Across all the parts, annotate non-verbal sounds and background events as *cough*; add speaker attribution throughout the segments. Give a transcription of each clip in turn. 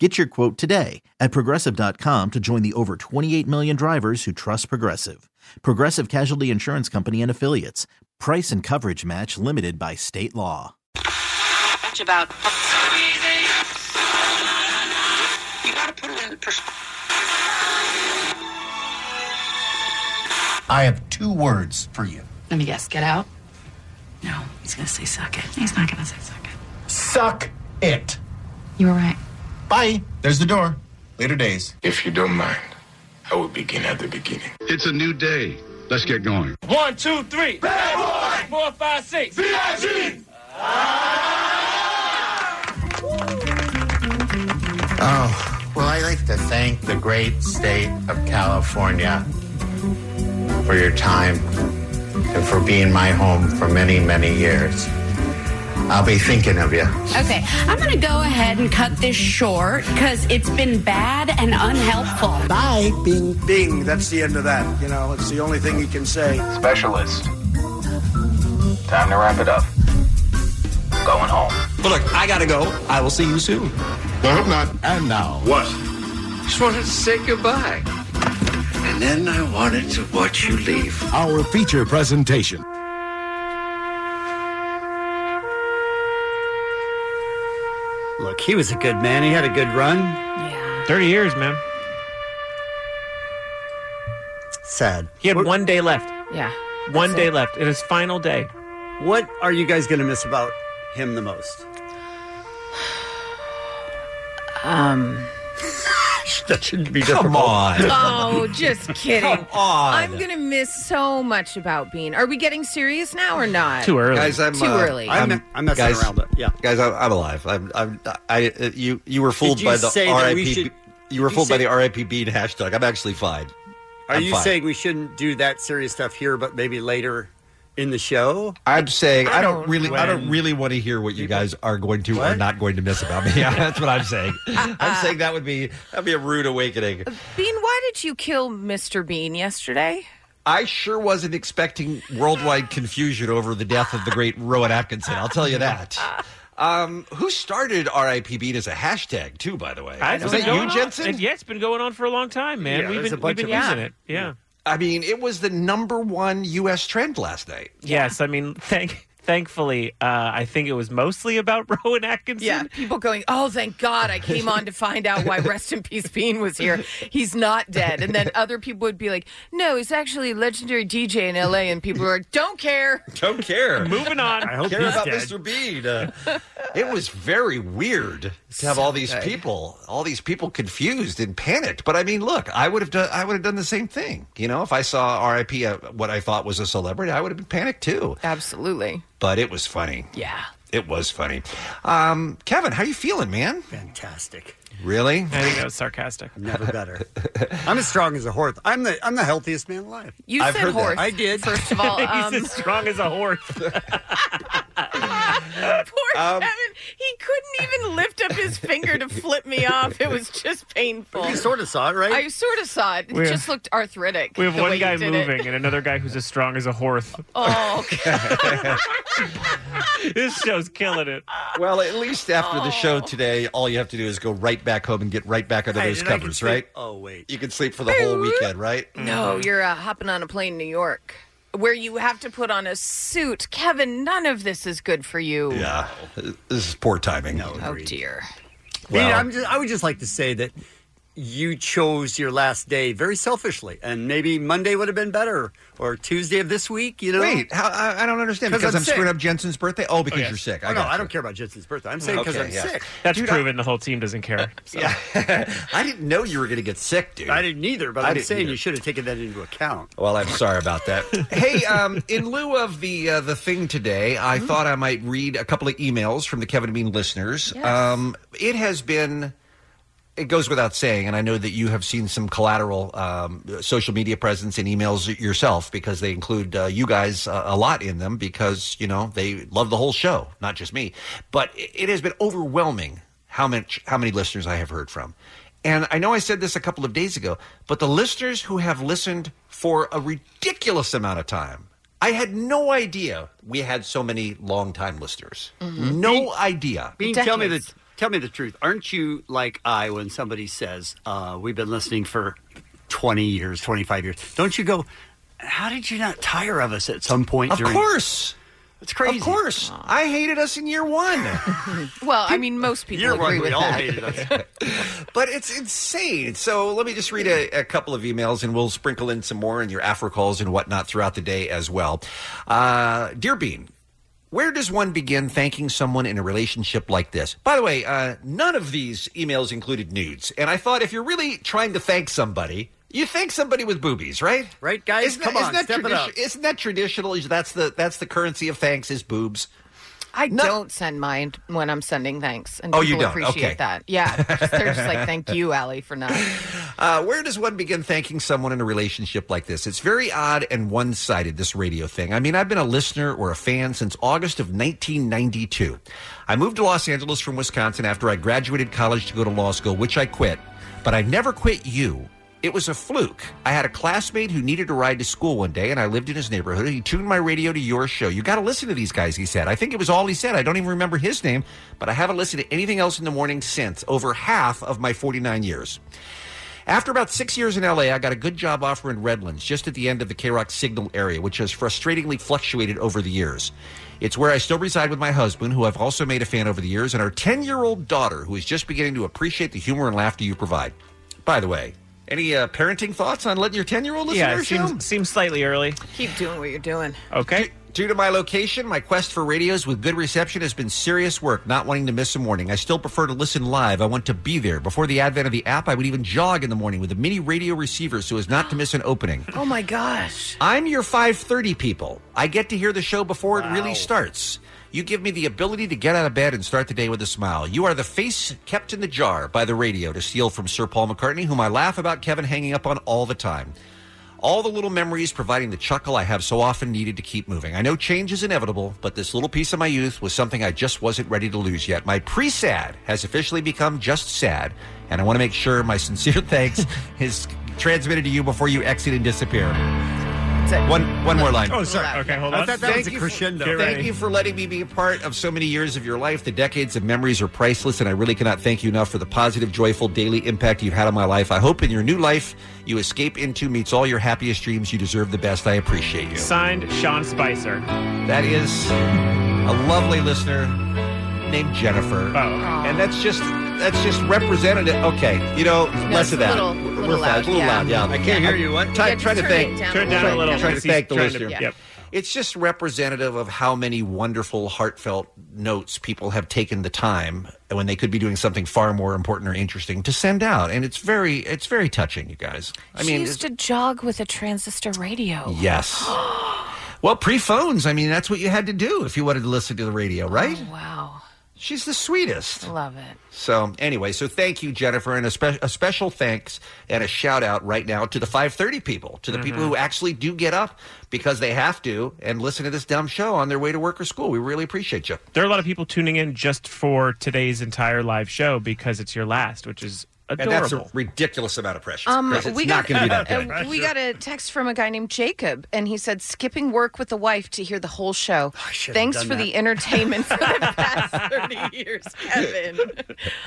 Speaker 1: Get your quote today at progressive.com to join the over 28 million drivers who trust Progressive. Progressive Casualty Insurance Company and Affiliates. Price and coverage match limited by state law.
Speaker 2: much about. You gotta put it in perspective.
Speaker 3: I have two words for you.
Speaker 4: Let me guess, get out? No, he's gonna say suck it. He's not gonna say suck it.
Speaker 3: Suck it.
Speaker 4: You were right.
Speaker 3: Bye. There's the door. Later days.
Speaker 5: If you don't mind, I will begin at the beginning.
Speaker 6: It's a new day. Let's get going.
Speaker 7: One, two, three. Bad boy. Four, five, six.
Speaker 3: Oh, well, I like to thank the great state of California for your time and for being my home for many, many years. I'll be thinking of you.
Speaker 8: Okay, I'm gonna go ahead and cut this short because it's been bad and unhelpful.
Speaker 3: Bye, Bing.
Speaker 9: Bing, that's the end of that. You know, it's the only thing he can say.
Speaker 5: Specialist. Time to wrap it up. Going home.
Speaker 10: But look, I gotta go. I will see you soon.
Speaker 6: I hope not.
Speaker 3: And now,
Speaker 6: What?
Speaker 10: Just wanted to say goodbye. And then I wanted to watch you leave.
Speaker 6: Our feature presentation.
Speaker 10: Look, he was a good man. He had a good run.
Speaker 8: Yeah.
Speaker 7: 30 years, man.
Speaker 10: Sad.
Speaker 7: He had one day left.
Speaker 8: Yeah.
Speaker 7: One day left. It is final day.
Speaker 10: What are you guys gonna miss about him the most?
Speaker 7: *laughs*
Speaker 8: Um.
Speaker 10: That shouldn't be difficult. Come on.
Speaker 11: Oh,
Speaker 10: *laughs*
Speaker 11: just kidding.
Speaker 10: on.
Speaker 11: I'm going to miss so much about Bean. Are we getting serious now or not?
Speaker 7: Too early.
Speaker 10: Guys, I'm
Speaker 11: Too
Speaker 10: uh,
Speaker 11: early.
Speaker 10: I'm, I'm, messing
Speaker 9: guys-
Speaker 10: around. But yeah.
Speaker 9: Guys, I'm, I'm alive. I'm, I'm, I, uh, you, you were fooled
Speaker 10: you
Speaker 9: by the
Speaker 10: say that we
Speaker 9: RIP.
Speaker 10: should-
Speaker 9: you were
Speaker 10: you
Speaker 9: fooled by
Speaker 10: said-
Speaker 9: the RIP Bean hashtag. I'm actually fine.
Speaker 10: Are
Speaker 9: I'm
Speaker 10: you
Speaker 9: fine.
Speaker 10: saying we shouldn't do that serious stuff here, but maybe later in the show?
Speaker 9: I'm saying I don't
Speaker 11: don't
Speaker 9: really, I don't really want to hear what you guys are going to or
Speaker 10: What?
Speaker 9: not going to miss about me. *laughs* Yeah, that's what I'm saying. I'm saying that would be that'd be a rude awakening.
Speaker 11: Bean, why did you kill Mr. Bean yesterday?
Speaker 9: I sure wasn't expecting worldwide confusion over the death of the great Rowan Atkinson. I'll tell
Speaker 10: *laughs*
Speaker 9: you that. Um, who started RIPB as a hashtag too? By the way,
Speaker 7: I-
Speaker 9: was
Speaker 7: it's been
Speaker 9: that
Speaker 7: going
Speaker 9: you,
Speaker 7: on-
Speaker 9: Jensen?
Speaker 7: it- yeah, it's been going on for a long time, man.
Speaker 10: Yeah,
Speaker 7: we've
Speaker 10: there's
Speaker 7: been,
Speaker 10: a bunch
Speaker 7: we've been
Speaker 10: of-
Speaker 7: using
Speaker 10: Yeah.
Speaker 7: it. Yeah.
Speaker 9: I mean, it was the number one U.S. trend last night.
Speaker 7: Yes. I mean, thank. Thankfully, uh, I think it was mostly about *laughs* Rowan Atkinson.
Speaker 11: Yeah, people going, oh, thank God I came on to find
Speaker 10: *laughs*
Speaker 11: out why Rest in Peace Bean was here. He's not dead. And then other people would be like, no, he's actually a legendary DJ in LA. And people are like, don't care.
Speaker 7: *laughs*
Speaker 9: Don't care.
Speaker 7: Moving on. I hope
Speaker 9: care about Mr. Bean. Uh, it was very weird to have all these people, all these people confused and panicked. But I mean, look, I would have done, I would have done the same thing. You know, if I saw RIP, uh, what I thought was a celebrity, I would have been panicked too.
Speaker 11: Absolutely.
Speaker 9: But it was funny.
Speaker 11: Yeah.
Speaker 9: It was funny. Um, Kevin, how you feeling, man?
Speaker 10: Fantastic.
Speaker 9: Really?
Speaker 7: I think that was sarcastic.
Speaker 10: Never better. I'm as strong as a horse. I'm the I'm the healthiest man alive.
Speaker 11: You
Speaker 9: I've
Speaker 11: said
Speaker 9: heard that.
Speaker 11: horse.
Speaker 10: I did.
Speaker 11: First of all,
Speaker 7: *laughs*
Speaker 11: um,
Speaker 7: He's as strong as a
Speaker 11: *laughs*
Speaker 7: horse.
Speaker 11: Poor Kevin. He couldn't even lift up his finger to flip me off. It was just painful.
Speaker 10: You sort of saw it, right?
Speaker 11: I sort of saw it. It
Speaker 7: We have-
Speaker 11: just looked arthritic.
Speaker 7: We have
Speaker 11: the way
Speaker 7: one
Speaker 11: you
Speaker 7: guy
Speaker 11: did
Speaker 7: moving
Speaker 11: It.
Speaker 7: and another guy who's as strong as a horse.
Speaker 11: Oh, *laughs* okay.
Speaker 7: *laughs* this show's killing it.
Speaker 9: Well, at least after the show today, all you have to do is go right back home and get right back under
Speaker 10: Oh. Hey,
Speaker 9: those
Speaker 10: and I can
Speaker 9: covers,
Speaker 10: sleep-
Speaker 9: right?
Speaker 10: Oh wait.
Speaker 9: You can sleep for the whole weekend, right?
Speaker 10: Mm-hmm.
Speaker 11: no,
Speaker 9: Mm.
Speaker 11: you're uh, hopping on a plane in New York where you have to put on a suit. Kevin, none of this is good for you.
Speaker 9: Yeah. This is poor timing.
Speaker 11: Oh, dear.
Speaker 10: Well,
Speaker 9: Well-
Speaker 10: I'm just, I would just like to say that you chose your last day very selfishly, and maybe Monday would have been better, or Tuesday of this week. You know,
Speaker 9: Wait, how, I, I don't understand.
Speaker 10: 'Cause
Speaker 9: Because I'm,
Speaker 10: I'm
Speaker 9: screwing
Speaker 10: sick.
Speaker 9: up
Speaker 10: *laughs*
Speaker 9: Jensen's *laughs* birthday? Oh, because
Speaker 7: yes.
Speaker 9: you're sick.
Speaker 10: Oh,
Speaker 9: I
Speaker 10: no,
Speaker 9: got
Speaker 10: I
Speaker 9: you.
Speaker 10: don't care about Jensen's birthday. I'm saying because
Speaker 9: Okay,
Speaker 10: I'm
Speaker 9: yeah.
Speaker 10: sick.
Speaker 7: That's
Speaker 9: Dude, I-
Speaker 7: proven the whole team doesn't care. So.
Speaker 9: I didn't know you were going to get sick, dude.
Speaker 10: I didn't either, but
Speaker 9: I
Speaker 10: I'm
Speaker 9: didn't
Speaker 10: saying
Speaker 9: either.
Speaker 10: you should have taken that into account.
Speaker 9: Well, I'm sorry about that. hey, um, in lieu of the uh, the thing today, I
Speaker 10: Mm-hmm.
Speaker 9: thought I might read a couple of emails from the Kevin and Bean listeners. Um, it has been it goes without saying, and I know that you have seen some collateral um, social media presence and emails yourself because they include uh, you guys uh, a lot in them because, you know, they love the whole show, not just me. But it, it has been overwhelming how much how many listeners I have heard from. And I know I said this a couple of days ago, but the listeners who have listened for a ridiculous amount of time, I had no idea we had so many longtime listeners. No idea.
Speaker 10: Bean, Mm-hmm. tell me the tell me the truth. Aren't you like I when somebody says uh, we've been listening for twenty years, twenty five years? Don't you go? How did you not tire of us at some point?
Speaker 9: Of
Speaker 10: during-"
Speaker 9: course.
Speaker 10: it's crazy.
Speaker 9: Of course. I hated us in year one.
Speaker 11: *laughs* Well, I mean, most people
Speaker 9: You're
Speaker 11: agree
Speaker 9: right, we
Speaker 11: with
Speaker 9: all
Speaker 11: that.
Speaker 9: hated but it's insane. So let me just read a, a couple of emails and we'll sprinkle in some more in your Afro calls and whatnot throughout the day as well. Uh, Dear Bean, where does one begin thanking someone in a relationship like this? By the way, uh, none of these emails included nudes. And I thought if you're really trying to thank somebody, you thank somebody with boobies, right?
Speaker 10: Right, guys?
Speaker 9: Isn't
Speaker 10: Come
Speaker 9: that,
Speaker 10: on,
Speaker 9: isn't that
Speaker 10: step it
Speaker 9: tradi-
Speaker 10: up.
Speaker 9: Isn't that traditional? Is- That's the that's the currency of thanks is boobs.
Speaker 11: I don't send mine when I'm sending thanks, and
Speaker 9: Oh,
Speaker 11: people
Speaker 9: you don't.
Speaker 11: appreciate
Speaker 9: Okay.
Speaker 11: that. Yeah, just- they're
Speaker 9: *laughs*
Speaker 11: just like, "Thank you, Allie, for not."
Speaker 9: Uh, where does one begin thanking someone in a relationship like this? It's very odd and one sided, this radio thing. I mean, I've been a listener or a fan since August of 1992. I moved to Los Angeles from Wisconsin after I graduated college to go to law school, which I quit. But I never quit you. It was a fluke. I had a classmate who needed a ride to school one day, and I lived in his neighborhood. He tuned my radio to your show. You got to listen to these guys, he said. I think it was all he said. I don't even remember his name, but I haven't listened to anything else in the morning since, over half of my 49 years. After about six years in LA, I got a good job offer in Redlands, just at the end of the K Rock Signal area, which has frustratingly fluctuated over the years. It's where I still reside with my husband, who I've also made a fan over the years, and our 10 year old daughter, who is just beginning to appreciate the humor and laughter you provide. By the way, any uh, parenting thoughts on letting your 10 year old listen to
Speaker 7: yeah,
Speaker 9: our
Speaker 7: it
Speaker 9: show?
Speaker 7: seems, seems slightly early.
Speaker 11: Keep doing what you're doing.
Speaker 9: Okay. Due to my location, my quest for radios with good reception has been serious work, not wanting to miss a morning. I still prefer to listen live. I want to be there. Before the advent of the app, I would even jog in the morning with a mini radio receiver so as not to miss an opening.
Speaker 11: Oh my gosh!
Speaker 9: I'm your 5:30 people. I get to hear the show before it really starts. You give me the ability to get out of bed and start the day with a smile. You are the face kept in the jar by the radio to steal from Sir Paul McCartney, whom I laugh about Kevin hanging up on all the time. All the little memories providing the chuckle I have so often needed to keep moving. I know change is inevitable, but this little piece of my youth was something I just wasn't ready to lose yet. My pre sad has officially become just sad, and I want to make sure my *laughs* sincere thanks is transmitted to you before you exit and disappear. One one more line.
Speaker 10: Oh, sorry. Okay, hold I on. thought that was a
Speaker 9: you
Speaker 10: crescendo.
Speaker 9: For,
Speaker 10: Get
Speaker 9: thank
Speaker 10: ready.
Speaker 9: you for letting me be a part of so many years of your life. The decades of memories are priceless, and I really cannot thank you enough for the positive, joyful daily impact you've had on my life. I hope in your new life you escape into meets all your happiest dreams. You deserve the best. I appreciate you.
Speaker 7: Signed, Sean Spicer.
Speaker 9: That is a lovely listener named Jennifer. Oh. And that's just that's just representative. Okay, you know, less
Speaker 10: it's
Speaker 9: of
Speaker 10: a
Speaker 9: that.
Speaker 10: little-
Speaker 9: We're
Speaker 10: little loud,
Speaker 9: fast, a little
Speaker 10: yeah.
Speaker 9: loud. Yeah,
Speaker 10: I can't hear you. What?
Speaker 9: Try,
Speaker 10: Yeah,
Speaker 9: try to
Speaker 10: turn
Speaker 9: thank.
Speaker 10: it down Turn a down a little. little,
Speaker 9: Try to
Speaker 10: because he's
Speaker 9: thank the
Speaker 10: trying to-
Speaker 9: listener.
Speaker 10: yeah.
Speaker 9: Yep. It's just representative of how many wonderful, heartfelt notes people have taken the time when they could be doing something far more important or interesting to send out, and it's very, it's very touching, you guys. I
Speaker 11: she
Speaker 9: mean,
Speaker 11: used to jog with a transistor radio.
Speaker 9: Oh. Yes. well, pre phones. I mean, that's what you had to do if you wanted to listen to the radio, right?
Speaker 10: Oh.
Speaker 11: Oh, wow.
Speaker 9: She's the sweetest.
Speaker 11: Love it.
Speaker 9: So anyway, so thank you, Jennifer, and a, spe- a special thanks and a shout out right now to the 5:30 people, to the
Speaker 10: Mm-hmm.
Speaker 9: people
Speaker 6: Mhm.
Speaker 9: who actually do get up because they have to and listen to this dumb show on their way to work or school. We really appreciate you.
Speaker 7: There are a lot of people tuning in just for today's entire live show because it's your last, which is
Speaker 9: And
Speaker 7: adorable.
Speaker 9: that's a ridiculous amount of pressure.
Speaker 11: Um,
Speaker 9: 'cause it's
Speaker 11: we
Speaker 9: not
Speaker 11: got
Speaker 9: going to be
Speaker 11: *laughs*
Speaker 9: that
Speaker 11: uh,
Speaker 9: good.
Speaker 11: uh, we got a text from a guy named Jacob, and he said skipping work with the wife to hear the whole show.
Speaker 12: should've
Speaker 11: Thanks
Speaker 12: done
Speaker 11: for
Speaker 12: that.
Speaker 11: the entertainment for
Speaker 9: *laughs*
Speaker 11: the past thirty years, Kevin.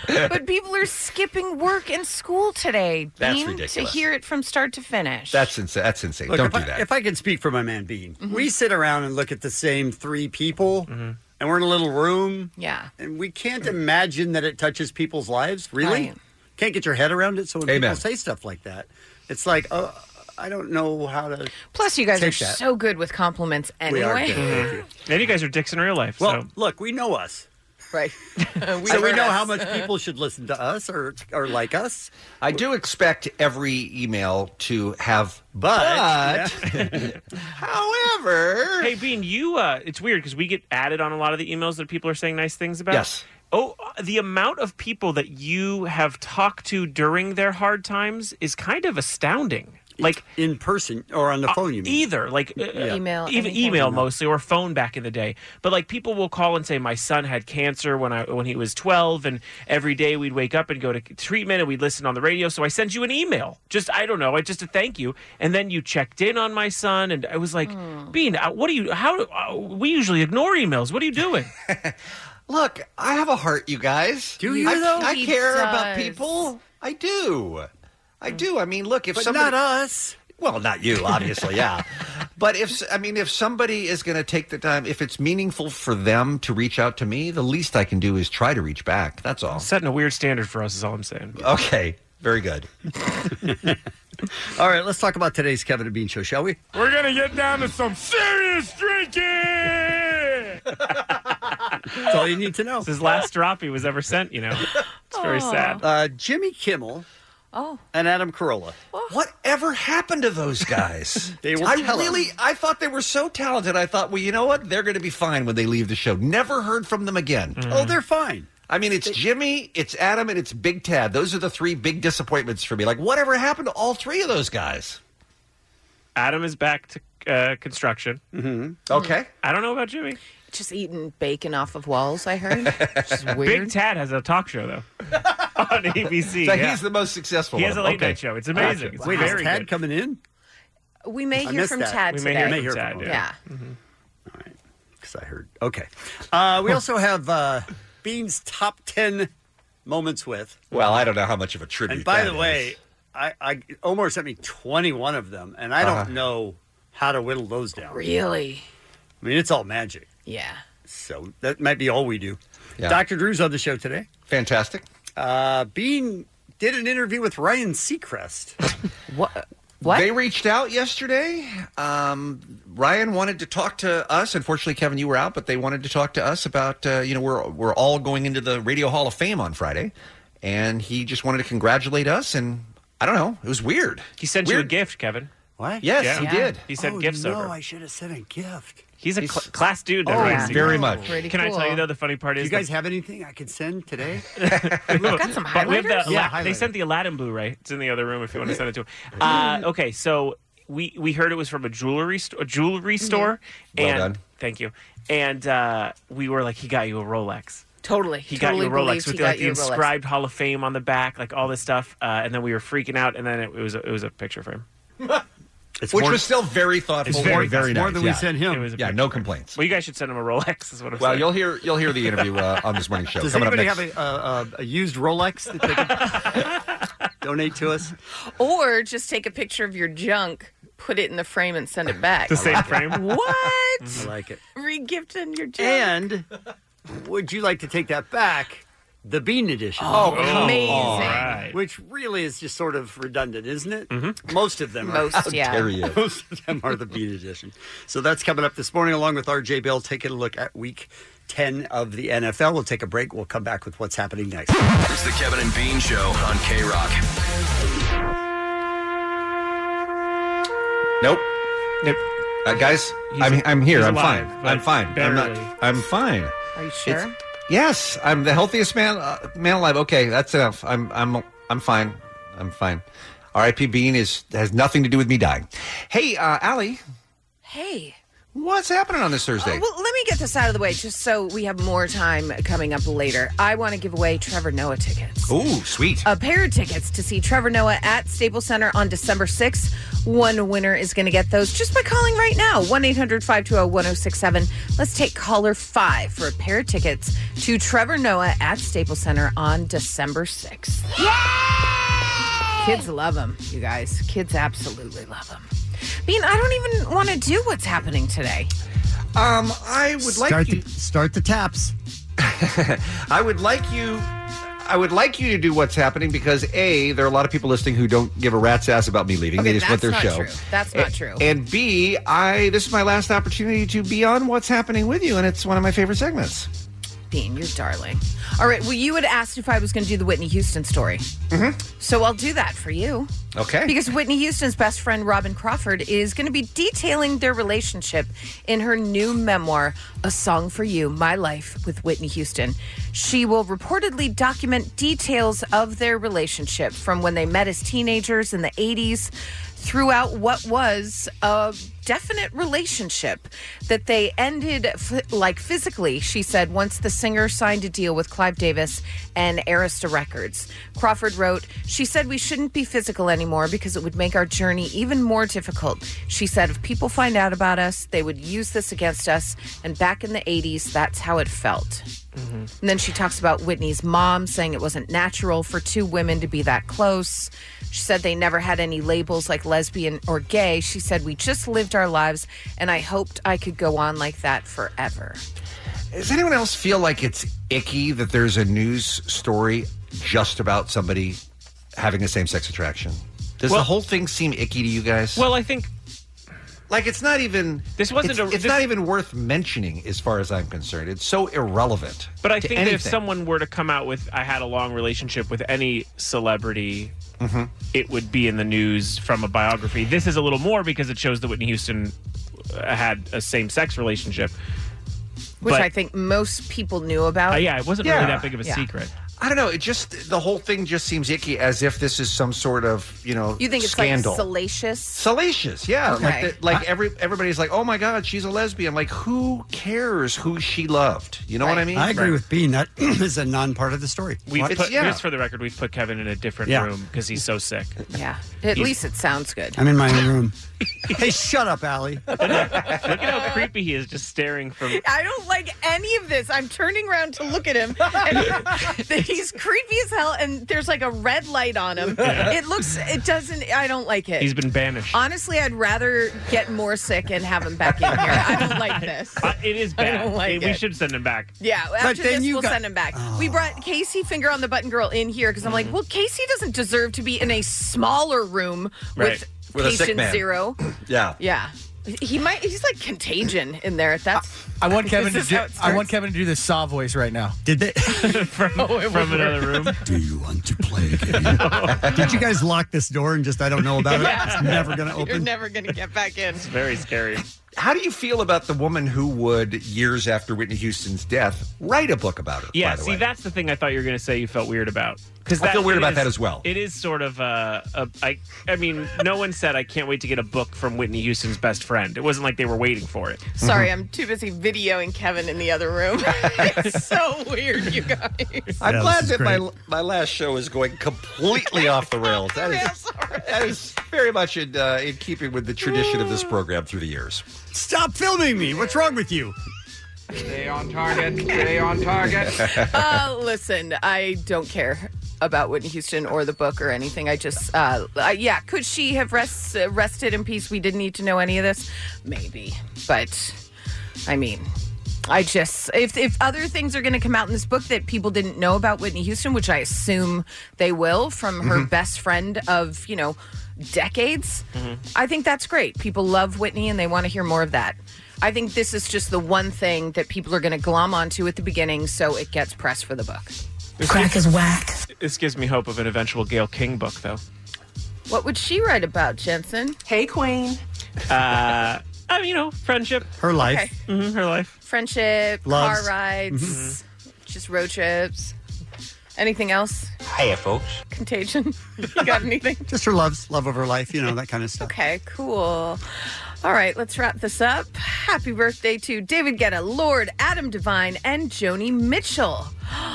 Speaker 11: but people are skipping work and school today.
Speaker 9: That's
Speaker 11: Dean,
Speaker 9: ridiculous.
Speaker 11: To hear it from start to finish.
Speaker 9: That's insane. That's insane.
Speaker 10: Look,
Speaker 9: Don't
Speaker 10: if
Speaker 9: do
Speaker 10: I,
Speaker 9: that.
Speaker 10: If I can speak for my man Bean,
Speaker 11: Mm-hmm.
Speaker 10: we sit around and look at the same three people, and we're in a little room.
Speaker 11: Yeah.
Speaker 10: And we can't imagine that it touches people's lives, really. Can't get your head around it. So when
Speaker 9: Amen.
Speaker 10: people say stuff like that, it's like, oh, I don't know how to.
Speaker 11: Plus, you guys
Speaker 10: Take
Speaker 11: are
Speaker 10: that.
Speaker 11: so good with compliments
Speaker 10: We are
Speaker 11: anyway.
Speaker 10: good, thank you.
Speaker 7: And you guys are dicks in real life.
Speaker 10: Well,
Speaker 7: so.
Speaker 10: look, we know us.
Speaker 11: Right.
Speaker 7: *laughs*
Speaker 11: *laughs*
Speaker 10: so we
Speaker 11: heard
Speaker 10: know
Speaker 11: us.
Speaker 10: how much people should listen to us or, or like us.
Speaker 9: I do expect every email to have but. However, *laughs*
Speaker 7: hey Bean, you uh, it's weird because we get added on a lot of the emails that people are saying nice things about.
Speaker 9: Yes.
Speaker 7: Oh, the amount of people that you have talked to during their hard times is kind of astounding. Like uh,
Speaker 10: in person or on the phone, you mean?
Speaker 7: Either like uh,
Speaker 10: Yeah. Email,
Speaker 7: even
Speaker 10: anything.
Speaker 7: email mostly or phone back in the day. But like people will call and say, "My son had cancer when I when he was 12, and every day we'd wake up and go to treatment, and we'd listen on the radio." So I send you an email, just I don't know, I just to thank you, and then you checked in on my son, and I was like, "Bean, uh, what do you? How do uh, we usually ignore emails? What are you doing?"
Speaker 9: *laughs* Look, I have a heart, you guys. Do
Speaker 7: you,
Speaker 9: Mm. I,
Speaker 7: though?
Speaker 9: I
Speaker 7: He
Speaker 9: care about
Speaker 7: does.
Speaker 9: people. I do. I do. I mean, look, if
Speaker 10: But
Speaker 9: somebody
Speaker 10: not us.
Speaker 9: Well, not you, obviously, yeah. But if I mean, if somebody is going to take the time, if it's meaningful for them to reach out to me, the least I can do is try to reach back. That's all.
Speaker 7: Setting a weird standard for us is all I'm saying.
Speaker 9: Okay, *laughs* very good.
Speaker 10: *laughs* All right, let's talk about today's Kevin and Bean show, shall we?
Speaker 6: We're gonna get down to some serious drinking.
Speaker 10: That's
Speaker 11: Oh.
Speaker 10: all you need to know. This
Speaker 7: is last drop he was ever sent. You know, it's very
Speaker 10: Aw.
Speaker 7: sad.
Speaker 10: Uh, Jimmy Kimmel
Speaker 11: Oh.
Speaker 10: and Adam Carolla.
Speaker 9: Whatever happened to those guys?
Speaker 10: They were
Speaker 9: I
Speaker 10: telling.
Speaker 9: really, I thought they were so talented. I thought, well, you know what? They're going to be fine when they leave the show. Never heard from them again.
Speaker 7: Mm-hmm.
Speaker 10: Oh, they're fine.
Speaker 9: I mean, it's Jimmy, it's Adam, and it's Big Tad. Those are the three big disappointments for me. Like, whatever happened to all three of those guys?
Speaker 7: Adam is back to uh, construction.
Speaker 10: Mm-hmm.
Speaker 9: Okay.
Speaker 7: I don't know about Jimmy.
Speaker 11: Just eating bacon off of walls, I heard.
Speaker 7: *laughs* Big Tad has a talk show though *laughs* on ABC.
Speaker 9: *laughs* So
Speaker 7: yeah.
Speaker 9: he's the most successful.
Speaker 7: He has
Speaker 9: one.
Speaker 7: a late
Speaker 9: Okay.
Speaker 7: night show. It's amazing.
Speaker 9: Gotcha.
Speaker 7: It's
Speaker 10: Wait,
Speaker 7: very
Speaker 10: is Tad
Speaker 7: good.
Speaker 10: coming in?
Speaker 11: we may
Speaker 10: I
Speaker 11: hear
Speaker 10: missed
Speaker 11: from
Speaker 10: that.
Speaker 11: Tad
Speaker 10: We may
Speaker 11: today.
Speaker 10: hear from May hear Tad, from him.
Speaker 11: yeah.
Speaker 10: Because I heard. Okay. Uh,
Speaker 11: Oh.
Speaker 10: we also have uh, Bean's top 10 moments with.
Speaker 9: Well, I don't know how much of a tribute.
Speaker 10: And by
Speaker 9: that
Speaker 10: the way, I, I Omar sent me 21 of them, and I don't
Speaker 9: Uh-huh.
Speaker 10: know how to whittle those down.
Speaker 11: Really?
Speaker 10: I mean, it's all magic.
Speaker 11: Yeah.
Speaker 10: So that might be all we do.
Speaker 9: Yeah.
Speaker 10: Dr. Drew's on the show today.
Speaker 9: Fantastic.
Speaker 10: Uh, Bean did an interview with Ryan Seacrest.
Speaker 11: what?
Speaker 9: They reached out yesterday. Um, Ryan wanted to talk to us. Unfortunately, Kevin, you were out, but they wanted to talk to us about uh, you know we're we're all going into the Radio Hall of Fame on Friday, and he just wanted to congratulate us. And I don't know, it was weird.
Speaker 7: He sent you a gift, Kevin.
Speaker 10: What?
Speaker 9: Yes, he did.
Speaker 7: He sent
Speaker 10: oh,
Speaker 7: gifts
Speaker 10: no,
Speaker 7: over.
Speaker 10: I should have sent a gift.
Speaker 7: He's a cl- class dude. That
Speaker 10: Oh,
Speaker 7: writes
Speaker 10: yeah.
Speaker 7: these.
Speaker 10: Very much. Pretty
Speaker 7: Can I tell
Speaker 10: cool.
Speaker 7: you though? The funny part
Speaker 10: Do
Speaker 7: is
Speaker 10: you guys have anything I could send today?
Speaker 7: *laughs* got some
Speaker 10: highlighters? Yeah,
Speaker 7: they
Speaker 10: highlighter.
Speaker 7: sent the Aladdin Blu-ray. It's in the other room if you want to send it to him.
Speaker 10: *laughs*
Speaker 7: Uh, okay, so we we heard it was from a jewelry sto- a
Speaker 10: Mm-hmm.
Speaker 7: jewelry store.
Speaker 9: Well
Speaker 7: and,
Speaker 9: done.
Speaker 7: Thank you. And uh, we were like, he got you a Rolex.
Speaker 11: Totally.
Speaker 7: He got
Speaker 11: Totally
Speaker 7: you a Rolex
Speaker 11: believes he
Speaker 7: with
Speaker 11: got
Speaker 7: like the
Speaker 11: you a Rolex.
Speaker 7: inscribed Hall of Fame on the back, like all this stuff. Uh, and then we were freaking out, and then it, it was a, it was a picture frame.
Speaker 9: which was still very thoughtful.
Speaker 7: It's very-
Speaker 9: and very
Speaker 7: it's more
Speaker 9: nice.
Speaker 7: than we
Speaker 9: yeah.
Speaker 7: sent him. It was a
Speaker 9: Yeah, no complaints.
Speaker 7: Well, you guys should send him a Rolex. Is what I'm
Speaker 9: Well,
Speaker 7: saying.
Speaker 9: you'll hear you'll hear the interview uh, on this morning's show.
Speaker 10: Does
Speaker 9: coming
Speaker 10: anybody
Speaker 9: up
Speaker 10: have
Speaker 9: next.
Speaker 10: a, uh, a used Rolex that they could *laughs* donate to us?
Speaker 11: Or just take a picture of your junk, put it in the frame, and send it back.
Speaker 10: The same frame?
Speaker 11: What?
Speaker 10: I like it.
Speaker 11: Regifting your junk.
Speaker 10: And would you like to take that back? The Bean Edition.
Speaker 11: Oh, Oh, amazing. all right.
Speaker 10: Which really is just sort of redundant, isn't it? Most of them are.
Speaker 11: Most, How yeah. dare you.
Speaker 10: Most of them are the Bean Edition. So that's coming up this morning, along with RJ Bill, taking a look at week 10 of the NFL. We'll take a break. We'll come back with what's happening next.
Speaker 13: It's the Kevin and Bean Show on K Rock.
Speaker 9: Nope.
Speaker 7: Nope.
Speaker 9: Uh, guys,
Speaker 13: He's-
Speaker 9: I'm I'm here.
Speaker 13: he's
Speaker 9: I'm
Speaker 13: alive,
Speaker 9: fine.
Speaker 13: but
Speaker 9: I'm fine. I'm
Speaker 13: barely.
Speaker 9: not. I'm fine.
Speaker 11: *laughs* Are you
Speaker 9: It's- yes, I'm the healthiest man uh, man alive. Okay, that's enough. I'm I'm I'm fine. I'm fine. R.I.P. Bean is has nothing to do with me dying. Hey, uh, Allie,
Speaker 11: Hey.
Speaker 9: what's happening on this Thursday?
Speaker 11: Uh, Well, let me get this out of the way just so we have more time coming up later. I want to give away Trevor Noah tickets.
Speaker 9: Ooh, sweet.
Speaker 11: A pair of tickets to see Trevor Noah at Staples Center on December 6th. One winner is going to get those just by calling right now 1 800 520 1067. Let's take caller five for a pair of tickets to Trevor Noah at Staples Center on December 6th. Kids love him, you guys. Kids absolutely love him. Bean, I don't even want to do what's happening today.
Speaker 9: Um, I would
Speaker 10: start the, start the taps.
Speaker 9: I would like you. I would like you to do what's happening because a there are a lot of people listening who don't give a rat's ass about me leaving.
Speaker 11: Okay,
Speaker 9: they just want their
Speaker 11: that's
Speaker 9: show.
Speaker 11: not true. That's not
Speaker 9: A-
Speaker 11: true.
Speaker 9: And b I this is my last opportunity to be on what's happening with you, and it's one of my favorite segments.
Speaker 11: Bean, you're darling. All right. Well, you had asked if I was going to do the Whitney Houston story. Mm-hmm. So I'll do that for you.
Speaker 9: Okay.
Speaker 11: Because Whitney Houston's best friend, Robin Crawford, is going to be detailing their relationship in her new memoir, A Song for You My Life with Whitney Houston. She will reportedly document details of their relationship from when they met as teenagers in the 80s throughout what was a definite relationship that they ended f- like physically she said once the singer signed a deal with clive davis and arista records crawford wrote she said we shouldn't be physical anymore because it would make our journey even more difficult she said if people find out about us they would use this against us and back in the 80s that's how it felt
Speaker 4: Mm-hmm.
Speaker 11: and then she talks about Whitney's mom saying it wasn't natural for two women to be that close. She said they never had any labels like lesbian or gay. She said, We just lived our lives, and I hoped I could go on like that forever.
Speaker 9: Does anyone else feel like it's icky that there's a news story just about somebody having a same sex attraction? Does
Speaker 7: Well-
Speaker 9: the whole thing seem icky to you guys?
Speaker 7: Well, I think
Speaker 9: like it's not even
Speaker 7: this wasn't
Speaker 9: it's,
Speaker 7: a,
Speaker 9: it's
Speaker 7: this-
Speaker 9: not even worth mentioning as far as I'm concerned. It's so irrelevant.
Speaker 7: But I
Speaker 9: to
Speaker 7: think that if
Speaker 9: anything.
Speaker 7: someone were to come out with I had a long relationship with any celebrity,
Speaker 9: Mhm.
Speaker 7: it would be in the news from a biography. This is a little more because it shows that Whitney Houston uh, had a same sex relationship.
Speaker 11: Which
Speaker 7: But-
Speaker 11: I think most people knew about.
Speaker 7: Uh, yeah, it wasn't really that big of a
Speaker 11: Yeah.
Speaker 7: secret.
Speaker 9: I don't know. It just the whole thing just seems icky, as if this is some sort of you know
Speaker 11: You think it's
Speaker 9: scandal.
Speaker 11: like salacious?
Speaker 9: salacious yeah
Speaker 11: Okay.
Speaker 9: like the, like every everybody's like oh my god she's a lesbian like who cares who she loved you know what i mean
Speaker 10: I agree with Bean. That *clears throat* is a non part of the story.
Speaker 7: We
Speaker 10: It's-
Speaker 7: put just for the record, we've put Kevin in a different
Speaker 10: Yeah.
Speaker 7: room because he's so sick.
Speaker 11: *laughs* Yeah. At
Speaker 7: He's-
Speaker 11: least it sounds good.
Speaker 10: I'm in
Speaker 11: *laughs*
Speaker 10: my own room. hey, shut up, Allie.
Speaker 7: Look at how creepy he is, just staring from.
Speaker 11: I don't like any of this. I'm turning around to look at him, and *laughs* he's creepy as hell. And there's like a red light on him.
Speaker 7: Yeah.
Speaker 11: It looks, it doesn't. I don't like it.
Speaker 7: He's been banished.
Speaker 11: Honestly, I'd rather get more sick and have him back in here. I
Speaker 7: *laughs*
Speaker 11: don't like this.
Speaker 7: Uh, it is
Speaker 11: *laughs* I
Speaker 7: bad.
Speaker 11: don't like
Speaker 7: we
Speaker 11: it.
Speaker 7: should send him back.
Speaker 11: Yeah,
Speaker 7: But
Speaker 11: after
Speaker 7: then
Speaker 11: this,
Speaker 7: you
Speaker 11: we'll
Speaker 7: got-
Speaker 11: send him back. We brought Casey Finger on the Button Girl in here because I'm
Speaker 7: Mm-hmm.
Speaker 11: like, well, Casey doesn't deserve to be in a smaller room
Speaker 9: Right.
Speaker 11: with,
Speaker 9: With a sick
Speaker 11: patient
Speaker 9: man.
Speaker 11: zero.
Speaker 9: yeah
Speaker 11: Yeah. He might. He's like contagion in there. That's.
Speaker 12: I
Speaker 11: *laughs*
Speaker 12: want Kevin to
Speaker 11: This is
Speaker 12: do.
Speaker 11: how it
Speaker 12: I
Speaker 11: starts.
Speaker 12: want Kevin to do the saw voice right now.
Speaker 10: Did they
Speaker 12: *laughs*
Speaker 7: from,
Speaker 11: *laughs*
Speaker 12: from another
Speaker 7: room?
Speaker 10: Do you want to play a game? Did you guys lock this door and just I don't know
Speaker 11: *laughs*
Speaker 10: about it?
Speaker 9: *laughs*
Speaker 10: It's never going to open.
Speaker 11: never going to get back in. It's
Speaker 7: very scary.
Speaker 9: how do you feel about the woman who would years after whitney houston's death write a book about her
Speaker 7: Yeah,
Speaker 9: by the
Speaker 7: see,
Speaker 9: way?
Speaker 7: that's the thing I thought you were going to say you *laughs* felt weird about.
Speaker 9: I feel weird
Speaker 7: it
Speaker 9: about
Speaker 7: is-
Speaker 9: that as well.
Speaker 7: It is sort of uh, a. I, I mean, no one said I can't wait to get a book from Whitney Houston's best friend. It wasn't like they were waiting for it.
Speaker 11: Sorry, I'm too busy videoing Kevin in the other room. *laughs* it's so weird, you guys.
Speaker 9: i'm glad that my my last show is going completely off the
Speaker 5: *laughs*
Speaker 9: rails that is that is very much in, uh, in keeping with the tradition of this program through the years
Speaker 10: Stop filming me. What's wrong with you?
Speaker 6: Stay on target. Stay on
Speaker 14: *laughs*
Speaker 6: target.
Speaker 11: uh, listen, I don't care about Whitney Houston or the book or anything. I just, uh, uh, yeah, could she have rest, uh, rested in peace? We didn't need to know any of this, maybe. But I mean, I just if if other things are going to come out in this book that people didn't know about Whitney Houston, which I assume they will from her
Speaker 1: Mhm.
Speaker 11: best friend of you know decades.
Speaker 7: Mm-hmm.
Speaker 1: Mhm.
Speaker 11: I think that's great. People love Whitney and they want to hear more of that. I think this is just the one thing that people are going to glom onto at the beginning so it gets press for the book.
Speaker 7: Crack is whack. This gives me hope of an eventual Gail King book, though.
Speaker 11: What would she write about, Jensen? Hey, Queen.
Speaker 7: Uh, *laughs* I mean, you know, friendship.
Speaker 10: Her life.
Speaker 7: hmm her life.
Speaker 11: Friendship,
Speaker 7: Loves.
Speaker 11: car rides, just road trips. Anything else?
Speaker 10: Hiya, folks.
Speaker 11: Contagion? *laughs* you got anything?
Speaker 10: Just her loves, love of her life, you know, that kind of stuff.
Speaker 11: Okay, cool. All right, let's wrap this up. Happy birthday to David Guetta, Lord, Adam Devine, and Joni Mitchell. *gasps*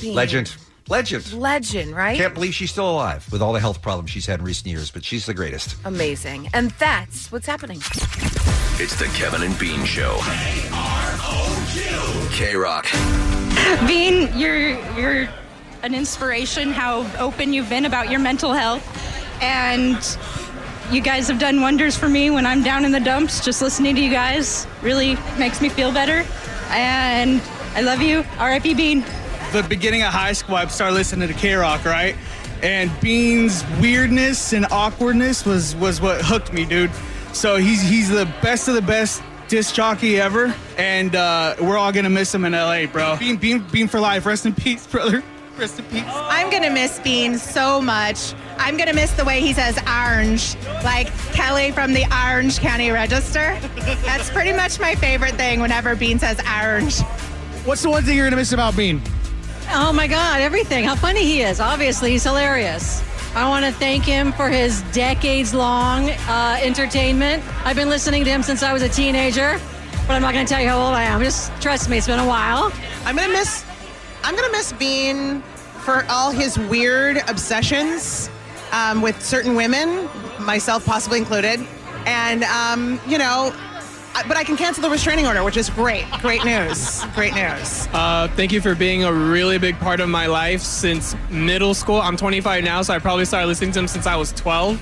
Speaker 11: Bean.
Speaker 9: legend legend
Speaker 11: Legend, right?
Speaker 9: can't believe she's still alive with all the health problems she's had in recent years but she's the greatest
Speaker 11: Amazing. And that's what's happening. *laughs*
Speaker 13: It's the Kevin and Bean Show. K Rock.
Speaker 15: *laughs* Bean, you're you're an inspiration. How open you've been about your mental health, and you guys have done wonders for me when I'm down in the dumps. Just listening to you guys really makes me feel better, and I love you. R.I.P. Bean.
Speaker 16: the beginning of high school, I started listening to K Rock, right? And Bean's weirdness and awkwardness was was what hooked me, dude. So he's he's the best of the best
Speaker 17: disc jockey ever, and uh, we're all gonna miss him in LA, bro. Beam, beam, beam for life. Rest in peace, brother. Rest in peace.
Speaker 4: I'm gonna miss Bean so much. I'm gonna miss the way he says orange, like Kelly from the Orange County Register. That's pretty much my favorite thing whenever Bean says orange.
Speaker 18: What's the one thing you're gonna miss about Bean?
Speaker 2: Oh my God, everything. How funny he is. Obviously, he's hilarious. I want to thank him for his decades long uh, entertainment. I've been listening to him since I was a teenager, but I'm not going to tell you how old I am. Just trust me, it's been a while.
Speaker 19: I'm going to miss. I'm gonna miss Bean for all his weird obsessions um, with certain women, myself possibly included, and um, you know. I- But I can cancel the restraining order, which is great. Great news. Great news.
Speaker 17: Uh, thank you for being a really big part of my life since middle school. I'm 25 now, so I probably started listening to him since I was 12.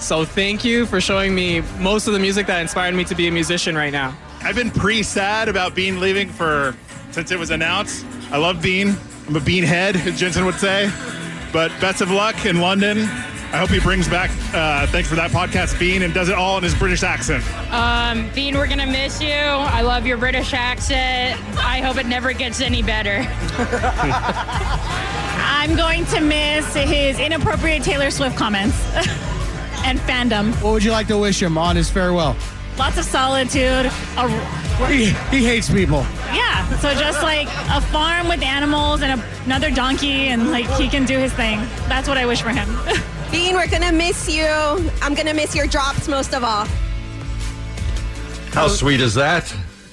Speaker 17: So thank you for showing me most of the music that inspired me to be a musician right now.
Speaker 12: I've been pretty sad about Bean leaving for since it was announced. I love Bean. I'm a Bean head, as Jensen would say. But best of luck in London. I hope he brings back. Uh, thanks for that podcast, Bean, and does it all in his British accent.
Speaker 8: Um, Bean, we're gonna miss you. I love your British accent. I hope it never gets any better. *laughs*
Speaker 20: I'm going to miss his inappropriate Taylor Swift comments *laughs* and fandom.
Speaker 18: What would you like to wish him on his farewell?
Speaker 20: Lots of solitude. A,
Speaker 18: He, he hates people.
Speaker 20: yeah, so just like a farm with animals and a, another donkey, and like he can do his thing. That's what I wish for him. *laughs*
Speaker 21: Bean, we're gonna miss you. I'm gonna miss your drops most of all.
Speaker 9: How sweet is
Speaker 5: *laughs*
Speaker 9: that?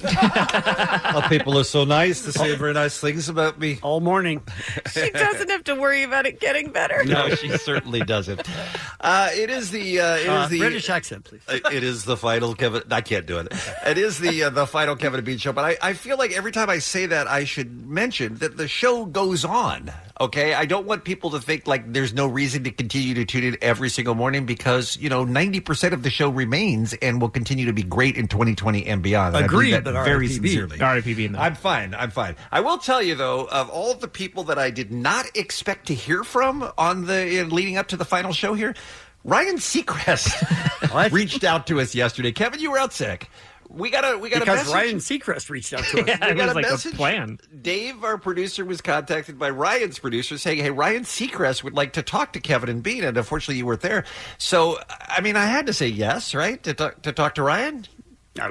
Speaker 9: How people are so nice to say very nice things about me
Speaker 10: all morning.
Speaker 5: She doesn't have to worry about it getting better.
Speaker 9: No, she certainly doesn't. *laughs* Uh, it is the uh, it is
Speaker 10: Uh,
Speaker 9: the
Speaker 10: British accent, please.
Speaker 9: It it is the final Kevin. I can't do it. It is the uh, the final Kevin and Bean show. But I, I feel like every time I say that, I should mention that the show goes on. Okay, I don't want people to think like there's no reason to continue to tune in every single morning because you know ninety percent of the show remains and will continue to be great in 2020 Uh, and beyond. And I believe
Speaker 10: Agreed,
Speaker 9: that
Speaker 10: but
Speaker 9: very
Speaker 10: RIPB.
Speaker 9: sincerely. RIPB. I'm fine. I'm fine. I will tell you though, of all the people that I did not expect to hear from on the in leading up to the final show here, Ryan
Speaker 7: *laughs*
Speaker 9: Seacrest reached out to us yesterday. Kevin, you were out sick. We got a *laughs* we got
Speaker 10: because
Speaker 9: a message.
Speaker 10: Ryan
Speaker 9: *laughs*
Speaker 10: Seacrest reached out to us.
Speaker 9: we got a message. Dave, our producer, was contacted by Ryan's producer saying, "Hey, Ryan Seacrest would like to talk to Kevin and Bean, and unfortunately, you weren't there." So, I mean, I had to say yes, right, to talk to, talk to Ryan.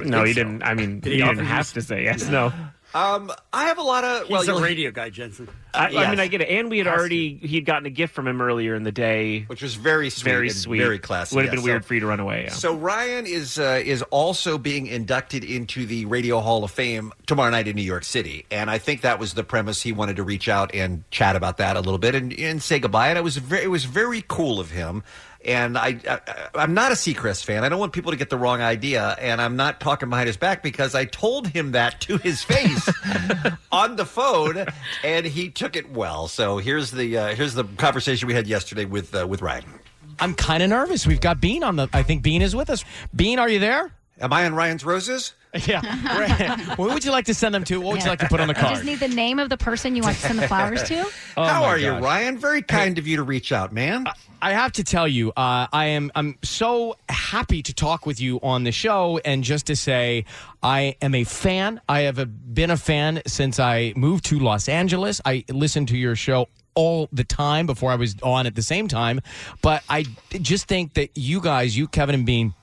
Speaker 7: No, he didn't. I mean,
Speaker 9: *laughs* Did
Speaker 7: he,
Speaker 9: he
Speaker 7: didn't
Speaker 9: offer you
Speaker 7: have
Speaker 9: s-
Speaker 7: to say yes. No.
Speaker 9: *laughs* Um, I have a lot of.
Speaker 10: He's
Speaker 9: well,
Speaker 10: a
Speaker 9: you'll-
Speaker 10: radio guy, Jensen.
Speaker 7: I, I
Speaker 9: Yes.
Speaker 7: mean, I get it. And we had already he had gotten a gift from him earlier in the day,
Speaker 9: which was very sweet
Speaker 7: very
Speaker 9: and
Speaker 7: sweet,
Speaker 9: very classy.
Speaker 7: Would have
Speaker 9: Yeah,
Speaker 7: been
Speaker 9: so-
Speaker 7: weird for you to run away. Yeah.
Speaker 9: So Ryan is uh, is also being inducted into the Radio Hall of Fame tomorrow night in New York City, and I think that was the premise. He wanted to reach out and chat about that a little bit and, and say goodbye. And it was very, it was very cool of him. And I, I I'm not a Seacrest fan. I don't want people to get the wrong idea, and I'm not talking behind his back because I told him that to his face on the phone, and he took it well. So here's the uh, here's the conversation we had yesterday with uh, with Ryan.
Speaker 22: I'm kind of nervous. We've got Bean on the. I think Bean is with us. Bean, are you there?
Speaker 9: Am I on Ryan's roses?
Speaker 22: *laughs*
Speaker 11: *laughs*
Speaker 22: Yeah. Right. what would you like to send them to? What would you like to put on the
Speaker 23: You just
Speaker 22: card?
Speaker 23: need the name of the person you want to send the flowers
Speaker 22: *laughs*
Speaker 23: to.
Speaker 16: *laughs*
Speaker 9: How
Speaker 22: Oh my
Speaker 9: are you,
Speaker 22: gosh.
Speaker 9: Ryan? Very kind of you to reach out, man.
Speaker 22: I have to tell you, uh, I am I'm so happy to talk with you on the show, and just to say, I am a fan. I have a, been a fan since I moved to Los Angeles. I listened to your show all the time before I was on at the same time, but I just think that you guys, you Kevin and Bean,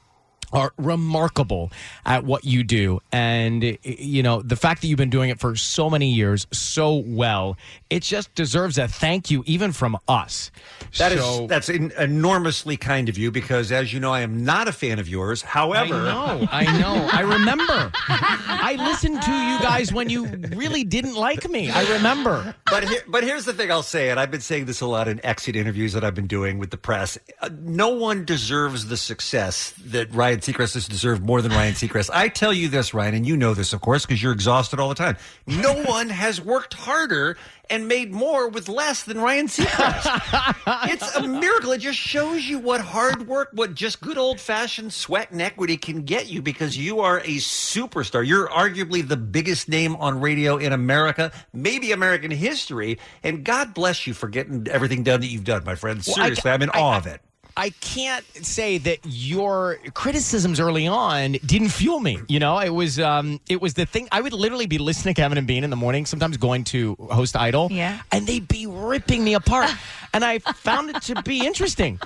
Speaker 22: are remarkable at what you do and eh, you know the fact that you've been doing it for so many years so well it just deserves a thank you even from us
Speaker 9: That is
Speaker 22: So-
Speaker 9: that's en- enormously kind of you because, as you know, I am not a fan of yours. However,
Speaker 22: I know, I know. I remember. *laughs* I listened to you guys when you really didn't like me. I remember.
Speaker 9: *laughs* but here, but here's the thing I'll say, and I've been saying this a lot in exit interviews that I've been doing with the press. Uh, no one deserves the success that Ryan Seacrest has deserved more than Ryan Seacrest. I tell you this, Ryan, and you know this, of course, because you're exhausted all the time. No *laughs* one has worked harder and made more with less than
Speaker 22: *laughs*
Speaker 9: Ryan Seacrest. it's a miracle. It just shows you what hard work, what just good old fashioned sweat and equity can get you because you are a superstar. You're arguably the biggest name on radio in America, maybe American history. And God bless you for getting everything done that you've done, my friend.
Speaker 22: Well, I-
Speaker 9: Seriously, I, am in
Speaker 22: I-
Speaker 9: awe
Speaker 22: I-
Speaker 9: of it.
Speaker 22: I can't say that your criticisms early on didn't fuel me. You know, it was um, it was the thing. I would literally be listening to Kevin and Bean in the morning, sometimes going to host Idol,
Speaker 6: Yeah.
Speaker 22: and they'd be ripping me apart, and I found it to be interesting.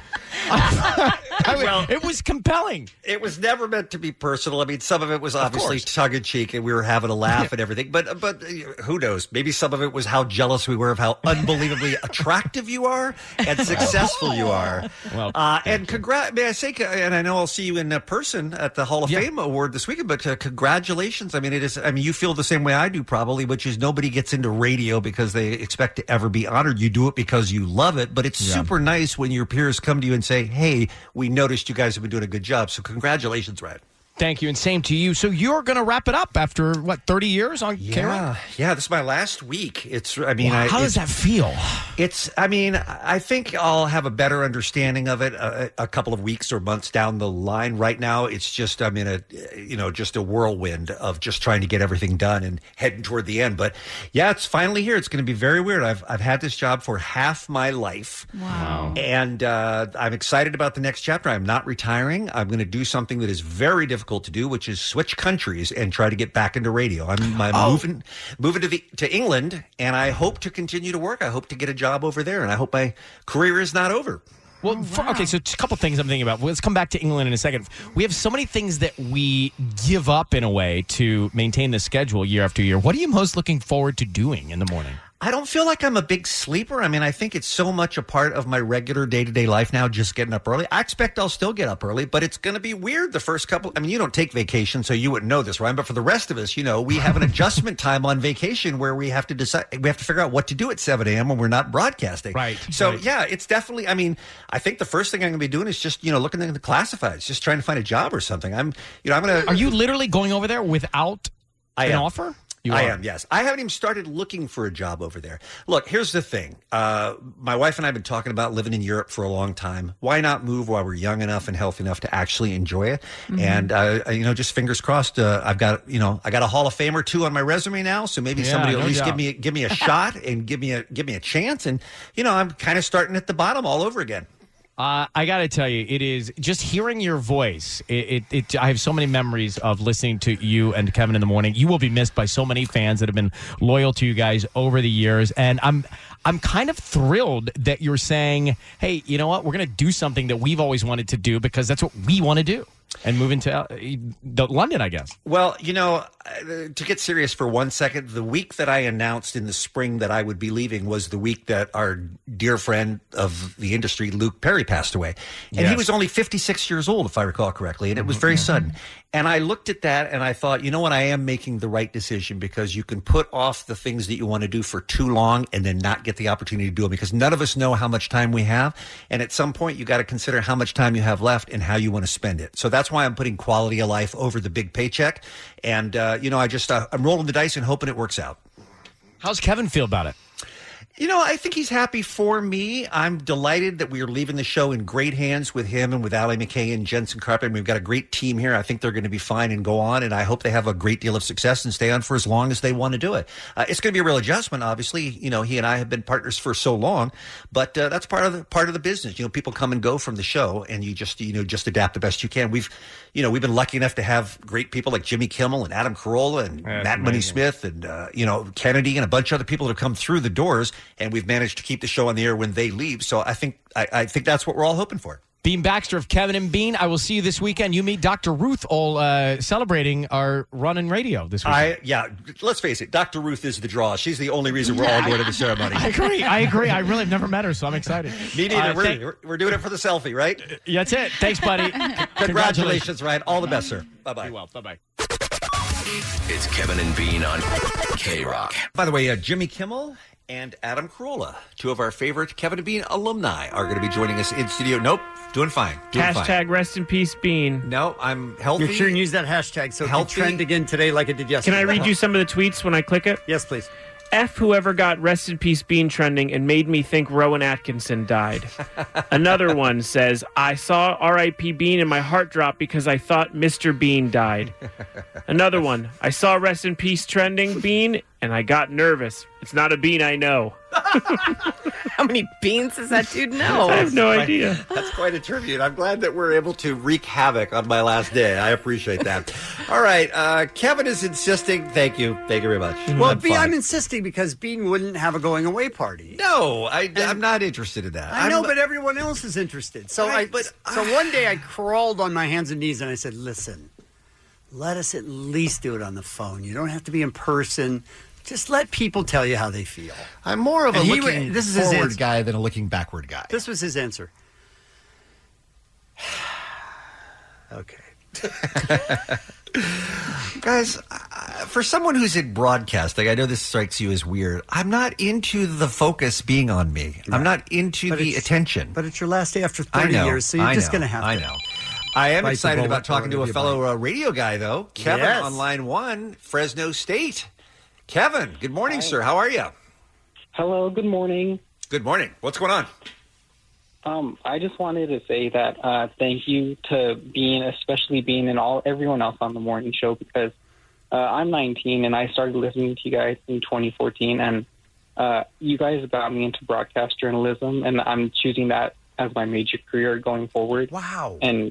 Speaker 22: I would- it was compelling.
Speaker 9: It was never meant to be personal. I mean, some of it was obviously tongue in cheek, and we were having a laugh and everything. But but uh, who knows? Maybe some of it was how jealous we were of how
Speaker 22: *laughs*
Speaker 9: unbelievably attractive you are and successful you are.
Speaker 22: Well,
Speaker 9: uh, and congrats. May I say? c- And I know I'll see you in uh, person at the Hall of Fame Award this weekend. But uh, congratulations! I mean, it is. I mean, you feel the same way I do, probably, which is nobody gets into radio because they expect to ever be honored. You do it because you love it. But it's super nice when your peers come to you and say, "Hey, we noticed you guys have been doing a good job. So congratulations, Ryan."
Speaker 22: Thank you, and same to you. So you're going to wrap it up after what thirty years on
Speaker 9: Yeah,
Speaker 22: Karen?
Speaker 9: yeah. This is my last week. It's. I mean, I,
Speaker 22: Wow, how does
Speaker 9: it's-
Speaker 22: that feel?
Speaker 9: It's. I mean, I think I'll have a better understanding of it a, a couple of weeks or months down the line. Right now, it's just I'm in a, you know, just a whirlwind of just trying to get everything done and heading toward the end. But yeah, it's finally here. It's going to be very weird. I've I've had this job for half my life.
Speaker 22: Wow.
Speaker 9: And uh, I'm excited about the next chapter. I'm not retiring. I'm going to do something that is very difficult to do, which is switch countries and try to get back into radio. I'm, I'm
Speaker 22: Oh.
Speaker 9: moving moving to the, to England, and I hope to continue to work. I hope to get a job over there, and I hope my career is not over.
Speaker 22: Well, for- okay, so a couple things I'm thinking about. Well, Let's come back to England in a second. We have so many things that we give up in a way to maintain the schedule year after year. What are you most looking forward to doing in the morning?
Speaker 9: I don't feel like I'm a big sleeper. I mean, I think it's so much a part of my regular day to day life now, just getting up early. I expect I'll still get up early, but it's going to be weird the first couple. I mean, you don't take vacation, so you wouldn't know this, Ryan. But for the rest of us, you know,
Speaker 22: *laughs*
Speaker 9: we have an adjustment time on vacation where we have to decide, we have to figure out what to do at 7 a.m. when we're not broadcasting. Right. So, yeah, it's definitely, I mean, I think the first thing I'm going to be doing is just, you know, looking in the classifieds, just trying to find a job or something. I'm, you know, I'm going to.
Speaker 22: Are you literally going over there without
Speaker 9: I
Speaker 22: an
Speaker 9: am.
Speaker 22: offer?
Speaker 9: I
Speaker 22: are.
Speaker 9: am, yes. I haven't even started looking for a job over there. Look, here's the thing. Uh, my wife and I have been talking about living in Europe for a long time. Why not move while we're young enough and healthy enough to actually enjoy it?
Speaker 24: Mhm.
Speaker 9: And, uh, you know, just fingers crossed, uh, I've got, you know, I got a Hall of Fame or two on my resume now. So maybe
Speaker 24: Yeah,
Speaker 9: somebody will
Speaker 24: no
Speaker 9: at least
Speaker 24: doubt.
Speaker 9: give me, give me a shot and give me a, give me a chance. And, you know, I'm kind of starting at the bottom all over again.
Speaker 22: Uh, I got to tell you, it is just hearing your voice. It, it, it, I have so many memories of listening to you and Kevin in the morning. You will be missed by so many fans that have been loyal to you guys over the years, and I'm, I'm kind of thrilled that you're saying, "Hey, you know what? We're going to do something that we've always wanted to do because that's what we want to do." And move into uh, the- London, I guess.
Speaker 9: Well, you know, uh, to get serious for one second, the week that I announced in the spring that I would be leaving was the week that our dear friend of the industry, Luke Perry, passed away. And he
Speaker 24: Yes.
Speaker 9: was only 56 years old, if I recall correctly. And it was very sudden. And I looked at that and I thought, you know what? I am making the right decision because you can put off the things that you want to do for too long and then not get the opportunity to do them because none of us know how much time we have. And at some point, you got to consider how much time you have left and how you want to spend it. So that's why I'm putting quality of life over the big paycheck. And, uh, you know, I just, uh, I'm rolling the dice and hoping it works out.
Speaker 22: How's Kevin feel about it?
Speaker 9: You know, I think he's happy for me. I'm delighted that we are leaving the show in great hands with him and with Ally McKay and Jensen Carpenter. We've got a great team here. I think they're going to be fine and go on, and I hope they have a great deal of success and stay on for as long as they want to do it. Uh, it's going to be a real adjustment, obviously. You know, he and I have been partners for so long, but uh, that's part of the part of the business. You know, people come and go from the show, and you just you know just adapt the best you can. We've you know we've been lucky enough to have great people like Jimmy Kimmel and Adam Carolla and Matt Money
Speaker 24: amazing.
Speaker 9: Smith. Smith and uh, you know Kennedy and a bunch of other people that have come through the doors, and we've managed to keep the show on the air when they leave. So I think I, I think that's what we're all hoping for.
Speaker 22: Bean Baxter of Kevin and Bean. I will see you this weekend. You meet Dr. Ruth, all uh, celebrating our run in radio this weekend.
Speaker 9: I yeah, let's face it, Dr. Ruth is the draw. She's the only reason we're all going to the ceremony.
Speaker 22: *laughs* I agree. I agree. I really have never met her, so I'm excited.
Speaker 9: Me neither.
Speaker 22: Uh,
Speaker 9: we're,
Speaker 22: thank-
Speaker 9: we're- we're doing it for the selfie, right?
Speaker 22: Uh, that's it. Thanks, *laughs* buddy.
Speaker 9: *laughs* Congratulations, Ryan. All the best, sir. Bye bye.
Speaker 22: well. Bye bye.
Speaker 13: It's Kevin and Bean on K Rock.
Speaker 9: By the way, uh, Jimmy Kimmel and Adam Carolla, two of our favorite Kevin and Bean alumni, are going to be joining us in studio. Nope, doing fine. Doing fine.
Speaker 7: Hashtag rest in peace, Bean.
Speaker 9: No, I'm healthy.
Speaker 10: You sure and use that hashtag so it can
Speaker 7: Healthy.
Speaker 10: trend again today like it did
Speaker 7: Can
Speaker 10: yesterday.
Speaker 7: I read
Speaker 10: *laughs*
Speaker 7: you some of the tweets when I click it?
Speaker 10: Yes, please.
Speaker 7: F whoever got rest in peace bean trending and made me think Rowan Atkinson
Speaker 9: *laughs*
Speaker 7: died. Another one says, I saw R.I.P. Bean and my heart dropped because I thought Mr. Bean died. Another one, I saw rest in peace trending Bean and I got nervous. It's not a bean I know.
Speaker 11: How many beans does that dude know?
Speaker 9: Quite- That's quite a tribute. I'm glad that we're able to wreak havoc on my last day. I appreciate that. All right. Uh, Kevin is insisting. Thank you. Thank you very much.
Speaker 10: Well,
Speaker 9: Had
Speaker 10: Bean,
Speaker 9: fun.
Speaker 10: I'm insisting because Bean wouldn't have a going away party.
Speaker 9: No, I, I'm not interested in that.
Speaker 10: I
Speaker 9: I'm-
Speaker 10: know, but everyone else is interested. So I, but so one day I crawled on my hands and knees and I said, "Listen, let us at least do it on the phone. You don't have to be in person. Just let people tell you how they feel."
Speaker 25: I'm more of a
Speaker 10: And he
Speaker 25: looking
Speaker 10: wa- this is his
Speaker 25: forward
Speaker 10: answer.
Speaker 25: guy than a looking backward guy.
Speaker 10: This was his answer. okay.
Speaker 9: Guys, uh, for someone who's in broadcasting, I know this strikes you as weird. I'm not into the focus being on me. I'm not into the attention.
Speaker 10: But it's your last day after
Speaker 9: I
Speaker 10: 30
Speaker 9: know,
Speaker 10: years, so you're
Speaker 9: I
Speaker 10: just
Speaker 9: know,
Speaker 10: going to have
Speaker 9: I
Speaker 10: to.
Speaker 9: know. I am
Speaker 10: Bite the
Speaker 9: excited
Speaker 10: bullet
Speaker 9: about talking to
Speaker 10: or
Speaker 9: a
Speaker 10: give
Speaker 9: fellow uh, radio guy, though. Kevin
Speaker 10: Yes.
Speaker 9: on line one, Fresno State. Kevin, good morning, sir. How are you?
Speaker 26: Hello, good morning.
Speaker 9: Good morning. What's going on?
Speaker 26: Um, I just wanted to say that uh, thank you to Bean, especially Bean and all everyone else on the morning show because uh, I'm 19 and I started listening to you guys in 2014, and uh, you guys got me into broadcast journalism, and I'm choosing that as my major career going forward.
Speaker 9: Wow.
Speaker 26: And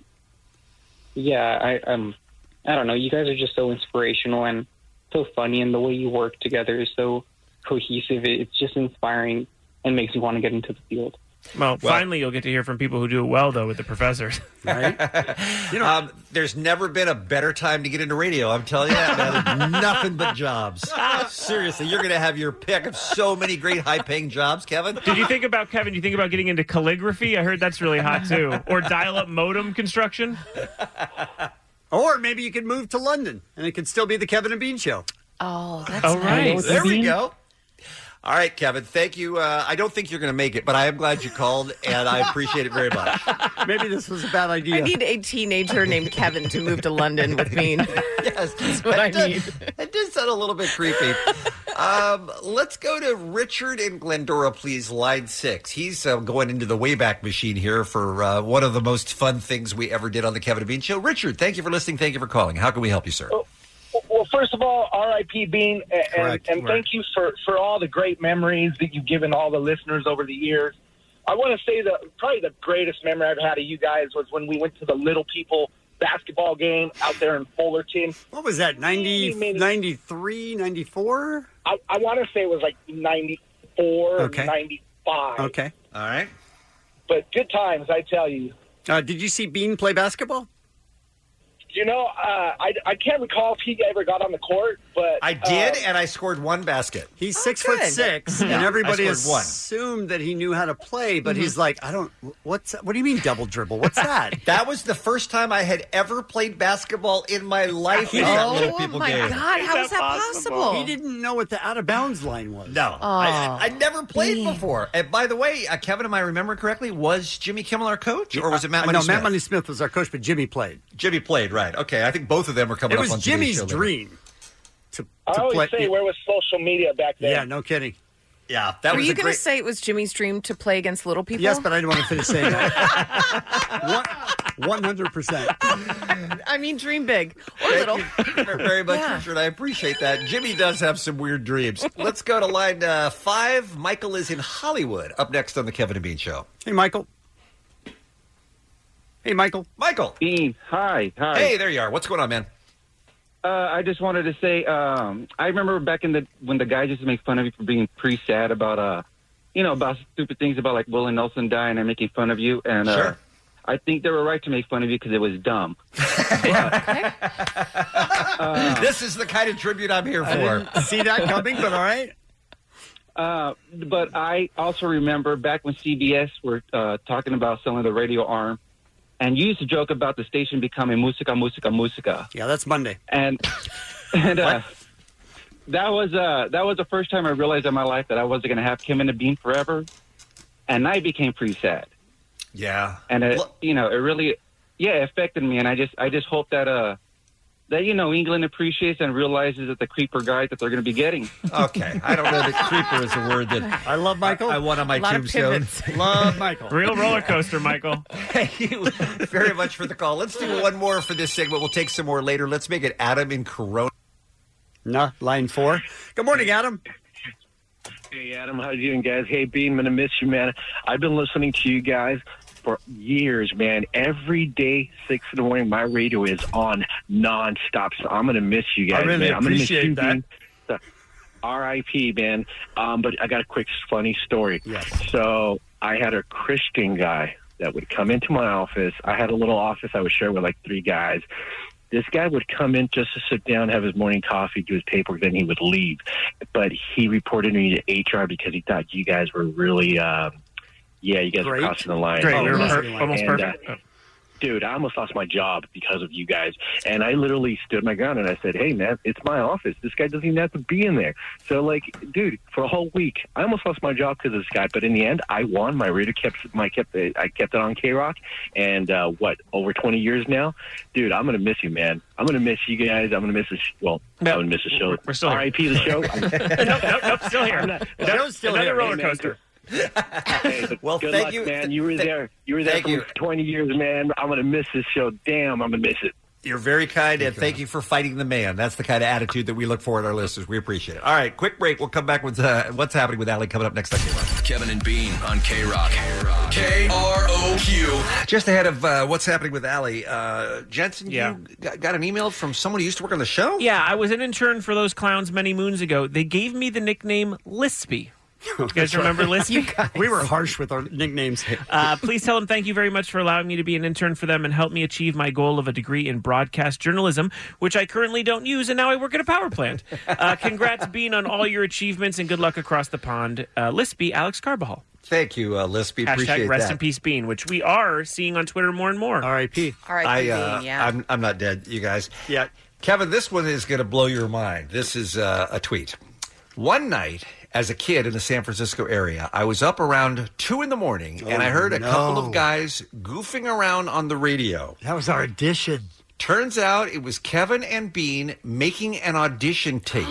Speaker 26: yeah, I um, I don't know. You guys are just so inspirational and so funny, and the way you work together is so cohesive. It- It's just inspiring and makes me want to get into the field.
Speaker 7: Well, finally, you'll get to hear from people who do it well, though, with the professors.
Speaker 9: You know, um, there's never been a better time to get into radio. I'm telling you that. man. nothing but jobs. Seriously, you're going to have your pick of so many great, high-paying jobs, Kevin.
Speaker 7: Did you think about Kevin? You think about getting into calligraphy? I heard that's really hot too, or dial-up modem construction.
Speaker 10: *laughs* Or maybe you could move to London and it could still be the Kevin and Bean show.
Speaker 11: Oh, that's
Speaker 9: All right,
Speaker 11: nice.
Speaker 9: There we go. All right, Kevin. Thank you. Uh, I don't think you're going to make it, but I am glad you called, and I appreciate it very much.
Speaker 10: *laughs* Maybe this was a bad idea.
Speaker 11: I need a teenager named Kevin to move to London with me. *laughs*
Speaker 9: yes, that's
Speaker 11: what I
Speaker 9: That does-
Speaker 11: need.
Speaker 9: That did sound a little bit creepy. um, let's go to Richard in Glendora, please. Line six. He's uh, going into the Wayback Machine here for uh, one of the most fun things we ever did on the Kevin and Bean Show. Richard, thank you for listening. Thank you for calling. How can we help you, sir?
Speaker 5: Well, first of all, R.I.P. Bean, a- and,
Speaker 9: Correct.
Speaker 5: and thank you for, for all the great memories that you've given all the listeners over the years. I want to say that probably the greatest memory I've had of you guys was when we went to the Little People basketball game out there in Fullerton.
Speaker 10: What was that, 90, 93, 94?
Speaker 5: I, I want to say it was like 94,
Speaker 10: Okay.
Speaker 5: 95.
Speaker 10: Okay.
Speaker 9: All right.
Speaker 5: But good times, I tell you.
Speaker 10: Uh, did you see Bean play basketball?
Speaker 5: You know, uh, I, I can't recall if he ever got on the court, but
Speaker 9: I did,
Speaker 5: um,
Speaker 9: and I scored one basket.
Speaker 10: He's six foot six,
Speaker 9: Yeah,
Speaker 10: and everybody
Speaker 9: I scored one.
Speaker 10: assumed that he knew how to play, but he's like, I don't. What's what do you mean double dribble? What's that?
Speaker 9: That was the first time I had ever played basketball in my life. in that little people game.
Speaker 10: how
Speaker 11: is that possible? possible?
Speaker 10: He didn't know what the out of bounds line was.
Speaker 9: No, I, I never played before. And by the way, uh, Kevin, am I remembering correctly? Was Jimmy Kimmel our coach, or was it Matt?
Speaker 10: Uh,
Speaker 9: Money
Speaker 10: no,
Speaker 9: Smith?
Speaker 10: Matt Money Smith was our coach, but Jimmy played.
Speaker 9: Jimmy played, right? Okay, I think both of them are coming.
Speaker 10: It was
Speaker 9: up on
Speaker 10: Jimmy's
Speaker 9: show later.
Speaker 10: dream. To, to
Speaker 5: I always
Speaker 10: play.
Speaker 5: say, Oh, where was social media back then?
Speaker 10: yeah, no kidding.
Speaker 9: Yeah,
Speaker 11: Were you going to say it was Jimmy's dream to play against little people?
Speaker 10: Yes, but I didn't want to finish
Speaker 27: *laughs*
Speaker 10: saying that. One hundred percent.
Speaker 11: I mean, dream big or little.
Speaker 9: very much,
Speaker 11: Yeah.
Speaker 9: Richard. I appreciate that. Jimmy does have some weird dreams. Let's go to line uh, five. Michael is in Hollywood. Up next on the Kevin and Bean Show.
Speaker 10: Hey, Michael. Hey, Michael.
Speaker 9: Michael.
Speaker 27: Bean. Hi. Hi.
Speaker 9: Hey, there you are. What's going on, man?
Speaker 27: Uh, I just wanted to say, um, I remember back in the when the guys used to make fun of you for being pretty sad about, uh, you know, about stupid things about like Will and Nelson dying and making fun of you. And uh, I think they were right to make fun of you because it was
Speaker 9: *laughs*
Speaker 27: dumb.
Speaker 9: this is the kind of tribute I'm here for.
Speaker 10: see that coming, but all right.
Speaker 27: Uh, but I also remember back when CBS were uh, talking about selling the radio arm, and you used to joke about the station becoming Musica Musica Musica.
Speaker 10: Yeah, that's Monday.
Speaker 27: And *laughs* and uh, that was uh, that was the first time I realized in my life that I wasn't going to have Kim and the Bean forever, and I became pretty sad.
Speaker 9: Yeah,
Speaker 27: and it, you know it really yeah it affected me, and I just I just hope that uh that you know England appreciates and realizes that the creeper guy that they're going to be getting.
Speaker 9: Okay, *laughs* I don't know that creeper is a word that
Speaker 10: I love Michael.
Speaker 9: I, want
Speaker 27: *laughs*
Speaker 9: on my
Speaker 27: A lot of
Speaker 9: tombstone.
Speaker 27: pivots.
Speaker 9: Love Michael.
Speaker 7: Real roller coaster, Michael.
Speaker 9: *laughs* Thank you very much for the call. Let's do one more for this segment. We'll take some more later. Let's make it Adam in Corona.
Speaker 10: No, line four. Good morning, Adam.
Speaker 5: Hey, Adam, how you doing, guys? Hey, Bean, I'm gonna miss you, man. I've been listening to you guys for years, man. Every day, six in the morning, my radio is on nonstop. So I'm gonna miss you guys.
Speaker 28: I really
Speaker 5: man. I'm gonna miss
Speaker 28: appreciate
Speaker 5: you,
Speaker 28: that.
Speaker 5: Bean. So, R.I.P. Man. Um, but I got a quick funny story. So I had a Christian guy that would come into my office. I had a little office I would share with like three guys this guy would come in just to sit down, have his morning coffee, do his paperwork, then he would leave. But he reported me to HR because he thought you guys were really, um, yeah, you guys were crossing the line.
Speaker 7: Great, we were per- almost
Speaker 5: And, uh,
Speaker 7: perfect.
Speaker 5: dude, I almost lost my job because of you guys. And I literally stood my ground and I said, hey, man, it's my office. This guy doesn't even have to be in there. So, like, dude, for a whole week, I almost lost my job because of this guy. But in the end, I won. My reader kept my kept it, I kept it on K Rock, and uh, what over twenty years now, dude. I'm gonna miss you, man. I'm gonna miss you guys. I'm gonna miss the sh- well. I'm gonna miss the show. We're still R.I.P. the
Speaker 7: *laughs*
Speaker 5: show.
Speaker 7: nope, nope, nope, still here.
Speaker 5: Joe's still
Speaker 7: Another
Speaker 5: here.
Speaker 7: roller
Speaker 5: Amen.
Speaker 7: coaster.
Speaker 5: well, good
Speaker 7: thank
Speaker 5: luck,
Speaker 7: you.
Speaker 5: man. You were there. You were there
Speaker 9: thank
Speaker 5: for
Speaker 9: you.
Speaker 5: 20 years, man. I'm gonna miss this show. Damn, I'm gonna miss it.
Speaker 9: You're very kind, and thank you for fighting the man. That's the kind of attitude that we look for in our listeners. We appreciate it. All right, quick break. We'll come back with uh, what's happening with Ali coming up next time.
Speaker 13: Kevin and Bean on K Rock. K R O Q.
Speaker 9: Just ahead of uh, what's happening with Ali, uh, Jensen, you got, got an email from someone who used to work on the show?
Speaker 7: Yeah, I was an intern for those clowns many moons ago. They gave me the nickname *laughs* Lispy. You guys
Speaker 10: *laughs*
Speaker 7: remember
Speaker 10: You
Speaker 7: Lispy?
Speaker 10: guys. We were harsh with our nicknames.
Speaker 7: Uh, please tell them thank you very much for allowing me to be an intern for them and help me achieve my goal of a degree in broadcast journalism, which I currently don't use, and now I work at a power plant. Uh, congrats, Bean, on all your achievements and good luck across the pond. Uh, Lispy, Alex Carbajal.
Speaker 9: Thank you, uh, Lispy.
Speaker 7: Hashtag
Speaker 9: Appreciate
Speaker 7: rest
Speaker 9: that.
Speaker 7: in peace, Bean, which we are seeing on Twitter more and more.
Speaker 10: R.I.P.
Speaker 9: I, uh, I'm, I'm not dead, you guys. Yeah. Kevin, this one is going to blow your mind. This is uh, a tweet. One night as a kid in the San Francisco area, I was up around two in the morning and
Speaker 10: Oh,
Speaker 9: I heard a couple
Speaker 10: no.
Speaker 9: of guys goofing around on the radio.
Speaker 10: That was our audition.
Speaker 9: Turns out it was Kevin and Bean making an
Speaker 10: *gasps*
Speaker 9: audition tape.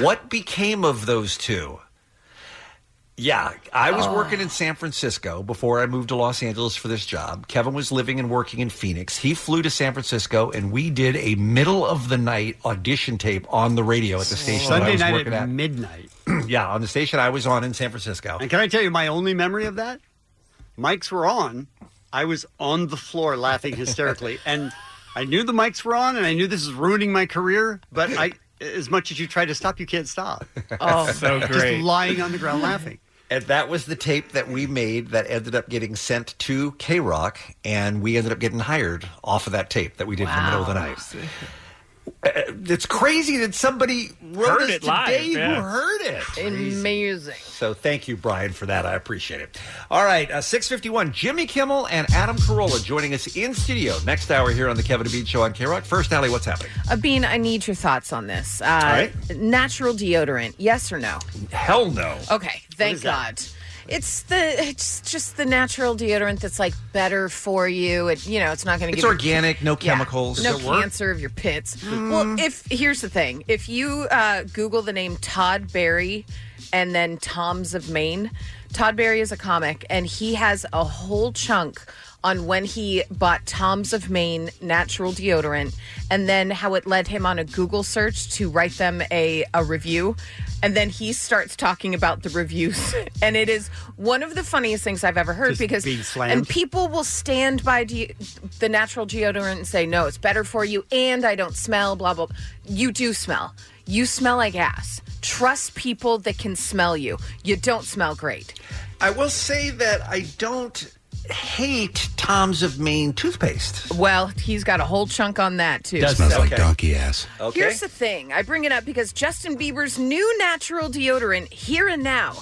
Speaker 9: what became of those two? Yeah, I
Speaker 10: Oh.
Speaker 9: was working in San Francisco before I moved to Los Angeles for this job. Kevin was living and working in Phoenix. He flew to San Francisco, and we did a middle of the night audition tape on the radio at the station. that
Speaker 10: Sunday
Speaker 9: I was
Speaker 10: night
Speaker 9: working
Speaker 10: at midnight. *clears throat*
Speaker 9: yeah, on the station I was on in San Francisco.
Speaker 10: And can I tell you my only memory of that? Mics were on. I was on the floor laughing hysterically, and I knew the mics were on, and I knew this is ruining my career. But I, as much as you try to stop, you can't stop.
Speaker 9: Oh. So
Speaker 10: Just
Speaker 9: great.
Speaker 10: lying on the ground laughing.
Speaker 9: And that was the tape that we made that ended up getting sent to K Rock, and we ended up getting hired off of that tape that we did in the middle of the night. Uh, It's crazy that somebody wrote
Speaker 11: Heard
Speaker 9: us
Speaker 11: it
Speaker 9: today
Speaker 11: live,
Speaker 9: who
Speaker 11: yeah.
Speaker 9: heard it.
Speaker 11: Amazing.
Speaker 9: So thank you, Brian, for that. I appreciate it. All right, uh, 651, Jimmy Kimmel and Adam Carolla joining us in studio next hour here on the Kevin and Bean Show on K Rock. First, Allie, what's happening?
Speaker 11: Uh, Bean, I need your thoughts on this. Uh,
Speaker 9: right.
Speaker 11: Natural deodorant, yes or no?
Speaker 9: Hell no.
Speaker 11: Okay, thank
Speaker 9: is that?
Speaker 11: God. It's the it's just the natural deodorant that's like better for you. It you know it's not going to
Speaker 9: It's
Speaker 11: give you-
Speaker 9: organic, no
Speaker 11: Yeah,
Speaker 9: chemicals.
Speaker 11: no
Speaker 9: Does it work?
Speaker 11: cancer of your pits.
Speaker 10: Mm.
Speaker 11: Well, if here's the thing, if you uh, Google the name Todd Berry and then Tom's of Maine, Todd Berry is a comic and he has a whole chunk on when he bought Tom's of Maine natural deodorant and then how it led him on a Google search to write them a, a review. And then he starts talking about the reviews. *laughs* And it is one of the funniest things I've ever heard
Speaker 10: Just
Speaker 11: because
Speaker 10: being slammed.
Speaker 11: and people will stand by de- the natural deodorant and say, no, it's better for you, and I don't smell, blah, blah. blah. You do smell. You smell like ass. Trust people that can smell you. You don't smell great.
Speaker 9: I will say that I don't hate Tom's of Maine toothpaste.
Speaker 11: Well, he's got a whole chunk on that, too. So-
Speaker 9: donkey ass. Okay.
Speaker 11: Here's the thing I bring it up because Justin Bieber's new natural deodorant, Here and Now,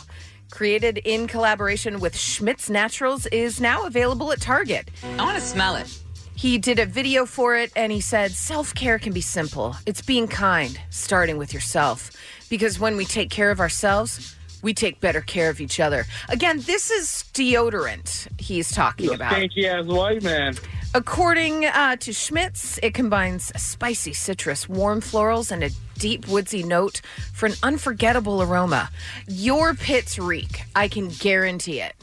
Speaker 11: created in collaboration with Schmidt's Naturals, is now available at Target. I want to smell it. He did a video for it and he said, Self care can be simple. It's being kind, starting with yourself. Because when we take care of ourselves, we take better care of each other. Again, this is deodorant he's talking about.
Speaker 29: Stinky ass white man.
Speaker 11: According uh, to Schmitz, it combines spicy citrus, warm florals, and a deep woodsy note for an unforgettable aroma. Your pits reek. I can guarantee it.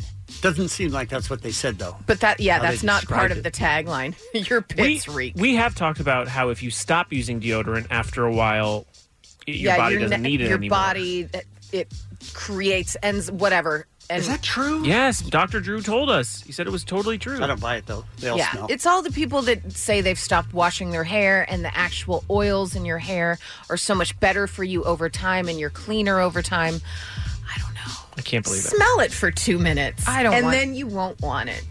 Speaker 10: Doesn't seem like that's what they said though.
Speaker 11: But that, yeah,
Speaker 10: How they
Speaker 11: that's not part
Speaker 10: described
Speaker 11: of the tagline. *laughs* Your pits reek.
Speaker 7: We have talked about how if you stop using deodorant after a while, y- your body
Speaker 11: your
Speaker 7: doesn't
Speaker 11: ne-
Speaker 7: need it
Speaker 11: your
Speaker 7: anymore.
Speaker 11: body uh, it creates and whatever. And
Speaker 7: Is that true? Yes, Dr. Drew told us. He said it was totally true. I don't
Speaker 10: buy it though. They
Speaker 11: yeah, it's all the people that say they've stopped washing their hair and the actual oils in your hair are so much better for you over time and you're cleaner over time.
Speaker 7: I can't believe it.
Speaker 11: Smell it for two minutes. I don't, and
Speaker 7: want-
Speaker 11: then you won't want it.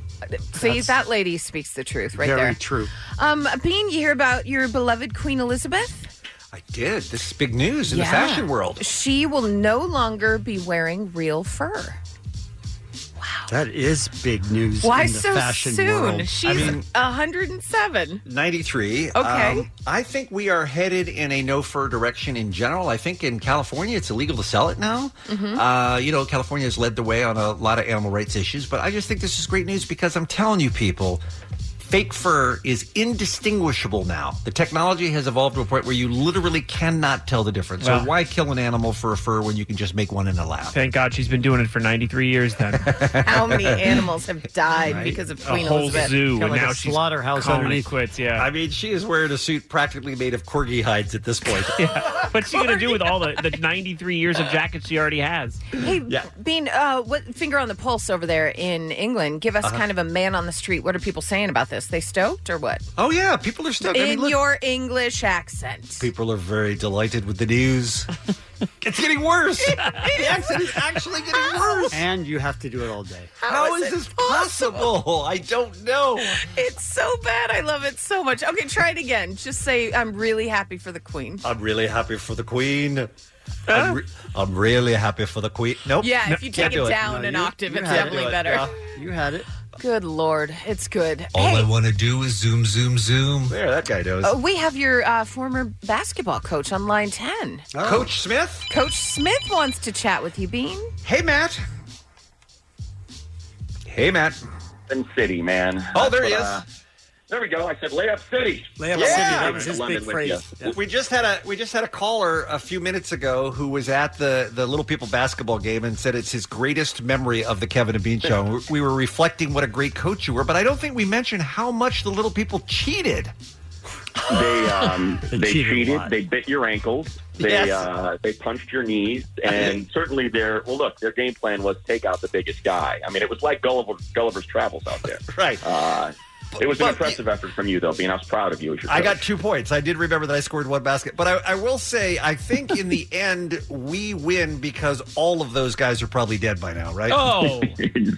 Speaker 11: See,
Speaker 7: That's-
Speaker 11: that lady speaks the truth right
Speaker 9: Very
Speaker 11: there.
Speaker 9: true.
Speaker 11: Um, Bean, you hear about your beloved Queen Elizabeth?
Speaker 9: I did. This is big news in
Speaker 11: Yeah.
Speaker 9: the fashion world.
Speaker 11: She will no longer be wearing real fur.
Speaker 10: That is big news.
Speaker 11: Why
Speaker 10: in the
Speaker 11: so
Speaker 10: fashion
Speaker 11: soon?
Speaker 10: World.
Speaker 11: She's 107.
Speaker 9: 93.
Speaker 11: Okay.
Speaker 9: um, I think we are headed in a no fur direction in general. I think in California, it's illegal to sell it now.
Speaker 11: Mm-hmm.
Speaker 13: Mhm.
Speaker 9: Uh, you know, California has led the way on a lot of animal rights issues, but I just think this is great news because I'm telling you, people, fake fur is indistinguishable now. The technology has evolved to a point where you literally cannot tell the difference.
Speaker 7: Well-
Speaker 9: so why kill an animal for a fur when you can just make one in a lab?
Speaker 7: Thank God she's been doing it for 93 years
Speaker 9: *laughs*
Speaker 7: then.
Speaker 11: How many animals have died because of Queen
Speaker 7: a whole
Speaker 11: Elizabeth?
Speaker 7: zoo,
Speaker 9: Kinda
Speaker 7: and
Speaker 9: like
Speaker 7: now
Speaker 9: a
Speaker 7: she's
Speaker 9: slaughterhouse
Speaker 7: calling
Speaker 9: underneath.
Speaker 7: quits. Yeah,
Speaker 9: I mean, she is wearing a suit practically made of corgi hides at this
Speaker 7: *laughs*
Speaker 9: point.
Speaker 7: what's she gonna do with all the, the 93 years of jackets she already has?
Speaker 11: Hey,
Speaker 9: Yeah.
Speaker 11: Bean, uh, what finger on the pulse over there in England? Give us
Speaker 9: Uh-huh.
Speaker 11: kind of a man on the street. What are people saying about this? They stoked or what?
Speaker 9: Oh yeah, people are stoked. I
Speaker 11: In
Speaker 9: mean, look-
Speaker 11: your English accent.
Speaker 9: People are very delighted with
Speaker 10: *laughs*
Speaker 9: the news. *laughs* it's getting worse.
Speaker 11: the
Speaker 9: accent is actually
Speaker 11: *laughs*
Speaker 9: getting worse.
Speaker 10: And you have to do it all day.
Speaker 9: How is, this possible?
Speaker 10: Oh,
Speaker 9: I don't know.
Speaker 11: It's so bad. I love it so much. Okay, try it again. Just say, I'm really happy for the Queen.
Speaker 9: I'm really happy for the Queen. I'm, re- I'm really happy for the Queen. Nope.
Speaker 11: Yeah, if you take
Speaker 9: Can't
Speaker 11: it
Speaker 9: do
Speaker 11: down an octave, it's
Speaker 9: had it.
Speaker 11: definitely
Speaker 9: Do it.
Speaker 11: better.
Speaker 9: Yeah.
Speaker 10: You had it.
Speaker 11: Good Lord. It's good.
Speaker 9: All
Speaker 11: hey,
Speaker 9: I want to do is zoom, zoom, zoom. There, that guy knows.
Speaker 11: uh, we have your uh, former basketball coach on line 10.
Speaker 9: Oh. Coach Smith.
Speaker 11: Coach Smith wants to chat with you, Bean.
Speaker 9: Hey, Matt. Hey, Matt.
Speaker 28: London City, man.
Speaker 9: Oh, there
Speaker 28: That's
Speaker 9: he
Speaker 28: what,
Speaker 9: is.
Speaker 28: uh, there we go. I said layup city.
Speaker 9: Layup City, that was his big phrase. We just had a we just had a caller a few minutes ago who was at the the little people basketball game and said it's his greatest memory of the Kevin and Bean show. We- we were reflecting what a great coach you were, but I don't think we mentioned how much the little people cheated. *laughs*
Speaker 28: They um,
Speaker 9: They
Speaker 28: they,
Speaker 9: cheated a
Speaker 28: cheated.
Speaker 9: lot.
Speaker 28: They bit your ankles. They
Speaker 9: Yes.
Speaker 28: uh, they punched your knees, and certainly their well, look, their game plan was take out the biggest guy. I mean, it was like Gulliver, Gulliver's Travels out there.
Speaker 9: *laughs* right.
Speaker 28: Uh, it was an impressive effort from you, though, being I was proud of you. As your
Speaker 9: I
Speaker 28: coach.
Speaker 9: got two points. I did remember that I scored one basket, but I, I will say I think in the *laughs* end we win because all of those guys are probably dead by now, right?
Speaker 10: Oh.
Speaker 28: *laughs*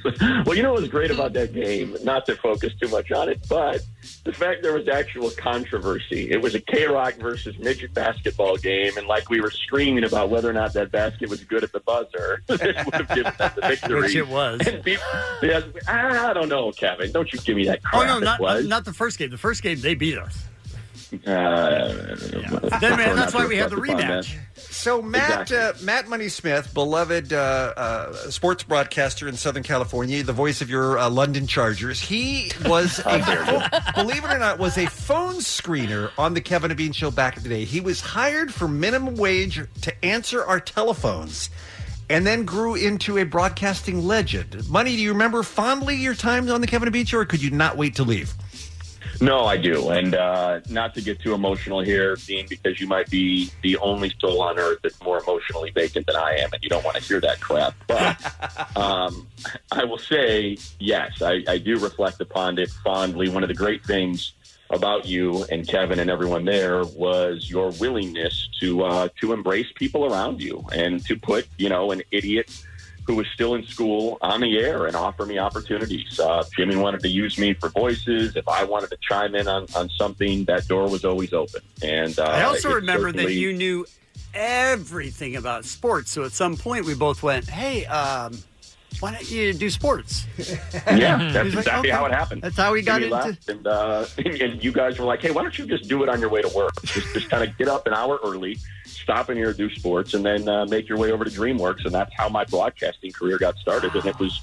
Speaker 28: Oh, well, you know what was great about that game? Not to focus too much on it, but the fact there was actual controversy. It was a K Rock versus midget basketball game, and like we were screaming about whether or not that basket was good at the buzzer, *laughs* it would have given us the victory.
Speaker 10: *laughs* Which it was.
Speaker 28: And people, yes, I don't know, Kevin. Don't you give me that crap.
Speaker 10: Oh no,
Speaker 28: it
Speaker 10: not
Speaker 28: was.
Speaker 10: not the first game. The first game they beat us.
Speaker 28: Uh,
Speaker 10: Then,
Speaker 28: prefer
Speaker 10: man, that's
Speaker 28: not to
Speaker 10: why we had the
Speaker 28: reflect upon that.
Speaker 10: rematch.
Speaker 9: So Matt uh, Matt Money Smith, beloved uh, uh, sports broadcaster in Southern California, the voice of your uh, London Chargers, he was a, believe it or not was a phone screener on the Kevin and Bean Show back in the day. He was hired for minimum wage to answer our telephones. And then grew into a broadcasting legend. Money, do you remember fondly your times on the Kevin and Bean Show, or could you not wait to leave?
Speaker 28: No, I do. And uh, not to get too emotional here, Dean, because you might be the only soul on earth that's more emotionally vacant than I am, and you don't want to hear that crap. But um, I will say, yes, I, I do reflect upon it fondly. One of the great things about you and Kevin and everyone there was your willingness to uh, to embrace people around you and to put, you know, an idiot who was still in school on the air and offer me opportunities. Uh, Jimmy wanted to use me for voices. If I wanted to chime in on, on something, that door was always open. And uh,
Speaker 10: I also
Speaker 28: it
Speaker 10: remember that
Speaker 28: certainly-
Speaker 10: you knew everything about sports. So at some point, we both went, "Hey, um, why don't you do sports?" *laughs*
Speaker 28: Yeah, that's
Speaker 10: Hmm. He's like,
Speaker 28: exactly
Speaker 10: "Okay."
Speaker 28: how it happened.
Speaker 10: That's how we got
Speaker 28: Jimmy
Speaker 10: into-
Speaker 28: left And, uh, *laughs* and, and you guys were like, "Hey, why don't you just do it on your way to work? Just, just kind of get up an hour early, stop in here, do sports, and then uh, make your way over to DreamWorks." And that's how my broadcasting career got started. And it was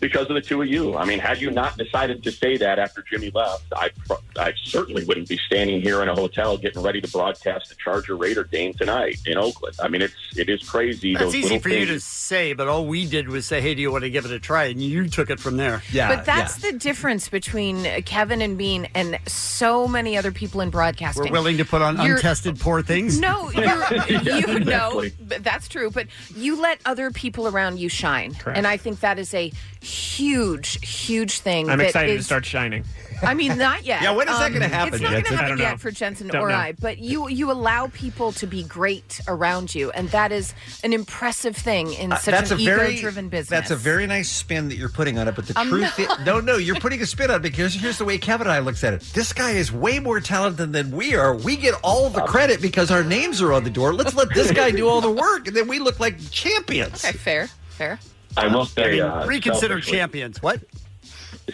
Speaker 28: because of the two of you. I mean, had you not decided to say that after Jimmy left, I pro- I certainly wouldn't be standing here in a hotel getting ready to broadcast the Charger Raider game tonight in Oakland. I mean, it's it is crazy.
Speaker 10: It's
Speaker 28: Those
Speaker 10: easy
Speaker 28: little
Speaker 10: for you to
Speaker 28: things-
Speaker 10: say, but all we did was say, "Hey, do you want to give it a try?" And you took it from there.
Speaker 11: but that's the difference between Kevin and Bean and so many other people in broadcasting.
Speaker 10: we're willing to put on
Speaker 11: You're-
Speaker 10: untested poor
Speaker 7: *laughs*
Speaker 10: things. *laughs*
Speaker 11: No, you're, you know
Speaker 10: exactly.
Speaker 11: but that's true. But you let other people around you shine,
Speaker 7: Correct.
Speaker 11: and I think that is a huge, huge thing.
Speaker 7: I'm
Speaker 11: that
Speaker 7: excited to
Speaker 11: is-
Speaker 7: start shining.
Speaker 11: I mean, not yet.
Speaker 7: *laughs*
Speaker 11: Um,
Speaker 7: Yeah, when is that gonna happen,
Speaker 11: It's not going to
Speaker 7: Jensen? I
Speaker 11: happen
Speaker 7: don't know.
Speaker 11: yet for Jensen
Speaker 7: Don't
Speaker 11: or
Speaker 7: know.
Speaker 11: I. But you you allow people to be great around you, and that is an impressive thing in
Speaker 9: Uh,
Speaker 11: such
Speaker 9: that's
Speaker 11: an
Speaker 9: a very-
Speaker 11: ego-driven business. Um,
Speaker 9: That's a very nice spin that you're putting on it, but the
Speaker 11: I'm
Speaker 9: truth
Speaker 11: not.
Speaker 9: i- no, no, you're putting a spin on it because here's the way Kevin and I looks at it. This guy is way more talented than we are. We get all the credit because our names are on the door. Let's let this guy do all the work, and then we look like champions.
Speaker 11: okay. Fair, fair.
Speaker 28: I will say, uh,
Speaker 10: Reconsider
Speaker 28: selfishly-
Speaker 10: champions. What?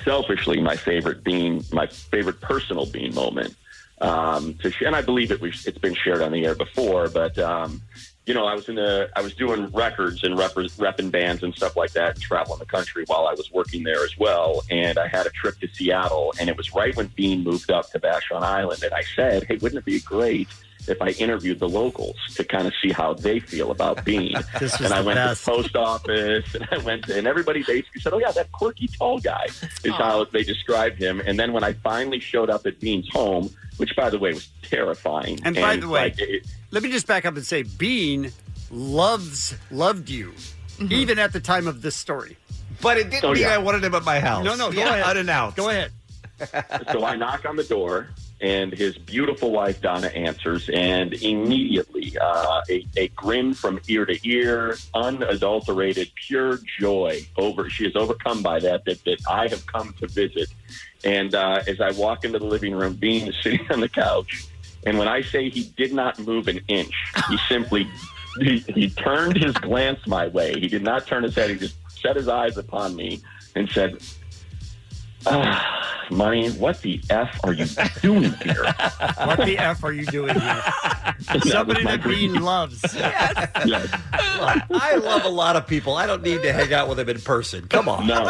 Speaker 28: selfishly my favorite bean, my favorite personal bean moment. Um, to sh- and I believe it was, it's been shared on the air before, but um, you know, I was in the, I was doing records and rep- repping bands and stuff like that, and traveling the country while I was working there as well. And I had a trip to Seattle, and it was right when Bean moved up to Vashon Island, and I said, "Hey, wouldn't it be great?" If I interviewed the locals to kind of see how they feel about Bean,
Speaker 10: *laughs* This was
Speaker 28: and I
Speaker 10: the
Speaker 28: went to
Speaker 10: best.
Speaker 28: post office and I went to, and everybody basically said, Oh yeah, that quirky tall guy is how they described him. And then when I finally showed up at Bean's home, which by the way was terrifying.
Speaker 10: And by the way,
Speaker 28: like, it-
Speaker 10: let me just back up and say, Bean loves loved you,
Speaker 11: Mm-hmm.
Speaker 10: even at the time of this story.
Speaker 9: But it didn't
Speaker 28: Oh,
Speaker 9: mean
Speaker 28: yeah.
Speaker 9: I wanted him at my house.
Speaker 10: No, no, go
Speaker 9: Yeah,
Speaker 10: ahead.
Speaker 9: unannounced.
Speaker 10: Go ahead.
Speaker 28: so I knock on the door, and his beautiful wife Donna answers, and immediately uh, a, a grin from ear to ear, unadulterated, pure joy. Over, she is overcome by that that, that I have come to visit. And uh, as I walk into the living room, Bean is *laughs* sitting on the couch, and when I say he did not move an inch, he simply he, he turned his glance my way. He did not turn his head. He just set his eyes upon me and said, Ah, money, what the F are you doing here?
Speaker 10: What the f are you
Speaker 28: *laughs*
Speaker 10: doing here?
Speaker 28: That was
Speaker 10: *laughs* Somebody
Speaker 28: my
Speaker 10: that
Speaker 28: *laughs*
Speaker 10: Bean
Speaker 11: *laughs*
Speaker 10: loves.
Speaker 9: I love a lot of people. I don't need to hang out with them in person. Come on.
Speaker 28: No,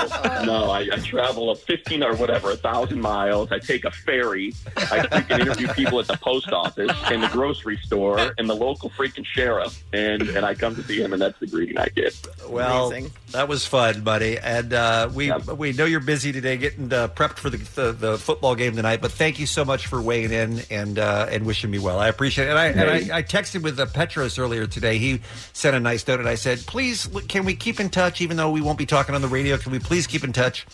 Speaker 28: no. I, I travel a 15 or whatever, a thousand miles. I take a ferry. I freaking interview people at the post office and the grocery store and the local freaking sheriff. And, and I come to see him, and that's the greeting I get.
Speaker 9: Well, that was fun, buddy, and uh, we we know you're busy today, getting uh, prepped for the, the the football game tonight. But thank you so much for weighing in and uh, and wishing me well. I appreciate it. And I and I, I texted with uh, Petros earlier today. He sent a nice note, and I said, please, l- can we keep in touch? Even though we won't be talking on the radio, can we please keep in touch?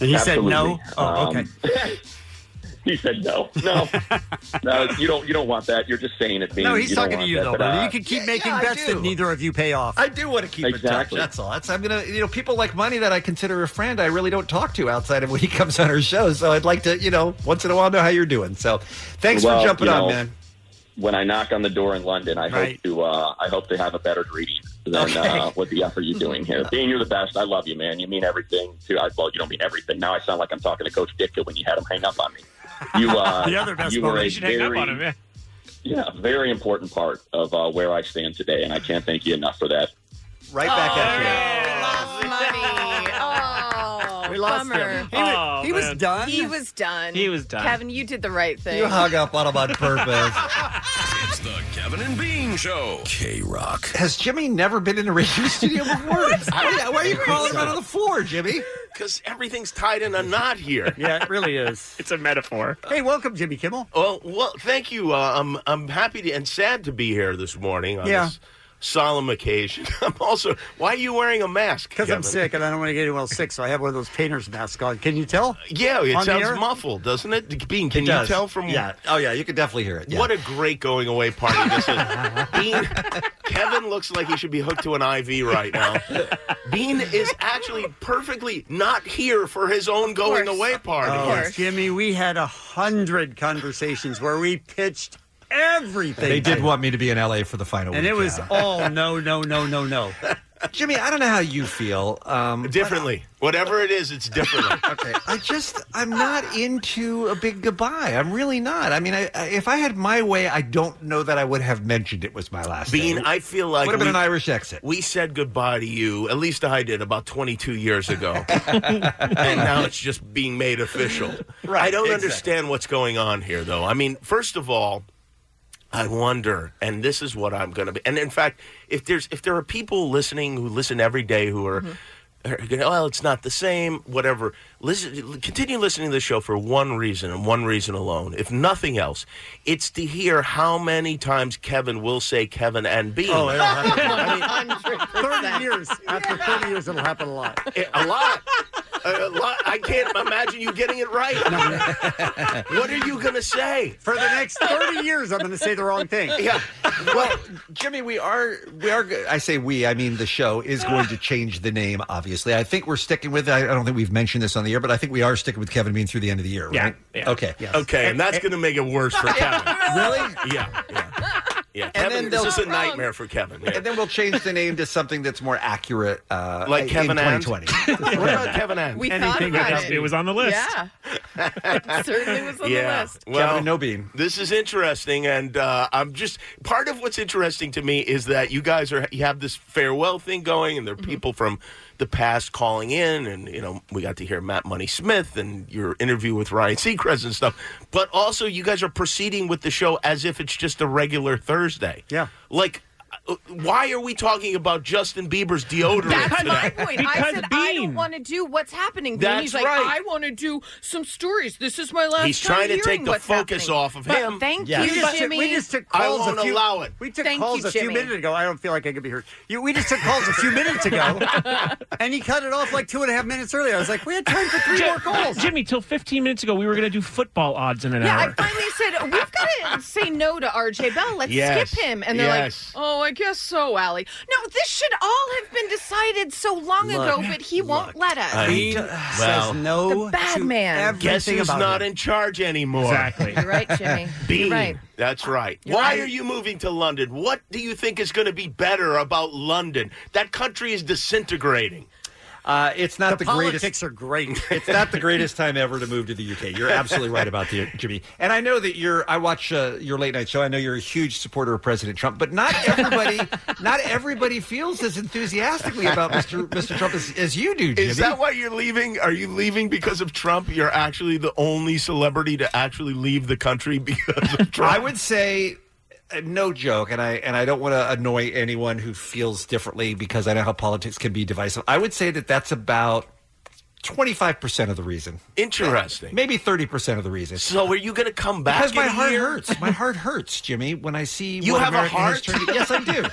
Speaker 10: And
Speaker 28: he said no? Absolutely. Oh, okay. Um, He said, "No, *laughs* no, no. You don't. You don't want that. You're just saying it. Being,
Speaker 10: No, he's
Speaker 28: don't
Speaker 10: talking to
Speaker 28: want
Speaker 10: you
Speaker 28: that,
Speaker 10: though,
Speaker 28: but,
Speaker 10: buddy.
Speaker 28: uh,
Speaker 10: You can keep
Speaker 9: yeah,
Speaker 10: making
Speaker 9: yeah, I
Speaker 10: bets
Speaker 9: do.
Speaker 10: that neither of you pay off.
Speaker 9: I do want to keep
Speaker 10: Exactly.
Speaker 9: in touch. That's all. That's I'm gonna you know people like money that I consider a friend. I really don't talk to outside of when he *laughs* comes on our show. So I'd like to you know once in a while know how you're doing. So thanks
Speaker 28: Well,
Speaker 9: for jumping
Speaker 28: you
Speaker 9: on,
Speaker 28: know,
Speaker 9: man.
Speaker 28: When I knock on the door in London, I
Speaker 9: Right.
Speaker 28: hope to uh, I hope to have a better greeting than uh, what the F are you doing here.
Speaker 7: *laughs*
Speaker 28: Being you're the best. I love you, man. You mean everything. To I, well, you don't mean everything. Now I sound like I'm talking to Coach Ditka when you had him hang up on me.
Speaker 7: *laughs*
Speaker 28: You uh,
Speaker 7: the other best
Speaker 28: you were
Speaker 7: moment.
Speaker 28: a
Speaker 7: You should hang up
Speaker 28: very-
Speaker 7: on him. Yeah.
Speaker 28: *laughs* yeah, a very important part of uh, where I stand today, and I can't thank you enough for that.
Speaker 9: Right back at you.
Speaker 11: Oh,
Speaker 10: We lost
Speaker 11: bummer.
Speaker 10: him. He, wa-
Speaker 11: Oh,
Speaker 10: he was done.
Speaker 11: He was done.
Speaker 10: He was done.
Speaker 11: Kevin, you did the right thing.
Speaker 9: You hung up on him on purpose.
Speaker 13: It's the Kevin and Bean Show. K Rock.
Speaker 9: Has Jimmy never been in a radio *laughs* studio before? Why, why are you crawling around on the floor, Jimmy?
Speaker 1: Because everything's tied in a knot here.
Speaker 10: *laughs* yeah, it really is.
Speaker 1: *laughs* It's a metaphor.
Speaker 10: Hey, welcome, Jimmy Kimmel.
Speaker 1: Oh well, thank you. Uh, I'm I'm happy to, and sad to be here this morning on
Speaker 10: Yeah.
Speaker 1: this solemn occasion. *laughs* I'm also. Why are you wearing a mask?
Speaker 10: Because I'm
Speaker 1: Kevin?
Speaker 10: sick and I don't want to get anyone else sick, so I have one of those painters masks on. Can you tell?
Speaker 1: Uh, Yeah, it
Speaker 10: On the air?
Speaker 1: sounds muffled, doesn't it? Bean, can
Speaker 10: It
Speaker 1: you
Speaker 10: does.
Speaker 1: tell from?
Speaker 10: Yeah.
Speaker 9: Oh yeah, you can definitely hear it.
Speaker 1: What a great going away party this is. Bean, Kevin looks like he should be hooked to an IV right now. Bean is actually perfectly not here for his own going away party.
Speaker 10: Oh, Jimmy, we had a hundred conversations where we pitched everything. *laughs*
Speaker 9: They
Speaker 10: to
Speaker 9: did
Speaker 10: you.
Speaker 9: want me to be in LA for the final
Speaker 10: And
Speaker 9: *laughs* week,
Speaker 10: it was
Speaker 9: yeah.
Speaker 10: all Oh, no, no, no, no, no.
Speaker 9: *laughs* Jimmy, I don't know how you feel. Um,
Speaker 24: differently. Whatever it is, it's
Speaker 9: *laughs*
Speaker 24: differently.
Speaker 9: okay. I just, I'm not into a big goodbye. I'm really not. I mean, I, I, if I had my way, I don't know that I would have mentioned it was my last
Speaker 24: Bean,
Speaker 9: name.
Speaker 24: I feel like
Speaker 9: Would have been
Speaker 24: we-
Speaker 9: an Irish exit.
Speaker 24: We said goodbye to you, at least I did, about 22 years
Speaker 9: *laughs*
Speaker 24: ago. and now it's just being made official.
Speaker 9: Right,
Speaker 24: I don't
Speaker 9: exactly.
Speaker 24: understand what's going on here, though. I mean, first of all, I wonder, and this is what I'm going to be. And in fact, if there's if there are people listening who listen every day who are, are gonna, well, it's not the same, whatever. Listen, continue listening to the show for one reason and one reason alone. If nothing else, it's to hear how many times Kevin will say Kevin and Bean.
Speaker 10: Oh, it'll *laughs* happen. 30 years. After 30 years, it'll happen a lot.
Speaker 24: a lot. *laughs* A lot. I can't imagine you getting it right. what are you going to say?
Speaker 10: For the next 30 years, I'm going to say the wrong thing.
Speaker 24: Yeah.
Speaker 9: Well, Jimmy, we are we are. go- I say we. I mean, the show is going to change the name. Obviously, I think we're sticking with. I I don't think we've mentioned this on the air, but I think we are sticking with Kevin Bean through the end of the year.
Speaker 24: Yeah,
Speaker 9: Right?
Speaker 24: yeah.
Speaker 9: Okay.
Speaker 24: Okay, and that's going to make it worse for Kevin.
Speaker 9: *laughs* really?
Speaker 24: Yeah, yeah. Yeah,
Speaker 9: And
Speaker 24: Kevin,
Speaker 9: then they'll-
Speaker 24: this is a nightmare for Kevin. Yeah.
Speaker 9: And then we'll change the name to something that's more accurate, uh,
Speaker 24: Like
Speaker 9: in
Speaker 24: Kevin and? *laughs*
Speaker 9: 2020.
Speaker 24: what about Kevin and?
Speaker 9: We thought Anything about without- it. it was on the list. Yeah.
Speaker 24: it
Speaker 9: certainly was on the list. Kevin
Speaker 24: Well,
Speaker 9: and no bean.
Speaker 24: This is interesting, and uh, I'm just part of what's interesting to me is that you guys are you have this farewell thing going, and there are
Speaker 11: Mm-hmm.
Speaker 24: people from the past calling in, and you know we got to hear Matt Money Smith and your interview with Ryan Seacrest and stuff. But also, you guys are proceeding with the show as if it's just a regular Thursday. Yeah, like. uh, Why are we talking about Justin Bieber's deodorant?
Speaker 11: That's my
Speaker 24: today?
Speaker 11: point. I said I don't want to do what's happening. Bean.
Speaker 24: That's
Speaker 11: he's like,
Speaker 24: right.
Speaker 11: I want to do some stories. This is my last.
Speaker 24: He's
Speaker 11: time
Speaker 24: trying to
Speaker 11: hearing
Speaker 24: take the
Speaker 11: what's
Speaker 24: focus
Speaker 11: happening.
Speaker 24: off of
Speaker 11: But
Speaker 24: him.
Speaker 11: Thank
Speaker 10: Yeah.
Speaker 11: you,
Speaker 10: We just took-
Speaker 11: Jimmy.
Speaker 10: we just took calls a few, We took
Speaker 11: Thank
Speaker 10: calls
Speaker 11: you,
Speaker 10: a few
Speaker 11: Jimmy.
Speaker 10: minutes ago. I don't feel like I could be heard. You, we just took calls a few minutes
Speaker 11: *laughs*
Speaker 10: ago, and he cut it off like two and a half minutes earlier. I was like, we had time for three
Speaker 7: Jim-
Speaker 10: more calls.
Speaker 7: Jimmy, till 15 minutes ago, we were going to do football odds in an
Speaker 11: Yeah,
Speaker 7: hour.
Speaker 11: I *laughs* finally said we've got to say no to RJ Bell. Let's
Speaker 7: Yes.
Speaker 11: skip him, and they're
Speaker 7: Yes.
Speaker 11: like, "Oh, I guess so, Allie." No, this should all have been decided so long
Speaker 24: Look.
Speaker 11: ago, but he won't let us.
Speaker 24: I-
Speaker 10: Bean
Speaker 24: well,
Speaker 10: says no.
Speaker 11: The bad
Speaker 10: to
Speaker 11: man.
Speaker 10: everything
Speaker 24: Guess who's
Speaker 10: about
Speaker 24: not
Speaker 10: him.
Speaker 24: in charge anymore? Exactly.
Speaker 11: You're right,
Speaker 24: *laughs*
Speaker 11: Jimmy.
Speaker 24: Bean.
Speaker 11: You're right.
Speaker 24: That's right.
Speaker 11: You're
Speaker 24: Why
Speaker 11: right.
Speaker 24: are you moving to London? What do you think is going to be better about London? That country is disintegrating.
Speaker 9: Uh, it's not the, greatest.
Speaker 10: Politics are great.
Speaker 9: *laughs* it's not the greatest time ever to move to the UK. You're absolutely right about that, Jimmy. And I know that you're. I watch uh, your late night show. I know you're a huge supporter of President Trump, but not everybody, not everybody feels as enthusiastically about Mr. Mr. Trump as, as you do, Jimmy.
Speaker 24: *laughs* Is that why you're leaving? Are you leaving because of Trump? You're actually the only celebrity to actually leave the country *laughs* because
Speaker 9: *laughs*
Speaker 24: of Trump.
Speaker 9: I would say uh, no joke, and I and I don't want to annoy anyone who feels differently because I know how politics can be divisive. I would say that that's about twenty five percent of the reason.
Speaker 24: Interesting.
Speaker 9: Maybe thirty percent of the reason.
Speaker 24: So are you going to come back?
Speaker 9: Because my
Speaker 24: in a
Speaker 9: heart
Speaker 24: year?
Speaker 9: hurts. My heart hurts, Jimmy, when I see
Speaker 24: You
Speaker 9: what
Speaker 24: have a
Speaker 9: America has
Speaker 24: heart?
Speaker 9: turned- Yes, I do.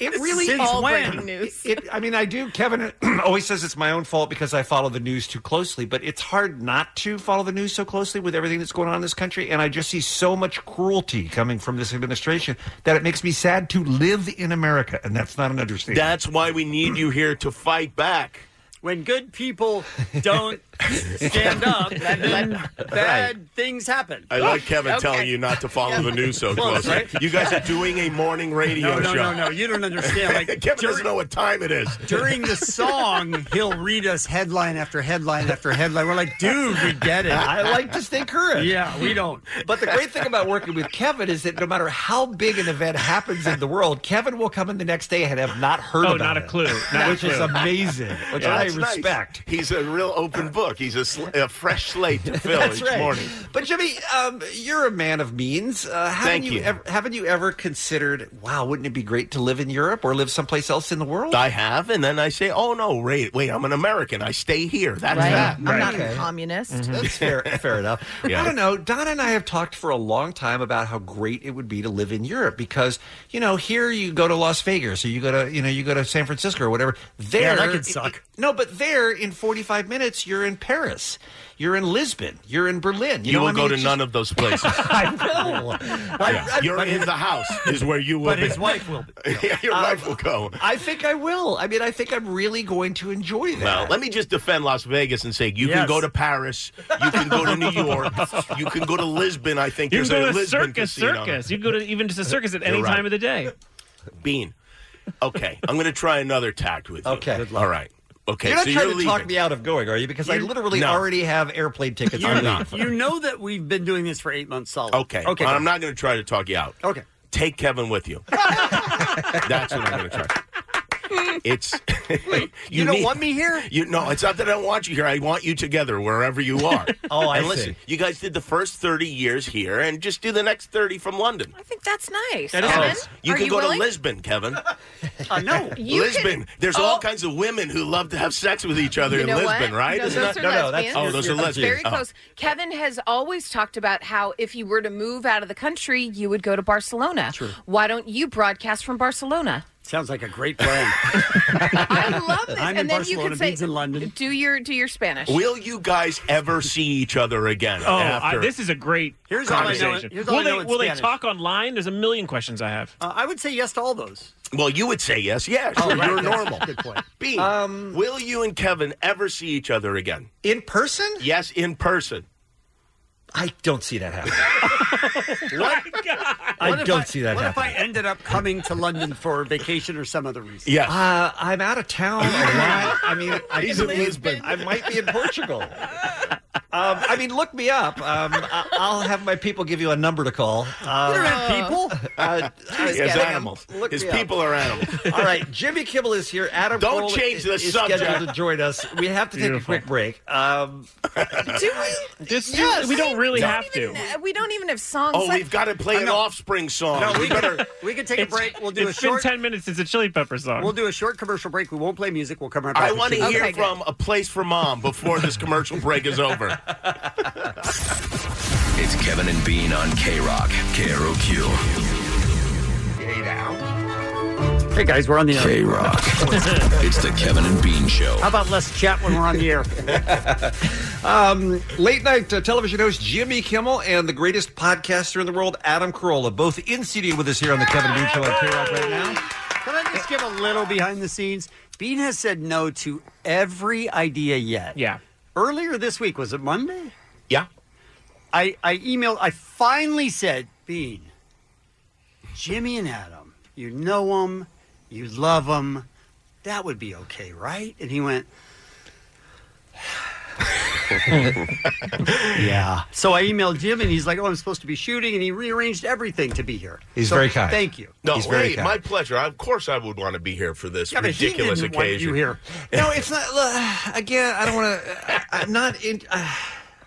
Speaker 9: It really
Speaker 24: Since
Speaker 9: is
Speaker 24: all
Speaker 9: when?
Speaker 24: breaking
Speaker 11: news.
Speaker 9: It, I mean, I do. Kevin *clears throat* always says it's my own fault because I follow the news too closely, but it's hard not to follow the news so closely with everything that's going on in this country. And I just see so much cruelty coming from this administration that it makes me sad to live in America. And that's not an understatement.
Speaker 24: That's why we need you here to fight back.
Speaker 10: When good people
Speaker 24: *laughs*
Speaker 10: don't stand up, then bad things happen.
Speaker 24: I
Speaker 10: *laughs*
Speaker 24: like Kevin
Speaker 10: Okay.
Speaker 24: telling you not to follow the news
Speaker 10: *laughs*
Speaker 24: so
Speaker 10: Close,
Speaker 24: closely.
Speaker 10: right?
Speaker 24: You guys are doing a morning radio
Speaker 10: No, no,
Speaker 24: show.
Speaker 10: no, no. You don't understand.
Speaker 24: *laughs*
Speaker 10: Like
Speaker 24: Kevin doesn't know what time it is.
Speaker 10: during
Speaker 24: *laughs*
Speaker 10: the song, he'll read us headline after headline after headline. We're like, dude, we get it.
Speaker 9: I like to stay current.
Speaker 10: Yeah, we don't.
Speaker 9: But the great thing about working with Kevin is that no matter how big an event happens in the world, Kevin will come in the next day and have not heard
Speaker 7: Oh,
Speaker 9: about
Speaker 7: not a
Speaker 9: it,
Speaker 7: clue.
Speaker 24: *laughs*
Speaker 7: Not a
Speaker 9: *laughs* which is
Speaker 7: clue.
Speaker 9: amazing, which
Speaker 24: Yeah,
Speaker 9: I
Speaker 24: that's nice.
Speaker 9: respect.
Speaker 24: He's a real open book. He's a, sl- a fresh slate to fill
Speaker 9: *laughs* That's
Speaker 24: each
Speaker 9: right.
Speaker 24: morning.
Speaker 9: But Jimmy, um, you're a man of means. Uh, haven't
Speaker 24: Thank
Speaker 9: you.
Speaker 24: you.
Speaker 9: ever, haven't you ever considered? Wow, wouldn't it be great to live in Europe or live someplace else in the world?
Speaker 24: I have, and then I say, "Oh no, wait, wait! I'm an American. I stay here. That's
Speaker 11: Right.
Speaker 24: that."
Speaker 11: I'm not a communist.
Speaker 9: That's
Speaker 24: *laughs*
Speaker 9: fair, fair enough.
Speaker 24: Mm-hmm. Yeah.
Speaker 9: I don't know. Don and I have talked for a long time about how great it would be to live in Europe because you know here you go to Las Vegas or you go to you know you go to San Francisco or whatever. There,
Speaker 10: Yeah, that could suck.
Speaker 9: No, but there in 45 minutes you're in Paris, you're in Lisbon, you're in Berlin.
Speaker 24: You,
Speaker 9: know,
Speaker 24: will
Speaker 9: I mean,
Speaker 24: go to
Speaker 9: it's
Speaker 24: none of those places.
Speaker 9: *laughs* I know.
Speaker 24: Yeah. You're in *laughs* the house is where you will.
Speaker 9: But
Speaker 24: be.
Speaker 9: his wife will
Speaker 24: *laughs* yeah, your
Speaker 10: Uh,
Speaker 24: wife will go.
Speaker 9: I think I will. I mean, I think I'm really going to enjoy that.
Speaker 24: Well, let me just defend Las Vegas and say you can
Speaker 9: Yes.
Speaker 24: go to Paris, you can
Speaker 7: *laughs*
Speaker 24: go to New York, you can go to Lisbon. I think
Speaker 7: You
Speaker 24: there's
Speaker 7: can go
Speaker 24: a
Speaker 7: to
Speaker 24: Lisbon
Speaker 7: circus,
Speaker 24: casino.
Speaker 7: circus. You can go to even just a circus at any
Speaker 24: You're right.
Speaker 7: time of the day.
Speaker 24: Bean, Okay, I'm going to try another tact with you. Okay, all right. Okay,
Speaker 9: you're not
Speaker 24: so
Speaker 9: trying
Speaker 24: you're
Speaker 9: to talk
Speaker 24: leaving.
Speaker 9: me out of going, are you? Because I
Speaker 24: You-
Speaker 9: literally
Speaker 24: No.
Speaker 9: already have airplane tickets.
Speaker 24: I'm
Speaker 9: on
Speaker 24: not.
Speaker 10: You know that we've been doing this for eight months solid.
Speaker 24: Okay.
Speaker 10: Okay.
Speaker 24: I'm not going to try to talk you out.
Speaker 10: Okay.
Speaker 24: Take Kevin with you. That's what I'm going to try. It's *laughs* you,
Speaker 9: don't want me here?
Speaker 24: You no, it's not that I don't want you here. I want you together wherever you are.
Speaker 9: Oh, I
Speaker 24: and listen,
Speaker 9: see.
Speaker 24: you guys did the first 30 years here and just do the next 30 from London.
Speaker 11: I think that's nice.
Speaker 24: That is
Speaker 11: Kevin,
Speaker 24: nice. You
Speaker 11: are
Speaker 24: can
Speaker 11: you
Speaker 24: go
Speaker 11: willing? *laughs*
Speaker 24: to Lisbon, Kevin. *laughs*
Speaker 10: I know.
Speaker 11: You can-
Speaker 24: Lisbon. There's
Speaker 11: Oh.
Speaker 24: all kinds of women who love to have sex with each other
Speaker 11: You
Speaker 24: in
Speaker 11: know
Speaker 24: Lisbon,
Speaker 11: what?
Speaker 24: right?
Speaker 11: No,
Speaker 24: Isn't
Speaker 11: those
Speaker 24: that-
Speaker 11: are lesbians.
Speaker 24: oh, those are
Speaker 11: That's
Speaker 24: lesbians.
Speaker 11: Very
Speaker 24: Oh.
Speaker 11: close. Kevin has always talked about how if you were to move out of the country, you would go to Barcelona.
Speaker 10: True.
Speaker 11: Why don't you broadcast from Barcelona?
Speaker 10: Sounds like a great plan.
Speaker 11: Love this.
Speaker 10: I'm in
Speaker 11: and then you
Speaker 10: Barcelona,
Speaker 11: could say,
Speaker 10: Bean's in London.
Speaker 11: "Do your do your Spanish."
Speaker 24: Will you guys ever see each other again?
Speaker 7: Oh, I-
Speaker 24: after?
Speaker 7: this is a great
Speaker 10: Here's all I know-
Speaker 7: conversation.
Speaker 10: here's all I
Speaker 7: will they,
Speaker 10: know in
Speaker 7: will they
Speaker 10: Spanish.
Speaker 7: talk online? There's a million questions I have.
Speaker 10: Uh, I would say yes to all those.
Speaker 24: Well, you would say yes, yes.
Speaker 10: Oh,
Speaker 24: you're
Speaker 10: right, that's
Speaker 24: normal.
Speaker 10: a Good point. Um,
Speaker 24: B, will you and Kevin ever see each other again?
Speaker 9: In person?
Speaker 24: Yes, in person.
Speaker 9: I don't see that happen.
Speaker 10: What?
Speaker 9: I
Speaker 10: What if
Speaker 9: don't see that
Speaker 10: What
Speaker 9: happen.
Speaker 10: if I ended up coming to London for vacation or some other reason?
Speaker 24: Yeah.
Speaker 9: Uh, I'm out
Speaker 24: *laughs*
Speaker 9: of town a lot. I mean, I,
Speaker 10: He's in Lisbon.
Speaker 9: I might be in Portugal. Um, I mean, look me up. Um, I, I'll have my people give you a number to call. Um,
Speaker 10: don't have people?
Speaker 9: *laughs* Uh,
Speaker 24: His
Speaker 9: I-
Speaker 24: animals.
Speaker 9: Look
Speaker 24: His
Speaker 9: me up.
Speaker 24: people are animals.
Speaker 9: All *laughs* right, Jimmy Kimmel is here. Adam,
Speaker 24: Don't
Speaker 9: Carolla
Speaker 24: change the
Speaker 9: is, is
Speaker 24: subject.
Speaker 9: scheduled to join us. We have to take a quick break. Um,
Speaker 11: do we? Yes.
Speaker 24: No.
Speaker 11: Uh, We don't even have songs.
Speaker 24: Oh,
Speaker 11: left.
Speaker 24: we've got to play an
Speaker 11: *laughs*
Speaker 24: offspring song.
Speaker 10: No, we
Speaker 24: we better.
Speaker 10: *laughs* We can take a
Speaker 7: It's-
Speaker 10: break. We'll do a
Speaker 7: it's been
Speaker 10: short.
Speaker 7: 10 minutes since the Chili Pepper song.
Speaker 10: We'll do a short commercial break. We won't play music. We'll come right back.
Speaker 24: I want to hear
Speaker 10: Okay, good.
Speaker 24: from a place for mom before this commercial break is over.
Speaker 13: *laughs*
Speaker 10: *laughs*
Speaker 13: It's Kevin and Bean on K Rock, K R O Q.
Speaker 15: *laughs*
Speaker 10: Hey guys, we're on the
Speaker 13: K Rock. it's the Kevin and Bean Show.
Speaker 10: How about less chat when we're on the air?
Speaker 9: *laughs* um, late night uh, television host Jimmy Kimmel and the greatest podcaster in the world, Adam Carolla, both in studio with us here on the Kevin Bean Show on K Rock right now.
Speaker 10: Can I just give a little behind the scenes? Bean has said no to every idea yet.
Speaker 7: Yeah.
Speaker 10: Earlier this week, was it Monday?
Speaker 24: Yeah.
Speaker 10: I, I emailed, I finally said, Bean, Jimmy and Adam, you know them, you love them, that would be okay, right? And he went, *sighs* yeah. So I emailed Jim and he's like, oh, I'm supposed to be shooting. And he rearranged everything to be here.
Speaker 9: He's
Speaker 10: So
Speaker 9: very kind.
Speaker 10: Thank you.
Speaker 24: No,
Speaker 9: He's very
Speaker 24: hey,
Speaker 9: kind.
Speaker 24: my pleasure. I, of course, I would want to be here for this
Speaker 10: Yeah, but he
Speaker 24: ridiculous
Speaker 10: didn't want
Speaker 24: occasion.
Speaker 10: you here.
Speaker 9: No, it's not. look, Again, I don't want to. I'm not in. Uh,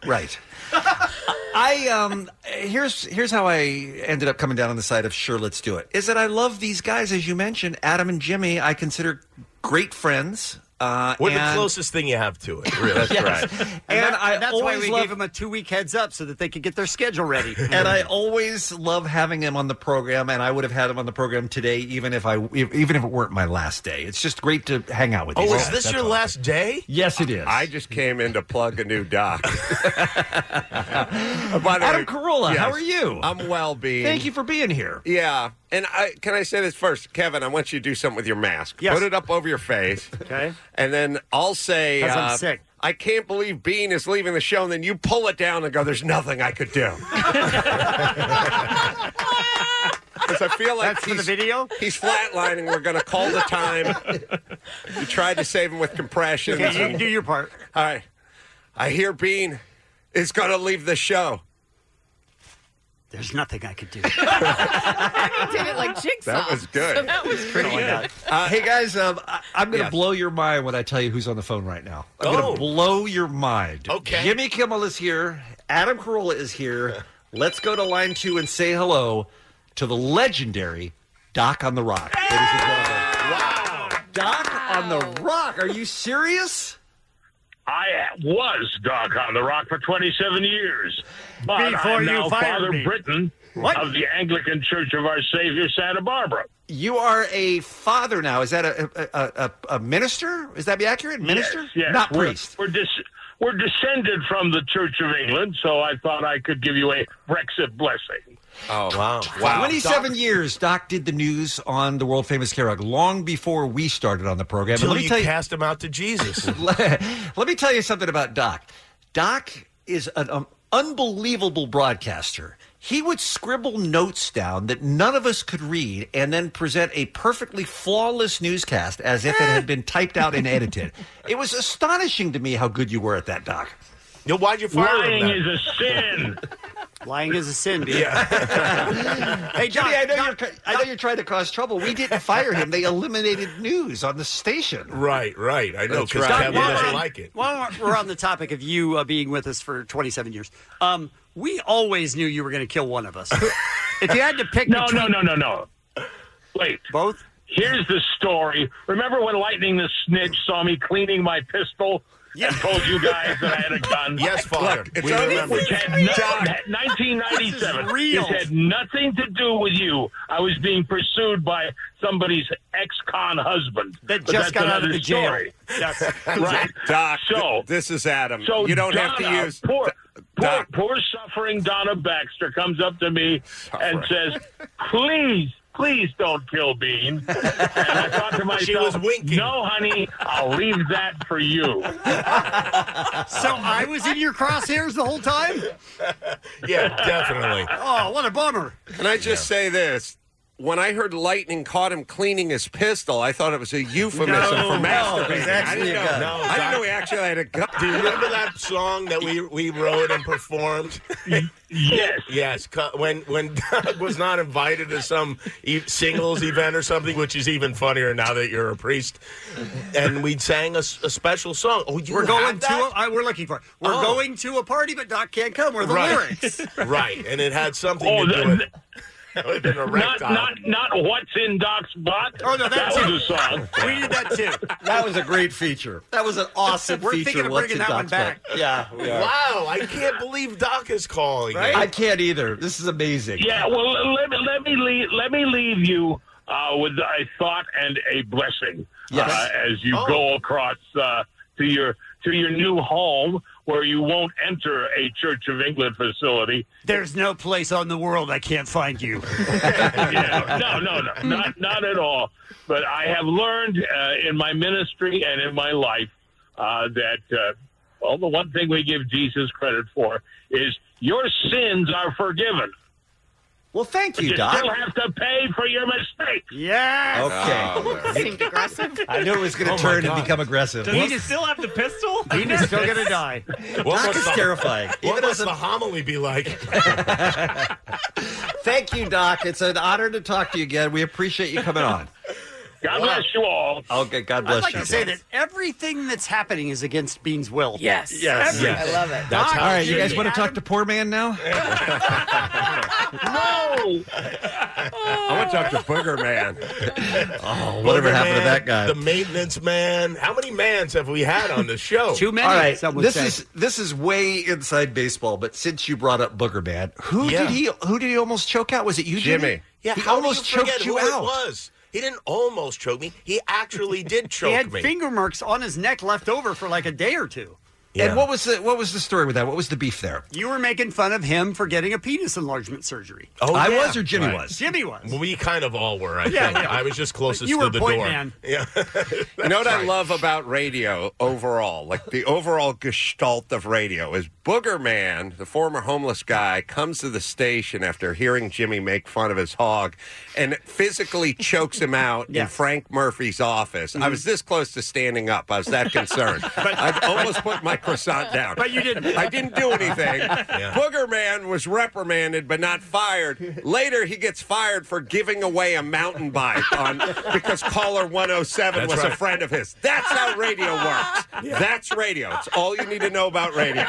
Speaker 9: right. I um. Here's here's how I ended up coming down on the side of sure, let's do it. Is that I love these guys as you mentioned, Adam and Jimmy. I consider great friends. Uh,
Speaker 24: We're the
Speaker 9: and- *laughs*
Speaker 24: closest thing you have to it, really.
Speaker 9: Yes.
Speaker 24: right.
Speaker 10: And,
Speaker 9: And
Speaker 10: that-
Speaker 9: I
Speaker 10: that's why
Speaker 9: always
Speaker 10: we
Speaker 9: love-
Speaker 10: gave him a two week heads up so that they could get their schedule ready.
Speaker 9: and I always love having him on the program, and I would have had him on the program today, even if I if- even if it weren't my last day. It's just great to hang out with.
Speaker 24: Oh,
Speaker 9: these
Speaker 24: is
Speaker 9: guys.
Speaker 24: this
Speaker 9: That's
Speaker 24: your
Speaker 9: all.
Speaker 24: last day?
Speaker 9: Yes, it is.
Speaker 15: I just came in to plug a new
Speaker 9: *laughs*
Speaker 15: dock. By the
Speaker 9: Adam
Speaker 15: way,
Speaker 9: Carolla, how are you?
Speaker 15: I'm well, Bean.
Speaker 9: Thank you for being here.
Speaker 15: Yeah, and I can I say this first, Kevin? I want you to do something with your mask.
Speaker 9: Yes.
Speaker 15: Put it up over your face.
Speaker 10: Okay.
Speaker 15: And then I'll say, uh,
Speaker 10: 'Cause I'm sick.
Speaker 15: I can't believe Bean is leaving the show, and then you pull it down and go, "There's nothing I could
Speaker 10: *laughs*
Speaker 15: do." Because I feel like
Speaker 10: That's for the
Speaker 15: he's,
Speaker 10: video?
Speaker 15: he's flatlining. We're going to call the time.
Speaker 10: *laughs*
Speaker 15: You tried to save him with compressions.
Speaker 10: Okay, you
Speaker 15: and-
Speaker 10: do your part.
Speaker 15: all right. I hear Bean is going to leave the show.
Speaker 10: There's nothing I could do.
Speaker 11: I did it like jigsaw.
Speaker 15: That was good.
Speaker 11: So that was pretty
Speaker 10: my
Speaker 11: good.
Speaker 10: God.
Speaker 9: Uh, hey guys, um, I, I'm going to
Speaker 15: Yes.
Speaker 9: blow your mind when I tell you who's on the phone right now. I'm going
Speaker 24: Oh.
Speaker 9: to blow your mind.
Speaker 24: Okay.
Speaker 9: Jimmy Kimmel is here. Adam Carolla is here. Let's go to line two and say hello to the legendary Doc on the Rock. ladies and gentlemen.
Speaker 15: Wow.
Speaker 9: Doc on the Rock. Are you serious?
Speaker 16: I was Doc on the Rock for 27 years. But
Speaker 10: Before
Speaker 16: I'm
Speaker 10: you
Speaker 16: now
Speaker 10: fired
Speaker 16: Father
Speaker 10: me.
Speaker 16: Britain
Speaker 9: What?
Speaker 16: of the Anglican Church of Our Savior, Santa Barbara.
Speaker 9: You are a father now. Is that a a, a, a- a minister? Is that be accurate? Minister?
Speaker 16: Yes, yes.
Speaker 9: Not
Speaker 16: we're,
Speaker 9: priest.
Speaker 16: We're, dis- we're descended from the Church of England, so I thought I could give you a Brexit blessing.
Speaker 15: Oh, wow.
Speaker 9: 27 years, Doc did the news on the world famous K-Rock long before we started on the program. And
Speaker 24: Until
Speaker 9: let me
Speaker 24: you
Speaker 9: tell you,
Speaker 24: cast him out to Jesus.
Speaker 9: let, let me tell you something about Doc. Doc is an um, unbelievable broadcaster. He would scribble notes down that none of us could read and then present a perfectly flawless newscast as if it had been typed out and edited. It was astonishing to me how good you were at that, Doc.
Speaker 24: No, why'd you
Speaker 10: fire him, Lying
Speaker 16: is a sin.
Speaker 10: Lying is a sin, dude.
Speaker 9: *laughs* hey, Jimmy, I know, you're, I know you're trying to cause trouble. We didn't fire him. They eliminated news on the station.
Speaker 24: Right, right. I know, 'cause Kevin doesn't like it.
Speaker 10: While we're- we're on the topic of you uh, being with us for 27 years, um, we always knew you were going to kill one of us. if you had to pick
Speaker 16: No,
Speaker 10: between...
Speaker 16: no, no, no, no. Wait.
Speaker 10: Both?
Speaker 16: Here's the story. Remember when Lightning the Snitch saw me cleaning my pistol and told you guys that I had a
Speaker 15: *laughs*
Speaker 16: gun?
Speaker 24: Yes, Father. Look, it's
Speaker 16: which
Speaker 24: our
Speaker 16: had,
Speaker 24: memory.
Speaker 16: which had
Speaker 24: This
Speaker 16: no-
Speaker 24: is real.
Speaker 16: had 1997.
Speaker 24: This is real.
Speaker 16: This had nothing to do with you. I was being pursued by somebody's ex-con husband.
Speaker 10: That
Speaker 16: But
Speaker 15: just
Speaker 16: that's
Speaker 15: got out of
Speaker 16: another
Speaker 15: the jail.
Speaker 16: story.
Speaker 15: *laughs*
Speaker 16: right.
Speaker 15: Doc,
Speaker 16: So
Speaker 15: this is Adam.
Speaker 16: So
Speaker 15: you don't
Speaker 16: Donna,
Speaker 15: have to use.
Speaker 16: poor, poor, poor suffering Donna Baxter comes up to me and says, "Please, please don't kill Bean." And I thought to
Speaker 15: *laughs*
Speaker 16: myself,
Speaker 24: She was winking.
Speaker 16: "No, honey, I'll leave that for you."
Speaker 10: So I was in your crosshairs the whole time?
Speaker 24: Yeah, definitely.
Speaker 10: Oh, what a bummer.
Speaker 15: Can I just say this? When I heard lightning caught him cleaning his pistol, I thought it was a euphemism
Speaker 24: No,
Speaker 15: for
Speaker 24: no,
Speaker 15: masturbating.
Speaker 24: it was
Speaker 15: I
Speaker 24: actually
Speaker 15: didn't
Speaker 24: a
Speaker 15: know.
Speaker 24: gun. No,
Speaker 15: I didn't
Speaker 24: Doc.
Speaker 15: know he actually had a gun.
Speaker 24: Do you remember that song that we we wrote and performed?
Speaker 16: yes,
Speaker 24: yes. cu- When when Doug was not invited to some e- singles event or something, which is even funnier now that you're a priest, and we sang a, s- a special song. Oh, you
Speaker 10: we're going
Speaker 24: have
Speaker 10: to.
Speaker 24: that?
Speaker 10: A, I, we're looking for. it. We're
Speaker 24: Oh.
Speaker 10: going to a party, but Doc can't come. We're the
Speaker 24: Right.
Speaker 10: lyrics.
Speaker 24: *laughs* right, and it had something
Speaker 16: Oh,
Speaker 24: to
Speaker 16: the-
Speaker 24: do with. That would have been a
Speaker 16: Not,
Speaker 24: reptile.
Speaker 16: not, not what's in Doc's butt.
Speaker 10: Oh, no, that's
Speaker 16: that
Speaker 10: it.
Speaker 16: was a
Speaker 15: *laughs*
Speaker 16: song.
Speaker 10: We did that too.
Speaker 9: That was a great feature. That was an awesome
Speaker 10: We're
Speaker 9: feature.
Speaker 10: thinking of
Speaker 9: What's
Speaker 10: bringing
Speaker 9: in
Speaker 10: that one
Speaker 9: Doc's butt?
Speaker 10: back.
Speaker 9: Yeah. we are.
Speaker 24: *laughs* Wow, I can't believe Doc is calling.
Speaker 16: Right?
Speaker 9: I can't either. This is amazing.
Speaker 16: Yeah, well, let me let me leave, let me leave you uh, with a thought and a blessing
Speaker 9: Yes.
Speaker 16: uh, as you
Speaker 9: Oh.
Speaker 16: go across uh, to your to your new home where you won't enter a Church of England facility.
Speaker 10: There's no place on the world I can't find you.
Speaker 16: *laughs* Yeah, no, no, no, not not at all. But I have learned uh, in my ministry and in my life uh, that uh, well, the one thing we give Jesus credit for is your sins are forgiven.
Speaker 9: Well, *laughs* thank
Speaker 16: But
Speaker 9: you,
Speaker 16: you
Speaker 9: Doc.
Speaker 16: still have to pay for your mistakes.
Speaker 10: Yeah.
Speaker 9: Okay.
Speaker 11: Seemed aggressive.
Speaker 9: I knew it was going to
Speaker 24: Oh, my
Speaker 9: turn and
Speaker 24: God.
Speaker 9: become aggressive.
Speaker 7: Does he just still have the pistol?
Speaker 9: *laughs*
Speaker 10: Dean is still
Speaker 7: *laughs*
Speaker 10: gonna die.
Speaker 9: Doc is terrifying.
Speaker 24: What
Speaker 9: Even
Speaker 24: must
Speaker 9: as
Speaker 24: the
Speaker 9: a,
Speaker 24: homily be like?
Speaker 9: thank you, Doc. It's an honor to talk to you again. We appreciate you coming on.
Speaker 16: God bless you all.
Speaker 9: Okay, God bless
Speaker 10: I'd like
Speaker 9: you.
Speaker 10: to say that everything that's happening is against Bean's will.
Speaker 11: Yes.
Speaker 10: Yes.
Speaker 9: Yes.
Speaker 11: I love it.
Speaker 24: That's
Speaker 9: All
Speaker 24: how
Speaker 9: right,
Speaker 24: it
Speaker 9: you
Speaker 24: should
Speaker 9: guys
Speaker 24: be.
Speaker 9: want to talk to poor
Speaker 10: *laughs*
Speaker 9: man now?
Speaker 16: No.
Speaker 15: *laughs* I want to talk to Booger Man.
Speaker 9: Oh,
Speaker 24: Booger
Speaker 9: whatever happened to
Speaker 24: Man,
Speaker 9: that guy?
Speaker 24: The maintenance man. How many mans have we had on the show?
Speaker 10: Too many.
Speaker 9: All right,
Speaker 10: some would
Speaker 9: this
Speaker 10: say.
Speaker 9: is this is way inside baseball. But since you brought up Booger Man, who
Speaker 24: Yeah.
Speaker 9: did he who did he almost choke out? Was it you,
Speaker 15: Jimmy.
Speaker 24: Yeah,
Speaker 9: he
Speaker 24: how do
Speaker 9: almost
Speaker 24: you forget
Speaker 9: choked you
Speaker 24: who
Speaker 9: out.
Speaker 24: It was. He didn't almost choke me. He actually did choke
Speaker 10: *laughs* He had
Speaker 24: me.
Speaker 10: finger marks on his neck left over for like a day or two.
Speaker 24: Yeah.
Speaker 9: And what was the what was the story with that? What was the beef there?
Speaker 10: You were making fun of him for getting a penis enlargement surgery.
Speaker 24: oh,
Speaker 9: I
Speaker 24: yeah.
Speaker 9: was or Jimmy
Speaker 24: Right.
Speaker 9: was?
Speaker 10: Jimmy was.
Speaker 24: We kind of all were. I
Speaker 10: Yeah,
Speaker 24: think.
Speaker 10: yeah.
Speaker 24: I was just closest
Speaker 10: You
Speaker 24: to
Speaker 10: were
Speaker 24: the
Speaker 10: point
Speaker 24: door.
Speaker 10: man.
Speaker 24: *laughs* Yeah.
Speaker 15: *laughs* You know what I love about radio overall, like the overall gestalt of radio, is Booger Man, the former homeless guy, comes to the station after hearing Jimmy make fun of his hog and physically chokes him out in
Speaker 10: Yes. Mm-hmm.
Speaker 15: Frank Murphy's office. I was this close to standing up. I was that concerned. I almost put my croissant down.
Speaker 10: But you didn't.
Speaker 15: I didn't do anything. Booger Man was reprimanded but not fired. Later, he gets fired for giving away a mountain bike on because caller 107
Speaker 24: That's
Speaker 15: was
Speaker 24: right.
Speaker 15: a friend of his. That's how radio works. That's radio. It's all you need to know about radio.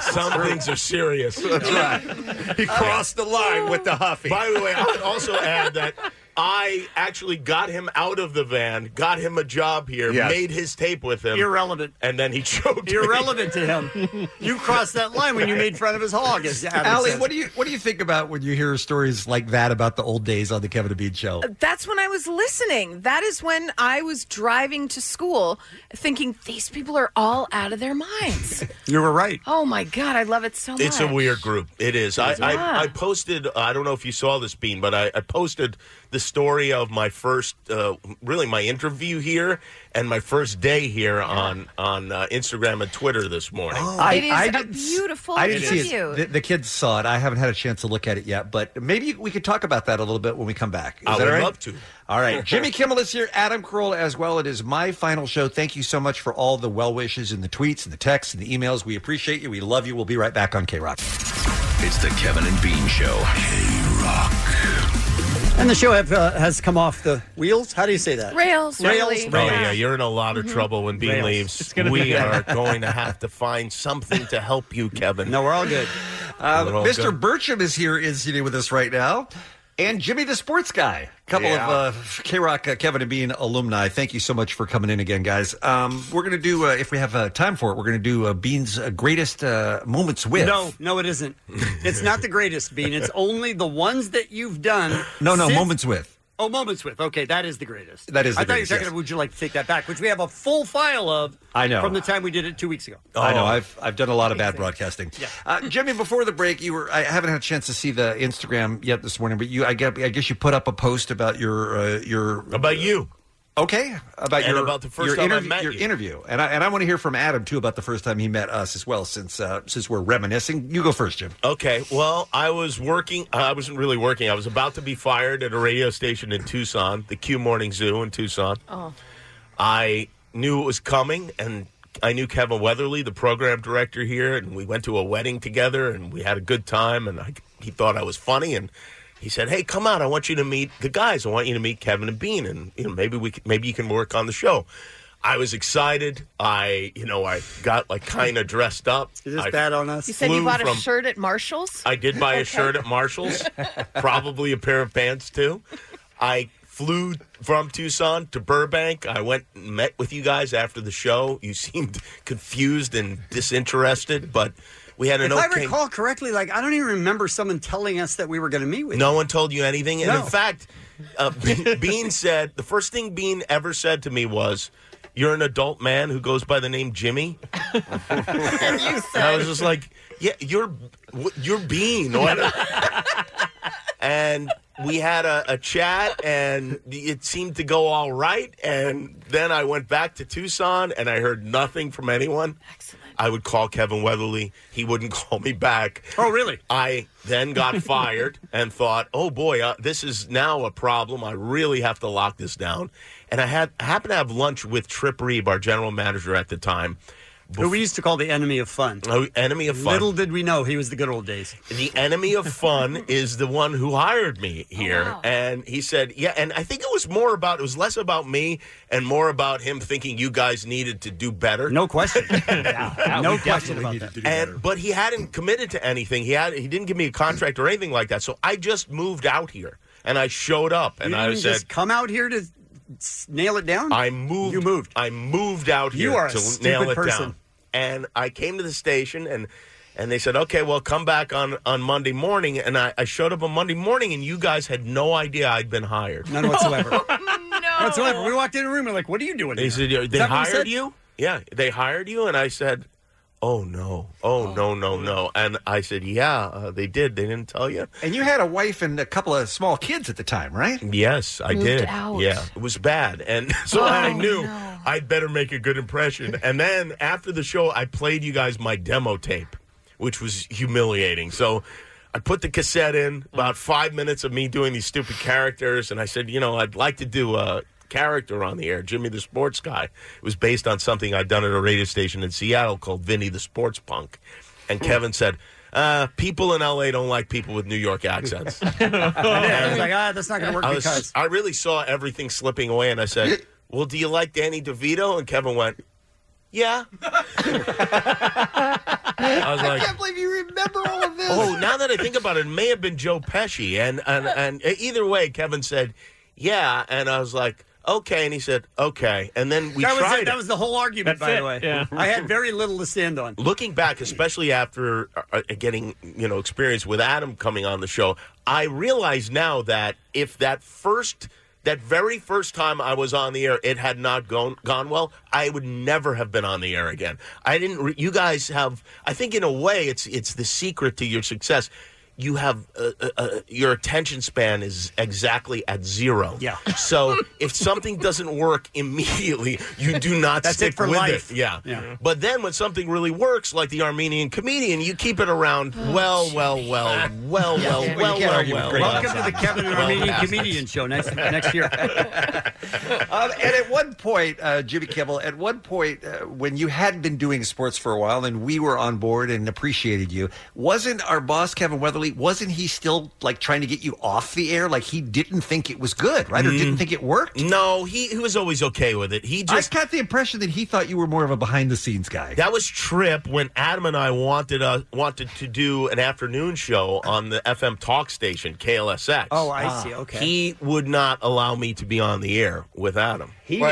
Speaker 24: Some things are serious.
Speaker 15: That's
Speaker 24: *laughs*
Speaker 15: right. He crossed the line with the Huffy.
Speaker 24: By the way, I would also add that I actually got him out of the van, got him a job here,
Speaker 15: Yes.
Speaker 24: made his tape with him,
Speaker 10: Irrelevant.
Speaker 24: and then he *laughs* choked me.
Speaker 10: *laughs* Irrelevant to him. You crossed that line when you made fun of his hog. As Adam
Speaker 9: Allie,
Speaker 10: says.
Speaker 9: what do you what do you think about when you hear stories like that about the old days on the Kevin and Bean show?
Speaker 11: That's when I was listening. That is when I was driving to school thinking these people are all out of their minds.
Speaker 10: You were right.
Speaker 11: oh my God, I love it so much.
Speaker 24: It's a weird group. It is. I, uh,
Speaker 11: Yeah.
Speaker 24: I, I posted. I don't know if you saw this, Bean, but I, I posted the story of my first, uh, really my interview here and my first day here on on uh, Instagram and Twitter this morning.
Speaker 9: Oh.
Speaker 10: Oh.
Speaker 11: it is a beautiful
Speaker 9: I didn't
Speaker 11: interview.
Speaker 9: see it. The, the kids saw it. I haven't had a chance to look at it yet, but maybe we could talk about that a little bit when we come back. Is
Speaker 24: I
Speaker 9: that
Speaker 24: would
Speaker 9: all right?
Speaker 24: love to.
Speaker 9: All right. Jimmy Kimmel is here, Adam Carolla as well. It is my final show. Thank you so much for all the well wishes and the tweets and the texts and the emails. We appreciate you. We love you. We'll be right back on K Rock.
Speaker 30: It's the Kevin and Bean Show.
Speaker 10: And the show have, uh, has come off the wheels. How do you say that?
Speaker 11: Rails.
Speaker 10: Rails.
Speaker 11: really.
Speaker 24: Oh yeah, you're in a lot of trouble when Bean
Speaker 10: Rails.
Speaker 24: leaves.
Speaker 10: Mm-hmm. It's gonna
Speaker 24: we
Speaker 10: be-
Speaker 24: are going to have to find something to help you, Kevin. No,
Speaker 9: we're all good. Uh,
Speaker 24: We're all
Speaker 9: Mr.
Speaker 24: good.
Speaker 9: Bertram is here in studio with us right now, and Jimmy the Sports Guy. A couple
Speaker 5: Yeah.
Speaker 9: of uh, K Rock uh, Kevin and Bean alumni. Thank you so much for coming in again, guys. Um, we're going to do, uh, if we have uh, time for it, we're going to do uh, Bean's uh, greatest uh, moments with.
Speaker 10: No, no, it isn't. It's not the greatest, Bean. It's only the ones that you've done.
Speaker 9: No, no,
Speaker 10: since-
Speaker 9: moments with.
Speaker 10: Oh, moments with. Okay, that is the greatest.
Speaker 9: That is
Speaker 10: I
Speaker 9: the
Speaker 10: thought
Speaker 9: greatest,
Speaker 10: you were talking
Speaker 9: yes.
Speaker 10: about Would You Like to Take That Back, which we have a full file of
Speaker 9: I know. Oh,
Speaker 10: from the time we did it two weeks ago.
Speaker 9: I know. I've I've done a lot of bad broadcasting. Uh, Jimmy, before the break, you were I haven't had a chance to see the Instagram yet this morning, but you I guess, I guess you put up a post about your uh, your
Speaker 24: about you.
Speaker 9: Okay, about
Speaker 24: And
Speaker 9: your
Speaker 24: about the first
Speaker 9: your
Speaker 24: time I
Speaker 9: interview,
Speaker 24: met
Speaker 9: your
Speaker 24: you.
Speaker 9: interview, and I and I want to hear from Adam too about the first time he met us as well, since uh, since we're reminiscing. You go first, Jim.
Speaker 24: Okay. Well, I was working. Uh, I wasn't really working. I was about to be fired at a radio station in Tucson, the Q Morning Zoo in Tucson.
Speaker 11: Oh.
Speaker 24: I knew it was coming, and I knew Kevin Weatherly, the program director here, and we went to a wedding together, and we had a good time, and I, he thought I was funny, and he said, "Hey, come out! I want you to meet the guys. I want you to meet Kevin and Bean, and you know maybe we c- maybe you can work on the show." I was excited. I, you know, I got like kind of dressed up. Is
Speaker 10: this bad on us?
Speaker 11: You said you bought a shirt at Marshalls.
Speaker 24: I did buy
Speaker 11: Okay.
Speaker 24: a shirt at Marshalls, probably a pair of pants too. I flew from Tucson to Burbank. I went and met with you guys after the show. You seemed confused and disinterested, but we had an
Speaker 10: if I
Speaker 24: okay.
Speaker 10: recall correctly, like I don't even remember someone telling us that we were going to meet with.
Speaker 24: No one told you anything, and
Speaker 10: No.
Speaker 24: in fact, uh, Be- Bean said the first thing Bean ever said to me was. You're an adult man who goes by the name Jimmy. and I was just like, "Yeah, you're wh- you're Bean." What- and we had a, a chat and it seemed to go all right and then i went back to tucson and i heard nothing from anyone Excellent. i would call kevin weatherly he wouldn't *laughs* call me back oh really i then *laughs* got fired and thought oh boy uh, this is now a problem i really have to lock this down and i had happened to have lunch with trip reeb our general manager at the time
Speaker 10: Who we used to call the enemy of fun.
Speaker 24: Oh, enemy of fun
Speaker 10: Little did we know he was the good old days.
Speaker 24: the enemy of fun *laughs* is the one who hired me here. And he said, Yeah, and I think it was more about, it was less about me and more about him thinking you guys needed to do better. No *laughs*
Speaker 10: question.
Speaker 24: no question about that. And, but he hadn't committed to anything. He had he didn't give me a contract or anything like that. So I just moved out here and I showed up and
Speaker 10: you
Speaker 24: I
Speaker 10: didn't
Speaker 24: said,
Speaker 10: just come out here to s- nail it down.
Speaker 24: I moved. You moved. I moved out
Speaker 10: You
Speaker 24: here
Speaker 10: are a
Speaker 24: to
Speaker 10: stupid
Speaker 24: nail it
Speaker 10: person.
Speaker 24: down. And I came to the station and and they said, okay, well, come back on on Monday morning. And I, I showed up on Monday morning, and you guys had no idea I'd been hired.
Speaker 10: None
Speaker 24: *laughs*
Speaker 10: whatsoever. *laughs* Whatsoever. We walked in the room and like, what are you doing?
Speaker 24: They
Speaker 10: here?
Speaker 24: said "Yeah,
Speaker 10: Is
Speaker 24: they
Speaker 10: that what
Speaker 24: hired
Speaker 10: said?
Speaker 24: you. Yeah, they hired you, and I said, oh no, oh, no, no, no. And I said, yeah, uh, they did. They didn't tell you.
Speaker 9: And you had a wife and a couple of small kids at the time, right?
Speaker 24: Yes, I
Speaker 9: Moved
Speaker 24: did.
Speaker 9: out.
Speaker 24: Yeah, it was bad, and *laughs* so
Speaker 9: Oh,
Speaker 24: I knew I'd better make a good impression. And then after the show, I played you guys my demo tape, which was humiliating. So I put the cassette in about five minutes of me doing these stupid characters, and I said, you know, I'd like to do a character on the air, Jimmy the Sports Guy. It was based on something I'd done at a radio station in Seattle called Vinny the Sports Punk, and Kevin said. Uh, people in LA don't like people with New York accents. *laughs*
Speaker 10: *laughs* I was like, ah, that's not going to work
Speaker 24: I, was-
Speaker 10: because
Speaker 24: I really saw everything slipping away, and I said, "Well, do you like Danny DeVito?" And Kevin went, "Yeah." I was like,
Speaker 9: believe you remember all of this.
Speaker 24: "Oh, now that I think about it, it may have been Joe Pesci." And and and either way, Kevin said, "Yeah," and I was like, "Okay," and he said, "Okay," and then we
Speaker 10: that
Speaker 24: tried.
Speaker 10: was it.
Speaker 24: it.
Speaker 10: That was the whole argument,
Speaker 24: That's
Speaker 10: by
Speaker 24: it,
Speaker 10: the way.
Speaker 24: yeah.
Speaker 10: I had very little to stand on.
Speaker 24: Looking back, especially after uh, getting you know experience with Adam coming on the show, I realize now that if that first that very first time I was on the air, it had not gone gone well, I would never have been on the air again. I didn't. Re- you guys have. I think in a way, it's it's the secret to your success. you have uh, uh, uh, your attention span is exactly at zero. Yeah. So if something doesn't work immediately, you do not
Speaker 10: That's it
Speaker 24: stick
Speaker 10: for
Speaker 24: with
Speaker 10: life.
Speaker 24: it. Yeah.
Speaker 10: Yeah.
Speaker 24: But then when something really works, like the Armenian comedian, you keep it around well, Oh, well, well,
Speaker 10: *laughs*
Speaker 24: well, *laughs* well,
Speaker 10: Oh,
Speaker 24: well,
Speaker 10: Yeah. Well, you
Speaker 24: well,
Speaker 10: can't argue with
Speaker 24: well.
Speaker 10: great Welcome to the Kevin and Armenian Comedian
Speaker 24: Show *laughs*
Speaker 10: next next year.
Speaker 9: um, and at one point, uh, Jimmy Kimmel, at one point, uh, when you had been doing sports for a while and we were on board and appreciated you, wasn't our boss, Kevin Weatherly, wasn't he still like trying to get you off the air? Like he didn't think it was good, right? Or didn't think it worked?
Speaker 24: No, he, he was always okay with it. He
Speaker 9: just. Mm. I got the impression that he thought you were more of a behind the scenes guy.
Speaker 24: That was Trip when Adam and I wanted uh, wanted to do an afternoon show on the FM talk station KLSX.
Speaker 10: Oh, I Ah. see. Okay.
Speaker 24: He would not allow me to be on the air with Adam.
Speaker 15: Well,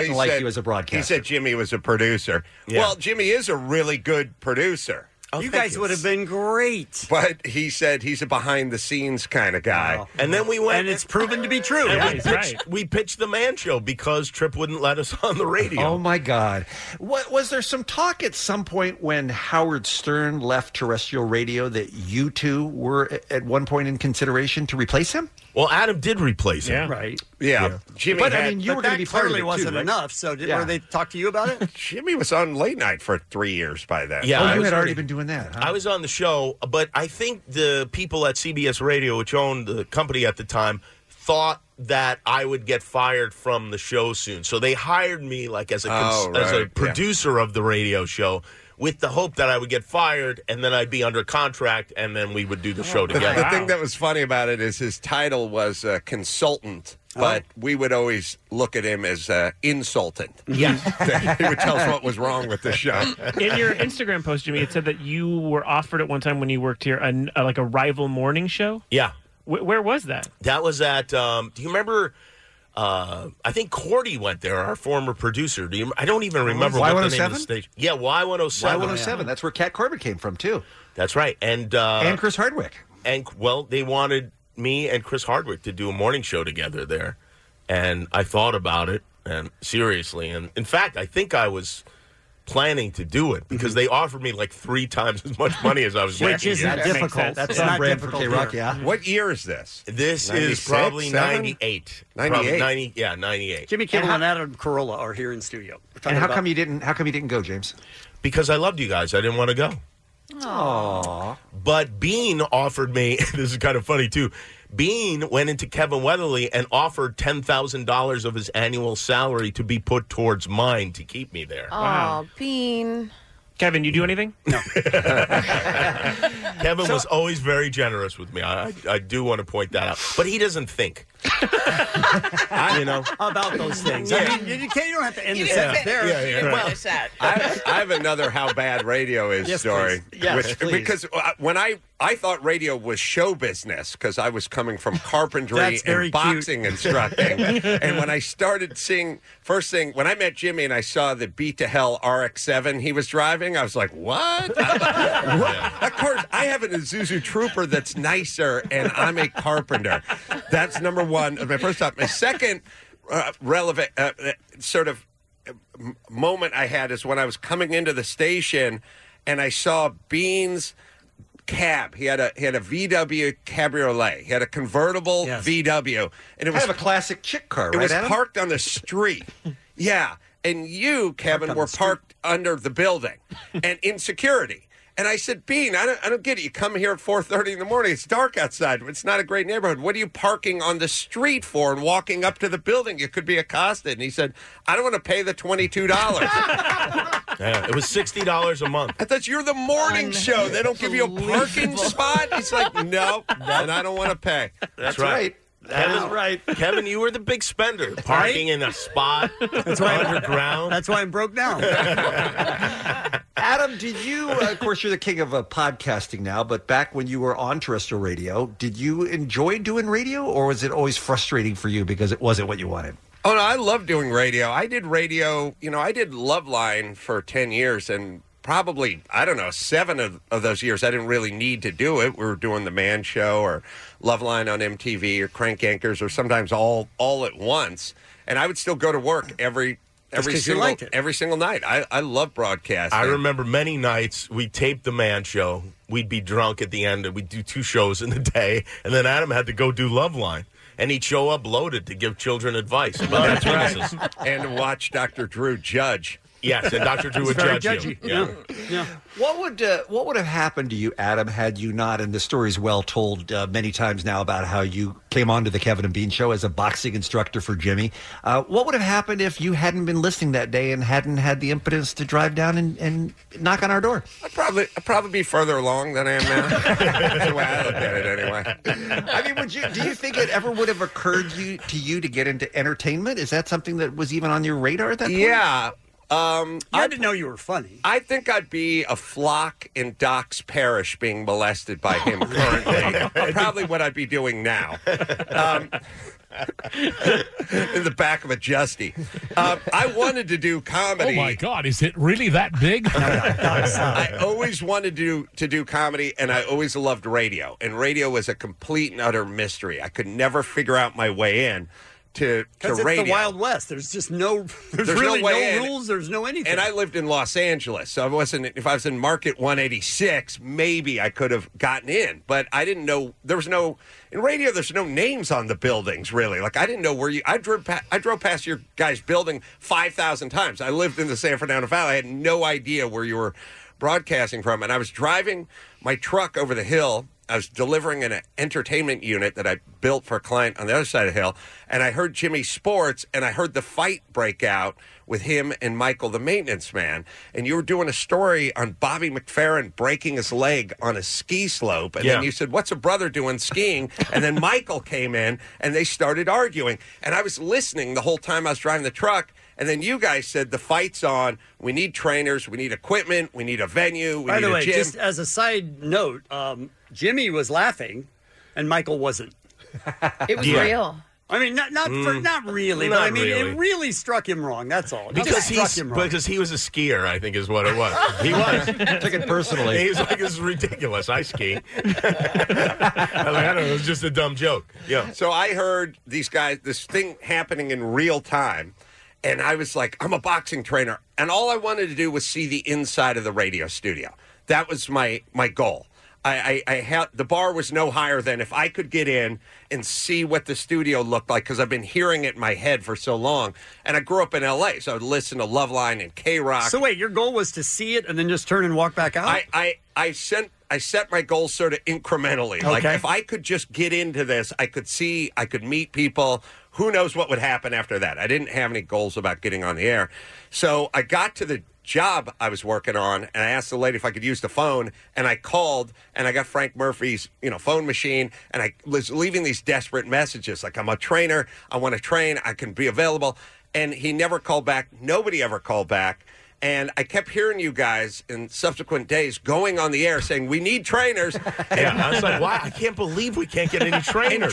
Speaker 15: He said Jimmy was a producer.
Speaker 24: Yeah.
Speaker 15: Well, Jimmy is a really good producer.
Speaker 10: you guys would have been great.
Speaker 15: But he said he's a behind the scenes kind of guy.
Speaker 24: And then we went,
Speaker 10: and it's proven to be true.
Speaker 24: And we, pitched, we pitched the Man Show because Trip wouldn't let us *laughs* on the radio.
Speaker 9: Oh my God! What was there some talk at some point when Howard Stern left terrestrial radio that you two were a- at one point in consideration to replace him?
Speaker 24: Well, Adam did replace
Speaker 10: him. Yeah. Right.
Speaker 15: Yeah,
Speaker 10: but I mean, you were going to be part of it
Speaker 15: too,
Speaker 10: wasn't
Speaker 15: right?
Speaker 10: enough. So did,
Speaker 15: Yeah.
Speaker 10: were they talk to you about it?
Speaker 15: Jimmy was on late night for three years by then.
Speaker 24: Yeah, Oh, I you was had already
Speaker 9: been doing that.
Speaker 24: I was on the show, but I think the people at CBS Radio, which owned the company at the time, thought that I would get fired from the show soon. So they hired me like as a cons-
Speaker 15: Oh,
Speaker 24: as a
Speaker 15: right, yeah.
Speaker 24: producer of the radio show with the hope that I would get fired and then I'd be under contract and then we would do the show
Speaker 15: Oh. The,
Speaker 24: together.
Speaker 15: the thing that was funny about it is his title was uh, consultant,
Speaker 10: Uh-huh.
Speaker 15: but we would always look at him as uh, insultant.
Speaker 7: Yeah.
Speaker 15: *laughs* he would tell us what was wrong with the show.
Speaker 7: In your Instagram post, Jimmy, it said that you were offered at one time when you worked here an, uh, like a rival morning show.
Speaker 24: Yeah.
Speaker 7: Wh- where was that?
Speaker 24: That was at. Um, do you remember? Uh, I think Cordy went there, our former producer. Do you, I don't
Speaker 9: Oh,
Speaker 24: even remember what the name of the
Speaker 9: Y107?
Speaker 24: station. Yeah, Y one hundred
Speaker 9: Y
Speaker 24: seven.
Speaker 9: one hundred seven. That's where Cat Corbett came from too.
Speaker 24: That's right. And uh,
Speaker 9: and Chris Hardwick.
Speaker 24: And well, they wanted me and Chris Hardwick to do a morning show together there, and I thought about it and seriously. And in fact, I think I was planning to do it because
Speaker 9: Mm-hmm.
Speaker 24: they offered me like three times as much money as I
Speaker 9: *laughs*
Speaker 24: was
Speaker 10: Which
Speaker 24: making.
Speaker 10: isn't That makes difficult. sense. That's not difficult here.
Speaker 15: What year is this?
Speaker 24: This is
Speaker 10: 96,
Speaker 24: probably
Speaker 10: Mm-hmm. seven?
Speaker 24: 98. Probably
Speaker 10: 98.
Speaker 24: 90, yeah, 98.
Speaker 10: Jimmy Kimmel
Speaker 24: And
Speaker 10: and Adam Carolla are here in studio. We're talking
Speaker 9: And how
Speaker 10: about-
Speaker 9: come you didn't? How come you didn't go, James?
Speaker 24: Because I loved you guys. I didn't want to go.
Speaker 10: Oh,
Speaker 9: Aww.
Speaker 24: But Bean offered me, *laughs* this is kind of funny too. Bean went into Kevin Weatherly and offered $10,000 of his annual salary to be put towards mine to keep me there.
Speaker 31: Oh, Bean.
Speaker 7: Kevin, you do anything?
Speaker 24: Kevin was always very generous with me. I, I, I do want to point that out. But he doesn't
Speaker 10: *laughs*
Speaker 24: think. *laughs* you know?
Speaker 10: about those things?
Speaker 24: Yeah.
Speaker 10: I mean, you, you can't. You don't have to end
Speaker 24: You
Speaker 10: this
Speaker 24: didn't
Speaker 10: out
Speaker 24: say-
Speaker 10: there.
Speaker 24: Yeah, yeah, right.
Speaker 15: *laughs* I, I have another how bad radio is
Speaker 10: Yes,
Speaker 15: story.
Speaker 10: please. Yes, please.
Speaker 15: Because uh, when I I thought radio was show business because I was coming from
Speaker 10: That's
Speaker 15: carpentry
Speaker 10: very
Speaker 15: and
Speaker 10: cute. *laughs*
Speaker 15: boxing instructing, and when I started seeing first thing when I met Jimmy and I saw the beat to hell RX seven he was driving, I was like,
Speaker 24: *laughs*
Speaker 15: what? What? Of course, I have an Isuzu Trooper that's nicer, and I'm a carpenter. That's number one. My first thought. My second uh, relevant uh, uh, sort of uh, m- moment I had is when I was coming into the station, and I saw Beans cab. He had a he had a VW cabriolet. He had a convertible VW, and it was
Speaker 9: Kind of a classic chick car,
Speaker 15: It
Speaker 9: right,
Speaker 15: was
Speaker 9: Adam?
Speaker 15: parked on the street. yeah, and you, Kevin, were parked under
Speaker 24: *laughs*
Speaker 15: the building and in security. And I said, Bean, I don't, I don't get it. You come here at four thirty in the morning. It's dark outside. It's not a great neighborhood. What are you parking on the street for and walking up to the building? You could be accosted. And he said, I don't want to pay the twenty two dollars.
Speaker 24: Yeah, it was $60 a month.
Speaker 15: I thought you're the morning show. They don't give you a parking spot. He's like,
Speaker 24: *laughs*
Speaker 15: no, and I don't want to pay.
Speaker 24: That's right. Kevin,
Speaker 1: *laughs*
Speaker 24: right. Kevin, you were the big spender, parking in a *laughs* spot
Speaker 10: That's why I'm-
Speaker 24: underground.
Speaker 10: That's why I'm broke down.
Speaker 9: *laughs* Adam, did you? Of course, you're the king of uh, podcasting now. But back when you were on terrestrial radio, did you enjoy doing radio, or was it always frustrating for you because it wasn't what you wanted?
Speaker 15: Oh no, I love doing radio. I did radio. You know, I did Loveline for ten years, and probably I don't know seven of, of those years I didn't really need to do it. We were doing the Man Show or Loveline on MTV or Crank Anchors or sometimes all all at once, and I would still go to work every every
Speaker 1: 'cause you
Speaker 15: single
Speaker 1: liked it.
Speaker 15: every single night. I, I love broadcasting.
Speaker 1: I remember many nights we taped the man show. We'd be drunk at the end, and we'd do two shows in the day, and then Adam had to go do Love Line, and he'd show up loaded to give children advice. About
Speaker 15: That's
Speaker 1: their
Speaker 15: right.
Speaker 1: penises.
Speaker 15: and watch Dr. Drew judge.
Speaker 1: Yes, and Dr. Drew would judge you.
Speaker 9: What would uh, what would have happened to you, Adam, had you not? And the story's well told uh, many times now about how you came onto the Kevin and Bean show as a boxing instructor for Jimmy. Uh, what would have happened if you hadn't been listening that day and hadn't had the impotence to drive down and, and knock on our door?
Speaker 15: I'd probably I'd probably be further along than I am now. *laughs* That's the way I look at it anyway.
Speaker 9: I mean, would you? Do you think it ever would have occurred you to you to get into entertainment? Is that something that was even on your radar at that point?
Speaker 15: Yeah. Um,
Speaker 9: I didn't know you were funny.
Speaker 15: I think I'd be a flock in Doc's parish being molested by
Speaker 9: *laughs*
Speaker 15: him currently. Probably what I'd be doing now. Um, in the back of a Justy. Um, I wanted to do comedy.
Speaker 2: Oh my God, is it really that big?
Speaker 15: I always wanted to do, to do comedy, and I always loved radio. And radio was a complete and utter mystery. I could never figure out my way in to to
Speaker 10: Because it's
Speaker 15: radio.
Speaker 10: the Wild West. There's just no. *laughs* There's,
Speaker 15: There's no
Speaker 10: really no,
Speaker 15: way in.
Speaker 10: rules. There's no anything.
Speaker 15: and I lived in Los Angeles, so I wasn't. If I was in Market 186, maybe I could have gotten in, but I didn't know there was no in radio. There's no names on the buildings, really. Like I didn't know where you. I drove. Pa- I drove past your guys' building five thousand times. I lived in the San Fernando Valley. I had no idea where you were broadcasting from, and I was driving my truck over the hill. I was delivering an entertainment unit that I built for a client on the other side of the hill, and I heard Jimmy Sports, and I heard the fight break out with him and Michael, the maintenance man. And you were doing a story on Bobby McFerrin breaking his leg on a ski slope, and
Speaker 2: Yeah.
Speaker 15: then you said, "What's a brother doing skiing?" And then Michael came in, and they started arguing, and I was listening the whole time I was driving the truck. And then you guys said the fight's on. We need trainers. We need equipment. We need a venue. We
Speaker 10: By
Speaker 15: need
Speaker 10: the way,
Speaker 15: a gym.
Speaker 10: just as a side note, um, Jimmy was laughing, and Michael wasn't.
Speaker 11: *laughs* It was
Speaker 10: Yeah.
Speaker 11: real.
Speaker 10: I mean, not not for,
Speaker 1: Mm.
Speaker 10: not really, but
Speaker 1: Not
Speaker 10: I mean,
Speaker 1: really.
Speaker 10: it really struck him wrong. That's all. It
Speaker 1: Because,
Speaker 10: just struck
Speaker 1: he's,
Speaker 10: him wrong.
Speaker 1: because he was a skier, I think is what it was. He was.
Speaker 9: Took it personally.
Speaker 1: He was like, this is ridiculous. I ski. I, was like, I don't know. It was just a dumb joke. Yeah.
Speaker 15: So I heard these guys, this thing happening in real time, and I was like, I'm a boxing trainer, and all I wanted to do was see the inside of the radio studio. That was my my goal. I, I, I had the bar was no higher than if I could get in and see what the studio looked like because I've been hearing it in my head for so long, and I grew up in L.A., so I'd listen to Loveline and K Rock.
Speaker 10: So wait, your goal was to see it and then just turn and walk back out.
Speaker 15: I, I, I sent I set my goals sort of incrementally. Like
Speaker 10: Okay.
Speaker 15: if I could just get into this, I could see, I could meet people. Who knows what would happen after that? I didn't have any goals about getting on the air. So I got to the job I was working on and I asked the lady if I could use the phone and I called and I got Frank Murphy's, you know, phone machine and I was leaving these desperate messages like I'm a trainer, I want to train, I can be available and he never called back. Nobody ever called back. And I kept hearing you guys in subsequent days going on the air saying, We need trainers.
Speaker 1: *laughs* Yeah, I was like, wow, I can't believe we can't
Speaker 15: *laughs*
Speaker 1: get any trainers.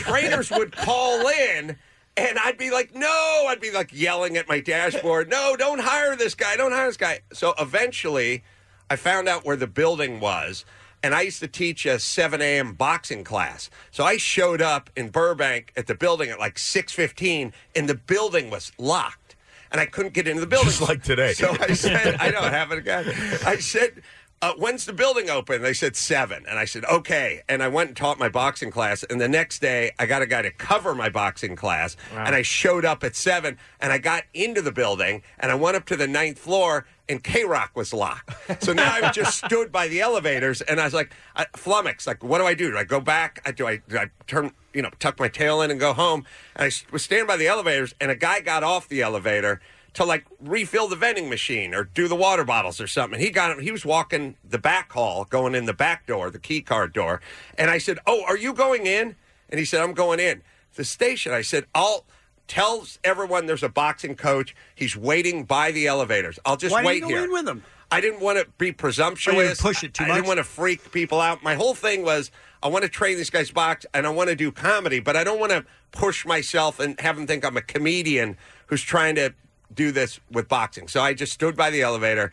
Speaker 15: And trainers would call in. And I'd be like, no, I'd be like yelling at my dashboard, no, don't hire this guy, don't hire this guy. So eventually, I found out where the building was. And I used to teach a 7 a.m. boxing class. So I showed up in Burbank at the building at like 6.15, and the building was locked. And I couldn't get into the building. Just like
Speaker 1: today.
Speaker 15: So I said, I know, it happened again. I said, uh, when's the building open? They said seven. And I said, okay. And I went and taught my boxing class. And the next day, I got a guy to cover my boxing class.
Speaker 2: Wow.
Speaker 15: And I showed up at seven and I got into the building and I went up to the ninth floor and K Rock was locked. So now I just stood by the elevators and I was like, I, flummoxed. Like, what do I do? Do I go back? I, do, I, do I turn, you know, tuck my tail in and go home? And I s- was standing by the elevators and a guy got off the elevator to like refill the vending machine or do the water bottles or something. He got him. He was walking the back hall, going in the back door, the key card door. And I said, "Oh, are you going in?" And he said, "I'm going in." The station. I said, "I'll." Tell everyone there's a boxing coach. He's waiting by the elevators. I'll just
Speaker 10: Why
Speaker 15: wait
Speaker 10: didn't you go
Speaker 15: here.
Speaker 10: in with him?
Speaker 15: I didn't want to be
Speaker 10: Or you
Speaker 15: presumptuous.
Speaker 10: didn't push it too
Speaker 15: I I didn't
Speaker 10: much?
Speaker 15: want to freak people out. My whole thing was I want to train these guys box and I want to do comedy, but I don't want to push myself and have them think I'm a comedian who's trying to do this with boxing. So I just stood by the elevator,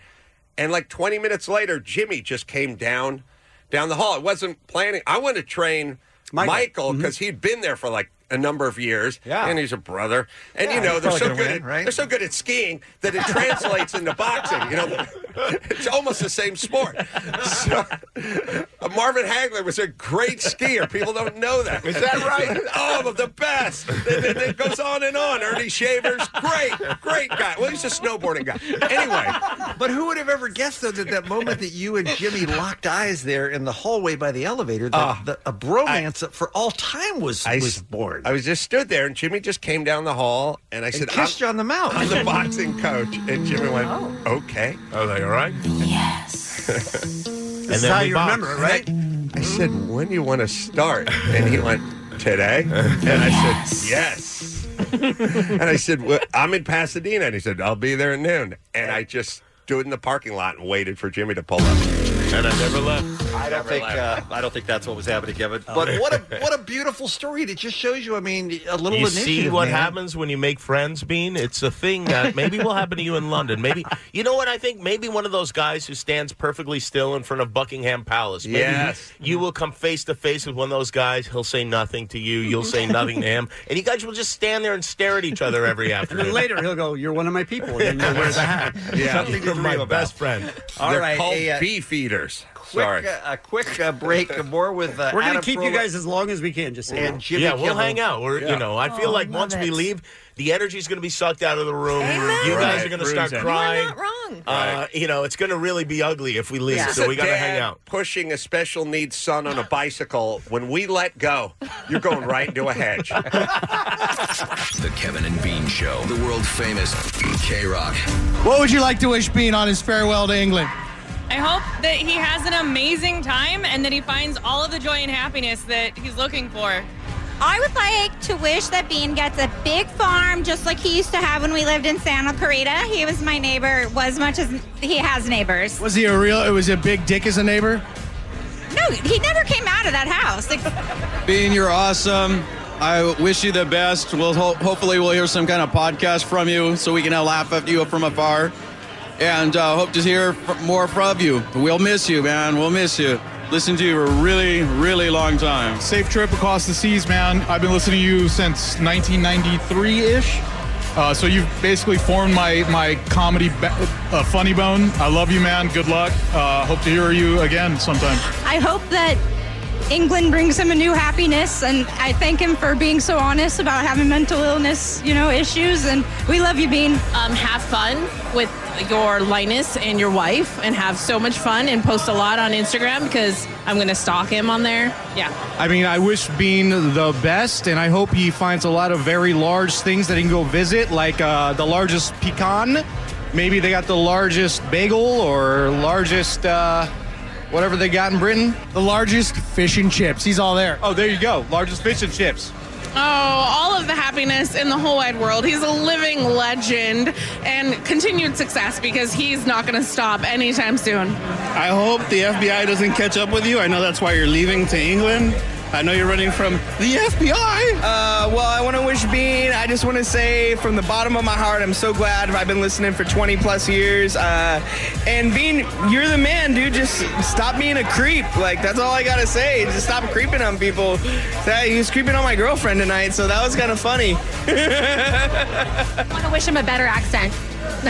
Speaker 15: and like 20 minutes later, Jimmy just came
Speaker 10: Mm-hmm.
Speaker 15: down down the hall. I wasn't planning. I wanted to train Michael because he'd been there for like a number of years. Yeah. And he's a brother. And
Speaker 9: Yeah,
Speaker 15: you know,
Speaker 9: he's
Speaker 15: they're
Speaker 9: probably
Speaker 15: so
Speaker 9: gonna
Speaker 15: good
Speaker 9: win,
Speaker 15: at they're so good at skiing that it translates into boxing. You know, *laughs* it's almost the same sport. So, uh, Marvin Hagler was a great skier. People don't know that.
Speaker 24: Is that right?
Speaker 15: oh, but the best. And then it goes on and on. Ernie Shavers, great, great guy. Well, he's a snowboarding guy. Anyway,
Speaker 9: but who would have ever guessed though that that moment that you and Jimmy locked eyes there in the hallway by the elevator, that
Speaker 15: Ah.
Speaker 9: the, a bromance that for all time was
Speaker 15: I
Speaker 9: was
Speaker 15: s-
Speaker 9: born.
Speaker 15: I was just stood there, and Jimmy just came down the hall, and I
Speaker 9: And
Speaker 15: said,
Speaker 9: kissed
Speaker 15: I'm,
Speaker 9: you on the mouth.
Speaker 15: I'm the boxing coach, and Jimmy went, "Okay." I was like, "All right." Oh. *laughs* Yes. and
Speaker 32: This is how you remember it, right?
Speaker 15: I said, "When do you want to start?" And he went, "Today." And I said, "Yes." and I said, well, "I'm in Pasadena," and he said, "I'll be there at noon." And I just stood in the parking lot and waited for Jimmy to pull up, and I never left. Oh.
Speaker 9: I don't think uh, I don't think that's what was happening, Kevin.
Speaker 15: *laughs*
Speaker 9: But *laughs* what a what a beautiful story! It just shows you. I mean, a little
Speaker 24: you
Speaker 9: initiative.
Speaker 24: see what
Speaker 9: man.
Speaker 24: happens when you make friends, Bean. It's a thing that maybe will happen to you in London. Maybe you know what I think. Maybe one of those guys who stands perfectly still in front of Buckingham Palace. Maybe
Speaker 15: Yes.
Speaker 24: you will come face to face with one of those guys. He'll say nothing to you. You'll say nothing to him, and you guys will just stand there and stare at each other
Speaker 9: *laughs*
Speaker 24: every
Speaker 10: And
Speaker 24: afternoon.
Speaker 10: then later he'll go, "You're one of my people." And then he'll wear
Speaker 24: *laughs*
Speaker 10: the hat.
Speaker 24: Something to my best friend.
Speaker 9: All
Speaker 15: They're
Speaker 9: right,
Speaker 15: called
Speaker 9: a, uh,
Speaker 15: beef eaters.
Speaker 9: Quick,
Speaker 15: Sorry.
Speaker 9: uh, a quick uh, break. More with uh,
Speaker 10: We're going to
Speaker 9: Adam
Speaker 10: keep you
Speaker 9: Carolla.
Speaker 10: guys as long as we can. Just so you know.
Speaker 9: And Jimmy
Speaker 24: yeah, we'll
Speaker 9: Kimmel.
Speaker 24: hang out. We're,
Speaker 9: Yeah.
Speaker 24: You know, I feel
Speaker 10: Oh,
Speaker 24: like
Speaker 10: love
Speaker 24: once we
Speaker 10: it.
Speaker 24: leave, the energy's going to be sucked out of the room. You guys
Speaker 15: Right.
Speaker 24: are going to
Speaker 15: Ruins
Speaker 24: start
Speaker 15: it.
Speaker 24: crying.
Speaker 15: You're not wrong.
Speaker 24: Uh, you know, it's going to really be ugly if we leave.
Speaker 15: This is
Speaker 24: So
Speaker 15: a
Speaker 24: we got to
Speaker 15: dad
Speaker 24: hang out.
Speaker 15: Pushing a special needs son on a bicycle. When we let go, you're going right into a hedge.
Speaker 13: The Kevin and Bean Show, the world famous K Rock.
Speaker 12: What would you like to wish Bean on his farewell to England?
Speaker 8: I hope that he has an amazing time and that he finds all of the joy and happiness that he's looking for.
Speaker 33: I would like to wish that Bean gets a big farm just like he used to have when we lived in Santa Clarita. He was my neighbor, was much as he has neighbors.
Speaker 12: Was he a real? It was a big dick as a neighbor.
Speaker 33: No, he never came out of that house.
Speaker 18: Bean, you're awesome. I wish you the best. We'll ho- hopefully we'll hear some kind of podcast from you so we can uh, laugh at you from afar, and uh, hope to hear f- more from you. We'll miss you, man. We'll miss you. Listen to you for a really, really long time.
Speaker 12: Safe trip across the seas, man. I've been listening to you since 1993-ish. Uh, so you've basically formed my my comedy ba- uh, funny bone. I love you, man. Good luck. Uh, hope to hear you again sometime.
Speaker 33: I hope that England brings him a new happiness, and I thank him for being so honest about having mental illness, you know, issues. And we love you, Bean.
Speaker 8: Um, have fun with your Linus and your wife and have so much fun and post a lot on Instagram because I'm going to stalk him on there. Yeah.
Speaker 12: I mean, I wish Bean the best, and I hope he finds a lot of very large things that he can go visit, like uh, the largest pecan. Maybe they got the largest bagel or largest uh, whatever they got in Britain. The largest fish and chips. He's all there. Oh, there you go. Largest fish and chips.
Speaker 8: Oh, all of the happiness in the whole wide world. He's a living legend and continued success because he's not going to stop anytime soon.
Speaker 18: I hope the FBI doesn't catch up with you. I know that's why you're leaving to England. I know you're running from the FBI.
Speaker 34: Uh, well, I want to wish Bean. I just want to say from the bottom of my heart, I'm so glad I've been listening for 20 plus years. Uh, and Bean, you're the man, dude. Just stop being a creep. Like that's all I gotta say. Just stop creeping on people. That, he was creeping on my girlfriend tonight, so that was kind of funny. *laughs*
Speaker 11: I want to wish him a better accent. *laughs*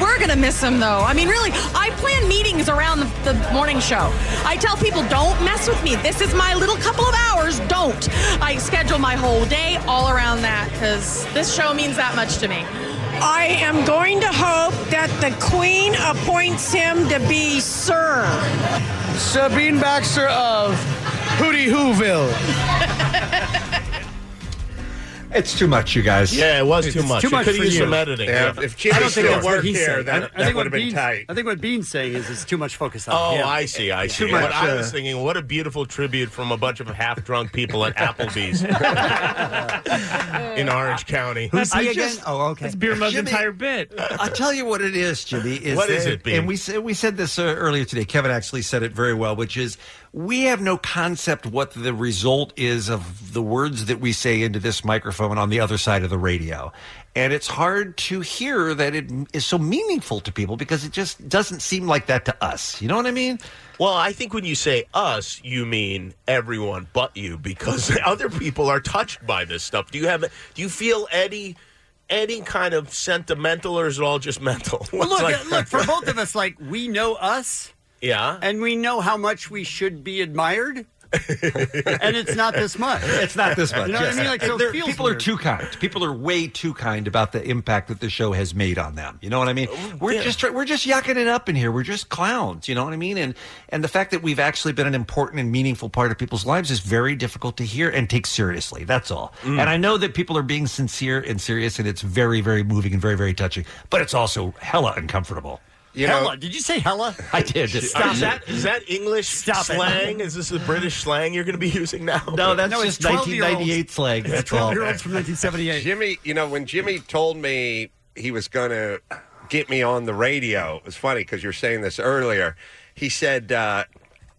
Speaker 11: We're gonna miss him though. I mean, really, I plan meetings around the, the morning show. I tell people, don't mess with me. This is my little couple of hours. Don't. I schedule my whole day all around that because this show means that much to me.
Speaker 5: I am going to hope that the Queen appoints him to be Sir.
Speaker 34: Sabine Baxter of Hootie Whoville.
Speaker 9: It's too much, you guys.
Speaker 24: Yeah, it was too much.
Speaker 10: too
Speaker 24: It
Speaker 10: much
Speaker 24: could
Speaker 10: for
Speaker 24: use
Speaker 10: you.
Speaker 24: some editing.
Speaker 10: Yeah,
Speaker 24: Yeah.
Speaker 10: I don't think
Speaker 24: it
Speaker 10: that's what
Speaker 24: worked
Speaker 10: he said. I- I think what
Speaker 24: would've been
Speaker 10: Bean's-
Speaker 24: tight.
Speaker 10: I think what Bean's saying is it's too much focus on.
Speaker 24: Oh,
Speaker 10: him.
Speaker 24: I see. I
Speaker 10: It's
Speaker 24: see.
Speaker 10: Too
Speaker 24: What
Speaker 10: much,
Speaker 24: I
Speaker 10: uh,
Speaker 24: *laughs* was thinking, what a beautiful tribute from a bunch of half-drunk people *laughs* at Applebee's in Orange County.
Speaker 9: I just-
Speaker 16: That's Beer Mug's
Speaker 9: Oh, Jimmy,
Speaker 16: entire bit.
Speaker 9: I'll tell you what it is, Jimmy. Is
Speaker 24: What is
Speaker 9: that-
Speaker 24: it, Bean?
Speaker 9: And we said we said this uh, earlier today. Kevin actually said it very well, which is we have no concept what the result is of the words that we say into this microphone on the other side of the radio. and it's hard to hear that it is so meaningful to people because it just doesn't seem like that to us. You know what I mean?
Speaker 24: Well, I think when you say us, you mean everyone but you, because *laughs* other people are touched by this stuff. Do you have? Do you feel any any kind of sentimental, or is it all just mental?
Speaker 10: Well,
Speaker 24: It's
Speaker 10: look,
Speaker 24: like-
Speaker 10: uh, look for both of us. Like we know us,
Speaker 24: yeah,
Speaker 10: and we know how much we should be admired. and it's not this much.
Speaker 9: *laughs* It's not this much.
Speaker 10: You know what
Speaker 9: yes.
Speaker 10: I mean? Like so,
Speaker 9: There-
Speaker 10: it feels
Speaker 9: people
Speaker 10: weird.
Speaker 9: are too kind. People are way too kind about the impact that the show has made on them. You know what I mean? We're just try- we're just yucking it up in here. We're just clowns. You know what I mean? And and the fact that we've actually been an important and meaningful part of people's lives is very difficult to hear and take seriously. That's all.
Speaker 14: Mm.
Speaker 9: And I know that people are being sincere and serious, and it's very very moving and very very touching. But it's also hella uncomfortable.
Speaker 10: hella? Did you say
Speaker 24: *laughs*
Speaker 10: hella?
Speaker 9: I did.
Speaker 24: Stop is that is that English
Speaker 10: Stop it.
Speaker 24: slang? Is this the British slang you're going to be using now?
Speaker 9: No, that's No, it's just 12-year-olds. 1998 slang, It's that's all. 12-year-olds
Speaker 10: from 1978.
Speaker 15: Jimmy, you know, when Jimmy told me he was going to get me on the radio, it was funny because you were saying this earlier. He said, uh,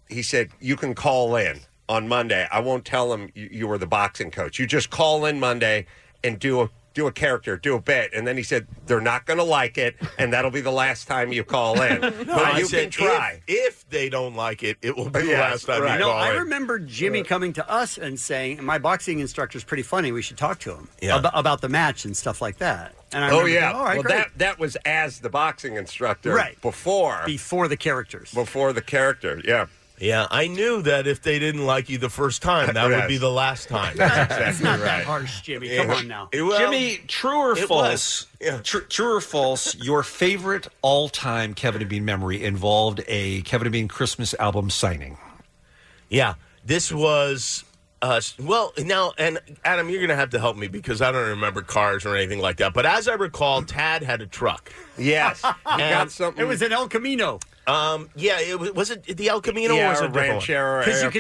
Speaker 15: he said, you can call in on Monday. I won't tell him you, you were the boxing coach. You just call in Monday and do a do a character, do a bit, and then he said they're not going to like it, and that'll be the last time you call in.
Speaker 24: *laughs*
Speaker 15: but
Speaker 24: No, I
Speaker 15: you
Speaker 24: said
Speaker 15: can try.
Speaker 24: If, if they don't like it, it will be the
Speaker 15: Yes,
Speaker 24: last time
Speaker 15: right.
Speaker 24: you
Speaker 10: No,
Speaker 24: call
Speaker 10: I
Speaker 24: in.
Speaker 10: remember
Speaker 24: Uh.
Speaker 10: Jimmy coming to us and saying, and "My boxing instructor's pretty funny. We should talk to him
Speaker 24: Yeah.
Speaker 10: ab- about the match and stuff like that." And I
Speaker 15: oh
Speaker 10: remember
Speaker 15: yeah.
Speaker 10: thinking, All right,
Speaker 15: well,
Speaker 10: great.
Speaker 15: that that was as the boxing instructor,
Speaker 10: Right.
Speaker 15: Before
Speaker 10: before the characters,
Speaker 15: before the character, yeah.
Speaker 24: Yeah, I knew that if they didn't like you the first time, that would
Speaker 15: Yes.
Speaker 24: be the last time.
Speaker 15: That's exactly It's not
Speaker 10: that right. harsh, Jimmy. Come on now.
Speaker 9: Jimmy, true or false? Tr- true or false? Your favorite all-time Kevin and Bean memory involved a Kevin and Bean Christmas album signing.
Speaker 24: Yeah, this was. Uh, s- well, now, and Adam, you're going to have to help me because I don't remember cars or anything like that. But as I recall, Tad had a truck.
Speaker 15: Yes.
Speaker 10: *laughs* got something- Oh, It was an El Camino.
Speaker 24: Um, yeah, it was, was it the El Camino or
Speaker 15: yeah,
Speaker 24: was it
Speaker 15: or
Speaker 24: a different one?
Speaker 15: ranchero, or El Camino.
Speaker 24: Yeah, it was
Speaker 15: he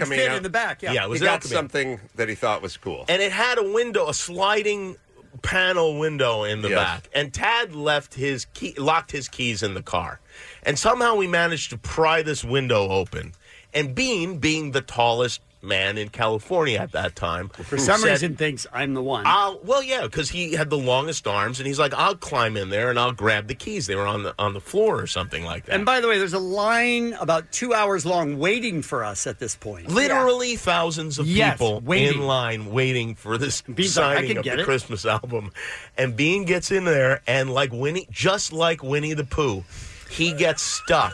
Speaker 24: an El
Speaker 15: got
Speaker 24: Camino.
Speaker 15: something that he thought was cool.
Speaker 24: And it had a window, a sliding panel window in the
Speaker 15: Yes.
Speaker 24: back. And Tad left his key, locked his keys in the car. And somehow we managed to pry this window open. And Bean, being the tallest man in California at that time,
Speaker 10: for some reason thinks I'm the one.
Speaker 24: I'll, well, yeah, because he had the longest arms, and he's like, "I'll climb in there and I'll grab the keys." They were on the on the floor or something like that.
Speaker 10: and by the way, there's a line about two hours long waiting for us at this point.
Speaker 24: Literally thousands of
Speaker 10: Yes,
Speaker 24: people
Speaker 10: waiting.
Speaker 24: in line waiting for
Speaker 10: *laughs*
Speaker 24: this
Speaker 10: Bean's like, I
Speaker 24: signing
Speaker 10: can
Speaker 24: of
Speaker 10: get
Speaker 24: the
Speaker 10: it.
Speaker 24: Christmas album. And Bean gets in there and like Winnie just like Winnie the Pooh, he gets
Speaker 10: *laughs*
Speaker 24: stuck.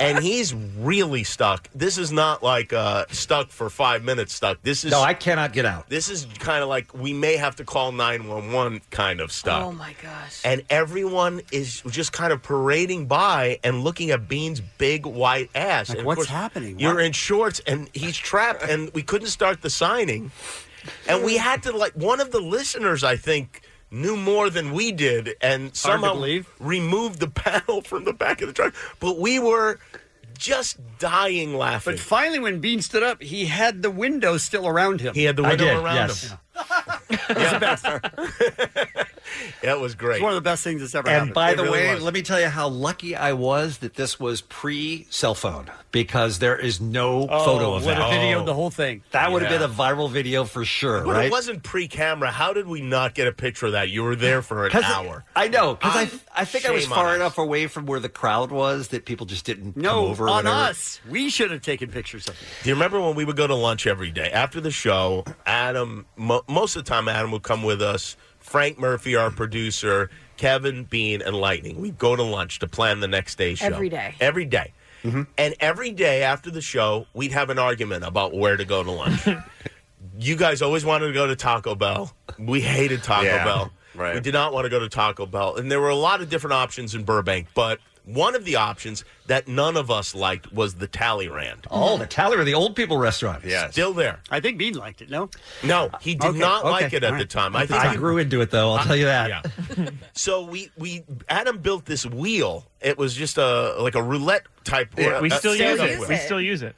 Speaker 24: and he's really stuck. This is not like uh stuck for 5 minutes stuck. This is
Speaker 9: No, I cannot get out.
Speaker 24: This is kind of like we may have to call 911 kind of stuff.
Speaker 4: Oh my gosh.
Speaker 24: And everyone is just kind of parading by and looking at Bean's big white ass.
Speaker 10: Like,
Speaker 24: And of
Speaker 10: what's
Speaker 24: course,
Speaker 10: happening?
Speaker 24: You're
Speaker 10: What-
Speaker 24: in shorts and he's trapped, and we couldn't start the signing. And we had to, like, one of the listeners, I think, knew more than we did and somehow
Speaker 10: believe.
Speaker 24: removed the *laughs* panel from the back of the truck. But we were just dying laughing.
Speaker 10: But finally, when Bean stood up, he had the window still around him.
Speaker 24: He had the window around him.
Speaker 10: *laughs*
Speaker 24: *laughs* Yeah, it was great.
Speaker 10: It's one of the best things that's ever happened.
Speaker 9: And by the way, let me tell you how lucky I was that this was pre cell phone because there is no
Speaker 10: Oh,
Speaker 9: photo of
Speaker 10: would
Speaker 9: that. Oh.
Speaker 10: have videoed the whole thing.
Speaker 9: That would have
Speaker 24: Yeah.
Speaker 9: been a viral video for sure,
Speaker 24: But
Speaker 9: right?
Speaker 24: it wasn't pre-camera. How did we not get a picture of that? You were there for an
Speaker 9: 'Cause
Speaker 24: hour.
Speaker 9: I know because I, I think I was
Speaker 24: shame on
Speaker 9: far
Speaker 24: us.
Speaker 9: enough away from where the crowd was that people just didn't
Speaker 10: No,
Speaker 9: come over. or
Speaker 10: on
Speaker 9: whatever.
Speaker 10: us. We should have taken pictures of it.
Speaker 24: Do you remember when we would go to lunch every day after the show? Adam, mo- most of the time, Adam would come with us. Frank Murphy, our producer, Kevin Bean, and Lightning. We'd go to lunch to plan the next day's show
Speaker 4: Every day.
Speaker 24: Every day.
Speaker 15: Mm-hmm.
Speaker 24: And every day after the show, we'd have an argument about where to go to
Speaker 4: *laughs*
Speaker 24: lunch. you guys always wanted to go to Taco Bell. We hated Taco
Speaker 15: Yeah,
Speaker 24: Bell.
Speaker 15: right.
Speaker 24: We did not want to go to Taco Bell. And there were a lot of different options in Burbank, but one of the options that none of us liked was the Talleyrand.
Speaker 9: Oh, the Talleyrand, the old people restaurant.
Speaker 24: Yeah, still there.
Speaker 10: I think Bean liked it. No,
Speaker 24: No, he did
Speaker 9: Okay,
Speaker 24: not
Speaker 9: okay,
Speaker 24: like it at
Speaker 9: all
Speaker 24: the
Speaker 9: right.
Speaker 24: time. I think
Speaker 9: I
Speaker 24: he-
Speaker 9: grew into it though. I'll
Speaker 24: I-
Speaker 9: tell you that.
Speaker 24: Yeah. so we we Adam built this wheel. It was just a like a roulette type.
Speaker 7: Yeah, we
Speaker 24: uh,
Speaker 7: still use
Speaker 24: setup
Speaker 7: it.
Speaker 24: wheel.
Speaker 7: We still use it.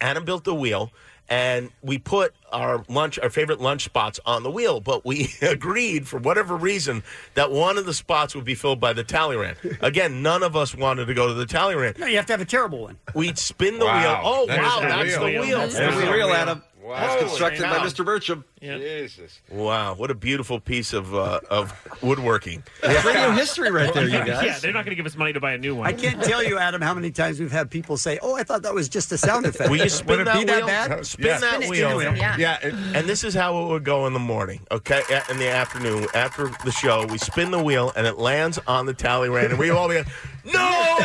Speaker 24: Adam built the wheel, and we put our lunch, our favorite lunch spots on the wheel. But we *laughs* agreed, for whatever reason, that one of the spots would be filled by the Talleyrand. Again, none of us wanted to go to the Talleyrand.
Speaker 10: No, you have to have a terrible one.
Speaker 24: We'd spin the wheel.
Speaker 10: Wow.
Speaker 24: Oh
Speaker 10: That is
Speaker 24: wow,
Speaker 10: the
Speaker 24: that's the
Speaker 10: wheel.
Speaker 24: wheel. Oh,
Speaker 10: That's the That's the wheel, wheel. Adam.
Speaker 9: That's constructed by Mr. Burcham.
Speaker 15: Jesus.
Speaker 24: Wow, what a beautiful piece of uh, of *laughs* woodworking.
Speaker 9: radio history right there, you
Speaker 7: *laughs*
Speaker 9: guys.
Speaker 7: Yeah, they're not going to give us money to buy a new one.
Speaker 10: I can't tell
Speaker 7: *laughs*
Speaker 10: you, Adam, how many times we've had people say, "Oh, I thought that was just a sound effect."
Speaker 24: Will you spin
Speaker 10: Would it
Speaker 24: that
Speaker 10: be
Speaker 24: wheel?
Speaker 10: that bad?
Speaker 24: Spin that wheel.
Speaker 10: Yeah.
Speaker 24: and, and this is how it would go in the morning. Okay, A- in the afternoon after the show, we spin the wheel and it lands on the tally ran, and we all be. No!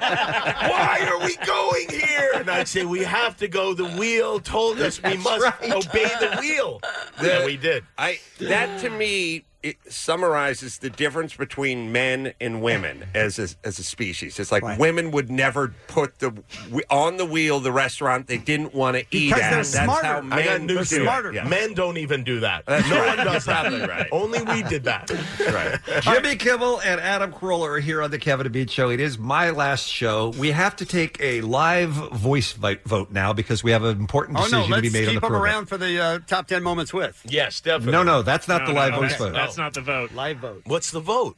Speaker 24: Why are we going here? And I'd say we have to go. The wheel told us we must obey the *laughs* wheel. yeah, we did.
Speaker 15: I that to me it summarizes the difference between men and women as a, as a species. It's like women would never put the w- on the wheel the restaurant they didn't want to eat
Speaker 24: Because
Speaker 15: at.
Speaker 24: they're
Speaker 15: That's
Speaker 24: smarter.
Speaker 15: how men
Speaker 24: I got news
Speaker 15: do
Speaker 24: to you.
Speaker 15: it.
Speaker 24: Yeah. Men don't even do that.
Speaker 15: That's
Speaker 24: no
Speaker 15: right.
Speaker 24: one does that.
Speaker 15: Exactly right.
Speaker 24: Only we did that.
Speaker 9: right. *laughs* Jimmy Kimmel and Adam Carolla are here on the Kevin and Bean Show. It is my last show. We have to take a live voice vi- vote now because we have an important
Speaker 10: Oh
Speaker 9: decision
Speaker 10: no,
Speaker 9: to be
Speaker 10: let's
Speaker 9: made on the
Speaker 10: keep them
Speaker 9: program.
Speaker 10: around for the uh, top ten moments with.
Speaker 24: Yes, definitely.
Speaker 9: No, no, that's not
Speaker 10: No,
Speaker 9: the
Speaker 10: no,
Speaker 9: live
Speaker 10: no,
Speaker 9: voice
Speaker 10: that's-
Speaker 9: vote.
Speaker 10: that's
Speaker 9: Oh.
Speaker 7: not the vote.
Speaker 10: Live vote.
Speaker 24: What's the vote?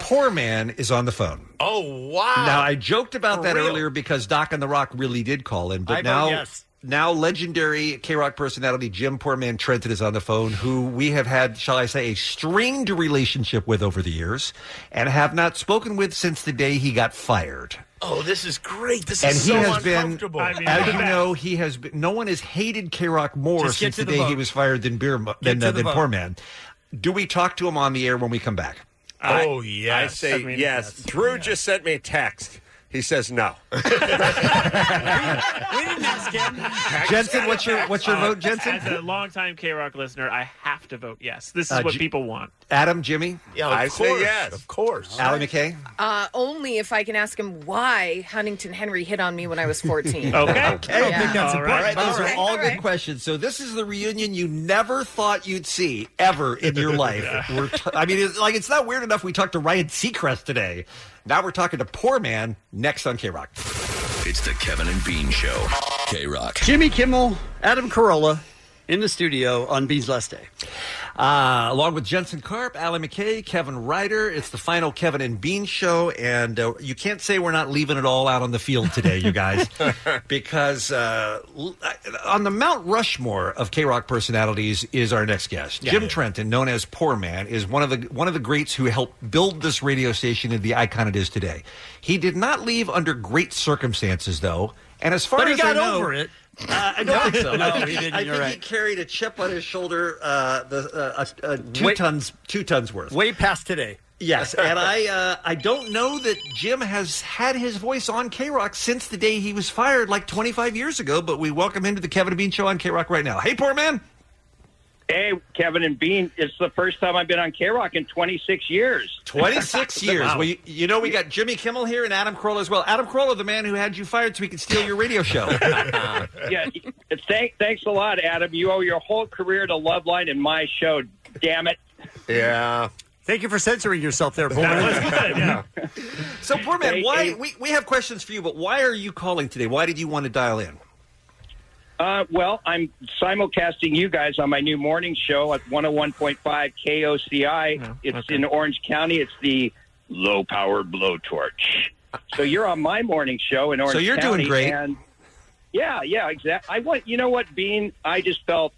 Speaker 9: Poor man is on the phone.
Speaker 24: Oh wow!
Speaker 9: Now I *laughs* joked about
Speaker 24: For
Speaker 9: that
Speaker 24: real?
Speaker 9: earlier because Doc and the Rock really did call in, but
Speaker 24: I vote
Speaker 9: now
Speaker 24: yes.
Speaker 9: now legendary K Rock personality Jim Poor Man Trenton is on the phone, who we have had, shall I say, a strained relationship with over the years, and have not spoken with since the day he got fired.
Speaker 24: Oh, this is great. This
Speaker 9: and
Speaker 24: is
Speaker 9: he
Speaker 24: so
Speaker 9: has been,
Speaker 24: uncomfortable.
Speaker 9: as you know, he has been. No one has hated K Rock more
Speaker 24: Just get
Speaker 9: since
Speaker 24: to
Speaker 9: the,
Speaker 24: the
Speaker 9: day he
Speaker 24: vote.
Speaker 9: was fired than Beer Mo-
Speaker 24: Get
Speaker 9: than,
Speaker 24: to
Speaker 9: uh,
Speaker 24: the
Speaker 9: than
Speaker 24: vote.
Speaker 9: Poor Man. Do we talk to him on the air when we come back?
Speaker 15: I- I say yes. Drew just sent me a text. He says no.
Speaker 10: We didn't ask him.
Speaker 9: Jensen, what's your what's your
Speaker 7: Uh,
Speaker 9: vote, Jensen?
Speaker 7: As a longtime K Rock listener, I have to vote yes. This is
Speaker 9: Uh,
Speaker 7: what
Speaker 9: J-
Speaker 7: people want.
Speaker 9: Adam, Jimmy,
Speaker 7: Yeah, of I say course, yes. of
Speaker 24: course.
Speaker 9: Allie McKay,
Speaker 11: Uh, only if I can ask him why Huntington Henry hit on me when I was *laughs* 14.
Speaker 9: I don't think that's
Speaker 11: Yeah.
Speaker 9: important. Those are all good questions. So this is the reunion you never thought you'd see ever in *laughs* your life. We're t- I mean, it's, like it's not weird enough we talked to Ryan Seacrest today. Now we're talking to Poor Man next on K Rock.
Speaker 13: It's the Kevin and Bean Show. K Rock.
Speaker 10: Jimmy Kimmel, Adam Carolla, in the studio on Bean's Last Day.
Speaker 9: Uh, along with Jensen Karp, Allie McKay, Kevin Ryder. It's the final Kevin and Bean show, and uh, you can't say we're not leaving it all out on the field today,
Speaker 10: *laughs*
Speaker 9: you guys, because uh, l- on the Mount Rushmore of K Rock personalities is our next guest, Jim Trenton, known as Poor Man, is one of the one of the greats who helped build this radio station into the icon it is today. He did not leave under great circumstances, though, and as far
Speaker 10: But he
Speaker 9: as
Speaker 10: got
Speaker 9: I know,
Speaker 10: over it.
Speaker 9: Uh,
Speaker 15: *laughs*
Speaker 9: I don't think so.
Speaker 10: No,
Speaker 9: I think
Speaker 10: he didn't.
Speaker 9: I
Speaker 10: You're
Speaker 9: think he
Speaker 10: right.
Speaker 9: carried a chip on his shoulder, uh,
Speaker 15: *laughs*
Speaker 9: the uh, uh, uh, two
Speaker 10: Way-
Speaker 9: tons, two tons worth.
Speaker 10: Way past today.
Speaker 9: Yes, and I, uh, I don't know that Jim has had his voice on K Rock since the day he was fired, like 25 years ago. But we welcome him to the Kevin and Bean Show on K Rock right now. Hey, poor man.
Speaker 14: Hey, Kevin and Bean, it's the first time I've been on K Rock in 26 years. *laughs*
Speaker 9: 26 years.
Speaker 14: Wow.
Speaker 9: Well, you, you know we got Jimmy Kimmel here and Adam Carolla as well. Adam Carolla, the man who had you fired so he could steal your radio show.
Speaker 14: yeah, it's- thank, thanks a lot, Adam. You owe your whole career to Loveline and my show. Damn it.
Speaker 15: Yeah.
Speaker 10: Thank you for censoring yourself there, boy.
Speaker 9: so, poor man,
Speaker 14: Hey,
Speaker 9: why
Speaker 14: hey.
Speaker 9: we, we have questions for you, but why are you calling today? Why did you want to dial in?
Speaker 14: Uh, well, I'm simulcasting you guys on my new morning show at 101.5 KOCI.
Speaker 9: Oh,
Speaker 14: it's in Orange County. It's the low power blowtorch. So you're on my morning show in Orange
Speaker 9: So
Speaker 14: County.
Speaker 9: you're doing great.
Speaker 14: And yeah, yeah, exactly. I want you know what, Bean. I just felt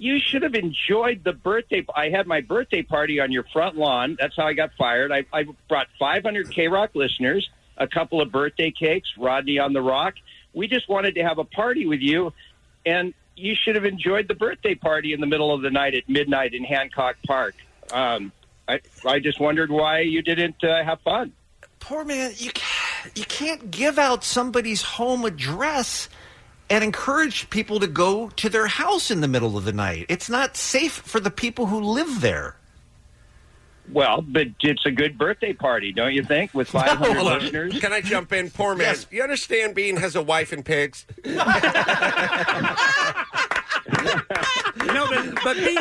Speaker 14: you should have enjoyed the birthday. I had my birthday party on your front lawn. That's how I got fired. I, I brought 500 K Rock listeners, a couple of birthday cakes, Rodney on the Rock. We just wanted to have a party with you, and you should have enjoyed the birthday party in the middle of the night at midnight in Hancock Park. Um, I, I just wondered why you didn't uh, have fun.
Speaker 9: poor man, you ca- you can't give out somebody's home address and encourage people to go to their house in the middle of the night. It's not safe for the people who live there.
Speaker 14: Well, but it's a good birthday party, don't you think?
Speaker 15: *laughs*
Speaker 14: With 500
Speaker 15: Hold on.
Speaker 14: listeners.
Speaker 15: Can I jump in? Poor man. You understand Bean has a wife and pigs?
Speaker 10: no, but but Bean,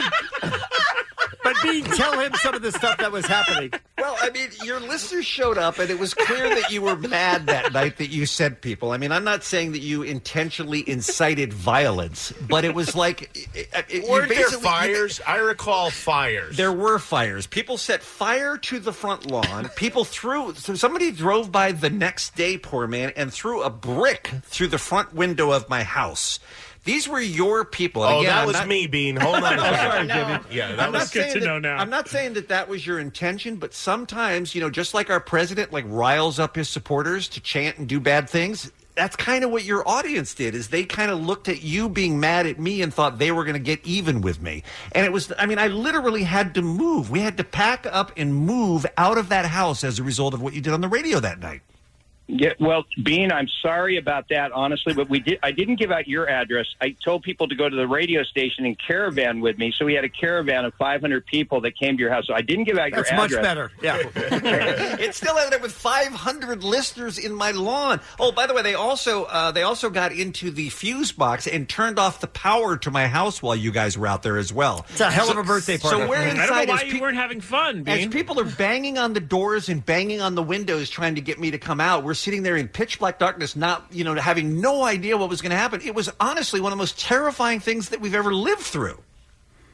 Speaker 10: but Bean, tell him some of the stuff that was happening.
Speaker 9: Well, I mean, your listeners showed up, and it was clear that you were
Speaker 15: *laughs*
Speaker 9: mad that night that you sent people. I mean, I'm not saying that you intentionally incited violence, but it was like it, it- you
Speaker 24: Weren't there
Speaker 9: basically- you-
Speaker 24: fires? I recall fires.
Speaker 9: There were fires. People set fire to the front lawn. People threw. So somebody drove by the next day, poor man, and threw a brick through the front window of my house. These were your people. And
Speaker 24: Oh,
Speaker 9: again,
Speaker 24: that
Speaker 9: I'm
Speaker 24: was
Speaker 9: not-
Speaker 24: me, Bean. Hold on
Speaker 9: *laughs*
Speaker 24: a
Speaker 9: Oh,
Speaker 24: second.
Speaker 9: sorry, Jimmy.
Speaker 24: Yeah, that
Speaker 9: I'm
Speaker 24: was
Speaker 9: not
Speaker 24: good
Speaker 9: saying
Speaker 24: to
Speaker 9: that-
Speaker 24: know now.
Speaker 9: I'm not saying that that was your intention, but sometimes, you know, just like our president, like riles up his supporters to chant and do bad things. That's kind of what your audience did. Is they kind of looked at you being mad at me and thought they were going to get even with me. And it was, I mean, I literally had to move. We had to pack up and move out of that house as a result of what you did on the radio that night.
Speaker 14: Yeah, well, Bean, I'm sorry about that, honestly, but we did. I didn't give out your address. I told people to go to the radio station and caravan with me, so we had a caravan of 500 people that came to your house. So I didn't give out
Speaker 9: That's
Speaker 14: your
Speaker 9: much
Speaker 14: address.
Speaker 9: better. *laughs* it still ended up with 500 listeners in my lawn. Oh, by the way, they also uh, they also got into the fuse box and turned off the power to my house while you guys were out there as well.
Speaker 10: It's a hell of a birthday party.
Speaker 9: So we're
Speaker 10: I don't know
Speaker 9: inside.
Speaker 10: why
Speaker 9: as
Speaker 10: you
Speaker 7: weren't having fun.
Speaker 9: As
Speaker 10: Bean.
Speaker 9: people are banging on the doors and banging on the windows, trying to get me to come out, we're sitting there in pitch black darkness, not you know, having no idea what was going to happen. It was honestly one of the most terrifying things that we've ever lived through.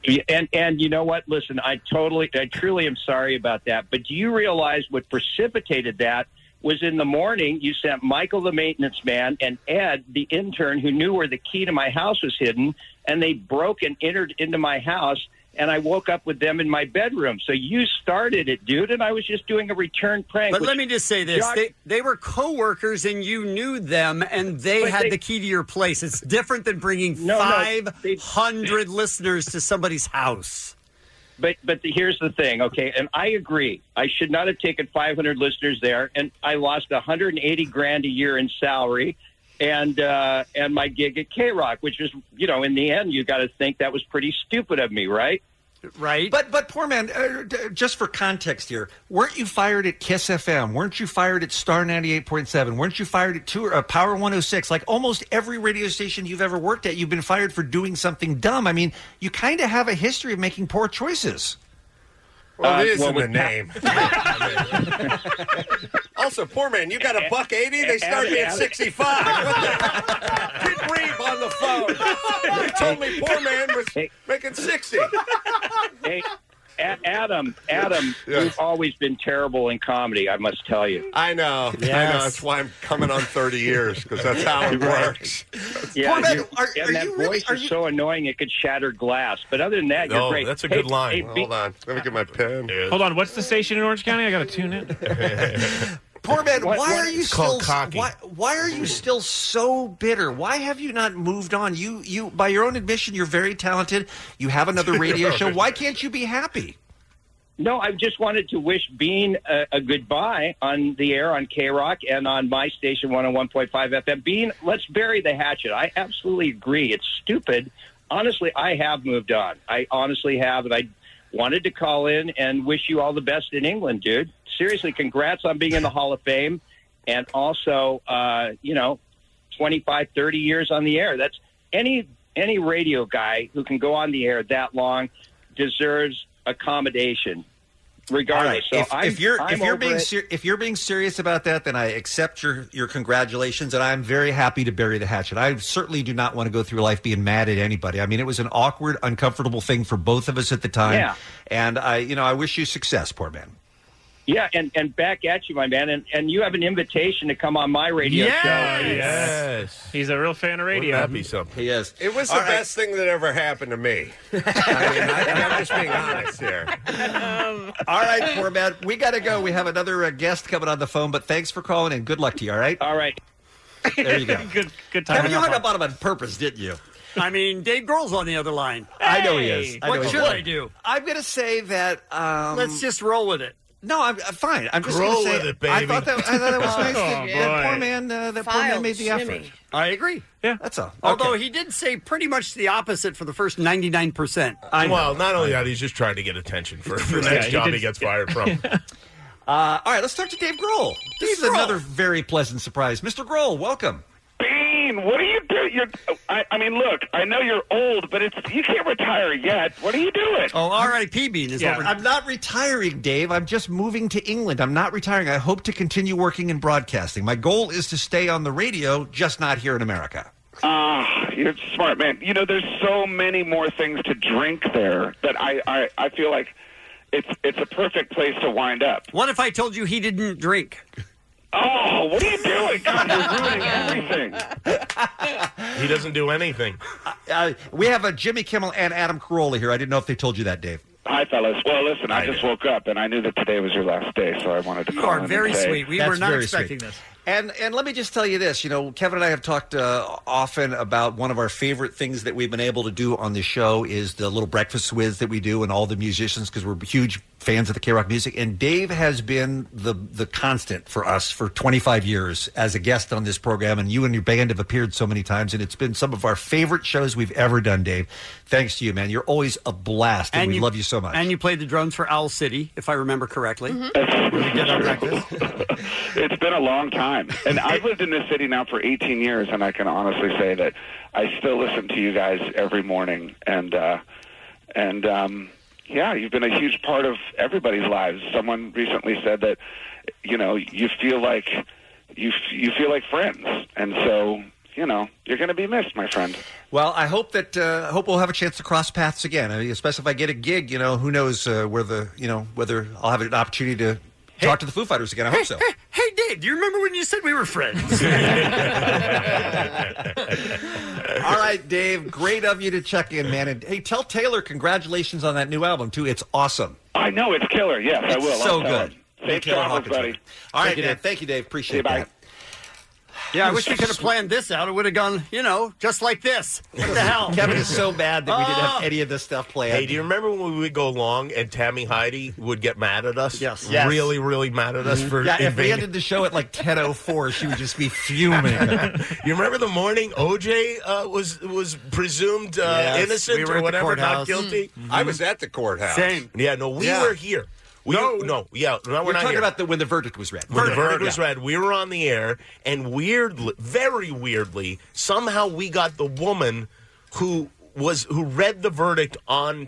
Speaker 14: Yeah, And and you know what? Listen, I totally, I truly am sorry about that. But do you realize what precipitated that? Was in the morning you sent Michael the maintenance man and Ed the intern who knew where the key to my house was hidden, and they broke and entered into my house, and I woke up with them in my bedroom. So you started it, dude, and I was just doing a return prank.
Speaker 10: But
Speaker 14: which-
Speaker 10: let me just say this:
Speaker 14: Jock-
Speaker 10: they, they were coworkers, and you knew them, and they
Speaker 14: But
Speaker 10: had
Speaker 14: they-
Speaker 10: the key to your place. It's different than bringing
Speaker 14: No, no,
Speaker 10: five hundred listeners to somebody's house.
Speaker 14: But but the, here's the thing, okay? And I agree. I should not have taken 500 listeners there, and I lost 180 grand a year in salary, and uh, and my gig at K Rock, which is you know in the end you got to think that was pretty stupid of me, right?
Speaker 10: Right.
Speaker 9: But but poor man, uh, d- just for context here, weren't you fired at Kiss FM? Weren't you fired at Star 98.7? Weren't you fired at Tour, uh, Power 106? Like almost every radio station you've ever worked at, you've been fired for doing something dumb. I mean, you kind of have a history of making poor choices.
Speaker 15: Well, it
Speaker 9: Uh,
Speaker 15: is
Speaker 9: well,
Speaker 15: in the
Speaker 9: with Pat-
Speaker 15: name. *laughs* also, poor man, you got a buck eighty. They start you at sixty-five. *laughs* What the- Kid Reeb on the
Speaker 9: *laughs*
Speaker 15: phone. He told me poor man was making sixty.
Speaker 14: Hey, A- Adam, Adam, you've always been terrible in comedy, I must tell you.
Speaker 15: I know. I know. That's why I'm coming on thirty years because that's how it
Speaker 14: Right.
Speaker 15: works.
Speaker 14: *laughs* Yeah,
Speaker 15: Poor man,
Speaker 14: you're-
Speaker 15: are-
Speaker 14: and
Speaker 15: are
Speaker 14: that
Speaker 15: you
Speaker 14: voice
Speaker 15: really- are
Speaker 14: is
Speaker 15: you-
Speaker 14: so annoying it could shatter glass. But other than that, you're
Speaker 15: No,
Speaker 14: great.
Speaker 15: that's a
Speaker 14: Hey,
Speaker 15: good line.
Speaker 14: hey,
Speaker 15: Hold on. Let me get my pen.
Speaker 7: Hold on. What's the station in Orange County? I got to tune
Speaker 9: *laughs*
Speaker 7: in. Oh,
Speaker 9: Poor man,
Speaker 7: What-
Speaker 9: why
Speaker 7: what-
Speaker 9: are you
Speaker 7: It's called
Speaker 9: still
Speaker 7: cocky.
Speaker 9: why why are you still so bitter? Why have you not moved on? You you by your own admission, you're very talented. You have *laughs* another radio show. Why can't you be happy?
Speaker 14: No, I just wanted to wish Bean a, a goodbye on the air on K Rock and on my station 101.5 FM. Bean, let's bury the hatchet. I absolutely agree. It's stupid. Honestly, I have moved on. I honestly have. And I wanted to call in and wish you all the best in England, dude. Seriously, congrats on being in the Hall of Fame. And also, uh, you know, 25, 30 years on the air. That's any any radio guy who can go on the air that long deserves accommodation, regardless.
Speaker 9: All right.
Speaker 14: So
Speaker 9: if,
Speaker 14: I'm,
Speaker 9: if you're
Speaker 14: I'm
Speaker 9: if you're
Speaker 14: over
Speaker 9: being
Speaker 14: it.
Speaker 9: ser- if you're being serious about that, then I accept your your congratulations, and I'm very happy to bury the hatchet. I certainly do not want to go through life being mad at anybody. I mean, it was an awkward, uncomfortable thing for both of us at the time.
Speaker 14: Yeah.
Speaker 9: And I, you know, I wish you success, poor man.
Speaker 14: yeah, and, and back at you, my man, and, and you have an invitation to come on my radio
Speaker 15: Yes!
Speaker 14: show.
Speaker 15: Yes.
Speaker 7: He's a real fan of
Speaker 15: radio.
Speaker 14: Wouldn't that
Speaker 15: be
Speaker 1: something?
Speaker 9: He is.
Speaker 15: It was the best thing that ever happened to me. I mean, I, I'm just being honest *laughs* here. Um,
Speaker 9: All right, poor man. We got to go. We have another uh, guest coming on the phone, but thanks for calling and good luck to you. All right.
Speaker 14: All right. *laughs*
Speaker 9: There you go.
Speaker 7: good. Good
Speaker 9: time. You hung up on him on purpose, didn't you?
Speaker 10: I mean, Dave Grohl's on the other line.
Speaker 9: I know he is. I
Speaker 10: what
Speaker 9: know he
Speaker 10: should
Speaker 9: is.
Speaker 10: I do?
Speaker 9: I'm going to say that. Um,
Speaker 10: Let's just roll with it.
Speaker 9: No, I'm uh, fine. I'm just
Speaker 10: Roll
Speaker 9: gonna say
Speaker 10: with it,
Speaker 9: I
Speaker 10: baby.
Speaker 9: thought that, I thought
Speaker 10: *laughs*
Speaker 9: that *laughs* was
Speaker 10: Oh,
Speaker 9: nice. that, that
Speaker 10: boy.
Speaker 9: poor man. Uh, that poor
Speaker 10: File
Speaker 9: man made the
Speaker 10: shimmy.
Speaker 9: effort.
Speaker 10: I agree.
Speaker 7: Yeah,
Speaker 9: that's all.
Speaker 10: Although he did say pretty much the opposite for the first ninety nine percent.
Speaker 24: well, not only that, he's just trying to get attention for, for the
Speaker 10: Yeah,
Speaker 24: next
Speaker 10: he
Speaker 24: job
Speaker 10: did-
Speaker 24: he gets fired from.
Speaker 9: Uh, all right, let's talk to Dave Grohl. This is another very pleasant surprise, Mr. Grohl. Welcome.
Speaker 29: Bean, what are you doing? You're, I, I mean, look, I know you're old, but it's you can't retire yet. What are you doing?
Speaker 9: Oh,
Speaker 10: R.I.P. Bean
Speaker 29: is what we're-
Speaker 9: I'm not retiring, Dave. I'm just moving to England. I'm not retiring. I hope to continue working in broadcasting. My goal is to stay on the radio, just not here in America.
Speaker 29: Ah, you're a smart man. You know, there's so many more things to drink there that I, I, I feel like it's it's a perfect place to wind up.
Speaker 10: What if I told you he didn't drink?
Speaker 29: Oh, what are you doing? God, you're ruining everything.
Speaker 24: He doesn't do anything.
Speaker 9: Uh, we have a Jimmy Kimmel and Adam Carolla here. I didn't know if they told you that, Dave.
Speaker 29: Hi, fellas. Well, listen, I, just woke up and I knew that today was your last day, so I wanted to
Speaker 9: You
Speaker 29: call
Speaker 9: are
Speaker 29: in and
Speaker 9: very
Speaker 29: say-
Speaker 9: sweet. We That's were not very expecting sweet.
Speaker 10: this.
Speaker 9: Oh, And and let me just tell you this, you know, Kevin and I have talked uh, often about one of our favorite things that we've been able to do on the show is the little breakfast whiz that we do and all the musicians because we're huge fans of the K-Rock music and Dave has been the the constant for us for 25 years as a guest on this program and you and your band have appeared so many times and it's been some of our favorite shows we've ever done, Dave. Thanks to you, man. You're always a blast and, we love you so much.
Speaker 10: And you played the drums for Owl City, if I remember correctly.
Speaker 29: Mm-hmm.
Speaker 10: When we did our breakfast.
Speaker 29: It's been a long time. And I've lived in this city now for 18 years, and I can honestly say that I still listen to you guys every morning. And, uh, and, um, yeah, you've been a huge part of everybody's lives. Someone recently said that, you know, you feel like, you, f- you feel like friends. And so, you know, you're going to be missed, my friend.
Speaker 9: Well, I hope that uh, I hope we'll have a chance to cross paths again. I mean, especially if I get a gig, you know, who knows uh, where the you know whether I'll have an opportunity to talk to the Foo Fighters again. I hope so.
Speaker 10: Hey, Dave, do you remember when you said we were friends?
Speaker 9: *laughs* All right, Dave, great of you to check in, man. And hey, tell Taylor congratulations on that new album too. It's awesome.
Speaker 29: I know, it's killer. Yes, I
Speaker 9: It's
Speaker 29: will. I'll
Speaker 9: So
Speaker 29: tell
Speaker 9: good.
Speaker 29: him.
Speaker 9: Hey,
Speaker 29: Safe travels,
Speaker 9: Hawkins.
Speaker 29: buddy.
Speaker 9: All right,
Speaker 29: Thank you,
Speaker 9: man.
Speaker 29: Dave.
Speaker 9: Thank you, Dave. Appreciate
Speaker 29: See you,
Speaker 9: that.
Speaker 29: bye.
Speaker 10: Yeah, I wish we could have planned this out. It would have gone, you know, just like this. What the hell? *laughs*
Speaker 9: Kevin is so bad that we didn't have
Speaker 24: Oh.
Speaker 9: any of this stuff planned.
Speaker 24: Hey, do you remember when we would go long and Tammy Heidi would get mad at us? Yes. Mm-hmm.
Speaker 9: Yes.
Speaker 24: Really, really mad at us for
Speaker 9: yeah, if we
Speaker 24: invading.
Speaker 9: ended the show at like ten oh four, she would just be fuming.
Speaker 24: you remember the morning OJ uh, was was presumed uh,
Speaker 15: Yes,
Speaker 24: innocent
Speaker 15: we were at
Speaker 24: or
Speaker 15: the
Speaker 24: whatever,
Speaker 15: courthouse.
Speaker 24: not guilty?
Speaker 15: Mm. I was at the courthouse. Same.
Speaker 24: Yeah, no, we
Speaker 15: Yeah.
Speaker 24: were here. We, no, no, yeah, no, we're,
Speaker 9: We're
Speaker 24: not
Speaker 9: talking
Speaker 24: here.
Speaker 9: about the when the verdict was read.
Speaker 24: When the verdict was read, we were on the air, and weirdly, very weirdly, somehow we got the woman who was who read the verdict on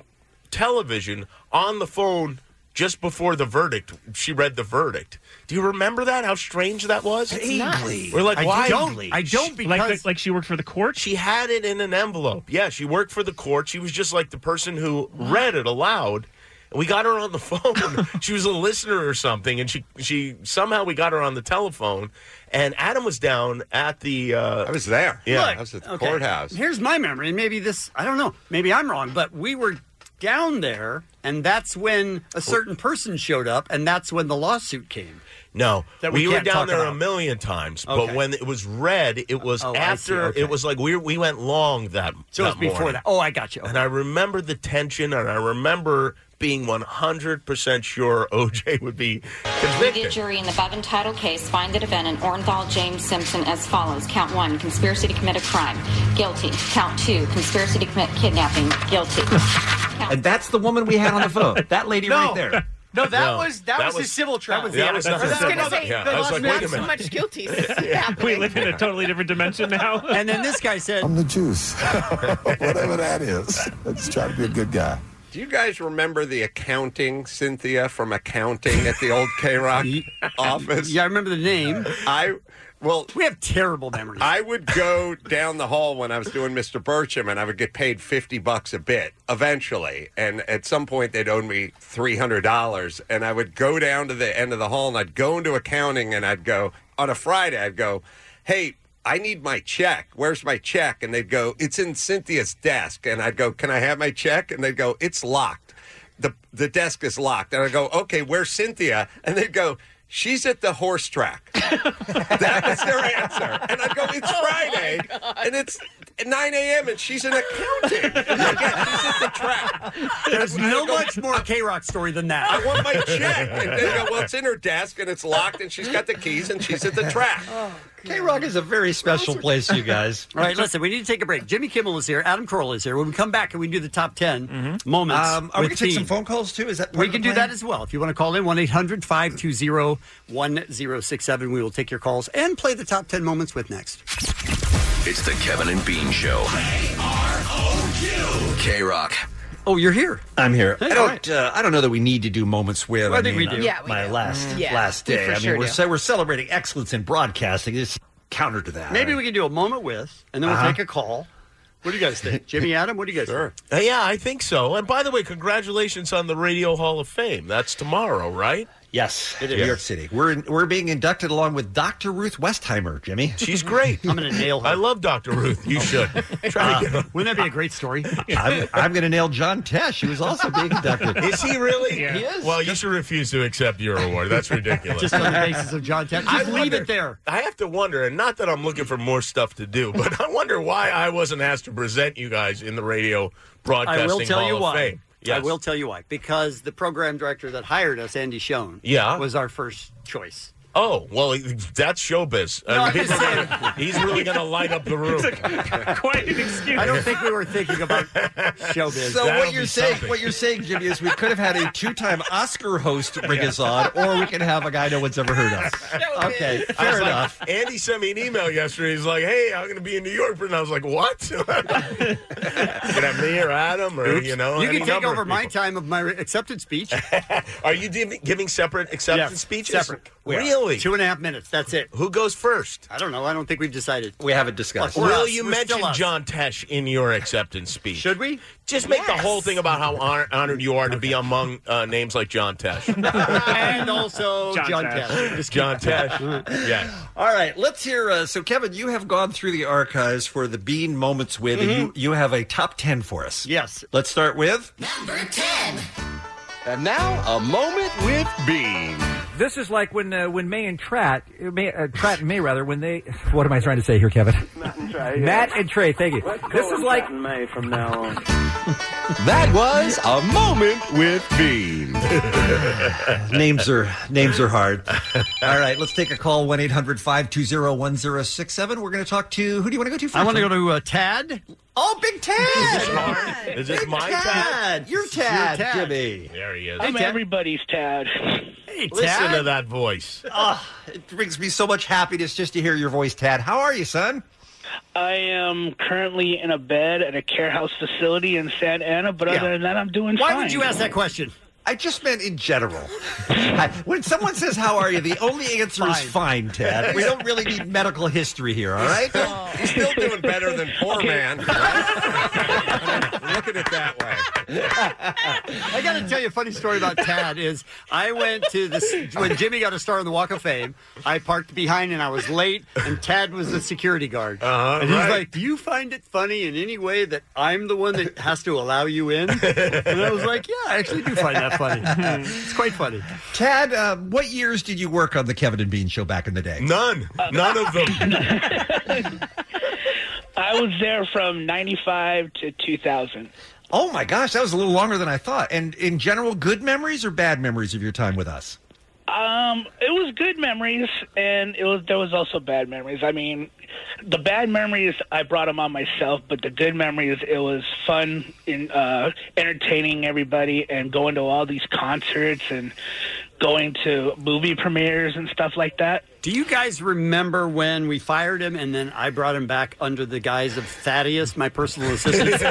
Speaker 24: television on the phone just before the verdict. She read the verdict. Do you remember that? How strange that was.
Speaker 2: Vaguely.
Speaker 24: We're like,
Speaker 2: I
Speaker 24: why?
Speaker 2: don't- I don't Like the- because-
Speaker 24: like she worked for the court. She had it in an envelope. Yeah, she worked for the court. She was just like the person who read it aloud. And We got her on the *laughs* phone. she was a listener or something, and she she somehow we got her on the telephone. And Adam was down at the. Uh, I
Speaker 15: was there.
Speaker 24: Yeah,
Speaker 10: Look, okay, Here's my memory. Maybe this, I don't know. Maybe I'm wrong, but we were down there, and that's when a certain person showed up, and that's when the lawsuit came.
Speaker 24: No,
Speaker 10: That we
Speaker 24: we, were
Speaker 10: can't
Speaker 24: down
Speaker 10: talk
Speaker 24: there
Speaker 10: about.
Speaker 24: a million times,
Speaker 10: Okay.
Speaker 24: but when it was read, it was
Speaker 10: Oh, I see.
Speaker 24: after.
Speaker 10: Okay.
Speaker 24: It was like we we went long that.
Speaker 10: So it was
Speaker 24: that
Speaker 10: before
Speaker 24: morning.
Speaker 10: that. Oh, I got you.
Speaker 24: And I remember the tension, and I remember being one hundred percent sure *laughs* OJ would be
Speaker 27: Media
Speaker 24: convicted.
Speaker 27: jury in the above entitled case find the defendant Orenthal James Simpson as follows. Count one, conspiracy to commit a crime, guilty. Count two, conspiracy to commit kidnapping, guilty.
Speaker 9: And that's the woman we had on the phone. That *laughs* lady
Speaker 27: No.
Speaker 9: right there.
Speaker 27: No, that
Speaker 9: No,
Speaker 27: was- that was his
Speaker 10: civil trial.
Speaker 27: was
Speaker 2: the Yeah, that was
Speaker 10: I was
Speaker 2: the-
Speaker 10: gonna say,
Speaker 2: yeah,
Speaker 10: the
Speaker 2: I was
Speaker 10: last
Speaker 2: like, wait a
Speaker 7: *laughs*
Speaker 10: minute.
Speaker 2: minute.
Speaker 10: much guilty.
Speaker 2: we live in a totally different dimension now.
Speaker 10: And then this guy said,
Speaker 5: I'm the juice. *laughs* Whatever that is. Let's try to be a good guy.
Speaker 15: Do you guys remember the accounting, Cynthia, from accounting at the old K Rock office? Yeah,
Speaker 10: I remember the name.
Speaker 15: I well,
Speaker 10: we have terrible memories.
Speaker 15: I would go down the hall when I was doing Mr. Burcham, and I would get paid fifty bucks a bit eventually. And at some point, they'd own me three hundred dollars, and I would go down to the end of the hall, and I'd go into accounting, and I'd go on a Friday, I'd go, hey. I need my check. Where's my check? And they'd go, It's in Cynthia's desk. And I'd go, Can I have my check? And they'd go, It's locked the the desk is locked. And I go, okay, where's Cynthia? And they go, she's at the horse track. that was their answer. And I
Speaker 24: oh,
Speaker 15: go,
Speaker 5: *laughs* Oh
Speaker 15: it's Friday, and it's 9 a.m. and she's an accountant. And I go, she's at the track.
Speaker 10: *laughs* There's
Speaker 15: And I
Speaker 10: no
Speaker 15: go,
Speaker 10: much more K Rock story than that.
Speaker 15: I want my
Speaker 10: *laughs*
Speaker 15: check. And they go, well, it's in her desk and it's locked, and she's got the keys and she's at the track.
Speaker 9: K Rock is a very special place, you guys.
Speaker 10: All right, listen, we need to take a break. Jimmy Kimmel is here. Adam Carolla is here. When we come back and we do the top 10 moments.
Speaker 9: Um, are we
Speaker 10: with
Speaker 9: gonna take
Speaker 10: Teen.
Speaker 9: some phone calls too? Is that part
Speaker 10: We
Speaker 9: of
Speaker 10: can
Speaker 9: the
Speaker 10: do
Speaker 9: plan?
Speaker 10: that as well. If you want to call in, 1 800 520 1067. We will take your calls and play the top 10 moments with next.
Speaker 13: It's the Kevin and Bean Show. K Rock.
Speaker 10: Oh, you're here.
Speaker 9: I'm here.
Speaker 10: Hey,
Speaker 9: I
Speaker 10: all
Speaker 9: don't. Uh, I don't know that we need to do moments with.
Speaker 10: Well, I think we do.
Speaker 9: uh,
Speaker 10: Yeah, we
Speaker 9: my
Speaker 10: do.
Speaker 9: last
Speaker 10: Mm. Yeah,
Speaker 9: last
Speaker 10: we
Speaker 9: day.
Speaker 10: for
Speaker 9: I mean,
Speaker 10: sure
Speaker 9: we're
Speaker 10: do.
Speaker 9: ce- we're celebrating excellence in broadcasting. This counter to that.
Speaker 10: Maybe we can do a moment with, and then we'll
Speaker 9: Uh-huh.
Speaker 10: take a call. What do you guys think? Jimmy Adam, what do you guys think?
Speaker 24: Uh, yeah, I think so. And by the way, congratulations on the Radio Hall of Fame. That's tomorrow, right?
Speaker 9: Yes,
Speaker 28: It
Speaker 9: New
Speaker 28: is.
Speaker 9: York City. We're in, we're being inducted along with Dr. Ruth Westheimer, Jimmy.
Speaker 24: She's
Speaker 9: *laughs*
Speaker 24: great.
Speaker 9: I'm going to nail her. I
Speaker 24: love Dr.
Speaker 6: *laughs*
Speaker 24: Ruth. You
Speaker 10: *laughs*
Speaker 24: should.
Speaker 9: Try to get
Speaker 10: Wouldn't that be a great story?
Speaker 9: Uh, I'm, I'm going to nail John Tesh. He was also being inducted.
Speaker 24: Is he really?
Speaker 9: He is.
Speaker 24: Well, you should refuse to accept your award. That's ridiculous.
Speaker 9: Just on the basis
Speaker 10: of John Tech.
Speaker 24: Just leave it there. I have to wonder, and not that I'm looking for more stuff to do, but I wonder why I wasn't asked to present you guys in the radio broadcasting
Speaker 10: I will tell
Speaker 24: Hall
Speaker 10: you
Speaker 24: of
Speaker 10: why.
Speaker 24: Fame. Yes.
Speaker 10: I will tell you why. Because the program director that hired us, Andy Schoen,
Speaker 24: Yeah.
Speaker 10: was our first choice.
Speaker 24: Oh well, that's showbiz. I
Speaker 10: No,
Speaker 24: mean,
Speaker 10: I'm just
Speaker 24: people are gonna- he's really going to light up the room.
Speaker 10: Quite an excuse. I don't think we were thinking about showbiz.
Speaker 9: So what you're saying, what you're saying, Jimmy, is we could have had a two-time Oscar host bring us on, or we could have a guy no one's ever heard of. Okay,
Speaker 24: I
Speaker 9: fair
Speaker 24: was like-
Speaker 9: enough.
Speaker 24: Andy sent me an email yesterday. He's like, "Hey, I'm going to be in New York," and I was like, "What?" *laughs* Could have me or Adam or
Speaker 10: Oops.
Speaker 24: you know?
Speaker 10: you
Speaker 24: any
Speaker 10: can take
Speaker 24: number of
Speaker 10: over my
Speaker 24: people.
Speaker 10: time of my re- acceptance speech.
Speaker 24: *laughs* Are you giving, giving separate acceptance
Speaker 10: Yeah,
Speaker 24: speeches?
Speaker 10: Separate.
Speaker 24: Really?
Speaker 10: Two and a half minutes. That's it.
Speaker 24: Who goes first?
Speaker 10: I don't know. I don't think we've decided.
Speaker 9: We haven't discussed.
Speaker 24: Will you mention John Tesh in your acceptance speech? Should
Speaker 10: we?
Speaker 24: Just make the whole thing about how honor, honored you are to be among uh, names like John Tesh.
Speaker 10: and also John, Tesh.
Speaker 24: John Tesh. yeah.
Speaker 9: *laughs* All right, let's hear. Uh, so, Kevin, you have gone through the archives for the Bean moments with, and you, you have a top ten for us.
Speaker 10: Yes.
Speaker 9: Let's start with.
Speaker 6: And now a moment with Bean. This is like when uh, when May and Trat, uh, May, uh, Trat and May rather, when they. What am I trying to say here, Kevin? Matt and Trey, thank you. This is like
Speaker 13: May from now on.
Speaker 6: that was a moment with Bean.
Speaker 9: *laughs* names are names are hard. All right, let's take a call 1-800-520-1067. We're going to talk to who do you want to go to first?
Speaker 10: I want to go to uh, Tad.
Speaker 9: Oh, Big Tad.
Speaker 24: Is this
Speaker 9: Big
Speaker 24: my
Speaker 9: Tad.
Speaker 24: Tad?
Speaker 9: Your
Speaker 24: This is your
Speaker 9: Tad,
Speaker 24: Tad.
Speaker 9: Jimmy.
Speaker 24: There he is.
Speaker 9: Hey,
Speaker 14: I'm
Speaker 9: Tad.
Speaker 14: everybody's Tad.
Speaker 9: Hey,
Speaker 24: Listen to that voice.
Speaker 10: Oh,
Speaker 9: it brings me so much happiness just to hear your voice, Tad. How are you, son?
Speaker 16: I am currently in a bed at a care house facility in Santa Ana, but
Speaker 9: Yeah.
Speaker 16: other than that, I'm doing
Speaker 9: Why
Speaker 16: fine.
Speaker 9: would you ask that
Speaker 10: question?
Speaker 9: I just meant in general. *laughs* I- when someone says "How are you," the
Speaker 16: *laughs*
Speaker 9: only answer is fine, Tad. We don't really need medical history here. All right.
Speaker 15: He's still doing better than poor man.
Speaker 9: Look at it that way.
Speaker 10: I got to tell you a funny story about Tad. Is I went to this when Jimmy got a star on the Walk of Fame. I parked behind and I was late, and Tad was the security guard.
Speaker 24: Uh-huh,
Speaker 10: and he's
Speaker 24: right.
Speaker 10: like, "Do you find it funny in any way that I'm the one that has to allow
Speaker 24: *laughs*
Speaker 10: you in?" And I was like, "Yeah, I actually do find that funny. it's quite funny."
Speaker 9: *laughs* Tad, uh, what years did you work on the Kevin and Bean show back in the day?
Speaker 24: None. None of them.
Speaker 16: *laughs* I was there from 95 to 2000.
Speaker 9: Oh my gosh, that was a little longer than I thought. And in general, good memories or bad memories of your time with us?
Speaker 16: Um, it was good memories, and it was there was also bad memories. I mean, the bad memories I brought them on myself, but the good memories it was fun in uh, entertaining everybody and going to all these concerts and going to movie premieres and stuff like that.
Speaker 10: Do you guys remember when we fired him and then I brought him back under the guise of Thaddeus, my personal assistant?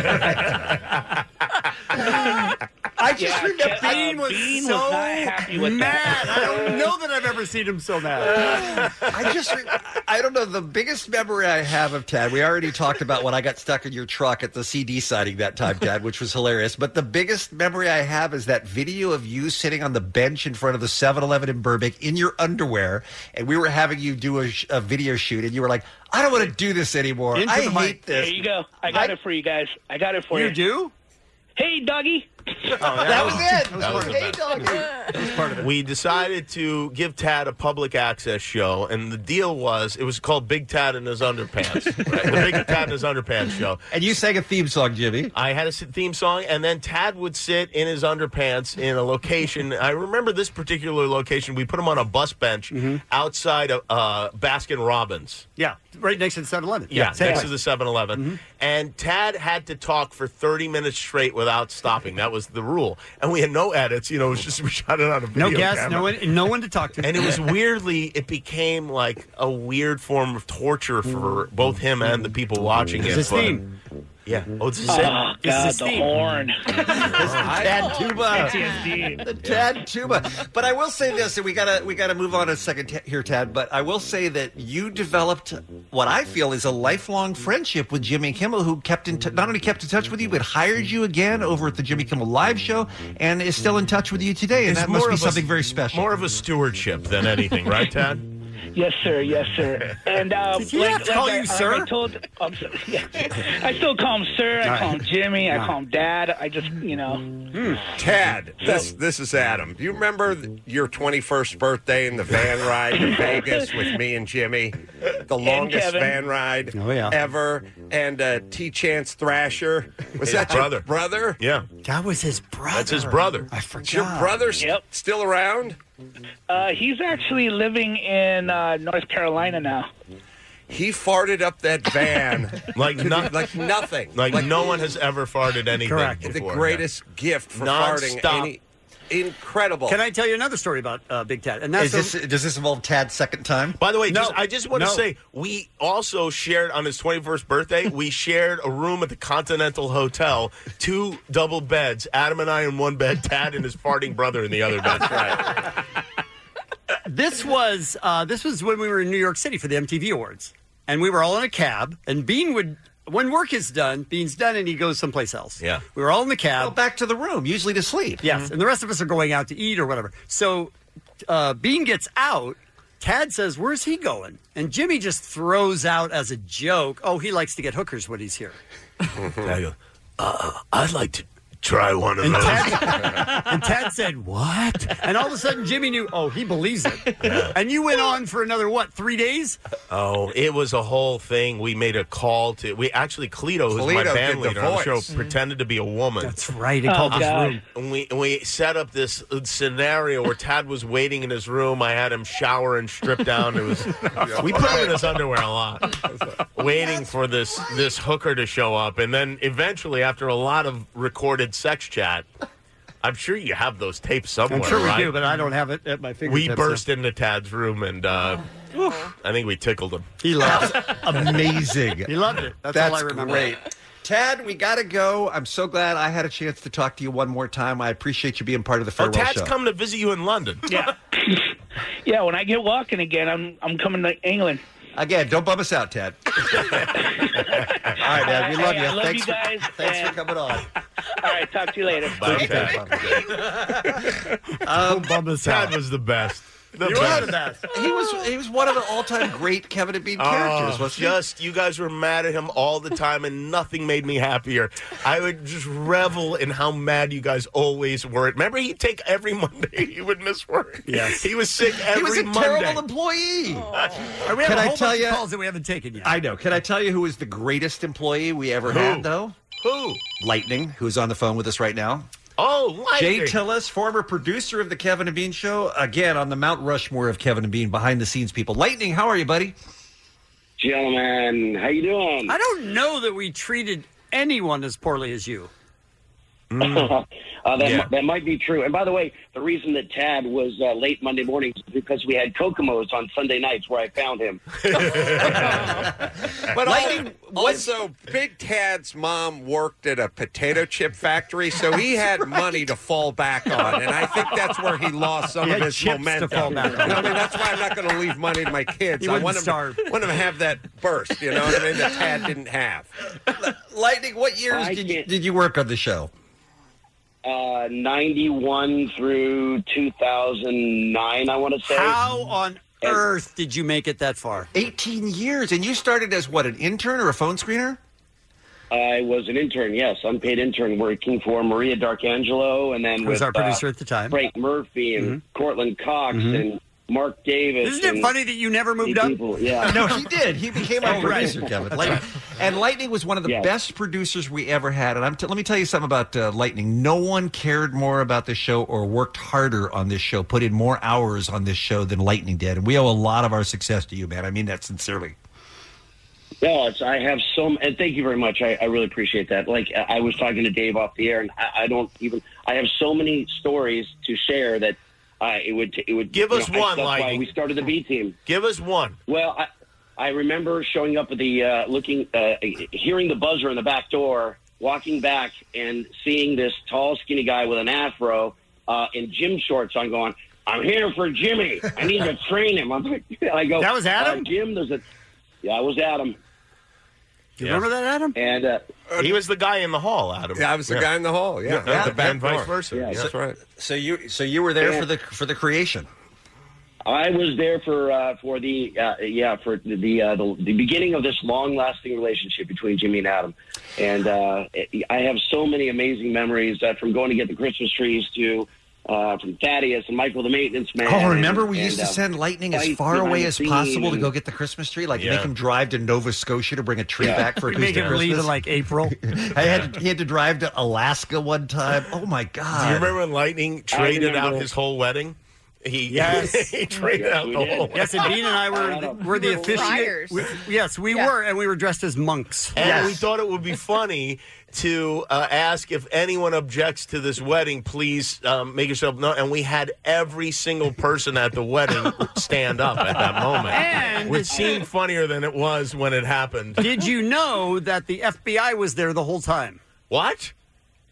Speaker 10: I
Speaker 16: just Yeah,
Speaker 10: remember
Speaker 23: uh,
Speaker 10: Bean was
Speaker 16: Bean was
Speaker 10: so
Speaker 16: not happy
Speaker 10: *laughs*
Speaker 16: with
Speaker 10: mad. I don't know that I've ever seen him so mad.
Speaker 9: I just, re- I don't know. The biggest memory I have of Tad, we already talked about when I got stuck in your truck at the CD signing that time, Tad, which was hilarious. But the biggest memory I have is that video of you sitting on the bench in front of the 7 Eleven in Burbank in your underwear. And we were having you do a, sh- a video shoot, and you were like, I don't want to do this anymore. I hate this.
Speaker 16: There you go. I got it for you guys. I got it for you.
Speaker 9: You do?
Speaker 16: Hey, Dougie.
Speaker 9: that was it.
Speaker 24: Oh, That was the
Speaker 9: hey,
Speaker 24: best.
Speaker 9: Dougie.
Speaker 24: We decided to give Tad a public access show, and the deal was it was called Big Tad in His
Speaker 9: *laughs*
Speaker 24: Underpants. right? The Big Tad in His Underpants show.
Speaker 9: And you sang a theme song, Jimmy.
Speaker 24: I had a s- theme song, and then Tad would sit in his underpants in a location. I remember this particular location. We put him on a bus bench
Speaker 9: Mm-hmm.
Speaker 24: outside of uh, Baskin Robbins.
Speaker 10: *sighs* Yeah, right next to the 7 Eleven.
Speaker 24: Yeah, next to the 7
Speaker 9: Mm-hmm.
Speaker 24: Eleven. And Tad had to talk for 30 minutes straight without stopping. That was the rule. And we had no edits. You know, it
Speaker 9: *laughs*
Speaker 24: was just we shot it on a video.
Speaker 10: No guests,
Speaker 24: camera.
Speaker 10: no one, no one to talk to.
Speaker 24: And it
Speaker 10: *laughs*
Speaker 24: was weirdly, it became like a weird form of torture for both him and the people watching
Speaker 10: It's
Speaker 24: it.
Speaker 10: his
Speaker 24: but-
Speaker 10: theme.
Speaker 24: Yeah. Oh, this is
Speaker 23: Oh,
Speaker 24: it.
Speaker 23: God,
Speaker 24: This is
Speaker 23: the
Speaker 24: Steve.
Speaker 9: *laughs*
Speaker 23: horn.
Speaker 24: Oh,
Speaker 9: Tad Tuba. The Tad Tuba. But I will say this, and we gotta we gotta move on a second t- here, Tad. But I will say that you developed what I feel is a lifelong friendship with Jimmy Kimmel, who kept in t- not only kept in touch with you, but hired you again over at the Jimmy Kimmel Live Show, and is still in touch with you today. And
Speaker 24: It's
Speaker 9: that must
Speaker 24: more
Speaker 9: be
Speaker 24: of a-
Speaker 9: something very special.
Speaker 24: More of a stewardship than anything, right, Tad?
Speaker 23: Yes, sir. Yes, sir. And uh,
Speaker 24: Did he have to call you
Speaker 23: like
Speaker 24: sir?
Speaker 23: I told, I'm so- *laughs* yeah. I still call him sir.
Speaker 24: *laughs*
Speaker 23: I call him Jimmy. I call him Dad. I just, you know.
Speaker 15: Hmm, Tad, this this is Adam. Do you remember th- your 21st birthday and the van
Speaker 24: *laughs*
Speaker 15: ride to Vegas with me and Jimmy? The longest
Speaker 23: Kevin.
Speaker 15: van ride ever. And uh, T. Chance Thrasher. Was
Speaker 24: His
Speaker 15: that
Speaker 24: brother.
Speaker 15: your brother?
Speaker 24: Yeah.
Speaker 10: That was his brother.
Speaker 24: That's his brother.
Speaker 10: I
Speaker 15: Is your brother s- still around?
Speaker 23: Uh, he's actually living in uh, North Carolina now.
Speaker 15: He farted up that
Speaker 24: *laughs*
Speaker 15: van
Speaker 24: like, no-
Speaker 15: like nothing.
Speaker 24: Like, no one has ever farted anything
Speaker 15: Correct. The
Speaker 24: before.
Speaker 15: greatest gift for farting
Speaker 24: Non-stop.
Speaker 15: any- incredible.
Speaker 10: Can I tell you another story about uh, Big Ted? And that's
Speaker 24: Is
Speaker 10: the-
Speaker 24: this-
Speaker 9: does this involve Tad's second time?
Speaker 24: By the way,
Speaker 10: No.
Speaker 24: just, I just want to
Speaker 10: No.
Speaker 24: say we also shared on his 21st birthday, we shared a room at the Continental Hotel, two double beds, Adam and I in one bed, Tad and his farting brother in the other bed.
Speaker 10: this was uh, this was when we were in New York City for the MTV Awards, and we were all in a cab. And Bean would, when work is done, Bean's done, and he goes someplace else.
Speaker 24: Yeah.
Speaker 10: we were all in the cab.
Speaker 9: back to the room, usually to sleep.
Speaker 10: Yes, and the rest of us are going out to eat or whatever. So uh, Bean gets out. Tad says, "Where's he going?" And Jimmy just throws out as a joke, "Oh, he likes to get hookers when he's here."
Speaker 24: I go, uh, I'd like to try one of those.
Speaker 10: And Tad said, "What?" And all of a sudden, Jimmy knew. Oh, he believes it. And you went on for another what? Three days?
Speaker 24: Oh, it was a whole thing. We made a call to. We actually Cleto, who's my
Speaker 10: Cleto
Speaker 24: band
Speaker 10: did the
Speaker 24: leader on the
Speaker 10: voice.
Speaker 24: show,
Speaker 5: Mm.
Speaker 10: Mhm.
Speaker 24: pretended to be a woman. That's
Speaker 10: right. He called Oh, this God. room.
Speaker 24: And we and we set up this scenario where Tad was waiting in his room. I had him shower and strip down. It was we put him in his underwear a lot, waiting for this this hooker to show up. And then eventually, after a lot of recorded sex chat, I'm sure you have those tapes somewhere.
Speaker 10: I'm sure we
Speaker 24: right?
Speaker 10: do, but I don't have it at my
Speaker 24: we
Speaker 10: fingertips.
Speaker 24: burst into Tad's room and uh, I think we tickled him.
Speaker 10: He loved
Speaker 24: it.
Speaker 9: *laughs* Amazing.
Speaker 10: *laughs* He loved it. That's, all I remember.
Speaker 9: Great. Tad, we gotta go. I'm so glad I had a chance to talk to you one more time. I appreciate you being part of the
Speaker 24: Oh,
Speaker 9: farewell
Speaker 24: Tad's
Speaker 9: show.
Speaker 24: coming to visit you in London.
Speaker 23: *laughs* Yeah. yeah. When I get walking again, I'm I'm coming to England.
Speaker 9: Again, don't bum us
Speaker 23: *laughs*
Speaker 9: out, *laughs* Tad. All right, Dad. We love
Speaker 23: Hey,
Speaker 9: you.
Speaker 23: I love
Speaker 9: thanks
Speaker 23: you guys.
Speaker 9: For, *laughs* thanks for coming on.
Speaker 23: *laughs* All right. Talk to you later.
Speaker 9: Bye, Tad. Um,
Speaker 24: Tad was the best. The
Speaker 9: You
Speaker 24: best.
Speaker 9: were the best. *laughs* He was he was one of the all time great Kevin and Bean characters,
Speaker 24: Oh,
Speaker 9: wasn't he?
Speaker 24: just you guys were mad at him all the time, and nothing made me happier. I would just revel in how mad you guys always were. Remember, he'd take every *laughs* Monday. He would miss work.
Speaker 10: Yes.
Speaker 24: he was sick every
Speaker 9: he was a
Speaker 24: Monday.
Speaker 9: terrible employee.
Speaker 14: Oh.
Speaker 10: And we have
Speaker 9: Can
Speaker 10: a
Speaker 9: I
Speaker 10: whole
Speaker 9: tell
Speaker 10: bunch
Speaker 9: ya-
Speaker 10: of calls that we haven't taken yet.
Speaker 9: I know. Can I tell you who was the greatest employee we ever
Speaker 10: Who?
Speaker 9: had, though?
Speaker 24: Who?
Speaker 9: Lightning, who's on the phone with us right now.
Speaker 24: Oh,
Speaker 9: Jay
Speaker 24: Lightning.
Speaker 9: Tillis, former producer of the Kevin and Bean Show, again on the Mount Rushmore of Kevin and Bean, behind the scenes people. Lightning, how are you, buddy?
Speaker 35: Gentlemen, how you doing?
Speaker 10: I don't know that we treated anyone as poorly as you.
Speaker 35: *laughs* uh, that,
Speaker 10: Mm. Yeah.
Speaker 35: that might be true. And by the way, the reason that Tad was uh, late Monday morning is because we had Kokomo's on Sunday nights where I found him.
Speaker 15: But al- also, Big Tad's mom worked at a potato chip factory, so he had money to fall back on, and I think that's where he lost some
Speaker 35: He
Speaker 15: of
Speaker 35: had
Speaker 15: his
Speaker 35: chips to
Speaker 15: momentum.
Speaker 35: fall back on.
Speaker 15: You know what I mean, that's why I'm not going to leave money to my kids.
Speaker 9: He
Speaker 15: I
Speaker 9: wouldn't
Speaker 15: want them,
Speaker 9: starve.
Speaker 15: want them to have that burst. You know what I mean? That Tad didn't have.
Speaker 9: Lightning, what years did you, did you work on the show?
Speaker 35: Uh, 91 through 2009, I want to say.
Speaker 10: How on earth did you make it that far?
Speaker 9: 18 years, and you started as what, an intern or a phone screener?
Speaker 35: I was an intern, yes, unpaid intern working for Maria D'Arcangelo and then
Speaker 10: Who
Speaker 35: with
Speaker 10: was our producer
Speaker 35: uh,
Speaker 10: at the time?
Speaker 35: Frank Murphy and Cortland Cox
Speaker 10: Mhm.
Speaker 35: and Mark Davis.
Speaker 10: Isn't it
Speaker 35: and-
Speaker 10: funny that you never moved
Speaker 35: the
Speaker 10: up?
Speaker 35: people, yeah.
Speaker 9: *laughs*
Speaker 35: *laughs*
Speaker 9: no, he did. He became *laughs* our
Speaker 35: Oh, right.
Speaker 9: producer, Kevin. Lightning. And Lightning was one of the best producers we ever had. And I'm t- let me tell you something about uh, Lightning. No one cared more about this show or worked harder on this show, put in more hours on this show than Lightning did. And we owe a lot of our success to you, man. I mean that sincerely.
Speaker 35: No, it's, I have so, m- and thank you very much. I, I really appreciate that. Like I I was talking to Dave off the air, and I, I don't even. I have so many stories to share that I it would it would
Speaker 24: Give
Speaker 35: you
Speaker 24: us
Speaker 35: know, I-
Speaker 24: one,
Speaker 35: that's why
Speaker 24: Lightning.
Speaker 35: we started the B team.
Speaker 24: Give us one.
Speaker 35: Well, I, I remember showing up at the uh, looking, uh, hearing the buzzer in the back door, walking back and seeing this tall, skinny guy with an afro uh, in gym shorts. I'm going, I'm here for Jimmy. I need
Speaker 24: *laughs*
Speaker 35: to train him. I'm like, I go,
Speaker 10: That was Adam?
Speaker 35: "Uh, Jim, there's a, yeah, it was Adam.
Speaker 10: Do you remember that, Adam?
Speaker 35: And uh,
Speaker 24: he was the guy in the hall, Adam.
Speaker 15: Yeah, I was the guy in the hall. Yeah,
Speaker 24: Yeah,
Speaker 15: At the back
Speaker 24: and vice
Speaker 15: door.
Speaker 24: versa. Yeah,
Speaker 15: that's
Speaker 24: that's
Speaker 15: right. So you, so you were there
Speaker 35: Yeah.
Speaker 15: for the for the creation.
Speaker 35: I was there for uh, for the uh, yeah for the the, uh, the the beginning of this long lasting relationship between Jimmy and Adam, and uh, I have so many amazing memories uh, from going to get the Christmas trees to uh, from Thaddeus and Michael the maintenance man.
Speaker 9: Oh, remember we
Speaker 35: and,
Speaker 9: used to
Speaker 35: uh,
Speaker 9: send Lightning as
Speaker 35: fights
Speaker 9: far
Speaker 35: behind
Speaker 9: away
Speaker 35: the
Speaker 9: as
Speaker 35: scene
Speaker 9: possible to
Speaker 35: and-
Speaker 9: go get the Christmas tree? Like
Speaker 35: Yeah.
Speaker 9: make him drive to Nova Scotia to bring a tree
Speaker 10: Yeah.
Speaker 9: back for a
Speaker 10: We
Speaker 9: piece
Speaker 10: *laughs* make
Speaker 9: of
Speaker 10: him
Speaker 9: Christmas.
Speaker 10: leave
Speaker 9: *laughs*
Speaker 10: in, like, April.
Speaker 9: I had he had to drive to Alaska one time. Oh my god!
Speaker 24: Do you remember when Lightning traded out his whole wedding? He *laughs*
Speaker 9: Yes.
Speaker 24: he traded out the whole.
Speaker 10: Yes, and Dean and
Speaker 24: *laughs*
Speaker 10: I were were the officiant.
Speaker 24: friars.
Speaker 10: we- Yes, we
Speaker 24: Yeah.
Speaker 10: were, and we were dressed as monks.
Speaker 24: And we thought it would
Speaker 10: *laughs*
Speaker 24: be funny to uh, ask if anyone objects to this wedding, please um, make yourself known. And we had every single person at the wedding stand up at that moment,
Speaker 10: And-
Speaker 24: which seemed funnier than it was when it happened.
Speaker 10: Did you know that the FBI was there the whole time?
Speaker 24: What?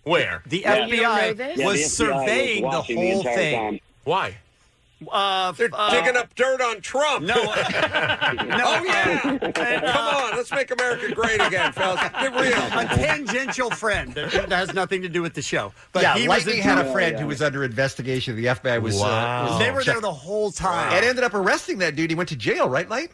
Speaker 24: Where?
Speaker 10: The
Speaker 24: Yeah. You don't know
Speaker 10: FBI
Speaker 24: this?
Speaker 10: was
Speaker 24: Yeah, the FBI was
Speaker 10: surveying the
Speaker 24: watching the
Speaker 10: whole
Speaker 24: entire
Speaker 10: thing.
Speaker 24: time. Why?
Speaker 10: Uh, They're
Speaker 15: digging up dirt on Trump. *laughs*
Speaker 10: No.
Speaker 15: Oh yeah. Come on, let's make America great
Speaker 10: *laughs*
Speaker 15: again, fellas. Get real.
Speaker 10: a tangential friend that that has nothing to do with the show. But
Speaker 9: yeah,
Speaker 10: he was
Speaker 9: Lightning
Speaker 10: in-
Speaker 9: had a friend who was under investigation. The FBI was. uh,
Speaker 10: Wow.
Speaker 9: was
Speaker 10: They were there
Speaker 9: check-
Speaker 10: the whole time.
Speaker 9: and ended up arresting that dude. He went to jail, right, Light?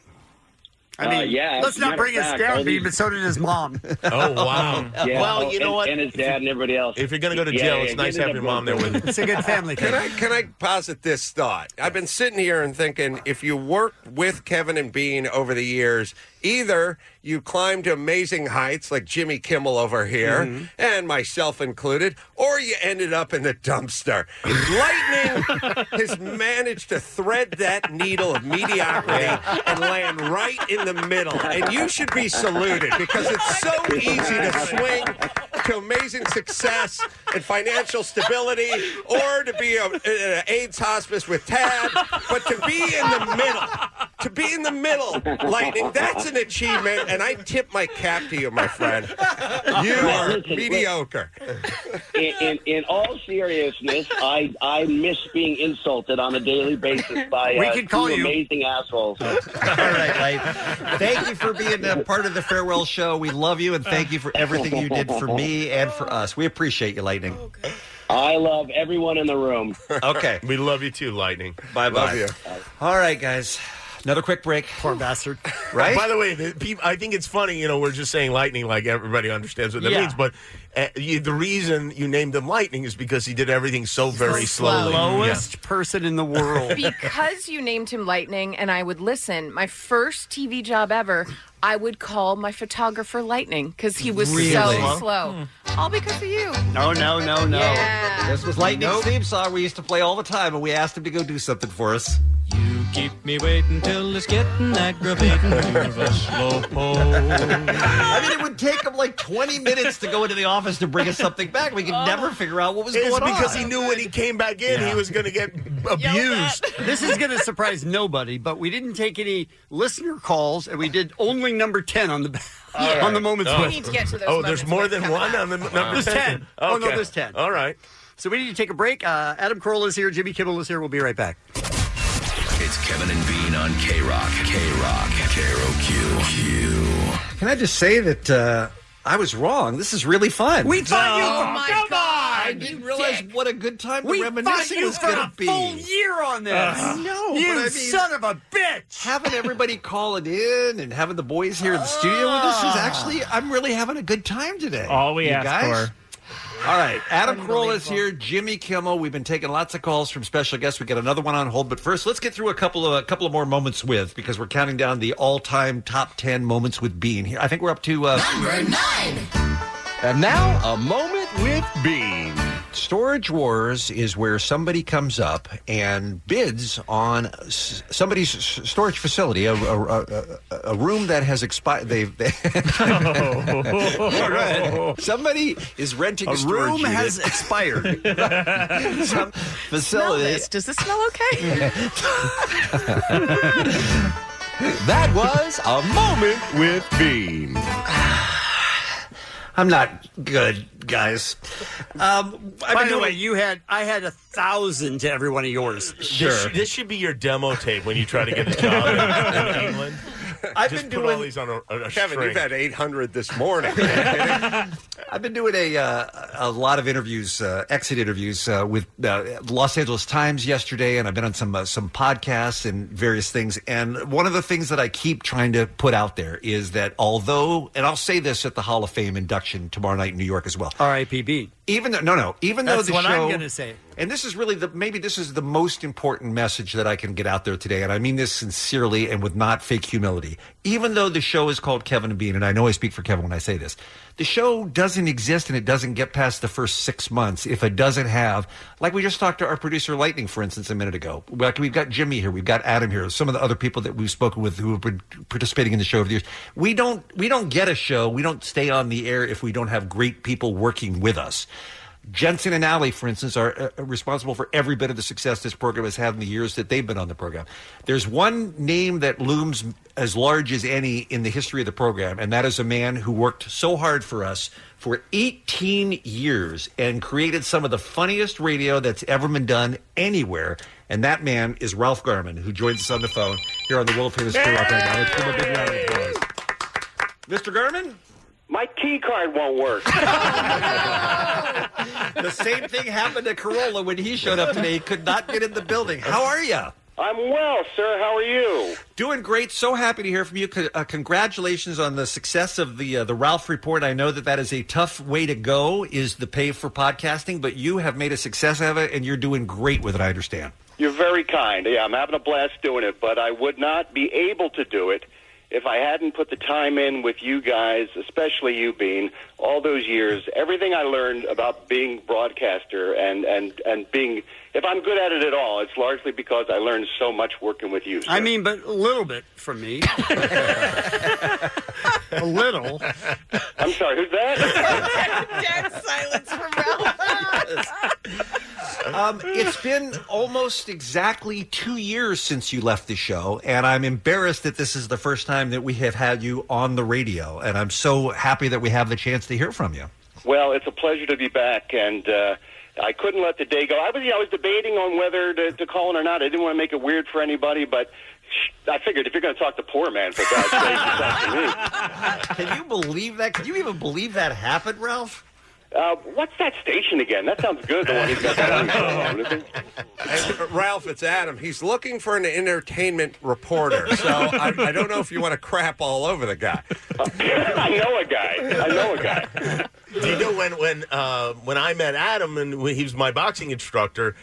Speaker 10: I
Speaker 35: Uh,
Speaker 10: mean, let's not bring us down, Dean, but so did his mom.
Speaker 24: Oh wow!
Speaker 9: *laughs* Yeah.
Speaker 24: Well, you know
Speaker 9: And-
Speaker 24: what?
Speaker 9: and his
Speaker 24: dad
Speaker 35: and everybody else.
Speaker 24: If you're going to go to
Speaker 15: Yeah,
Speaker 24: jail,
Speaker 15: yeah,
Speaker 24: it's
Speaker 15: yeah,
Speaker 24: nice
Speaker 15: get
Speaker 24: to
Speaker 15: it
Speaker 24: have your
Speaker 15: up
Speaker 24: mom there with you.
Speaker 10: It's a good family
Speaker 15: Can I can I posit this thought? I've been sitting here and thinking if you worked with Kevin and Bean over the years, either you climbed to amazing heights like Jimmy Kimmel over here
Speaker 24: Mm-hmm.
Speaker 15: and myself included, or you ended up in the dumpster. Lightning has managed to thread that needle of mediocrity and land right in the middle. *laughs* And you should be saluted because it's so easy to swing to amazing success and financial stability or to be a, an AIDS hospice with Tab, but to be in the middle, to be in the middle, Lightning, that's an achievement. And I tip my cap to you, my friend. You
Speaker 35: Well,
Speaker 15: are
Speaker 35: listen,
Speaker 15: mediocre.
Speaker 35: in, in, in all seriousness, I I miss being insulted on a daily basis by
Speaker 9: We
Speaker 35: uh,
Speaker 9: could call
Speaker 35: two
Speaker 9: you.
Speaker 35: amazing assholes.
Speaker 9: *laughs* Thank you for being a part of the farewell show. We love you and thank you for everything you did for me and for us. We appreciate you, Lightning.
Speaker 35: I love everyone in the room.
Speaker 9: Okay.
Speaker 24: we love you too, Lightning.
Speaker 9: Bye
Speaker 24: Love
Speaker 9: bye.
Speaker 24: you.
Speaker 9: All right, guys. Another quick break.
Speaker 10: Poor bastard.
Speaker 9: Right?
Speaker 24: By the way, the peop I think it's funny. You know, we're just saying lightning like everybody understands what that
Speaker 9: Yeah.
Speaker 24: means. But uh, you, the reason you named him lightning is because he did everything so very slowly.
Speaker 10: Slowest person in the world.
Speaker 11: because you named him Lightning and I would listen, my first TV job ever, I would call my photographer Lightning because he was so
Speaker 9: Really?
Speaker 11: slow. All because of you.
Speaker 9: *laughs* No, no, no, no.
Speaker 11: Yeah.
Speaker 9: This was Lightning's theme song we used to play all the time, and we asked him to go do something for us. You keep me waiting till it's getting aggravating. I mean, it would take him like 20 minutes to go into the office to bring us something back. We could never figure out what was
Speaker 24: It's
Speaker 9: going on.
Speaker 24: because he knew when he came back in, he was going to
Speaker 10: *laughs*
Speaker 24: get abused.
Speaker 10: this is going to surprise nobody, but we didn't take any listener calls, and we did only number ten on the *laughs*
Speaker 24: All right.
Speaker 10: on the moments.
Speaker 24: Oh.
Speaker 10: with.
Speaker 24: We need to get to those Oh, there's moments more with than coming one up. on the n- number
Speaker 10: There's
Speaker 24: 10?
Speaker 10: ten. Oh no,
Speaker 24: Okay.
Speaker 10: there's ten.
Speaker 24: All right.
Speaker 10: So we need to take a break. Uh, Adam Carolla is here. Jimmy Kimmel is here. We'll be right back.
Speaker 13: It's Kevin and Bean on K Rock. K Rock. K R O Q.
Speaker 9: Can I just say that uh, I was wrong? This is really fun.
Speaker 13: We thought you- Oh,
Speaker 10: my
Speaker 9: come
Speaker 10: God,
Speaker 9: on! I didn't realize what a good time the
Speaker 10: We fought
Speaker 9: reminiscing
Speaker 10: you
Speaker 9: was
Speaker 10: for
Speaker 9: going
Speaker 10: a
Speaker 9: to be.
Speaker 10: full year on this.
Speaker 9: Uh, no,
Speaker 10: You
Speaker 9: but I mean,
Speaker 10: son of a bitch!
Speaker 9: Having everybody calling in and having the boys here in the studio with us is actually
Speaker 10: Ah.
Speaker 9: I'm really having a good time today.
Speaker 5: All we
Speaker 9: you
Speaker 5: asked
Speaker 9: guys.
Speaker 5: for.
Speaker 9: All right, Adam Carolla is here. Jimmy Kimmel. We've been taking lots of calls from special guests. We got another one on hold, but first, let's get through a couple of a couple of more moments with because we're counting down the all-time top ten moments with Bean here. I think we're up to uh,
Speaker 24: *laughs*
Speaker 9: number nine. And now a moment with Bean. Storage Wars is where somebody comes up and bids on s- somebody's s- storage facility, a, a, a- a- a room that has expired. They've
Speaker 10: *laughs*
Speaker 9: they- *laughs* All right. somebody is renting a,
Speaker 10: A
Speaker 9: storage
Speaker 10: room
Speaker 9: unit.
Speaker 10: has
Speaker 9: *laughs*
Speaker 10: expired.
Speaker 11: *laughs*
Speaker 9: Some
Speaker 11: Smell
Speaker 9: *laughs* facility.
Speaker 11: this. Does this smell okay?
Speaker 9: That was a moment with Bean. *sighs* I'm not good, guys.
Speaker 10: Um, By
Speaker 9: been
Speaker 10: the
Speaker 9: doing-
Speaker 10: way, you had I had a thousand to every one of yours.
Speaker 24: This, this should be your demo tape when you try to *laughs* get a job in, in England.
Speaker 9: I've
Speaker 24: Just put
Speaker 9: been
Speaker 24: all
Speaker 9: doing-
Speaker 24: these on a, on a
Speaker 9: Kevin,
Speaker 24: string.
Speaker 9: you've had 800 this morning. I've been doing a uh, a lot of interviews, uh, exit interviews uh, with uh, Los Angeles Times yesterday, and I've been on some uh, some podcasts and various things. And one of the things that I keep trying to put out there is that although, and I'll say this at the Hall of Fame induction tomorrow night in New York as well.
Speaker 10: R.I.P.B.
Speaker 9: Even though no no, even though
Speaker 10: That's
Speaker 9: the
Speaker 10: what
Speaker 9: show
Speaker 10: I'm going to say.
Speaker 9: and this is really the maybe this is the most important message that I can get out there today, and I mean this sincerely and with not fake humility. Even though the show is called Kevin and Bean, and I know I speak for Kevin when I say this, the show doesn't exist and it doesn't get past the first six months if it doesn't have, like we just talked to our producer Lightning, for instance, a minute ago. Like we've got Jimmy here, we've got Adam here, some of the other people that we've spoken with who have been participating in the show over the years. We don't we don't get a show, we don't stay on the air if we don't have great people working with us. Jensen and Alley, for instance, are uh, responsible for every bit of the success this program has had in the years that they've been on the program. There's one name that looms as large as any in the history of the program, and that is a man who worked so hard for us for 18 years and created some of the funniest radio that's ever been done anywhere. And that man is Ralph Garman, who joins us on the phone here on the World Famous Free Rock right now. Let's give him a big round of applause. Mr. Garman?
Speaker 29: My key card won't work.
Speaker 9: *laughs* the same thing happened to Corolla when he showed up today. He could not get in the building. How are you?
Speaker 29: I'm well, sir. How are you?
Speaker 9: Doing great. So happy to hear from you. C- uh, congratulations on the success of the uh, the Ralph Report. I know that that is a tough way to go. Is the pay for podcasting, but you have made a success of it, and you're doing great with it. I understand.
Speaker 29: You're very kind. Yeah, I'm having a blast doing it, but I would not be able to do it if I hadn't put the time in with you guys, especially you, Bean, all those years. Everything I learned about being broadcaster and, and, and being, if I'm good at it at all, it's largely because I learned so much working with you. Sir.
Speaker 10: I mean, but a little bit from
Speaker 9: *laughs*
Speaker 10: me. a little.
Speaker 29: I'm sorry, who's that?
Speaker 11: Dead silence from
Speaker 9: *laughs* Um, it's been almost exactly two years since you left the show, and I'm embarrassed that this is the first time that we have had you on the radio. And I'm so happy that we have the chance to hear from you.
Speaker 29: Well, it's a pleasure to be back, and uh, I couldn't let the day go. I was, you know, I was debating on whether to, to call in or not. I didn't want to make it weird for anybody, but sh- I figured if you're going to talk to poor man, for God's sake, you talk to me.
Speaker 9: Can you believe that? Can you even believe that happened, Ralph?
Speaker 29: Uh, what's that station again? That sounds good. The one he's got that on. so
Speaker 24: *laughs*
Speaker 29: long.
Speaker 15: Hey, Ralph, it's Adam. He's looking for an entertainment reporter, so I, I don't know if you want to crap all over the guy.
Speaker 29: *laughs* I know a guy. I know a guy.
Speaker 24: Do you know when when uh, when I met Adam and when he was my boxing instructor?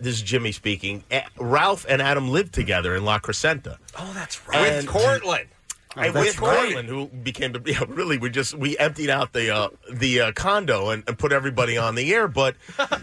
Speaker 24: This is Jimmy speaking. A- Ralph and Adam lived together in La Crescenta.
Speaker 9: Oh, that's Oh,
Speaker 24: And-
Speaker 15: With Cortland.
Speaker 24: And with Cortland, who became the *laughs* yeah, really, we just we emptied out the uh, the uh, condo and, and put everybody on the air.
Speaker 10: *laughs*
Speaker 24: But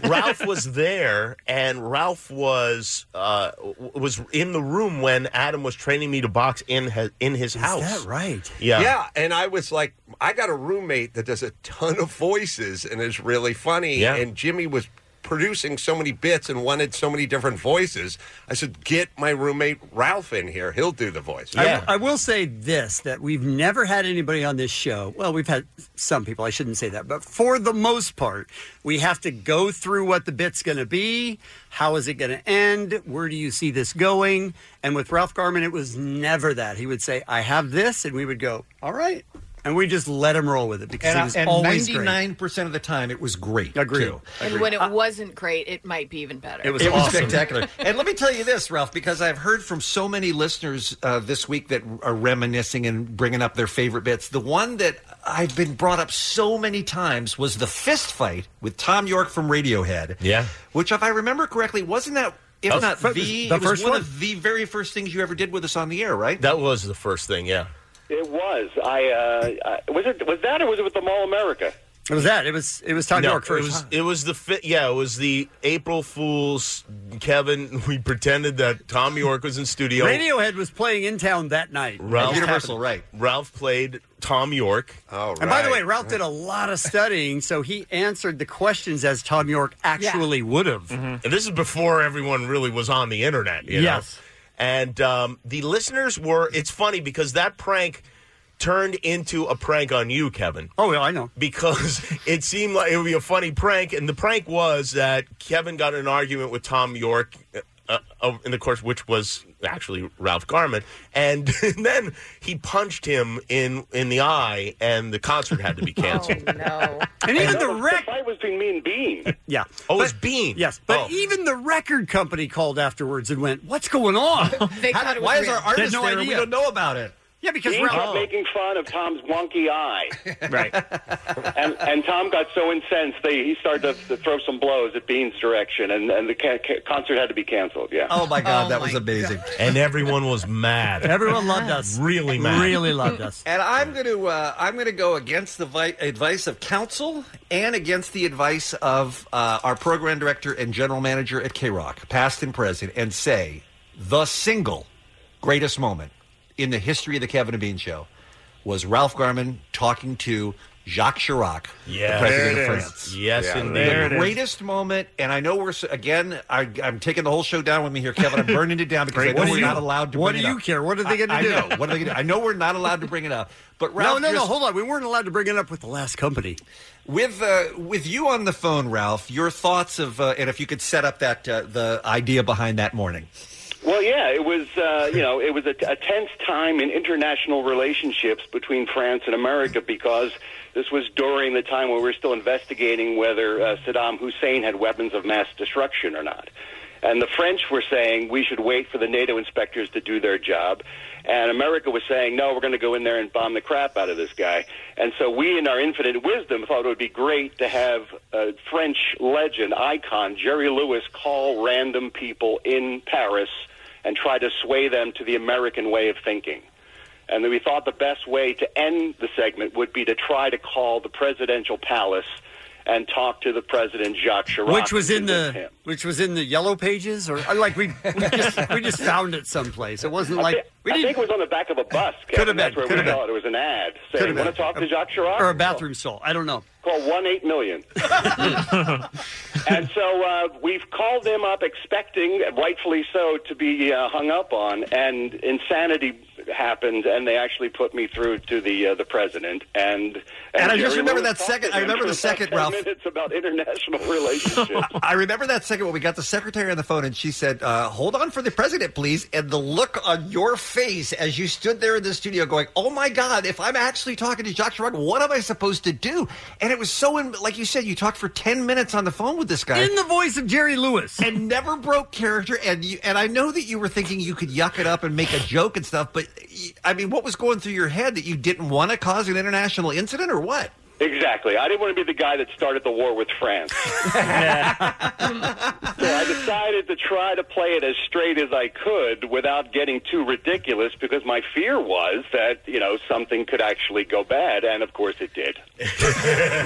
Speaker 24: Ralph was there, and Ralph was uh, w- was in the room when Adam was training me to box in his, in his house.
Speaker 10: right?
Speaker 24: Yeah.
Speaker 15: Yeah, and I was like, I got a roommate that does a ton of voices and is really funny.
Speaker 24: Yeah.
Speaker 15: And Jimmy was producing so many bits and wanted so many different voices. I said, get my roommate Ralph in here. He'll do the voice.
Speaker 10: I, I will say this that we've never had anybody on this show. Well, we've had some people, I shouldn't say that, but for the most part, we have to go through what the bit's going to be. How is it going to end? Where do you see this going? And with Ralph Garman, it was never that. He would say, I have this, and we would go, All right. And we just let him roll with it because
Speaker 9: And,
Speaker 10: he was
Speaker 9: and
Speaker 10: always great.
Speaker 9: 99% of the time, it was great.
Speaker 10: Agreed.
Speaker 9: too.
Speaker 12: And when it wasn't great, it might be even better.
Speaker 9: It was spectacular. and let me tell you this, Ralph, because I've heard from so many listeners uh, this week that are reminiscing and bringing up their favorite bits. The one that I've been brought up so many times was the fist fight with Tom York from Radiohead. Yeah. Which, if I remember correctly, wasn't that. If
Speaker 24: That was
Speaker 9: not
Speaker 24: the
Speaker 9: the,
Speaker 24: fir- the
Speaker 9: it was
Speaker 24: first
Speaker 9: one,
Speaker 24: one?
Speaker 9: of the very first things you ever did with us on the air, right?
Speaker 24: That was the first thing, yeah.
Speaker 29: It was. I, uh, I was it was that or was it with the Mall America?
Speaker 10: It was that. It was it was Tom
Speaker 24: No,
Speaker 10: York first.
Speaker 24: It was, it was the fi- yeah. It was the April Fools. Kevin, *laughs* we pretended that Tom York was in studio.
Speaker 10: Radiohead was playing in town that night.
Speaker 24: Ralph
Speaker 10: It happened.
Speaker 24: right? Ralph played Tom York.
Speaker 15: Oh,
Speaker 10: And by the way, Ralph did a lot of studying, so he answered the questions as Tom York actually would have.
Speaker 24: Mm-hmm. And this is before everyone really was on the internet. You
Speaker 10: Yes.
Speaker 24: Know? And um, the listeners were, it's funny because that prank turned into a prank on you, Kevin.
Speaker 10: Oh, yeah, I know.
Speaker 24: Because *laughs* it seemed like it would be a funny prank. And the prank was that Kevin got in an argument with Tom York uh, uh, in the course, which was actually Ralph Garman. And, *laughs* then he punched him in, in the eye, and the concert had to be canceled.
Speaker 10: *laughs* And even the
Speaker 24: rec.
Speaker 36: I was being mean bean.
Speaker 10: *laughs* Yeah.
Speaker 24: Oh, it's Bean. Oh.
Speaker 10: Yes, but even the record company called afterwards and went, "What's going on?
Speaker 36: *laughs* They
Speaker 10: How-
Speaker 36: thought it was
Speaker 10: why is
Speaker 36: real.
Speaker 10: our artist
Speaker 36: There's no
Speaker 10: there? We
Speaker 36: idea.
Speaker 10: don't
Speaker 9: know about it."
Speaker 10: *laughs* Yeah, because
Speaker 36: Dean
Speaker 10: we're
Speaker 36: kept
Speaker 10: all-
Speaker 36: making fun of Tom's wonky eye.
Speaker 37: right.
Speaker 36: *laughs* And and Tom got so incensed, they, he started to, to throw some blows at Bean's direction, and, and the ca- ca- concert had to be canceled. *laughs* Yeah.
Speaker 9: Oh my God, that was amazing.
Speaker 24: And everyone was mad.
Speaker 10: Everyone loved us.
Speaker 24: *laughs* Really mad.
Speaker 9: *laughs* And I'm going to uh, I'm going to go against the vi- advice of counsel and against the advice of uh, our program director and general manager at K Rock, past and present, and say the single greatest moment in the history of the Kevin and Bean Show was Ralph Garman talking to Jacques Chirac,
Speaker 24: Yes.
Speaker 9: the president
Speaker 24: There it
Speaker 9: of
Speaker 24: is.
Speaker 9: France.
Speaker 24: Yes,
Speaker 9: Yeah.
Speaker 24: indeed. There it
Speaker 9: The
Speaker 24: is.
Speaker 9: greatest moment, and I know we're s- again. I, I'm taking the whole show down with me here, Kevin. I'm burning it down because I
Speaker 10: Great.
Speaker 9: know
Speaker 10: What do
Speaker 9: we're
Speaker 10: you-
Speaker 9: not allowed to.
Speaker 10: what
Speaker 9: bring
Speaker 10: do
Speaker 9: it
Speaker 10: you
Speaker 9: up.
Speaker 10: care? What are they gonna
Speaker 9: I- I
Speaker 10: do?
Speaker 9: know. What are they going to do? I know we're not allowed to bring it up, but Ralph,
Speaker 10: no, no, no.
Speaker 9: just-
Speaker 10: Hold on. We weren't allowed to bring it up with the last company.
Speaker 9: With uh, with you on the phone, Ralph, your thoughts of uh, and if you could set up that uh, the idea behind that morning.
Speaker 36: Well, yeah, it was uh, you know it was a, a tense time in international relationships between France and America because this was during the time when we were still investigating whether uh, Saddam Hussein had weapons of mass destruction or not. And the French were saying we should wait for the NATO inspectors to do their job. And America was saying, no, we're going to go in there and bomb the crap out of this guy. And so we, in our infinite wisdom, thought it would be great to have a French legend, icon, Jerry Lewis, call random people in Paris and try to sway them to the American way of thinking. And then we thought the best way to end the segment would be to try to call the presidential palace and talk to the president Jacques Chirac,
Speaker 10: which was
Speaker 36: and
Speaker 10: in
Speaker 36: convince him.
Speaker 10: the which was in the yellow pages, or like we we just, we just found it someplace. It wasn't
Speaker 36: I,
Speaker 10: like
Speaker 36: thi- I think it was on the back of a bus.
Speaker 10: Coulda
Speaker 36: Kevin.
Speaker 10: been,
Speaker 36: That's where
Speaker 10: coulda
Speaker 36: we
Speaker 10: been.
Speaker 36: saw it. It was an ad
Speaker 10: Coulda
Speaker 36: saying, "Want to
Speaker 10: been.
Speaker 36: talk to Jacques Chirac?"
Speaker 10: or a bathroom stall. I don't know.
Speaker 36: Call one eight
Speaker 9: *laughs*
Speaker 36: million. and so uh, we've called them up, expecting, rightfully so, to be uh, hung up on. And insanity happened, and they actually put me through to the uh, the president. And and,
Speaker 9: And I just
Speaker 36: Jerry
Speaker 9: remember
Speaker 36: Lewis
Speaker 9: that
Speaker 36: talked
Speaker 9: second-
Speaker 36: to
Speaker 9: I
Speaker 36: him
Speaker 9: remember
Speaker 36: for
Speaker 9: the
Speaker 36: about
Speaker 9: second,
Speaker 36: 10
Speaker 9: Ralph.
Speaker 36: Minutes about international *laughs* relationships.
Speaker 9: I remember that second when we got the secretary on the phone and she said, uh, "Hold on for the president, please." And the look on your face as you stood there in the studio, going, "Oh my God! If I'm actually talking to Jacques Chirac, what am I supposed to do?" And it was so, in, like you said, you talked for ten minutes on the phone with this guy
Speaker 10: In the voice of Jerry Lewis,
Speaker 9: and never broke character. And you, and I know that you were thinking you could yuck it up and make a joke and stuff, but y- I mean, what was going through your head that you didn't want to cause an international incident or what?
Speaker 36: Exactly. I didn't want to be the guy that started the war with France. so I decided to try to play it as straight as I could without getting too ridiculous because my fear was that, you know, something could actually go bad. And of course it did.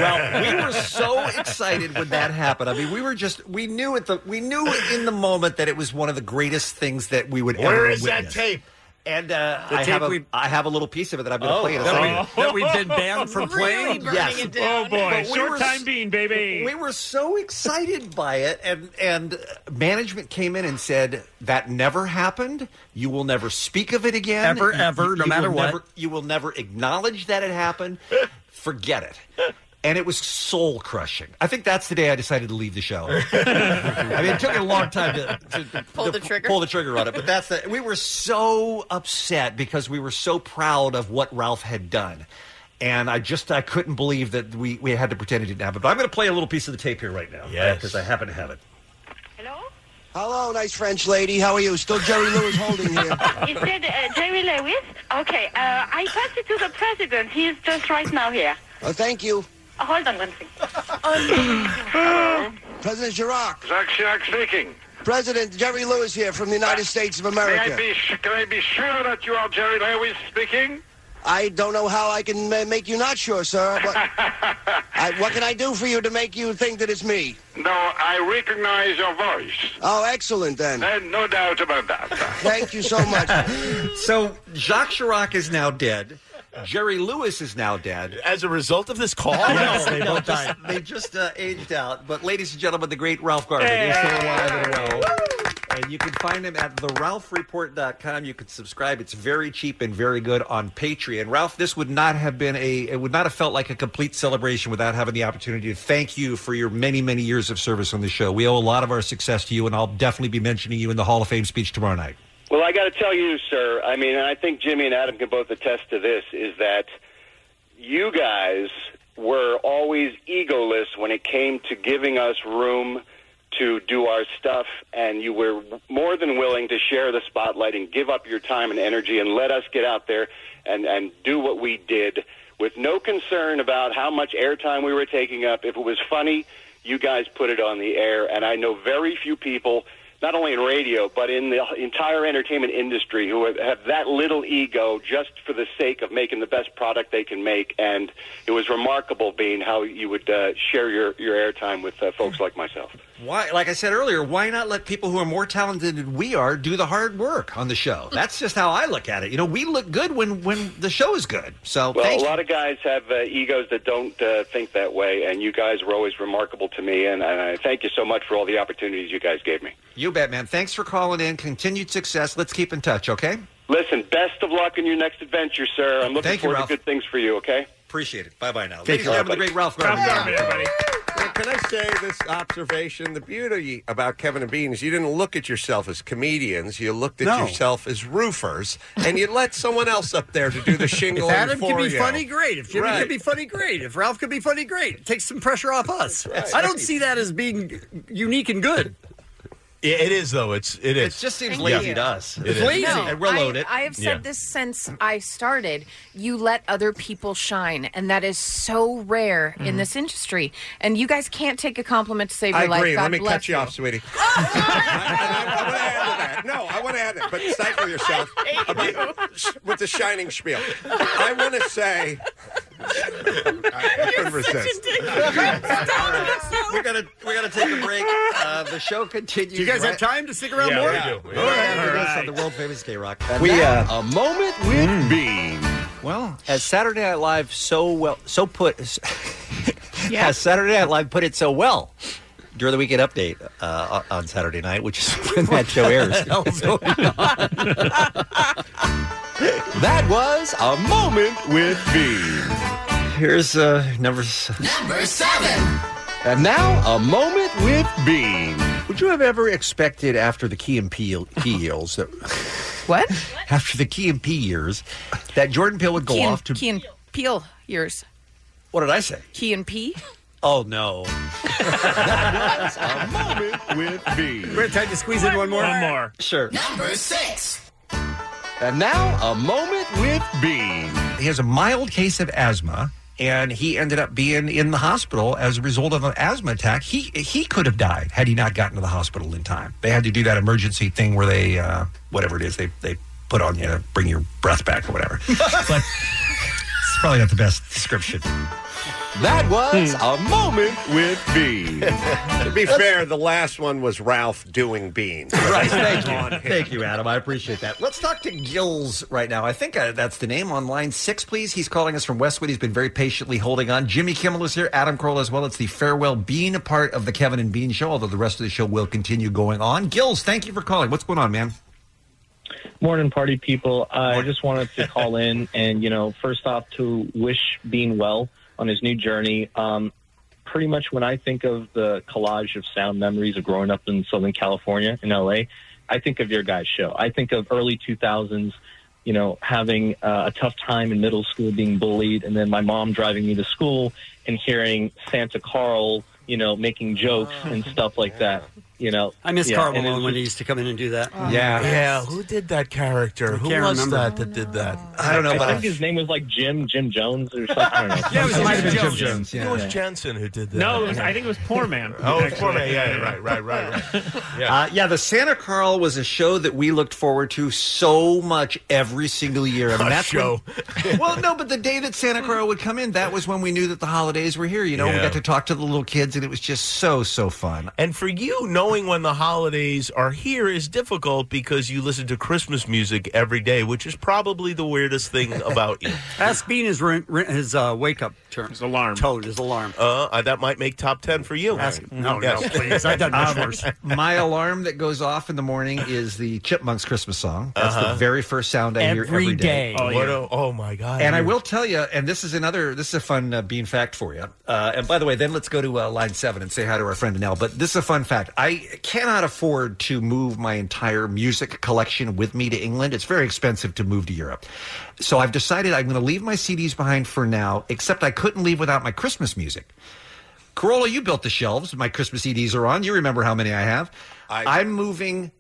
Speaker 9: well, we were so excited when that happened. I mean, we were just we knew at the we knew in the moment that it was one of the greatest things that we would ever
Speaker 24: Where is that
Speaker 9: witness.
Speaker 24: tape?
Speaker 9: And uh,
Speaker 24: The
Speaker 9: I
Speaker 24: tape
Speaker 9: have a,
Speaker 24: we-
Speaker 9: I have a little piece of it that I'm going to
Speaker 24: Oh,
Speaker 9: play. in a
Speaker 24: that we-
Speaker 9: second.
Speaker 24: that we've been banned
Speaker 38: from Really playing? burning
Speaker 9: Yes.
Speaker 38: it down. Oh, boy.
Speaker 9: But
Speaker 38: Short
Speaker 9: were
Speaker 38: time
Speaker 9: s-
Speaker 38: bean, baby.
Speaker 9: We were so excited by it, and and management came in and said that never happened. You will never speak of it again.
Speaker 10: Ever,
Speaker 9: You-
Speaker 10: ever,
Speaker 9: you-
Speaker 10: no
Speaker 9: you
Speaker 10: matter
Speaker 9: will
Speaker 10: what."
Speaker 9: never- you will never acknowledge that
Speaker 24: *laughs*
Speaker 9: it happened. Forget it. And it was soul crushing. I think that's the day I decided to leave the show. I mean, it took a long time to, to, to
Speaker 39: Pull the trigger.
Speaker 9: pull the trigger on it. But that's the, we were so upset because we were so proud of what Ralph had done. And I just I couldn't believe that we, we had to pretend it didn't happen. But I'm going to play a little piece of the tape here right now.
Speaker 35: Yes.
Speaker 9: Because I happen to have it.
Speaker 35: Hello, nice French lady. How are you? Still Jerry Lewis holding here.
Speaker 5: Is that uh, Jerry Lewis? Okay, uh, I pass it to the president. He is just right now here.
Speaker 35: Oh, thank you.
Speaker 5: Hold on one second.
Speaker 35: *laughs* President Chirac.
Speaker 29: Jacques Chirac speaking.
Speaker 35: President Jerry Lewis here from the United States of America.
Speaker 29: May I be, sh- can I be sure that you are Jerry Lewis speaking?
Speaker 35: I don't know how I can uh, make you not sure, sir. What, I, what can I do for you to make you think that it's me?
Speaker 29: No, I recognize your voice.
Speaker 35: Oh,
Speaker 29: *laughs*
Speaker 35: excellent then.
Speaker 29: There's no doubt about that.
Speaker 35: Thank you so much.
Speaker 9: *laughs* So Jacques Chirac is now dead. Jerry Lewis is now dead.
Speaker 24: As a result of this call? Oh,
Speaker 9: yes,
Speaker 24: they both
Speaker 9: died.
Speaker 29: Uh,
Speaker 9: They just uh, aged out. But ladies and gentlemen, the great Ralph Garman is still alive and well. And you can find him at theralphreport.com. You can subscribe. It's very cheap and very good on Patreon. Ralph, this would not have been a, it would not have felt like a complete celebration without having the opportunity to thank you for your many, many years of service on the show. We owe a lot of our success to you, and I'll definitely be mentioning you in the Hall of Fame speech tomorrow night.
Speaker 36: Well, I got to tell you, sir. I mean, and I think Jimmy and Adam can both attest to this: is that you guys were always egoless when it came to giving us room to do our stuff, and you were more than willing to share the spotlight and give up your time and energy and let us get out there and and do what we did with no concern about how much airtime we were taking up. If it was funny, you guys put it on the air, and I know very few people not only in radio but in the entire entertainment industry who have, have that little ego just for the sake of making the best product they can make and it was remarkable being how you would uh, share your, your airtime with uh, folks like myself
Speaker 9: Why, like I said earlier, why not let people who are more talented than we are do the hard work on the show? That's just how I look at it. You know, we look good when when the show is good. So
Speaker 36: well
Speaker 9: thanks.
Speaker 36: a lot of guys have uh, egos that don't uh, think that way and you guys were always remarkable to me and, and i thank you so much for all the opportunities you guys gave me
Speaker 9: You bet, man. Thanks for calling in. Continued success. Let's keep in touch, okay?
Speaker 36: listen best of luck in your next adventure sir i'm looking
Speaker 9: Thank you,
Speaker 36: forward
Speaker 9: Ralph.
Speaker 36: to good things for you okay
Speaker 9: appreciate it bye bye now
Speaker 36: Take
Speaker 9: Ladies
Speaker 36: care,
Speaker 9: and gentlemen, the
Speaker 36: buddy.
Speaker 9: great Ralph
Speaker 36: Ralph Garman,
Speaker 9: Garman.
Speaker 36: everybody.
Speaker 15: Yeah, can I say this observation? The beauty about Kevin and Bean is you didn't look at yourself as comedians. You looked at
Speaker 5: No.
Speaker 15: yourself as roofers, and you let someone else up there to
Speaker 10: *laughs*
Speaker 15: do the
Speaker 10: If
Speaker 15: shingling
Speaker 10: Adam
Speaker 15: for
Speaker 10: can be
Speaker 15: you.
Speaker 10: funny, great. If Jimmy
Speaker 15: Right.
Speaker 10: can be funny, great. If Ralph can be funny, great. It takes some pressure off us.
Speaker 9: That's
Speaker 10: I don't
Speaker 9: right.
Speaker 10: see that as being unique and good.
Speaker 24: It is though. It's it is.
Speaker 9: It just seems
Speaker 11: Thank lazy you. to
Speaker 9: us.
Speaker 24: It is.
Speaker 9: and we'll
Speaker 11: I,
Speaker 9: own it.
Speaker 11: I have said
Speaker 24: Yeah.
Speaker 11: this since I started. You let other people shine, and that is so rare in this industry. And you guys can't take a compliment to save your
Speaker 15: I
Speaker 11: life.
Speaker 15: agree.
Speaker 11: God
Speaker 15: Let me
Speaker 11: bless
Speaker 15: cut you, off, sweetie. No, I want to add it, but stifle yourself about- with the shining spiel. I want to say. I couldn't resist. *laughs*
Speaker 9: we're gonna we're gonna take a
Speaker 11: *laughs*
Speaker 9: break. Uh, the show continues.
Speaker 10: Do you guys have time to stick around
Speaker 9: Yeah,
Speaker 10: more?
Speaker 9: we do.
Speaker 10: All
Speaker 9: All right,
Speaker 10: right.
Speaker 9: after this on the world famous K Rock. *laughs*
Speaker 33: We,
Speaker 9: a moment with
Speaker 33: Bean.
Speaker 9: Well, as Saturday Night Live so well so put, *laughs*
Speaker 33: Yeah.
Speaker 9: as Saturday Night Live put it so well. During the weekend update uh, on Saturday night, which is *laughs* when that show airs. *laughs* that was a moment with Bean. Here's uh, number s-
Speaker 13: Number seven.
Speaker 9: And now, a moment with Bean. Would you have ever expected after the Key and Peele Key years that
Speaker 11: *laughs* what
Speaker 9: *laughs* after the Key and P years that Jordan Peele would go
Speaker 11: Key and,
Speaker 9: off to?
Speaker 11: Key and Peel yours.
Speaker 9: What did I say?
Speaker 11: Key and P.
Speaker 9: Oh no!
Speaker 33: with B.
Speaker 10: We're time to squeeze in one more. One more.
Speaker 9: Sure.
Speaker 33: Number six.
Speaker 9: And now, a moment with Bean. He has a mild case of asthma, and he ended up being in the hospital as a result of an asthma attack. He he could have died had he not gotten to the hospital in time. They had to do that emergency thing where they uh, whatever it is they they put on you to bring your breath back or whatever. *laughs* but it's probably not the best description. That was a moment with Bean.
Speaker 15: Hmm. *laughs* to be fair, the last one was Ralph doing Bean.
Speaker 9: Right, *laughs* thank you. Thank you, Adam. I appreciate that. Let's talk to Gills right now. I think uh, that's the name on line six, please. He's calling us from Westwood. He's been very patiently holding on. Jimmy Kimmel is here, Adam Kroll as well. It's the farewell bean a part of the Kevin and Bean show, although the rest of the show will continue going on. Gills, thank you for calling. What's going on, man?
Speaker 22: Morning, party people. I just wanted to call in and, you know, first off, to wish Bean well on his new journey. Um, pretty much when I think of the collage of sound memories of growing up in Southern California, in LA, I think of your guys' show. I think of early 2000s, you know, having uh, a tough time in middle school, being bullied, and then my mom driving me to school and hearing Santa Carl, you know, making jokes and stuff like that. You know,
Speaker 10: I miss
Speaker 22: Oh. Yeah, and
Speaker 10: Carl
Speaker 22: it was
Speaker 10: Malone when
Speaker 22: just-
Speaker 10: he used to come in and do that.
Speaker 22: Yeah,
Speaker 24: Who did that character? Who
Speaker 10: can't
Speaker 24: was
Speaker 10: remember.
Speaker 24: that that did that?
Speaker 22: I
Speaker 24: *laughs*
Speaker 22: think his name was like Jim Jim Jones or something. I don't
Speaker 9: *laughs*
Speaker 22: know.
Speaker 24: Yeah, it was-
Speaker 22: Something
Speaker 24: might have
Speaker 22: like
Speaker 24: been
Speaker 22: that.
Speaker 24: Jim Jones, yeah. It was Jensen who did that.
Speaker 7: No, it was, I think it was Poor Man.
Speaker 24: Oh, it's
Speaker 7: actually.
Speaker 24: Poor Man. Yeah, yeah, right, right, right, right.
Speaker 9: Yeah. Uh, yeah, the Santa Carl was a show that we looked forward to so much every single year. I mean,
Speaker 5: A
Speaker 9: that's
Speaker 5: show.
Speaker 9: when- *laughs* well, no, but the day that Santa Carl would come in, that was when we knew that the holidays were here. You know, we
Speaker 24: Yeah.
Speaker 9: got to talk to the little kids, and it was just so so fun.
Speaker 24: And for you, no knowing when the holidays are here is difficult because you listen to Christmas music every day, which is probably the weirdest
Speaker 10: *laughs*
Speaker 24: thing about you.
Speaker 10: That's being his ri- ri- his uh, wake up term. His
Speaker 40: alarm.
Speaker 10: Toad. His alarm.
Speaker 24: Uh, uh, that might make top ten for you.
Speaker 10: No, no, please. I've done much
Speaker 9: *laughs*
Speaker 10: worse.
Speaker 9: Um, My alarm that goes off in the morning is the Chipmunks Christmas song. That's
Speaker 24: Uh-huh.
Speaker 9: the very first sound I hear every day.
Speaker 24: Oh, what a- oh, my god!
Speaker 9: and
Speaker 24: *laughs*
Speaker 9: I will tell you, and this is another, this is a fun uh, bean fact for you. Uh, and by the way, then let's go to uh, line seven and say hi to our friend Nell. But this is a fun fact. I cannot afford to move my entire music collection with me to England. It's very expensive to move to Europe. So I've decided I'm going to leave my CDs behind for now, except I couldn't leave without my Christmas music. Corolla, you built the shelves. My Christmas CDs are on. You remember how many I have. I, am moving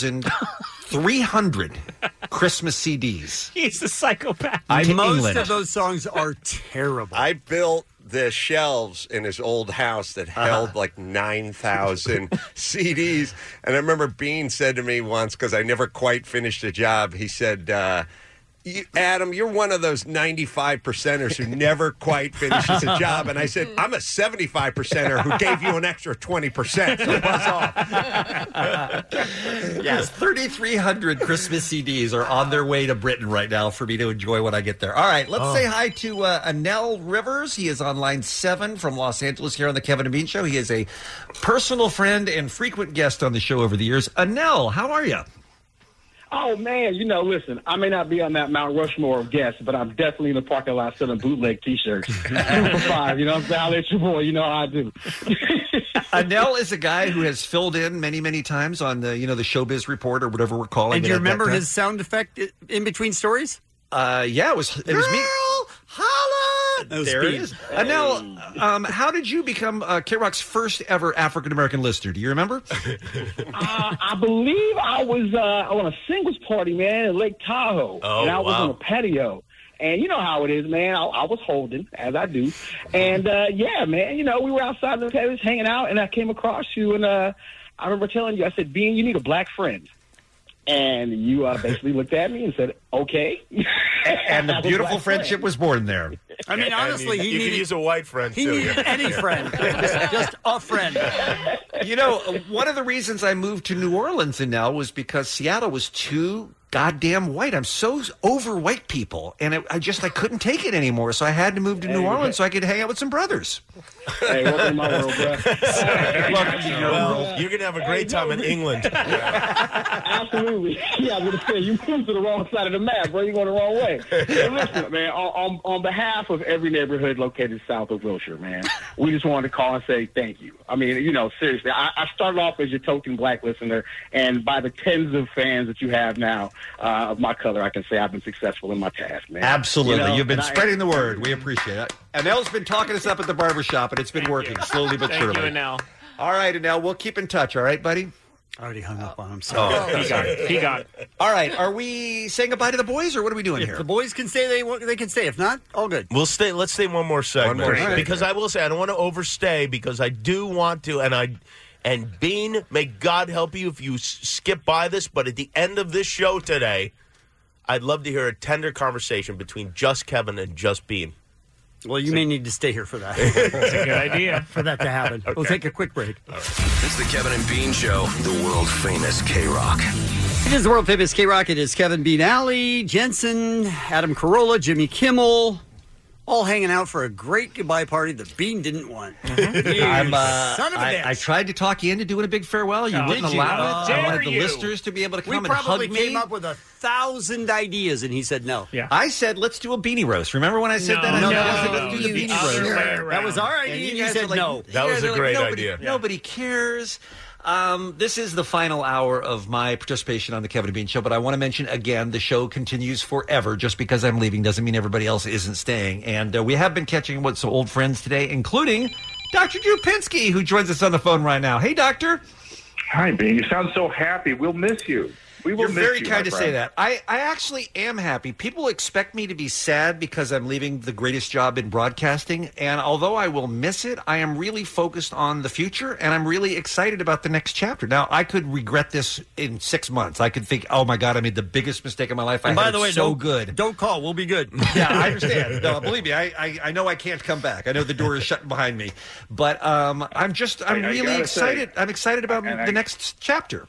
Speaker 9: *laughs* 3,300 Christmas CDs.
Speaker 40: He's a psychopath.
Speaker 9: to England.
Speaker 10: those songs are terrible.
Speaker 15: I built the shelves in his old house that
Speaker 9: Uh-huh.
Speaker 15: held like 9,000
Speaker 9: *laughs*
Speaker 15: CDs. And I remember Bean said to me once, because I never quite finished a job, he said, uh, you, Adam, you're one of those 95 percenters who never quite finishes a job. And I
Speaker 9: *laughs*
Speaker 15: said, I'm a 75 percenter who gave you an extra 20%. So buzz off.
Speaker 9: yes, 3,300 Christmas CDs are on their way to Britain right now for me to enjoy when I get there. All right, let's
Speaker 41: Oh.
Speaker 9: say hi to uh, Anel Rivers. He is on line seven from Los Angeles here on the Kevin and Bean Show. He is a personal friend and frequent guest on the show over the years. Anel, how are you?
Speaker 5: Oh man, you know, listen, I may not be on that Mount Rushmore of guests, but I'm definitely in the parking lot selling bootleg
Speaker 9: *laughs*
Speaker 5: T-shirts. Two for five, you know. what I'm saying? I'll let you boy, you know how I do. *laughs*
Speaker 9: Anel is a guy who has filled in many, many times on the you know the Showbiz Report or whatever we're calling
Speaker 10: And do
Speaker 9: it.
Speaker 10: you
Speaker 9: at that
Speaker 10: remember
Speaker 9: time.
Speaker 10: his sound effect i- in between stories?
Speaker 9: Uh, yeah, it was it was me. Holla!
Speaker 10: That was
Speaker 9: there
Speaker 10: Speed.
Speaker 9: it is. Uh, now, um, how did you become uh, K Rock's first ever African American listener? Do you
Speaker 5: *laughs*
Speaker 9: remember?
Speaker 5: uh, I believe I was uh, on a singles party, man, in Lake Tahoe,
Speaker 9: Oh,
Speaker 5: and I was
Speaker 9: wow.
Speaker 5: on a patio. And you know how it is, man. I, I was holding, as I do, and uh, yeah, man. You know, we were outside the patio, just hanging out, and I came across you, and uh, I remember telling you, I said, "Bean, you need a black friend." And you uh, basically looked at me and said, "Okay." *laughs*
Speaker 9: and the beautiful friendship was born there.
Speaker 10: I mean, honestly, he
Speaker 24: you
Speaker 10: needed-
Speaker 24: could use a white friend.
Speaker 10: He
Speaker 24: too. *laughs*
Speaker 10: needed any friend, just, just a friend.
Speaker 9: You know, one of the reasons I moved to New Orleans and now was because Seattle was too goddamn white. I'm so over white people, and it, I just I couldn't take it anymore. So I had to move to New Orleans so I could hang out with some brothers.
Speaker 5: Hey, welcome to my world,
Speaker 10: *laughs*
Speaker 5: bro.
Speaker 9: *laughs* Welcome to your world.
Speaker 24: You're gonna have a great time in England.
Speaker 5: Absolutely. *laughs* Yeah, I was gonna say you moved to the wrong side of the map, bro. You're going the wrong way. But listen, man, on, on on behalf of every neighborhood located south of Wilshire, man, we just wanted to call and say thank you. I mean, you know, seriously, I, I started off as your token black listener, and by the tens of fans that you have now uh, of my color, I can say I've been successful in my task, man.
Speaker 9: Absolutely.
Speaker 5: You know,
Speaker 9: You've been
Speaker 5: and I-
Speaker 9: spreading the word. We appreciate it. Anel's been talking us up at the barber shop, and it's been working
Speaker 10: *laughs*
Speaker 9: slowly but
Speaker 5: Thank
Speaker 9: surely.
Speaker 5: you, Anel.
Speaker 9: All right, Anel, we'll keep in touch, all right, buddy?
Speaker 10: I already hung up on him.
Speaker 9: sorry.
Speaker 10: Oh, he got it. He got
Speaker 9: it. All right, are we saying goodbye to the boys, or what are we doing here?
Speaker 10: The boys can stay. They want- they can stay. If not, all good.
Speaker 24: We'll stay. Let's stay one more segment
Speaker 10: more segment.
Speaker 24: because I will say I don't want to overstay because I do want to, and I and Bean, may God help you if you s- skip by this. But at the end of this show today, I'd love to hear a tender conversation between just Kevin and just Bean.
Speaker 10: Well, you may need to stay here
Speaker 24: *laughs*
Speaker 10: for that. *laughs* That's
Speaker 24: a good idea.
Speaker 10: for that to happen.
Speaker 24: *laughs*
Speaker 10: We'll
Speaker 24: Okay.
Speaker 10: take a quick break.
Speaker 13: It's the Kevin and Bean Show, the world famous K Rock.
Speaker 10: It is the world famous K Rock. It is Kevin Bean Alley, Jensen, Adam Carolla, Jimmy Kimmel, all hanging out for a great goodbye party that Bean
Speaker 24: *laughs*
Speaker 10: didn't want.
Speaker 24: Uh-huh.
Speaker 10: You
Speaker 9: I'm, uh,
Speaker 10: son of a
Speaker 9: I,
Speaker 10: bitch.
Speaker 9: I tried to talk you into doing a big farewell. You
Speaker 10: Oh,
Speaker 9: wouldn't
Speaker 10: did you?
Speaker 9: allow it.
Speaker 10: How
Speaker 9: I
Speaker 10: dare
Speaker 9: wanted the
Speaker 10: you.
Speaker 9: listeners to be able to come
Speaker 10: we
Speaker 9: and
Speaker 10: probably
Speaker 9: hug
Speaker 10: came
Speaker 9: me.
Speaker 10: up with a thousand ideas, and he said no. Yeah.
Speaker 9: I said, let's do a beanie roast. Remember when I said
Speaker 10: No,
Speaker 9: that? I
Speaker 10: no,
Speaker 9: said,
Speaker 10: no,
Speaker 9: let's do the
Speaker 10: you
Speaker 9: beanie
Speaker 10: other way
Speaker 9: roast.
Speaker 10: around. That was our idea, and you
Speaker 9: guys
Speaker 10: said
Speaker 9: were like,
Speaker 10: no.
Speaker 9: you
Speaker 10: That
Speaker 9: guys
Speaker 10: was a
Speaker 9: were like,
Speaker 10: great
Speaker 9: nobody,
Speaker 10: idea.
Speaker 9: Nobody cares. Um, this is the final hour of my participation on the Kevin and Bean Show, but I want to mention again the show continues forever. Just because I'm leaving doesn't mean everybody else isn't staying. And uh, we have been catching up with some old friends today, including Dr. Drew Pinsky, who joins us on the phone right now. Hey, Doctor.
Speaker 6: Hi, Bean. You sound so happy. We'll miss you.
Speaker 9: We
Speaker 22: will
Speaker 9: You're
Speaker 22: miss
Speaker 9: very
Speaker 22: you,
Speaker 9: kind
Speaker 22: my
Speaker 9: to say
Speaker 22: friend.
Speaker 9: that. I, I actually am happy. People expect me to be sad because I'm leaving the greatest job in broadcasting. And although I will miss it, I am really focused on the future and I'm really excited about the next chapter. Now, I could regret this in six months. I could think, oh my God, I made the biggest mistake of my life. I
Speaker 27: And by
Speaker 9: had
Speaker 27: the
Speaker 9: it
Speaker 27: way,
Speaker 9: so
Speaker 27: don't-
Speaker 9: good.
Speaker 27: Don't call. We'll
Speaker 24: *laughs*
Speaker 27: be good.
Speaker 9: yeah, I understand. No, believe me, I, I, I know I can't come back. I know the door is shut behind me. But um, I'm just, I'm
Speaker 22: I- I
Speaker 9: really
Speaker 22: gotta
Speaker 9: excited. I'm excited about the
Speaker 22: and I-
Speaker 9: next chapter.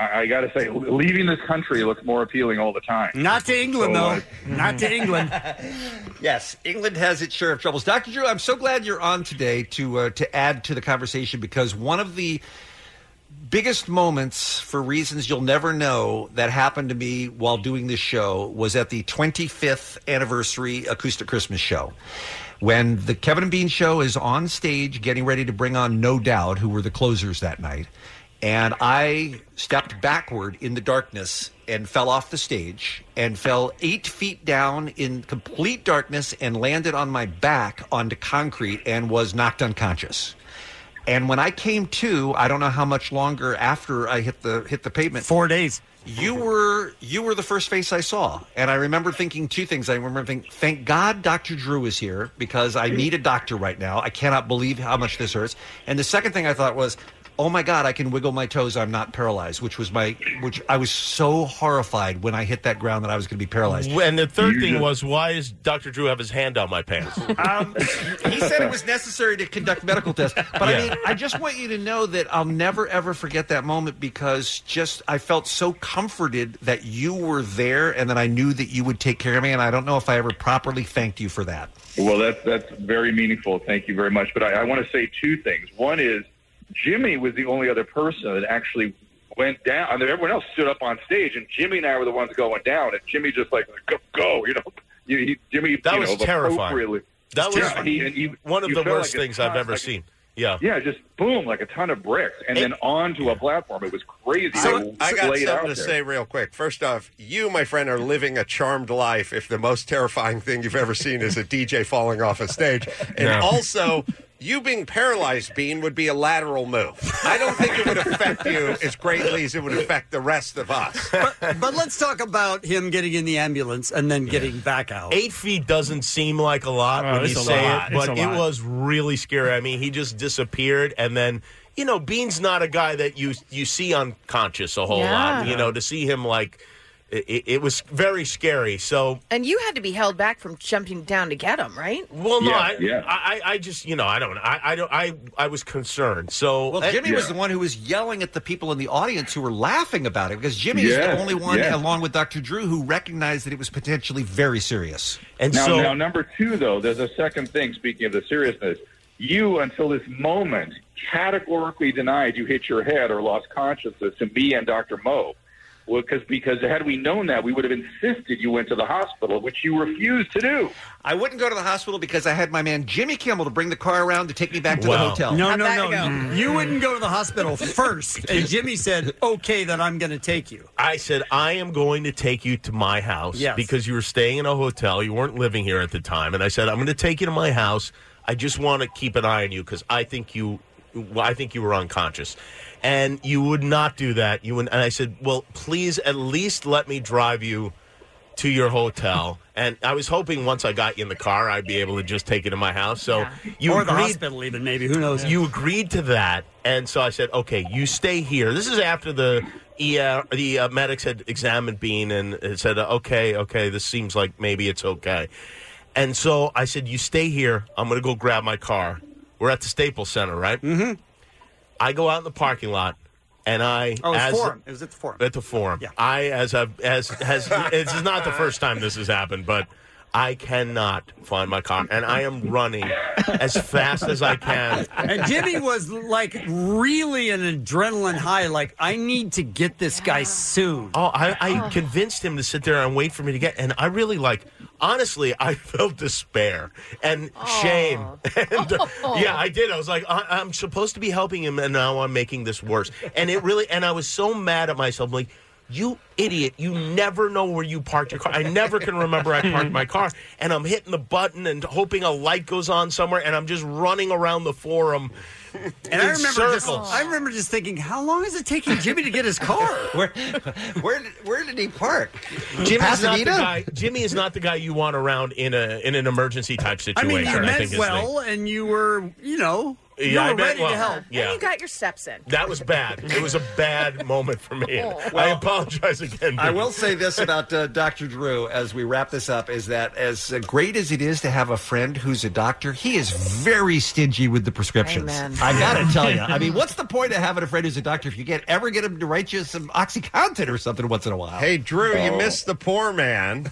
Speaker 22: I, I got to say, leaving this country looks more appealing all the time.
Speaker 10: Not to England,
Speaker 22: So,
Speaker 9: though.
Speaker 22: uh,
Speaker 10: Not to England.
Speaker 22: *laughs*
Speaker 9: yes, England has its share of troubles. Dr. Drew, I'm so glad you're on today to uh, to add to the conversation because one of the biggest moments for reasons you'll never know that happened to me while doing this show was at the 25th anniversary acoustic christmas show when the kevin and bean show is on stage getting ready to bring on no doubt who were the closers that night and i stepped backward in the darkness and fell off the stage and fell eight feet down in complete darkness and landed on my back onto concrete and was knocked unconscious and when I came to, I don't know how much longer after I hit the hit the pavement.
Speaker 10: Four days.
Speaker 9: You were you were the first face I saw, and I remember thinking two things. I remember thinking, "Thank God Doctor Drew is here because I need a doctor right now. I cannot believe how much this hurts." And the second thing I thought was, "Oh my God, I can wiggle my toes. I'm not paralyzed," which was my which I was so horrified when I hit that ground that I was going to be paralyzed.
Speaker 24: And the third
Speaker 9: You
Speaker 24: thing
Speaker 9: just-
Speaker 24: was, why does Dr. Drew have his hand down my pants?
Speaker 9: Um, he said it was necessary to conduct medical tests. But
Speaker 24: Yeah.
Speaker 9: I mean, I just want you to know that I'll never ever forget that moment because just I felt so comforted that you were there and that I knew that you would take care of me. And I don't know if I ever properly thanked you for that.
Speaker 22: Well, that's that's very meaningful. Thank you very much. But I, I want to say two things. One is Jimmy was the only other person that actually went down. I mean, everyone else stood up on stage, and Jimmy and I were the ones going down. And Jimmy just like go, go you know. You, he, Jimmy,
Speaker 24: That
Speaker 22: you
Speaker 24: was
Speaker 22: know,
Speaker 24: terrifying.
Speaker 22: appropriately-
Speaker 24: That was
Speaker 22: Yeah, he- and you-
Speaker 24: one of
Speaker 22: you
Speaker 24: the
Speaker 22: felt
Speaker 24: worst
Speaker 22: like a
Speaker 24: things I've
Speaker 22: ton-
Speaker 24: ever
Speaker 22: like a-
Speaker 24: seen. Yeah.
Speaker 22: Yeah, just boom, like a ton of bricks, and then onto a platform. It was crazy.
Speaker 15: So
Speaker 22: They
Speaker 15: I got
Speaker 22: laid out
Speaker 15: something
Speaker 22: there.
Speaker 15: to say real quick. First off, you, my friend, are living a charmed life if the most terrifying thing you've ever seen is a DJ falling off a stage. And
Speaker 13: No.
Speaker 15: also, you being paralyzed, Bean, would be a lateral move. I don't think it would affect you as greatly as it would affect the rest of us.
Speaker 10: but let's talk about him getting in the ambulance and then getting back out.
Speaker 24: Eight feet doesn't seem like a lot
Speaker 10: Oh,
Speaker 24: when you
Speaker 10: it's a
Speaker 24: say
Speaker 10: lot.
Speaker 24: it,
Speaker 10: It's
Speaker 24: but
Speaker 10: a
Speaker 24: it
Speaker 10: lot.
Speaker 24: was really scary. I mean, he just disappeared, and then you know, Bean's not a guy that you you see unconscious a whole
Speaker 11: Yeah.
Speaker 24: lot. You know, to see him like it, it was very scary. So
Speaker 11: And you had to be held back from jumping down to get him, right?
Speaker 24: Well, no, I, I, I, I just, you know, I don't, I, I don't, I, I was concerned. So, eh,
Speaker 9: Well, Jimmy was the one who was yelling at the people in the audience who were laughing about it because Jimmy is
Speaker 22: Yeah,
Speaker 9: the only one,
Speaker 22: yeah.
Speaker 9: along with Dr. Drew, who recognized that it was potentially very serious.
Speaker 22: now, now, number two, though, there's a second thing. Speaking of the seriousness, you until this moment categorically denied you hit your head or lost consciousness to me and Dr. Mo. Well, cause, because had we known that, we would have insisted you went to the hospital, which you refused to do.
Speaker 9: I wouldn't go to the hospital because I had my man Jimmy Kimmel to bring the car around to take me back to the
Speaker 10: Wow.
Speaker 9: hotel.
Speaker 10: No, no, no. You wouldn't go to the
Speaker 9: *laughs*
Speaker 10: hospital first. And Jimmy said, okay, then I'm going to take you.
Speaker 24: I said, I am going to take you to my house
Speaker 10: Yes.
Speaker 24: because you were staying in a hotel. You weren't living here at the time. And I said, I'm going to take you to my house. I just want to keep an eye on you because I think you, well, I think you were unconscious. And you would not do that. You would, and I said, well, please at least let me drive you to your hotel. And I was hoping once I got you in the car, I'd be able to just take you to my house. So you
Speaker 10: or
Speaker 24: agreed,
Speaker 10: the hospital, even maybe. Who knows?
Speaker 24: you agreed to that, and so I said, "Okay, you stay here." This is after the ER, the uh, medics had examined Bean and had said, "Okay, okay, this seems like maybe it's okay." And so I said, "You stay here. I'm going to go grab my car. We're at the Staples Center, right?" Mm-hmm. I go out in the parking lot, and I
Speaker 10: Oh, it
Speaker 24: as-
Speaker 10: was forum. It was at the forum.
Speaker 24: at the forum. I as I've as has this is not the first time this has happened, but I cannot find my car, and I am running as fast as I can.
Speaker 10: And Jimmy was like really an adrenaline high. Like, I need to get this guy soon.
Speaker 24: Oh, I, I convinced him to sit there and wait for me to get, and I really like. Honestly, I *laughs* felt despair and shame. *laughs* And, uh, yeah, I did. I was like, I- I'm supposed to be helping him, and now I'm making this worse. And it really, and I was so mad at myself. Like, you idiot, you never know where you parked your car. I never can remember I parked my car. And I'm hitting the button and hoping a light goes on somewhere, and I'm just running around the forum.
Speaker 10: And I
Speaker 24: in
Speaker 10: remember, just,
Speaker 24: circles.
Speaker 10: I remember just thinking, how long is it taking Jimmy to get
Speaker 24: *laughs*
Speaker 10: his car?
Speaker 9: where, where, did, where did he park?
Speaker 24: Jimmy's not the guy. Jimmy is not the guy you want around in a in an emergency type
Speaker 10: I
Speaker 24: situation.
Speaker 10: mean, you
Speaker 24: think
Speaker 10: meant
Speaker 24: is the-
Speaker 10: well, and you were, you know, you
Speaker 24: Yeah, I
Speaker 10: were
Speaker 24: meant
Speaker 10: ready
Speaker 24: well.
Speaker 10: to help.
Speaker 24: Yeah.
Speaker 11: You got your steps in.
Speaker 24: That was bad. It was a bad moment for me. And I apologize again.
Speaker 9: Oh, I will say this about uh, Dr. Drew as we wrap this up is that as great as it is to have a friend who's a doctor, he is very stingy with the prescriptions.
Speaker 27: Amen.
Speaker 9: I got to tell you. I
Speaker 5: *laughs*
Speaker 11: *laughs*
Speaker 9: mean, what's the point of having a friend who's a doctor if you can't ever get him to write you some OxyContin or something once in a while?
Speaker 15: Hey, Drew, you
Speaker 9: Oh.
Speaker 15: missed the poor man.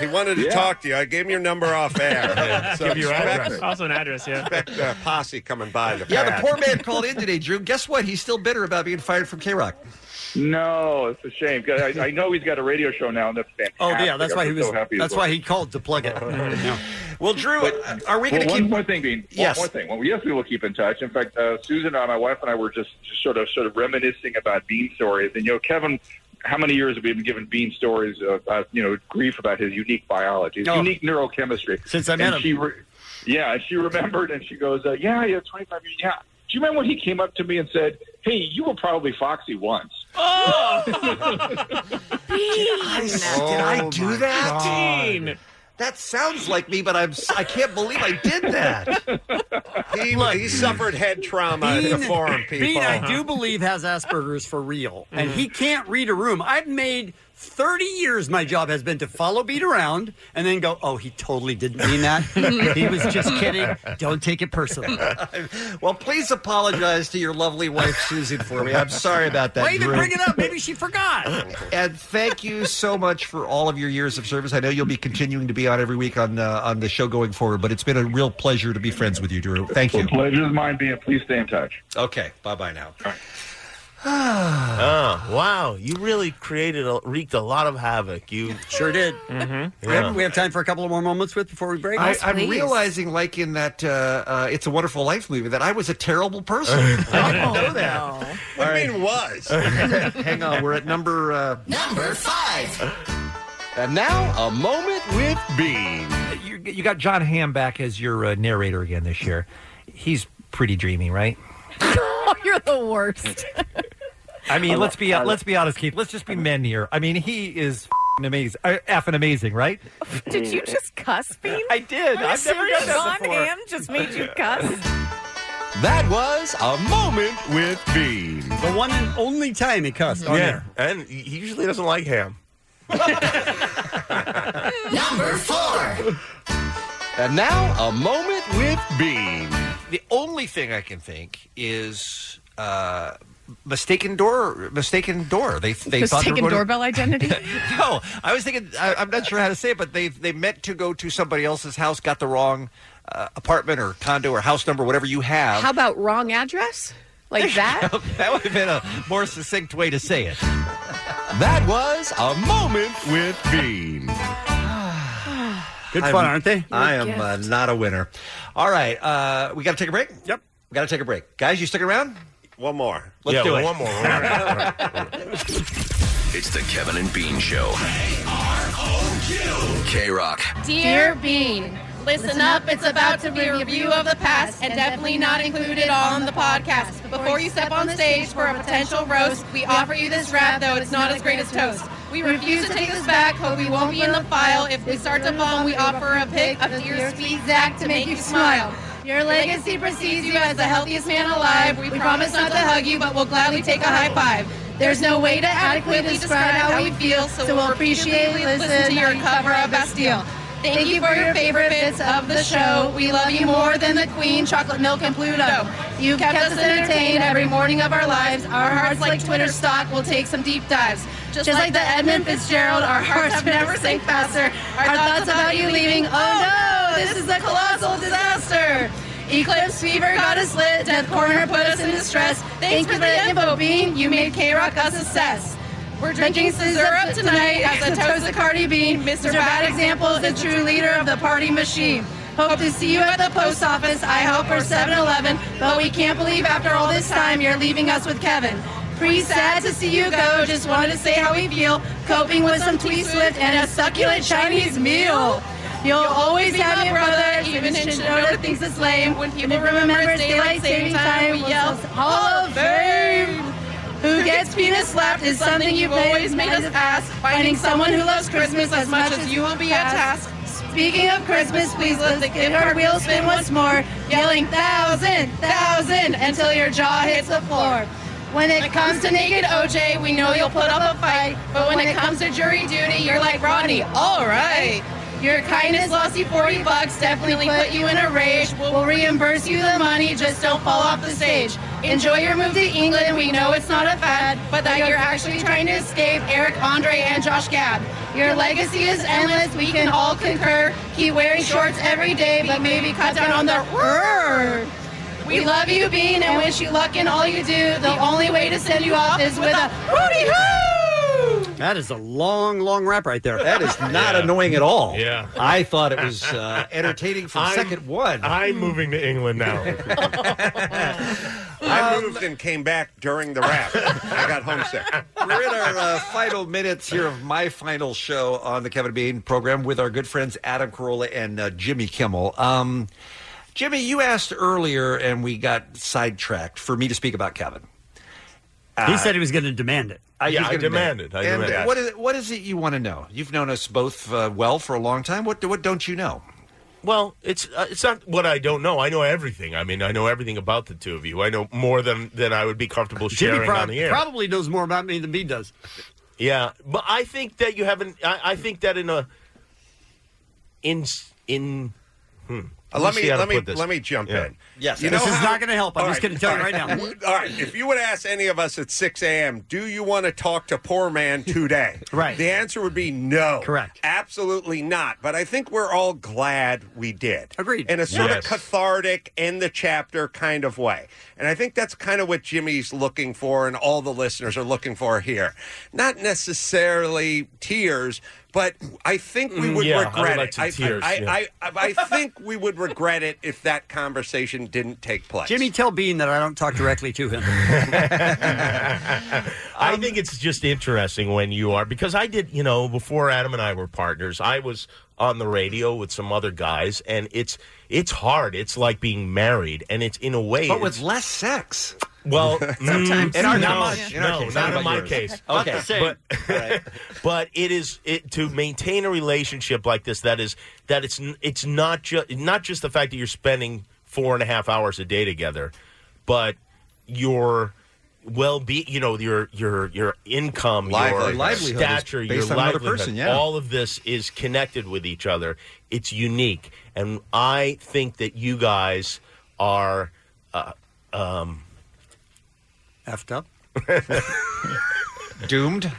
Speaker 15: He wanted to
Speaker 9: Yeah.
Speaker 15: talk to you. I gave him your number off air.
Speaker 9: Give your address.
Speaker 15: Also an address, yeah. Expect uh, posse coming by. The
Speaker 9: Yeah,
Speaker 15: pad.
Speaker 9: the poor
Speaker 15: *laughs*
Speaker 9: man called in today, Drew. Guess what? He's still bitter about being fired from K Rock.
Speaker 6: No, it's a shame. 'cause I, I know he's got a radio show now, and that's fantastic.
Speaker 9: Oh, yeah, that's why
Speaker 6: I'm
Speaker 9: he was-
Speaker 6: So happy
Speaker 9: that's
Speaker 6: about
Speaker 9: why
Speaker 6: it.
Speaker 9: he
Speaker 10: called to plug it.
Speaker 24: *laughs*
Speaker 9: Well, Drew, are
Speaker 6: Well,
Speaker 9: we going to
Speaker 6: one
Speaker 9: keep
Speaker 6: more thing, Bean? One
Speaker 9: Yes.
Speaker 6: more thing. Well, yes, we will keep in touch. In fact, uh, Susan and I, my wife and I, were just sort of sort of reminiscing about Bean stories. And you know, Kevin, how many years have we been giving Bean stories of uh, you know grief about his unique biology, his
Speaker 10: Oh.
Speaker 6: unique neurochemistry?
Speaker 10: Since I met
Speaker 6: And
Speaker 10: him.
Speaker 6: she re- yeah, and she remembered, and she goes, uh, "Yeah, yeah, 25 years. Yeah." Do you remember when he came up to me and said, "Hey, you were probably Foxy once."
Speaker 2: Oh!
Speaker 9: Did I do that? Oh That sounds like me, but I'm I can't believe I did that.
Speaker 6: *laughs*
Speaker 15: he, he suffered head trauma at the forum, people.
Speaker 10: Bean, I do believe has Asperger's for real, and he can't read a room. I've made. 30 years my job has been to follow Bean around and then go, oh, he totally didn't mean that. he was just kidding. Don't take it personally.
Speaker 9: well, please apologize to your lovely wife Susan for me. I'm sorry about that.
Speaker 10: Why even
Speaker 9: Drew.
Speaker 10: bring it up? Maybe she forgot.
Speaker 9: And thank you so much for all of your years of service. I know you'll be continuing to be on every week on uh, on the show going forward, but it's been a real pleasure to be friends with you, Drew. Thank you.
Speaker 6: Well, pleasure is mine, Bean. Please stay in touch.
Speaker 9: Okay, bye bye now.
Speaker 24: Oh, wow. You really created, a, wreaked a lot of havoc. You
Speaker 10: sure did. We, have, we have time for a couple of more moments with before we break.
Speaker 9: I, I'm realizing, like in that uh, uh, "It's a Wonderful Life" movie, that I was a terrible *laughs* person. I
Speaker 5: Oh,
Speaker 9: didn't know that.
Speaker 15: What do you mean
Speaker 5: *laughs*
Speaker 15: was?
Speaker 9: *laughs* Hang on, we're at number uh,
Speaker 33: Number five.
Speaker 9: And now, a moment with Bean. You, you got John Hamm back as your uh, narrator again this year. He's pretty dreamy, right?
Speaker 11: *laughs* Oh, you're the worst.
Speaker 27: I
Speaker 11: I
Speaker 27: mean,
Speaker 11: lo-
Speaker 27: let's be uh,
Speaker 5: uh,
Speaker 11: I lo-
Speaker 27: let's be honest, Keith. Let's just be men here. I mean, he is f***ing amazing, uh, effing amazing, right?
Speaker 11: Did you just cuss, Bean?
Speaker 27: I did.
Speaker 11: Are you
Speaker 27: I've never
Speaker 11: serious?
Speaker 27: done that
Speaker 11: John
Speaker 27: before.
Speaker 11: Hamm just made you cuss?
Speaker 9: That was a moment
Speaker 6: with Bean.
Speaker 10: The one and only time he cussed on
Speaker 24: Yeah,
Speaker 10: there.
Speaker 24: and he usually doesn't like ham.
Speaker 33: Number four.
Speaker 9: And now, a moment with Bean. The only thing I can think is uh, mistaken door, mistaken door. They they thought they were
Speaker 12: Mistaken
Speaker 9: going to-
Speaker 12: doorbell identity.
Speaker 9: *laughs* no, I was thinking. I, I'm not sure how to say it, but they they meant to go to somebody else's house, got the wrong uh, apartment or condo or house number, whatever you have.
Speaker 11: How about wrong address?
Speaker 12: *laughs*
Speaker 11: Like that?
Speaker 9: *laughs* that would have been a more succinct way to say it. That was a moment with Bean.
Speaker 10: Good fun, aren't they?
Speaker 9: I am uh, not a winner. All right, uh, we got to take a break. Yep, we got to take a break, guys. You stick around.
Speaker 15: One more.
Speaker 9: Let's
Speaker 15: Yeah,
Speaker 9: do
Speaker 15: one
Speaker 9: it.
Speaker 15: more,
Speaker 9: *laughs*
Speaker 15: one
Speaker 13: It's the Kevin and Bean Show. K Rock.
Speaker 4: Dear Bean, listen up. It's about to be a review of the past and definitely not included on the podcast. Before you step on stage for a potential roast, we offer you this rap, though it's not as great as toast. We refuse to take this back, hope we won't be in the file. If we start to bomb, we offer a pic of Dear Speed Zach to make you smile. Your legacy precedes you as the healthiest man alive. We promise not to hug you, but we'll gladly take a high five. There's no way to adequately describe how we feel, so we'll appreciately listen to your cover of Bastille. Thank you for your favorite bits of the show. We love you more than the Queen, Chocolate Milk, and Pluto. You've kept us entertained every morning of our lives. Our hearts, like Twitter stock, will take some deep dives. Just like the Edmund Fitzgerald, our hearts have never sank faster. Our thoughts about you leaving, oh no, this is a colossal disaster. Eclipse fever got us lit. Death Corner put us in distress. Thanks for the info, Bean. You made K Rock a success. We're drinking syrup tonight as a toast to Cardi B. Mr. Bad Example is the true leader of the party machine. Hope to see you at the post office, I hope, or 7 Eleven, but we can't believe after all this time you're leaving us with Kevin. Pretty sad to see you go. Just wanted to say how we feel. Coping with some Tweet Swift and a succulent Chinese meal. You'll always have your brother, even if Shinoda thinks it's lame. When people remember it's daylight saving time, we yell Hall of Fame. Who gets penis slapped is something you've always made us ask. Finding someone who loves Christmas as much as you will be a task. Speaking of Christmas, please let the guitar wheel spin once more, yelling thousand, thousand until your jaw hits the floor. When it comes to naked OJ, we know you'll put up a fight, but when it comes to jury duty, you're like Rodney, all right. Your kindness lost you 40 bucks, definitely put you in a rage. We'll reimburse you the money, just don't fall off the stage. Enjoy your move to England, we know it's not a fad, but that you're actually trying to escape Eric Andre and Josh Gad. Your legacy is endless, we can all concur. Keep wearing shorts every day, but maybe cut down on the roar. We love you, Bean, and wish you luck in all you do. The only way to send you off is with a Hootie Hoo!
Speaker 10: That is a long, long rap right there.
Speaker 9: That is not annoying at all.
Speaker 10: Yeah.
Speaker 9: I thought it was uh, entertaining from second one.
Speaker 24: I'm moving to England now.
Speaker 9: *laughs*
Speaker 15: I moved and came back during the rap. I got homesick.
Speaker 9: We're in our uh, final minutes here of my final show on the Kevin Bean program with our good friends Adam Carolla and uh, Jimmy Kimmel. Um, Jimmy, you asked earlier, and we got sidetracked for me to speak about Kevin. Uh,
Speaker 10: he said he was going to demand it.
Speaker 9: I, he's gonna demand it. and What is, what is it you want to know? You've known us both uh, well for a long time. What do- what don't you know?
Speaker 24: Well, it's uh, it's not what I don't know. I know everything. I mean, I know everything about the two of you. I know more than than I would be comfortable sharing
Speaker 10: Jimmy
Speaker 24: on
Speaker 10: prob-
Speaker 24: the air.
Speaker 10: probably knows more about me than me does.
Speaker 24: Yeah, but I think that you haven't. I, I think that in a in in. Hmm.
Speaker 15: Uh, let me let me let me jump in. You know how- All right, all right. all right. If you would ask any of us at 6 a.m., do you want to talk to poor man today? *laughs* right. The answer would be
Speaker 9: Oh.
Speaker 15: no. Correct. Absolutely not. But I think we're all glad we did. Agreed. In a sort
Speaker 24: Yes.
Speaker 15: of cathartic, end the chapter kind of way. And I think that's kind of what Jimmy's looking for, and all the listeners are looking for here. Not necessarily tears, but I think we
Speaker 24: Mm,
Speaker 15: would
Speaker 24: yeah, I would
Speaker 15: regret
Speaker 24: like
Speaker 15: it.
Speaker 24: some tears,
Speaker 15: I,
Speaker 24: yeah.
Speaker 15: I, I, I think we would regret it if that conversation didn't take place.
Speaker 10: Jimmy, tell Bean that I don't talk directly to him.
Speaker 9: Um,
Speaker 24: I think it's just interesting when you are because I did, you know, before Adam and I were partners, I was on the radio with some other guys, and it's it's hard. It's like being married, and it's in a way,
Speaker 9: But with
Speaker 24: it's-
Speaker 9: less sex.
Speaker 24: Well,
Speaker 9: *laughs* Sometimes.
Speaker 24: mm,
Speaker 9: In our
Speaker 24: no,
Speaker 9: case. In our
Speaker 24: no,
Speaker 9: case, not
Speaker 24: not in
Speaker 9: about
Speaker 24: my
Speaker 9: yours.
Speaker 24: case.
Speaker 9: Not the Okay.
Speaker 24: *laughs*
Speaker 9: same.
Speaker 24: but, but it is it to maintain a relationship like this. That is that it's n- it's not just not just the fact that you're spending four and a half hours a day together, but your well be you know your your your income
Speaker 9: Livelihood.
Speaker 24: your
Speaker 9: Livelihood is
Speaker 24: stature your
Speaker 9: based on another
Speaker 24: livelihood
Speaker 9: person, yeah.
Speaker 24: all of this is connected with each other it's unique and i think that you guys are uh, um
Speaker 10: effed up
Speaker 9: doomed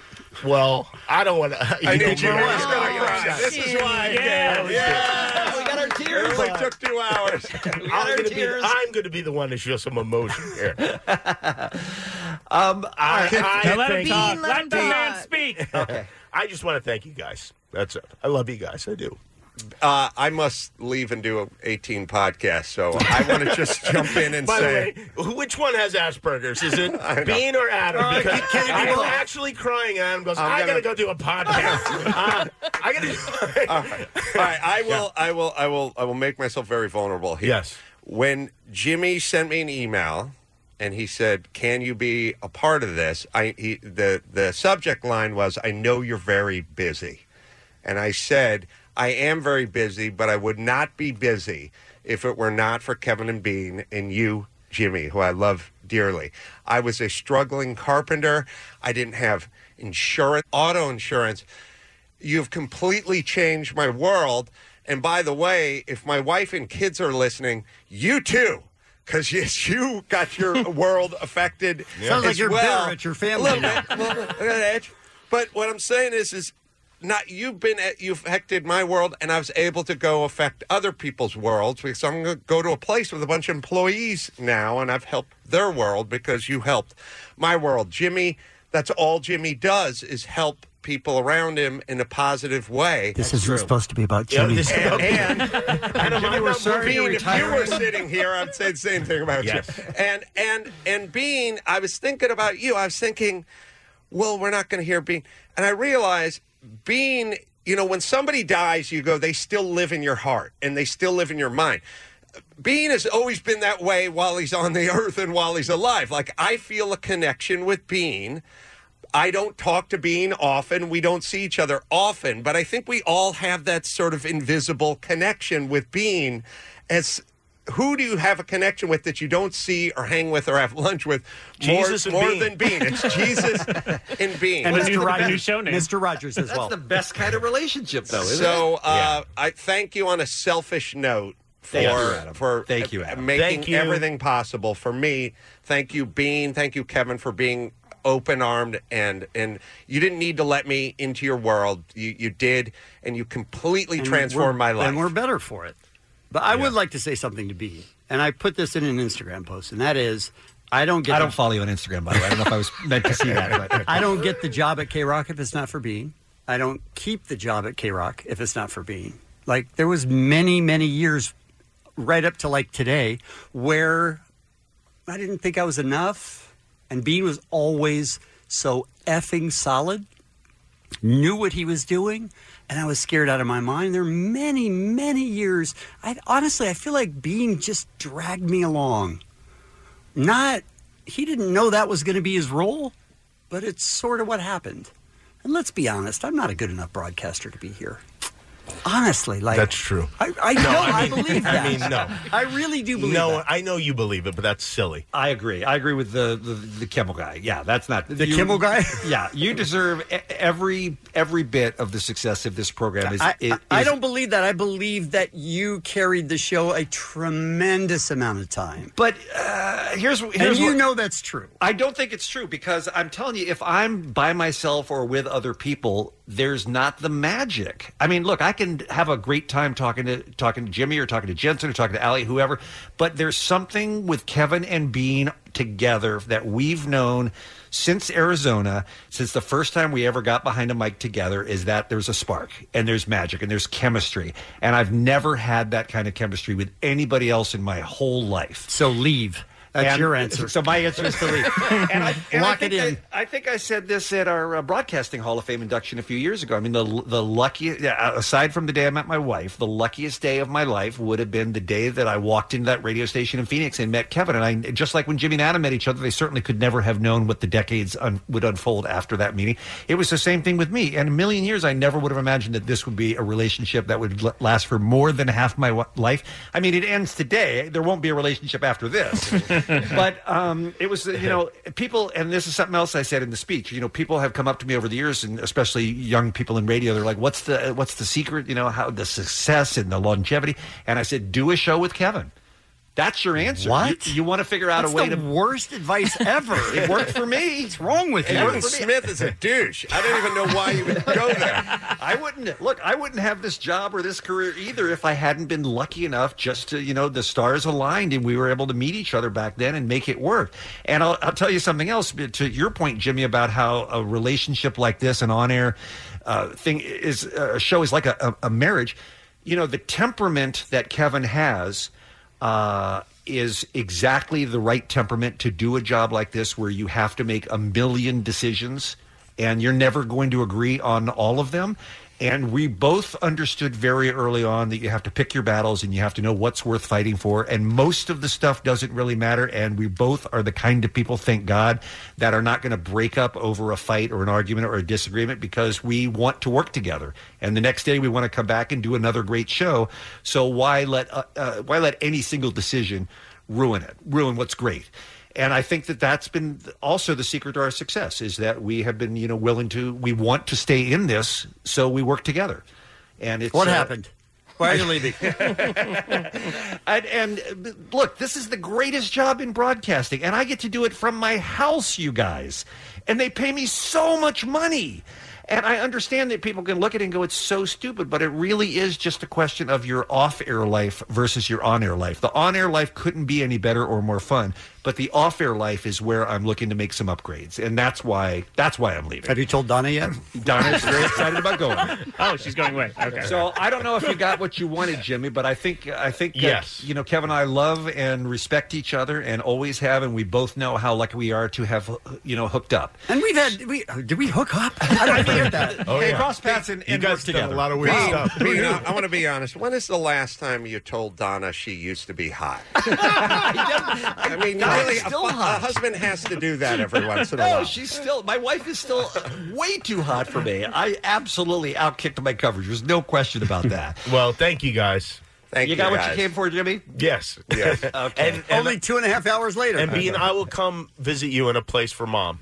Speaker 9: *laughs*
Speaker 24: well *laughs* i don't *laughs* want to
Speaker 15: I know Jimmy's gonna cry. This is why.
Speaker 24: Yeah.
Speaker 9: Yeah. We got our tears.
Speaker 15: It only took
Speaker 11: Uh,
Speaker 15: two hours.
Speaker 24: I'm gonna, be, I'm gonna be the one to show some emotion here.
Speaker 9: *laughs* um,
Speaker 24: I, I
Speaker 2: Now let him
Speaker 24: thank-
Speaker 2: talk. Let the man speak.
Speaker 24: Okay. I just want to thank you guys. That's it. I love you guys. I do.
Speaker 15: Uh, I must leave and do 18 podcasts, so I
Speaker 24: *laughs*
Speaker 15: want to just jump in and
Speaker 24: By
Speaker 15: say.
Speaker 24: the way, which one has Asperger's? Is
Speaker 15: *laughs*
Speaker 24: it
Speaker 15: know.
Speaker 24: Bean or Adam?
Speaker 15: All right,
Speaker 24: Because
Speaker 15: Uh, can- can
Speaker 24: I'm
Speaker 15: you-
Speaker 24: actually crying. Adam goes,
Speaker 15: I'm
Speaker 24: i got to go
Speaker 15: gonna-
Speaker 24: do a podcast. Uh, I got to.
Speaker 15: All right, I will, I will, I will, I will make myself very vulnerable here. Yes. When Jimmy sent me an email and he said, "Can you be a part of this?" I he, the the subject line was, "I know you're very busy," and I said, "I am very busy, but I would not be busy if it were not for Kevin and Bean and you." Jimmy, who I love dearly. I was a struggling carpenter. I didn't have insurance, auto insurance you've completely changed my world. And by the way, if my wife and kids are listening, you too. Because yes, you got your world affected.
Speaker 10: Yeah. Sounds like
Speaker 15: as
Speaker 10: you're
Speaker 15: well.
Speaker 10: bitter at your
Speaker 15: A
Speaker 10: family
Speaker 15: little
Speaker 10: now.
Speaker 15: bit, a little bit, a little bit. But what I'm saying is, is not you've been at, you've affected my world, and I was able to go affect other people's worlds because I'm going to go to a place with a bunch of employees now, and I've helped their world because you helped my world, Jimmy. That's all Jimmy does is help people around him in a positive way.
Speaker 10: This isn't supposed to be about
Speaker 15: Yeah,
Speaker 10: Jimmy.
Speaker 15: this is about- *laughs* And-
Speaker 10: and
Speaker 15: I'm not Bean, if you were
Speaker 10: retiring.
Speaker 15: sitting here, I'd say the same thing about
Speaker 10: Yes.
Speaker 15: you. And and and Bean, I was thinking about you. I was thinking, well, we're not going to hear Bean, and I realized Bean. You know, when somebody dies, you go, they still live in your heart and they still live in your mind. Bean has always been that way while he's on the earth and while he's alive. Like, I feel a connection with Bean. I don't talk to Bean often. We don't see each other often, but I think we all have that sort of invisible connection with Bean. As who do you have a connection with that you don't see or hang with or have lunch with more,
Speaker 24: Jesus and
Speaker 15: more
Speaker 24: Bean.
Speaker 15: than Bean?
Speaker 24: *laughs*
Speaker 15: It's Jesus
Speaker 9: *laughs*
Speaker 15: and Bean.
Speaker 10: And Mr. Rogers, Mr. Rogers as well.
Speaker 9: That's the best kind of relationship, though, isn't
Speaker 15: so,
Speaker 9: it?
Speaker 15: uh, I thank you on a selfish note for
Speaker 9: Thank you, Adam.
Speaker 15: for
Speaker 9: Thank you, Adam.
Speaker 15: making
Speaker 9: Thank you.
Speaker 15: everything possible for me. Thank you, Bean. Thank you, Kevin, for being open armed and and you didn't need to let me into your world. You you did, and you completely
Speaker 10: And
Speaker 15: transformed
Speaker 10: we're-
Speaker 15: my life.
Speaker 10: And we're better for it. But I would like to say something to B, and I put this in an Instagram post, and that is, I don't get.
Speaker 9: I don't follow you on Instagram, by the way. I don't know if I was meant to see that. But
Speaker 10: *laughs* I don't get the job at K Rock if it's not for Bean. I don't keep the job at K Rock if it's not for Bean. Like there was many, many years, right up to like today, where I didn't think I was enough, and Bean was always so effing solid, knew what he was doing, and I was scared out of my mind. There are many, many years. I honestly, I feel like Bean just dragged me along. Not, he didn't know that was going to be his role, but it's sort of what happened. And let's be honest, I'm not a good enough broadcaster to be here. Honestly, like
Speaker 24: That's true.
Speaker 10: I, I
Speaker 24: No,
Speaker 10: know,
Speaker 24: I
Speaker 10: I,
Speaker 24: mean-
Speaker 10: believe
Speaker 24: I
Speaker 10: that.
Speaker 24: mean, no.
Speaker 10: I really do believe
Speaker 24: no,
Speaker 10: that.
Speaker 24: I know you believe it, but that's silly.
Speaker 9: I agree. I agree with the the, the Kimmel guy. Yeah, that's not
Speaker 10: The Kimmel guy?
Speaker 9: *laughs* yeah, you deserve e- every every bit of the success of this program. Is,
Speaker 10: I,
Speaker 9: is,
Speaker 10: I don't believe that. I believe that you carried the show a tremendous amount of time.
Speaker 9: But uh, here's here's
Speaker 10: and you
Speaker 9: what-
Speaker 10: know that's true.
Speaker 9: I don't think it's true because I'm telling you, if I'm by myself or with other people, there's not the magic. I mean, look, I can have a great time talking to talking to Jimmy or talking to Jensen or talking to Allie, whoever, but there's something with Kevin and Bean together that we've known since Arizona, since the first time we ever got behind a mic together, is that there's a spark and there's magic and there's chemistry. And I've never had that kind of chemistry with anybody else in my whole life.
Speaker 10: So leave. That's your answer.
Speaker 9: So my answer is to leave. and I, and I
Speaker 10: Lock it in.
Speaker 9: think I, I think I said this at our uh, broadcasting Hall of Fame induction a few years ago. I mean, the the luckiest, yeah, aside from the day I met my wife, the luckiest day of my life would have been the day that I walked into that radio station in Phoenix and met Kevin. And I, just like when Jimmy and Adam met each other, they certainly could never have known what the decades un, would unfold after that meeting. It was the same thing with me. And a million years, I never would have imagined that this would be a relationship that would l- last for more than half my wa- life. I mean, it ends today. There won't be a relationship after this. *laughs* but um, it was, you know, people, and this is something else I said in the speech. You know, people have come up to me over the years, and especially young people in radio. They're like, "What's the what's the secret? You know, how the success and the longevity?" And I said, "Do a show with Kevin." That's your answer.
Speaker 10: What?
Speaker 9: you, want to figure out
Speaker 10: That's
Speaker 9: a way
Speaker 10: the
Speaker 9: to
Speaker 10: worst advice ever.
Speaker 9: *laughs* It worked for me.
Speaker 10: What's wrong with you?
Speaker 15: Jordan Smith is a douche. I don't even know why you would go there.
Speaker 9: I wouldn't look. I wouldn't have this job or this career either if I hadn't been lucky enough just to you know the stars aligned and we were able to meet each other back then and make it work. And I'll, I'll tell you something else but to your point, Jimmy, about how a relationship like this, an on-air uh, thing, is a show is like a, a, a marriage. You know, the temperament that Kevin has uh, is exactly the right temperament to do a job like this where you have to make a million decisions and you're never going to agree on all of them. And we both understood very early on that you have to pick your battles and you have to know what's worth fighting for. And most of the stuff doesn't really matter. And we both are the kind of people, thank God, that are not going to break up over a fight or an argument or a disagreement because we want to work together. And the next day we want to come back and do another great show. So why let uh, uh, why let any single decision ruin it? Ruin what's great and I think that that's been also the secret to our success is that we have been, you know, willing to, we want to stay in this, so we work together. And it's
Speaker 10: What
Speaker 9: uh,
Speaker 10: happened? Why are you leaving? *laughs*
Speaker 9: and, and uh, look, this is the greatest job in broadcasting, and I get to do it from my house, you guys. And they pay me so much money. And I understand that people can look at it and go, it's so stupid, but it really is just a question of your off air life versus your on air life. The on air life couldn't be any better or more fun, But the off-air life is where I'm looking to make some upgrades, and that's why that's why I'm leaving. Have
Speaker 10: you told Donna yet?
Speaker 9: Donna's very excited about going.
Speaker 7: *laughs* Oh, she's going away. Okay.
Speaker 9: So I don't know if you got what you wanted, Jimmy, but I think I think uh,
Speaker 7: Yes.
Speaker 9: You know, Kevin and I love and respect each other, and always have, and we both know how lucky we are to have you know hooked up.
Speaker 10: *laughs* And we've had we uh, did we hook up? *laughs* I don't even hear that.
Speaker 9: Oh, Hey, yeah. cross paths and- You and guys work done a together. lot of weird
Speaker 15: Bean,
Speaker 9: stuff.
Speaker 15: Bean,
Speaker 9: *laughs*
Speaker 15: I, want to be honest. When is the last time you told Donna she used to be
Speaker 9: *laughs*
Speaker 15: hot? I mean,
Speaker 9: Donna's
Speaker 15: really, a,
Speaker 9: still
Speaker 15: fu- a
Speaker 9: hot.
Speaker 15: husband has to do that every once in a
Speaker 9: *laughs* no,
Speaker 15: while.
Speaker 9: she's still. My wife is still way too hot for me. I absolutely outkicked my coverage. There's no question about that.
Speaker 24: well, thank you guys.
Speaker 9: Thank you. got what you came for, Jimmy?
Speaker 24: Yes.
Speaker 9: Yes. Okay.
Speaker 10: Only two and a half hours later.
Speaker 24: And Bean, I will come visit you in a place for mom.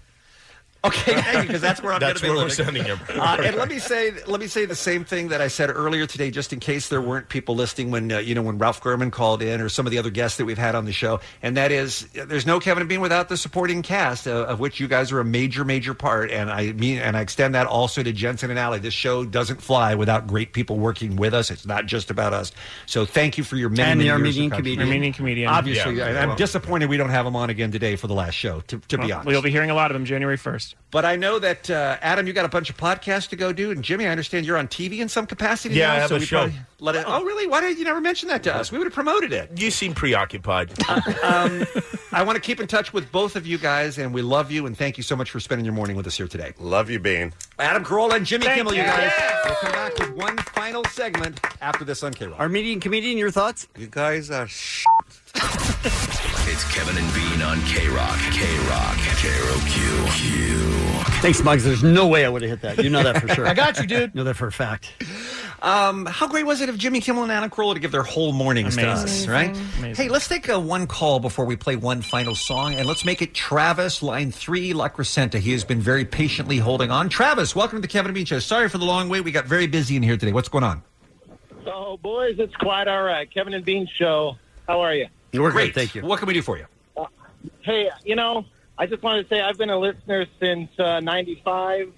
Speaker 9: Okay, thank you, because that's where I'm
Speaker 24: That's
Speaker 9: going to
Speaker 24: where
Speaker 9: be
Speaker 24: we're sending
Speaker 9: living.
Speaker 24: him.
Speaker 9: *laughs* Uh, and let me say, let me say the same thing that I said earlier today, just in case there weren't people listening when uh, you know when Ralph Gurman called in or some of the other guests that we've had on the show, and that is, uh, there's no Kevin and Bean without the supporting cast, uh, of which you guys are a major, major part. And I mean, and I extend that also to Jensen and Allie. This show doesn't fly without great people working with us. It's not just about us. So thank you for your many,
Speaker 10: And the
Speaker 9: many years of
Speaker 10: Armenian
Speaker 9: contribution.
Speaker 10: comedian. Armenian comedian.
Speaker 9: Obviously,
Speaker 10: Yeah.
Speaker 9: and I'm disappointed we don't have him on again today for the last show. To, to be
Speaker 7: Well,
Speaker 9: honest,
Speaker 7: we'll be hearing a lot of them January 1st.
Speaker 9: but I know that uh, Adam, you got a bunch of podcasts to go do, and Jimmy, I understand you're on TV in some capacity.
Speaker 24: Yeah,
Speaker 9: now,
Speaker 24: I have
Speaker 9: so
Speaker 24: a
Speaker 9: we
Speaker 24: show.
Speaker 9: probably Let it, oh, really? Why did you never mention that to us? We would have promoted it. Um,
Speaker 24: You seem
Speaker 9: *laughs*
Speaker 24: preoccupied.
Speaker 9: I want to keep in touch with both of you guys, and we love you, and thank you so much for spending your morning with us here today.
Speaker 15: Love you, Bean.
Speaker 9: Adam Carolla and Jimmy
Speaker 10: Thank
Speaker 9: Kimmel, you
Speaker 10: you.
Speaker 9: guys. We'll come back with one final segment after this on K Rock.
Speaker 10: Armenian comedian, your thoughts?
Speaker 15: You guys are sh-
Speaker 13: It's Kevin and Bean on K Rock. K Rock. K Q.
Speaker 10: Thanks, Muggs. There's no way I would have hit that. You know that for sure.
Speaker 9: *laughs* I got you, dude.
Speaker 10: Know that for a fact.
Speaker 9: Um, how great was it of Jimmy Kimmel and Adam Carolla to give their whole mornings to us,
Speaker 10: Amazing.
Speaker 9: right?
Speaker 10: Amazing.
Speaker 9: Hey, let's take uh, one call before we play one final song, and let's make it Travis, line three, La Crescenta. He has been very patiently holding on. Travis, welcome to the Kevin and Bean Show. Sorry for the long wait. We got very busy in here today. What's going on?
Speaker 42: So, boys, it's quite all right. Kevin and Bean show. How are you?
Speaker 9: We're great. Thank you. What can we do for you?
Speaker 42: Hey, you know, I just wanted to say I've been a listener since uh, '95.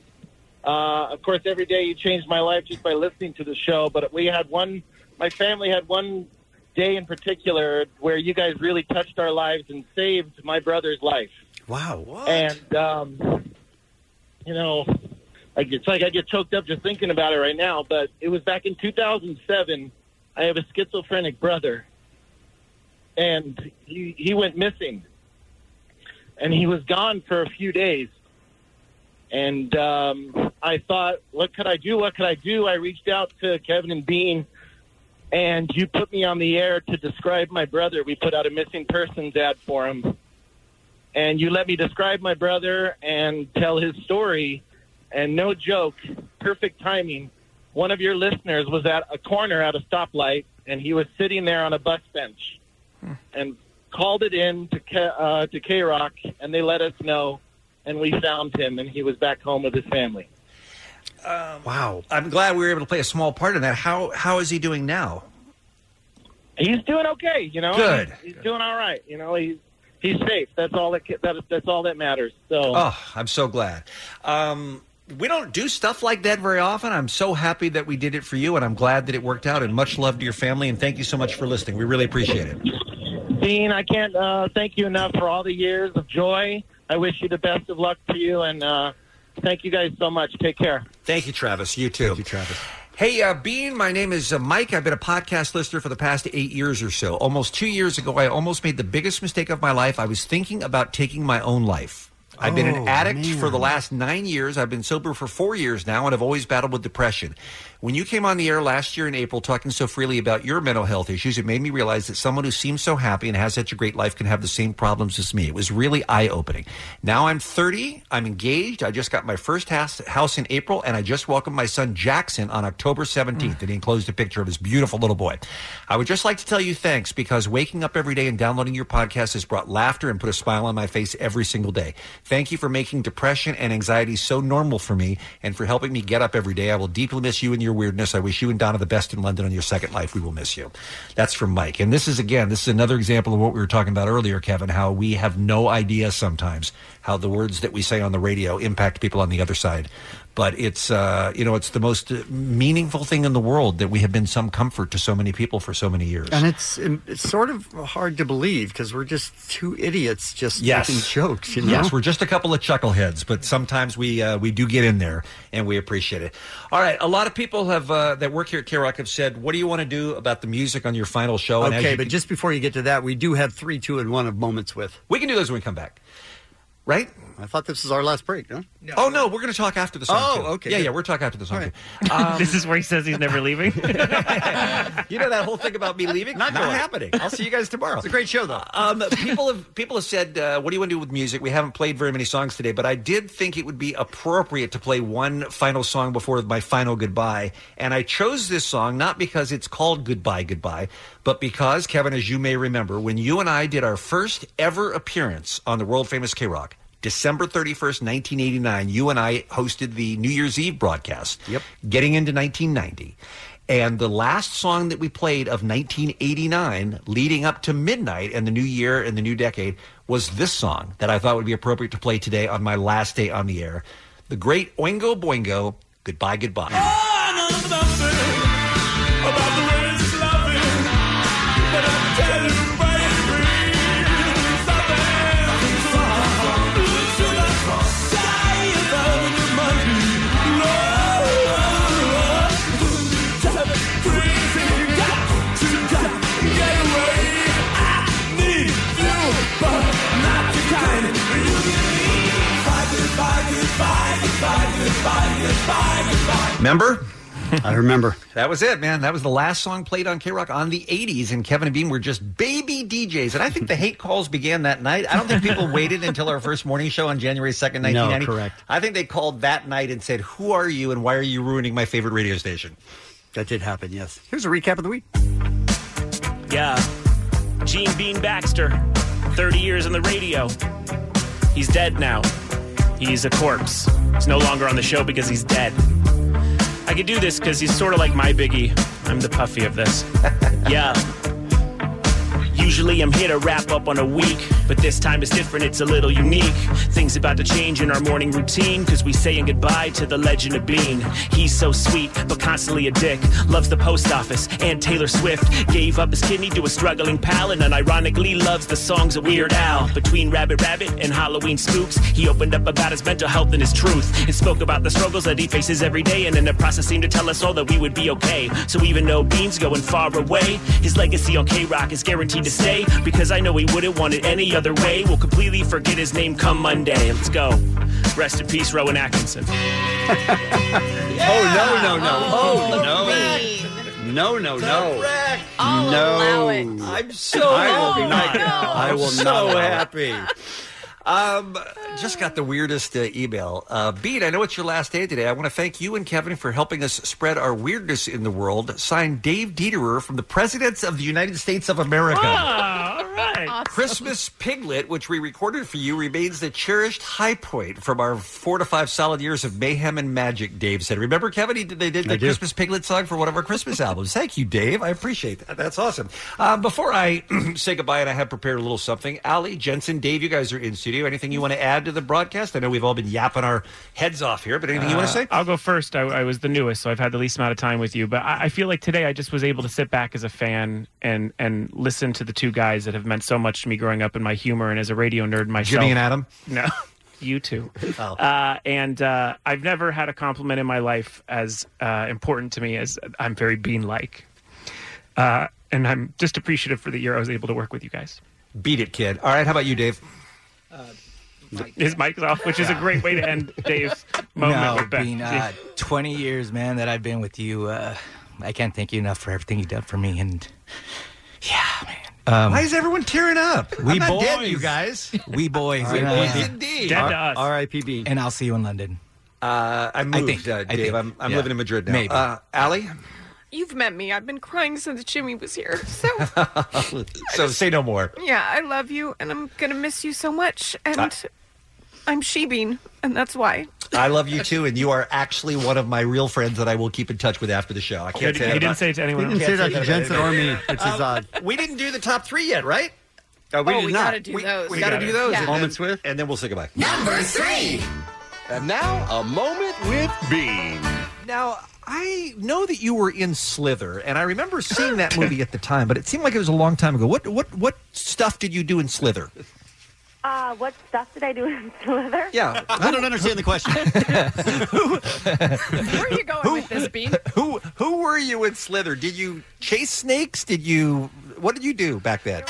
Speaker 42: Uh, of course, every day you changed my life just by listening to the show. But we had one. My family had one day in particular where you guys really touched our lives and saved my brother's life.
Speaker 10: Wow.
Speaker 42: And um, you know, I get, it's like I get choked up just thinking about it right now. But it was back in 2007. I have a schizophrenic brother, and he he went missing, and he was gone for a few days. And um, I thought, what could I do? What could I do? I reached out to Kevin and Bean, and you put me on the air to describe my brother. We put out a missing persons ad for him and you let me describe my brother and tell his story. And no joke, perfect timing. One of your listeners was at a corner at a stoplight, and he was sitting there on a bus bench,
Speaker 9: Hmm.
Speaker 42: and called it in to K, uh, to K Rock, and they let us know, and we found him, and he was back home with his family. Um,
Speaker 9: wow. I'm glad we were able to play a small part in that. How How is he doing now?
Speaker 42: He's doing okay, you know.
Speaker 9: Good.
Speaker 42: He's, he's doing all right, you know. He's he's safe. That's all that ca- that that's all that matters. So.
Speaker 9: Oh, I'm so glad. Um, we don't do stuff like that very often. I'm so happy that we did it for you, and I'm glad that it worked out. And much love to your family, and thank you so much for listening. We really appreciate it.
Speaker 42: Dean, I can't uh, thank you enough for all the years of joy. I wish you the best of luck to you, and uh, thank you guys so much. Take care.
Speaker 9: Thank you, Travis. You too. Thank you, Travis. Hey, uh, Bean, my name is uh, Mike. I've been a podcast listener for the past eight years or so. Almost two years ago, I almost made the biggest mistake of my life. I was thinking about taking my own life. I've been
Speaker 43: Oh,
Speaker 9: an addict for the
Speaker 43: man.
Speaker 9: last nine years. I've been sober for four years now, and I've always battled with depression. When you came on the air last year in April talking so freely about your mental health issues, it made me realize that someone who seems so happy and has such a great life can have the same problems as me. It was really eye opening. Now I'm 30, I'm engaged, I just got my first house, house in April, and I just welcomed my son Jackson on October 17th, and he enclosed a picture of his beautiful little boy. I would just like to tell you thanks because waking up every day and downloading your podcast has brought laughter and put a smile on my face every single day. Thank you for making depression and anxiety so normal for me and for helping me get up every day. I will deeply miss you and your weirdness. I wish you and Donna the best in London on your second life. We will miss you. That's from Mike. And this is, again, this is another example of what we were talking about earlier, Kevin, how we have no idea sometimes how the words that we say on the radio impact people on the other side. but it's uh, you know it's the most meaningful thing in the world that we have been some comfort to so many people for so many years.
Speaker 10: And it's, um, it's sort of hard to believe because we're just two idiots just making jokes. You know?
Speaker 9: Yes, we're just a couple of chuckleheads, but sometimes we uh, we do get in there, and we appreciate it. All right, a lot of people have uh, that work here at K Rock have said, "What do you want to do about the music on your final show?" And as
Speaker 10: okay,
Speaker 9: you
Speaker 10: but
Speaker 9: can-
Speaker 10: just before you get to that, we do have three, two, and one of moments with.
Speaker 9: We can do those when we come back, right?
Speaker 10: I thought this was our last break. No?
Speaker 9: Oh no, we're going to talk after the song.
Speaker 10: Oh,
Speaker 9: too.
Speaker 10: okay,
Speaker 9: Yeah,
Speaker 10: good.
Speaker 9: yeah, we're talking after the song.
Speaker 10: All right. *laughs*
Speaker 9: Too. *laughs*
Speaker 7: *laughs*
Speaker 9: Um,
Speaker 7: this is where he says he's never leaving.
Speaker 9: you know that whole thing about me leaving? Not,
Speaker 7: going.
Speaker 9: happening. I'll see you guys tomorrow.
Speaker 7: It's a
Speaker 10: great show, though.
Speaker 9: Um, people have people have said, uh, "What do you want to do with music?" We haven't played very many songs today, but I did think it would be appropriate to play one final song before my final goodbye. And I chose this song not because it's called "Goodbye, Goodbye," but because Kevin, as you may remember, when you and I did our first ever appearance on the world famous K Rock. December 31st, 1989, you and I hosted the New Year's Eve broadcast. Yep. Getting into 1990. And the last song that we played of 1989, leading up to midnight and the new year and the new decade, was this song that I thought would be appropriate to play today on my last day on the air. The great Oingo Boingo, Goodbye, Goodbye. Remember?
Speaker 10: I remember.
Speaker 9: *laughs* That was it, man. That was the last song played on K Rock on the 80s, and Kevin and Bean were just baby DJs. And I think the hate calls began that night. I don't
Speaker 10: *laughs*
Speaker 9: think people waited until our first morning show on January 2nd, 1990.
Speaker 10: correct.
Speaker 9: I think they called that night and said, Who are you and why are you ruining my favorite radio station?
Speaker 10: That did happen, yes. Here's a recap of the week.
Speaker 7: *laughs* Yeah. Gene Bean Baxter, 30 years on the radio. He's dead now. He's a corpse. He's no longer on the show because he's dead. I could do this because he's sort of like my biggie. I'm the puffy of
Speaker 9: *laughs*
Speaker 7: this. yeah. Usually I'm here to wrap up on a week, but this time it's different, it's a little unique. Things about to change in our morning routine, cause we saying goodbye to the legend of Bean. He's so sweet, but constantly a dick. Loves the post office and Taylor Swift. Gave up his kidney to a struggling pal, and unironically loves the songs of Weird Al. Between Rabbit Rabbit and Halloween Spooks, he opened up about his mental health and his truth, and spoke about the struggles that he faces every day, and in the process seemed to tell us all that we would be okay. So even though Bean's going far away, his legacy on K Rock is guaranteed to stay because I know he wouldn't want it any other way. We'll completely forget his name come Monday. Let's go. Rest in peace, Rowan Atkinson.
Speaker 10: *laughs* Oh, no, no, no. Oh, no. No, no, no.
Speaker 9: I'll
Speaker 10: no.
Speaker 9: allow it. I'm so
Speaker 10: I will
Speaker 9: happy.
Speaker 10: not.
Speaker 9: No.
Speaker 10: I will
Speaker 9: I'm so
Speaker 10: not. allow it.
Speaker 9: happy. Um, just got the weirdest uh, email. Uh, Bean, I know it's your last day today. I want to thank you and Kevin for helping us spread our weirdness in the world. Signed Dave Dieterer from the Presidents of the United States of America.
Speaker 7: all right.
Speaker 9: Christmas Piglet, which we recorded for you, remains the cherished high point from our four to five solid years of mayhem and magic, Dave said. Remember, Kevin, he did, they did
Speaker 10: I
Speaker 9: the
Speaker 10: do.
Speaker 9: Christmas Piglet song for one of our Christmas albums. Thank you, Dave. I appreciate that. That's awesome. Um, before I *clears throat* say goodbye, and I have prepared a little something, Ali, Jensen, Dave, you guys are in studio. Anything you want to add to the broadcast? I know we've all been yapping our heads off here, but anything you want to
Speaker 7: Uh,
Speaker 9: say?
Speaker 7: I'll go first. I, I was the newest, so I've had the least amount of time with you. But I, I feel like today I just was able to sit back as a fan and and listen to the two guys that have meant so much to me growing up in my humor and as a radio nerd myself.
Speaker 9: Jimmy and Adam? Oh.
Speaker 7: No. You too. Uh, and uh, I've never had a compliment in my life as uh, important to me as I'm very bean like. Uh, and I'm just appreciative for the year I was able to work with you guys.
Speaker 9: Beat it, kid. All right, how about you, Dave?
Speaker 7: His mic's off, which is a great way to end Dave's moment
Speaker 14: No,
Speaker 7: with Beth.
Speaker 14: being uh, 20 years, man, that I've been with you, uh, I can't thank you enough for everything you've done for me. And yeah, man. Um,
Speaker 9: Why is everyone tearing up?
Speaker 14: We
Speaker 9: I'm not
Speaker 14: boys.
Speaker 9: dead, you guys.
Speaker 14: we boys.
Speaker 9: We boys indeed. Dead to us.
Speaker 14: R.I.P.B. And I'll see you in London.
Speaker 9: Uh, *laughs* I
Speaker 14: I
Speaker 9: moved,
Speaker 14: think,
Speaker 9: uh,
Speaker 14: I
Speaker 9: Dave.
Speaker 14: think,
Speaker 9: I'm, I'm
Speaker 14: yeah.
Speaker 9: living in Madrid now.
Speaker 14: Maybe.
Speaker 9: Uh, Ali?
Speaker 12: You've met me. I've been crying since Jimmy was here. So
Speaker 9: *laughs* so say no more.
Speaker 12: yeah, I love you, and I'm gonna miss you so much. And
Speaker 9: Ah.
Speaker 12: I'm Shebeen, and that's why.
Speaker 9: I love you too, and you are actually one of my real friends that I will keep in touch with after the show. I can't
Speaker 7: He
Speaker 9: say that
Speaker 7: didn't
Speaker 9: about-
Speaker 7: say it to anyone
Speaker 10: He didn't else. say that to Jensen or me, uh, which is
Speaker 9: Um,
Speaker 10: odd.
Speaker 9: We didn't do the top three yet, right? Uh,
Speaker 14: Oh,
Speaker 9: did
Speaker 14: we
Speaker 9: not.
Speaker 14: gotta do
Speaker 9: we,
Speaker 14: those.
Speaker 9: We
Speaker 14: We
Speaker 9: got to
Speaker 14: gotta.
Speaker 9: do those.
Speaker 14: Yeah.
Speaker 9: And then, and then we'll say goodbye.
Speaker 14: Number three.
Speaker 9: And now, a moment with Bean. Now, I know that you were in Slither, and I remember seeing that movie at the time, but it seemed like it was a long time ago. What what what stuff did you do in Slither?
Speaker 16: Uh, what stuff did I do in Slither?
Speaker 9: Yeah, *laughs* I don't understand the question. Where
Speaker 16: are you going with this, Bean?
Speaker 9: Who who were you in Slither? Did you chase snakes? Did you what did you do back then?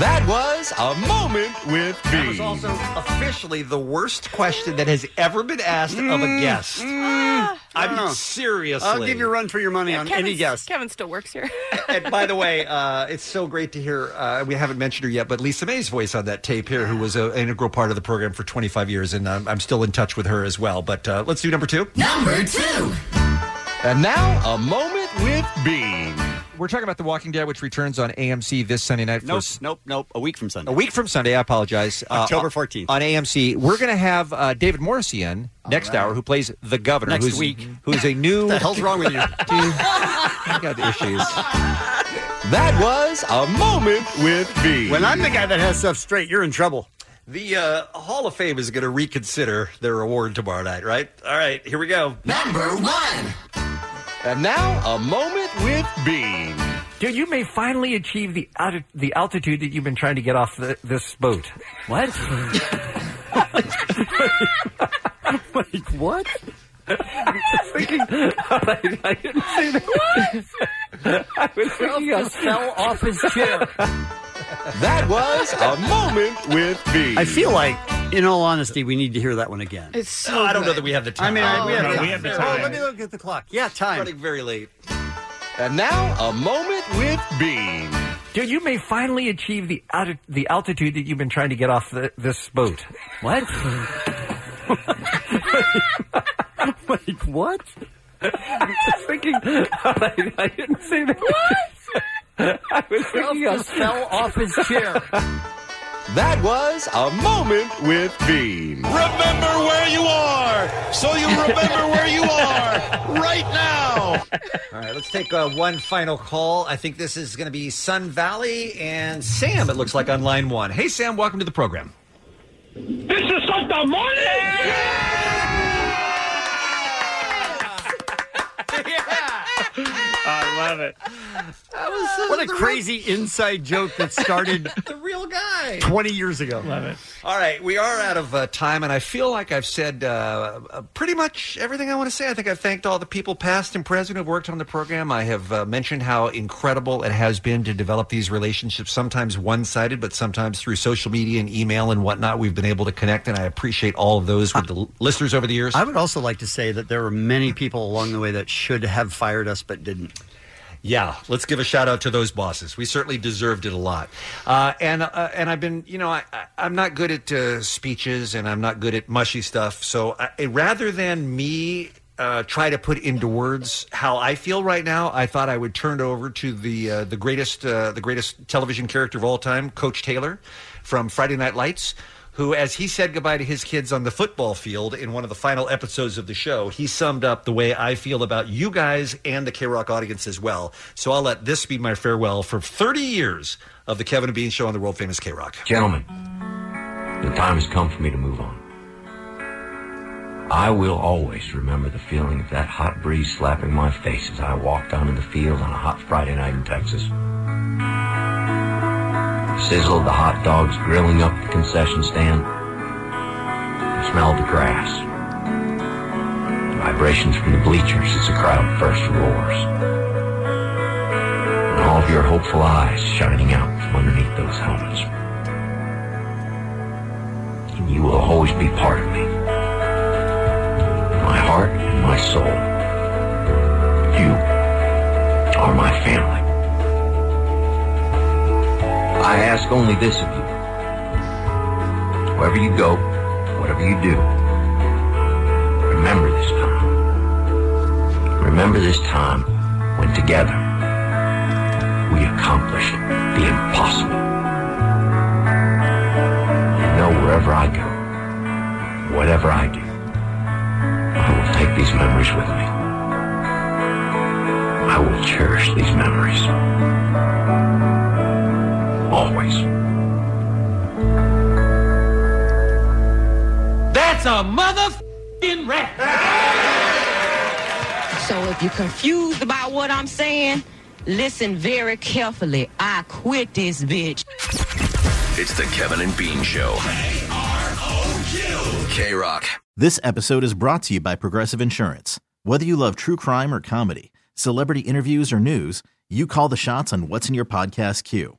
Speaker 9: that was a moment with Bean. That was also officially the worst question that has ever been asked of a guest. I'm
Speaker 10: don't Mm. know.
Speaker 9: seriously.
Speaker 10: I'll give you a run for your money on any
Speaker 12: Mm. Ah. Uh, Kevin's-
Speaker 10: guest.
Speaker 12: Kevin still works here.
Speaker 9: and by the way, uh, it's so great to hear. Uh, we haven't mentioned her yet, but Lisa May's voice on that tape here, who was a- an integral part of the program for 25 years, and um, I'm, I'm still in touch with her as well. But uh, let's do number two.
Speaker 33: Number two.
Speaker 9: And now, a moment with Bean. We're talking about The Walking Dead, which returns on AMC this Sunday night.
Speaker 19: Nope,
Speaker 9: for,
Speaker 19: nope, nope. A week from Sunday.
Speaker 9: a week from Sunday. I apologize. Uh,
Speaker 19: October 14th.
Speaker 9: on AMC. We're going to have uh, David Morrissey in next hour, who plays the governor.
Speaker 19: Next
Speaker 9: who's,
Speaker 19: week.
Speaker 9: who's a
Speaker 19: *laughs*
Speaker 9: new.
Speaker 19: The hell's wrong with you?
Speaker 9: Dude, I got issues. *laughs* That was a moment with B.
Speaker 10: When I'm the guy that has stuff straight, you're in trouble.
Speaker 9: The uh, Hall of Fame is going to reconsider their award tomorrow night, right? All right, here we go.
Speaker 33: Number one.
Speaker 9: And now a moment with Bean.
Speaker 27: Dude, you may finally achieve the atti- the altitude that you've been trying to get off the, this boat. What? *laughs* like what? I didn't say that. What? I was thinking I fell off his
Speaker 10: *laughs*
Speaker 27: chair.
Speaker 9: That was a moment with B.
Speaker 10: I feel like, in all honesty, we need to hear that one again.
Speaker 12: It's so.
Speaker 9: I don't know that we have the time.
Speaker 10: I mean, I- we have
Speaker 9: No,
Speaker 10: time.
Speaker 9: we have the
Speaker 10: Oh, let
Speaker 9: time.
Speaker 10: me look at the clock. Yeah, time.
Speaker 9: Running very late. And now a moment with Bean.
Speaker 27: Dude, you may finally achieve the atti- the altitude that you've been trying to get off the, this boat. What? *laughs* like
Speaker 16: *laughs*
Speaker 27: what? I was thinking. I, I didn't say that. What? *laughs* I was thinking I fell off his chair.
Speaker 9: That was a moment with Bean. Remember where you are, so you remember where you are right now. All right, let's take uh, one final call. I think this is going to be Sun Valley and Sam. It looks like on line one. Hey, Sam, welcome to the program.
Speaker 1: This is Santa Monica!
Speaker 10: I love it. what a crazy inside joke that started
Speaker 9: the real guy
Speaker 10: 20 years ago. Love it.
Speaker 9: All right, we are out of uh, time, and I feel like I've said uh, uh, pretty much everything I want to say. I think I've thanked all the people, past and present, who've worked on the program. I have uh, mentioned how incredible it has been to develop these relationships, sometimes one sided, but sometimes through social media and email and whatnot. We've been able to connect, and I appreciate all of those with the l- listeners over the years.
Speaker 10: I would also like to say that there were many people along the way that should have fired us but didn't.
Speaker 9: Yeah, let's give a shout out to those bosses. We certainly deserved it a lot. Uh, and uh, and I've been, you know, I, I, I'm not good at uh, speeches and I'm not good at mushy stuff. So I, rather than me uh, try to put into words how I feel right now, I thought I would turn it over to the uh, the greatest uh, the greatest television character of all time, Coach Taylor, from Friday Night Lights who, as he said goodbye to his kids on the football field in one of the final episodes of the show, he summed up the way I feel about you guys and the K Rock audience as well. So I'll let this be my farewell for 30 years of the Kevin and Bean Show on the world famous K Rock.
Speaker 44: Gentlemen, the time has come for me to move on. I will always remember the feeling of that hot breeze slapping my face as I walked out in the field on a hot Friday night in Texas. The sizzle of the hot dogs grilling up the concession stand. The smell of the grass. The vibrations from the bleachers as the crowd first roars. And all of your hopeful eyes shining out from underneath those helmets and you will always be part of me. My heart and my soul. You are my family. I ask only this of you. Wherever you go, whatever you do, remember this time. Remember this time when together we accomplished the impossible and know wherever I go, whatever I do, I will take these memories with me. I will cherish these memories. Always.
Speaker 9: That's That's a motherfucking rat.
Speaker 2: So if you're confused about what I'm saying, listen very carefully. I quit this bitch.
Speaker 13: It's the Kevin and Bean Show. K R O Q. K Rock.
Speaker 1: This episode is brought to you by Progressive Insurance. Whether you love true crime or comedy, celebrity interviews or news, you call the shots on what's in your podcast queue.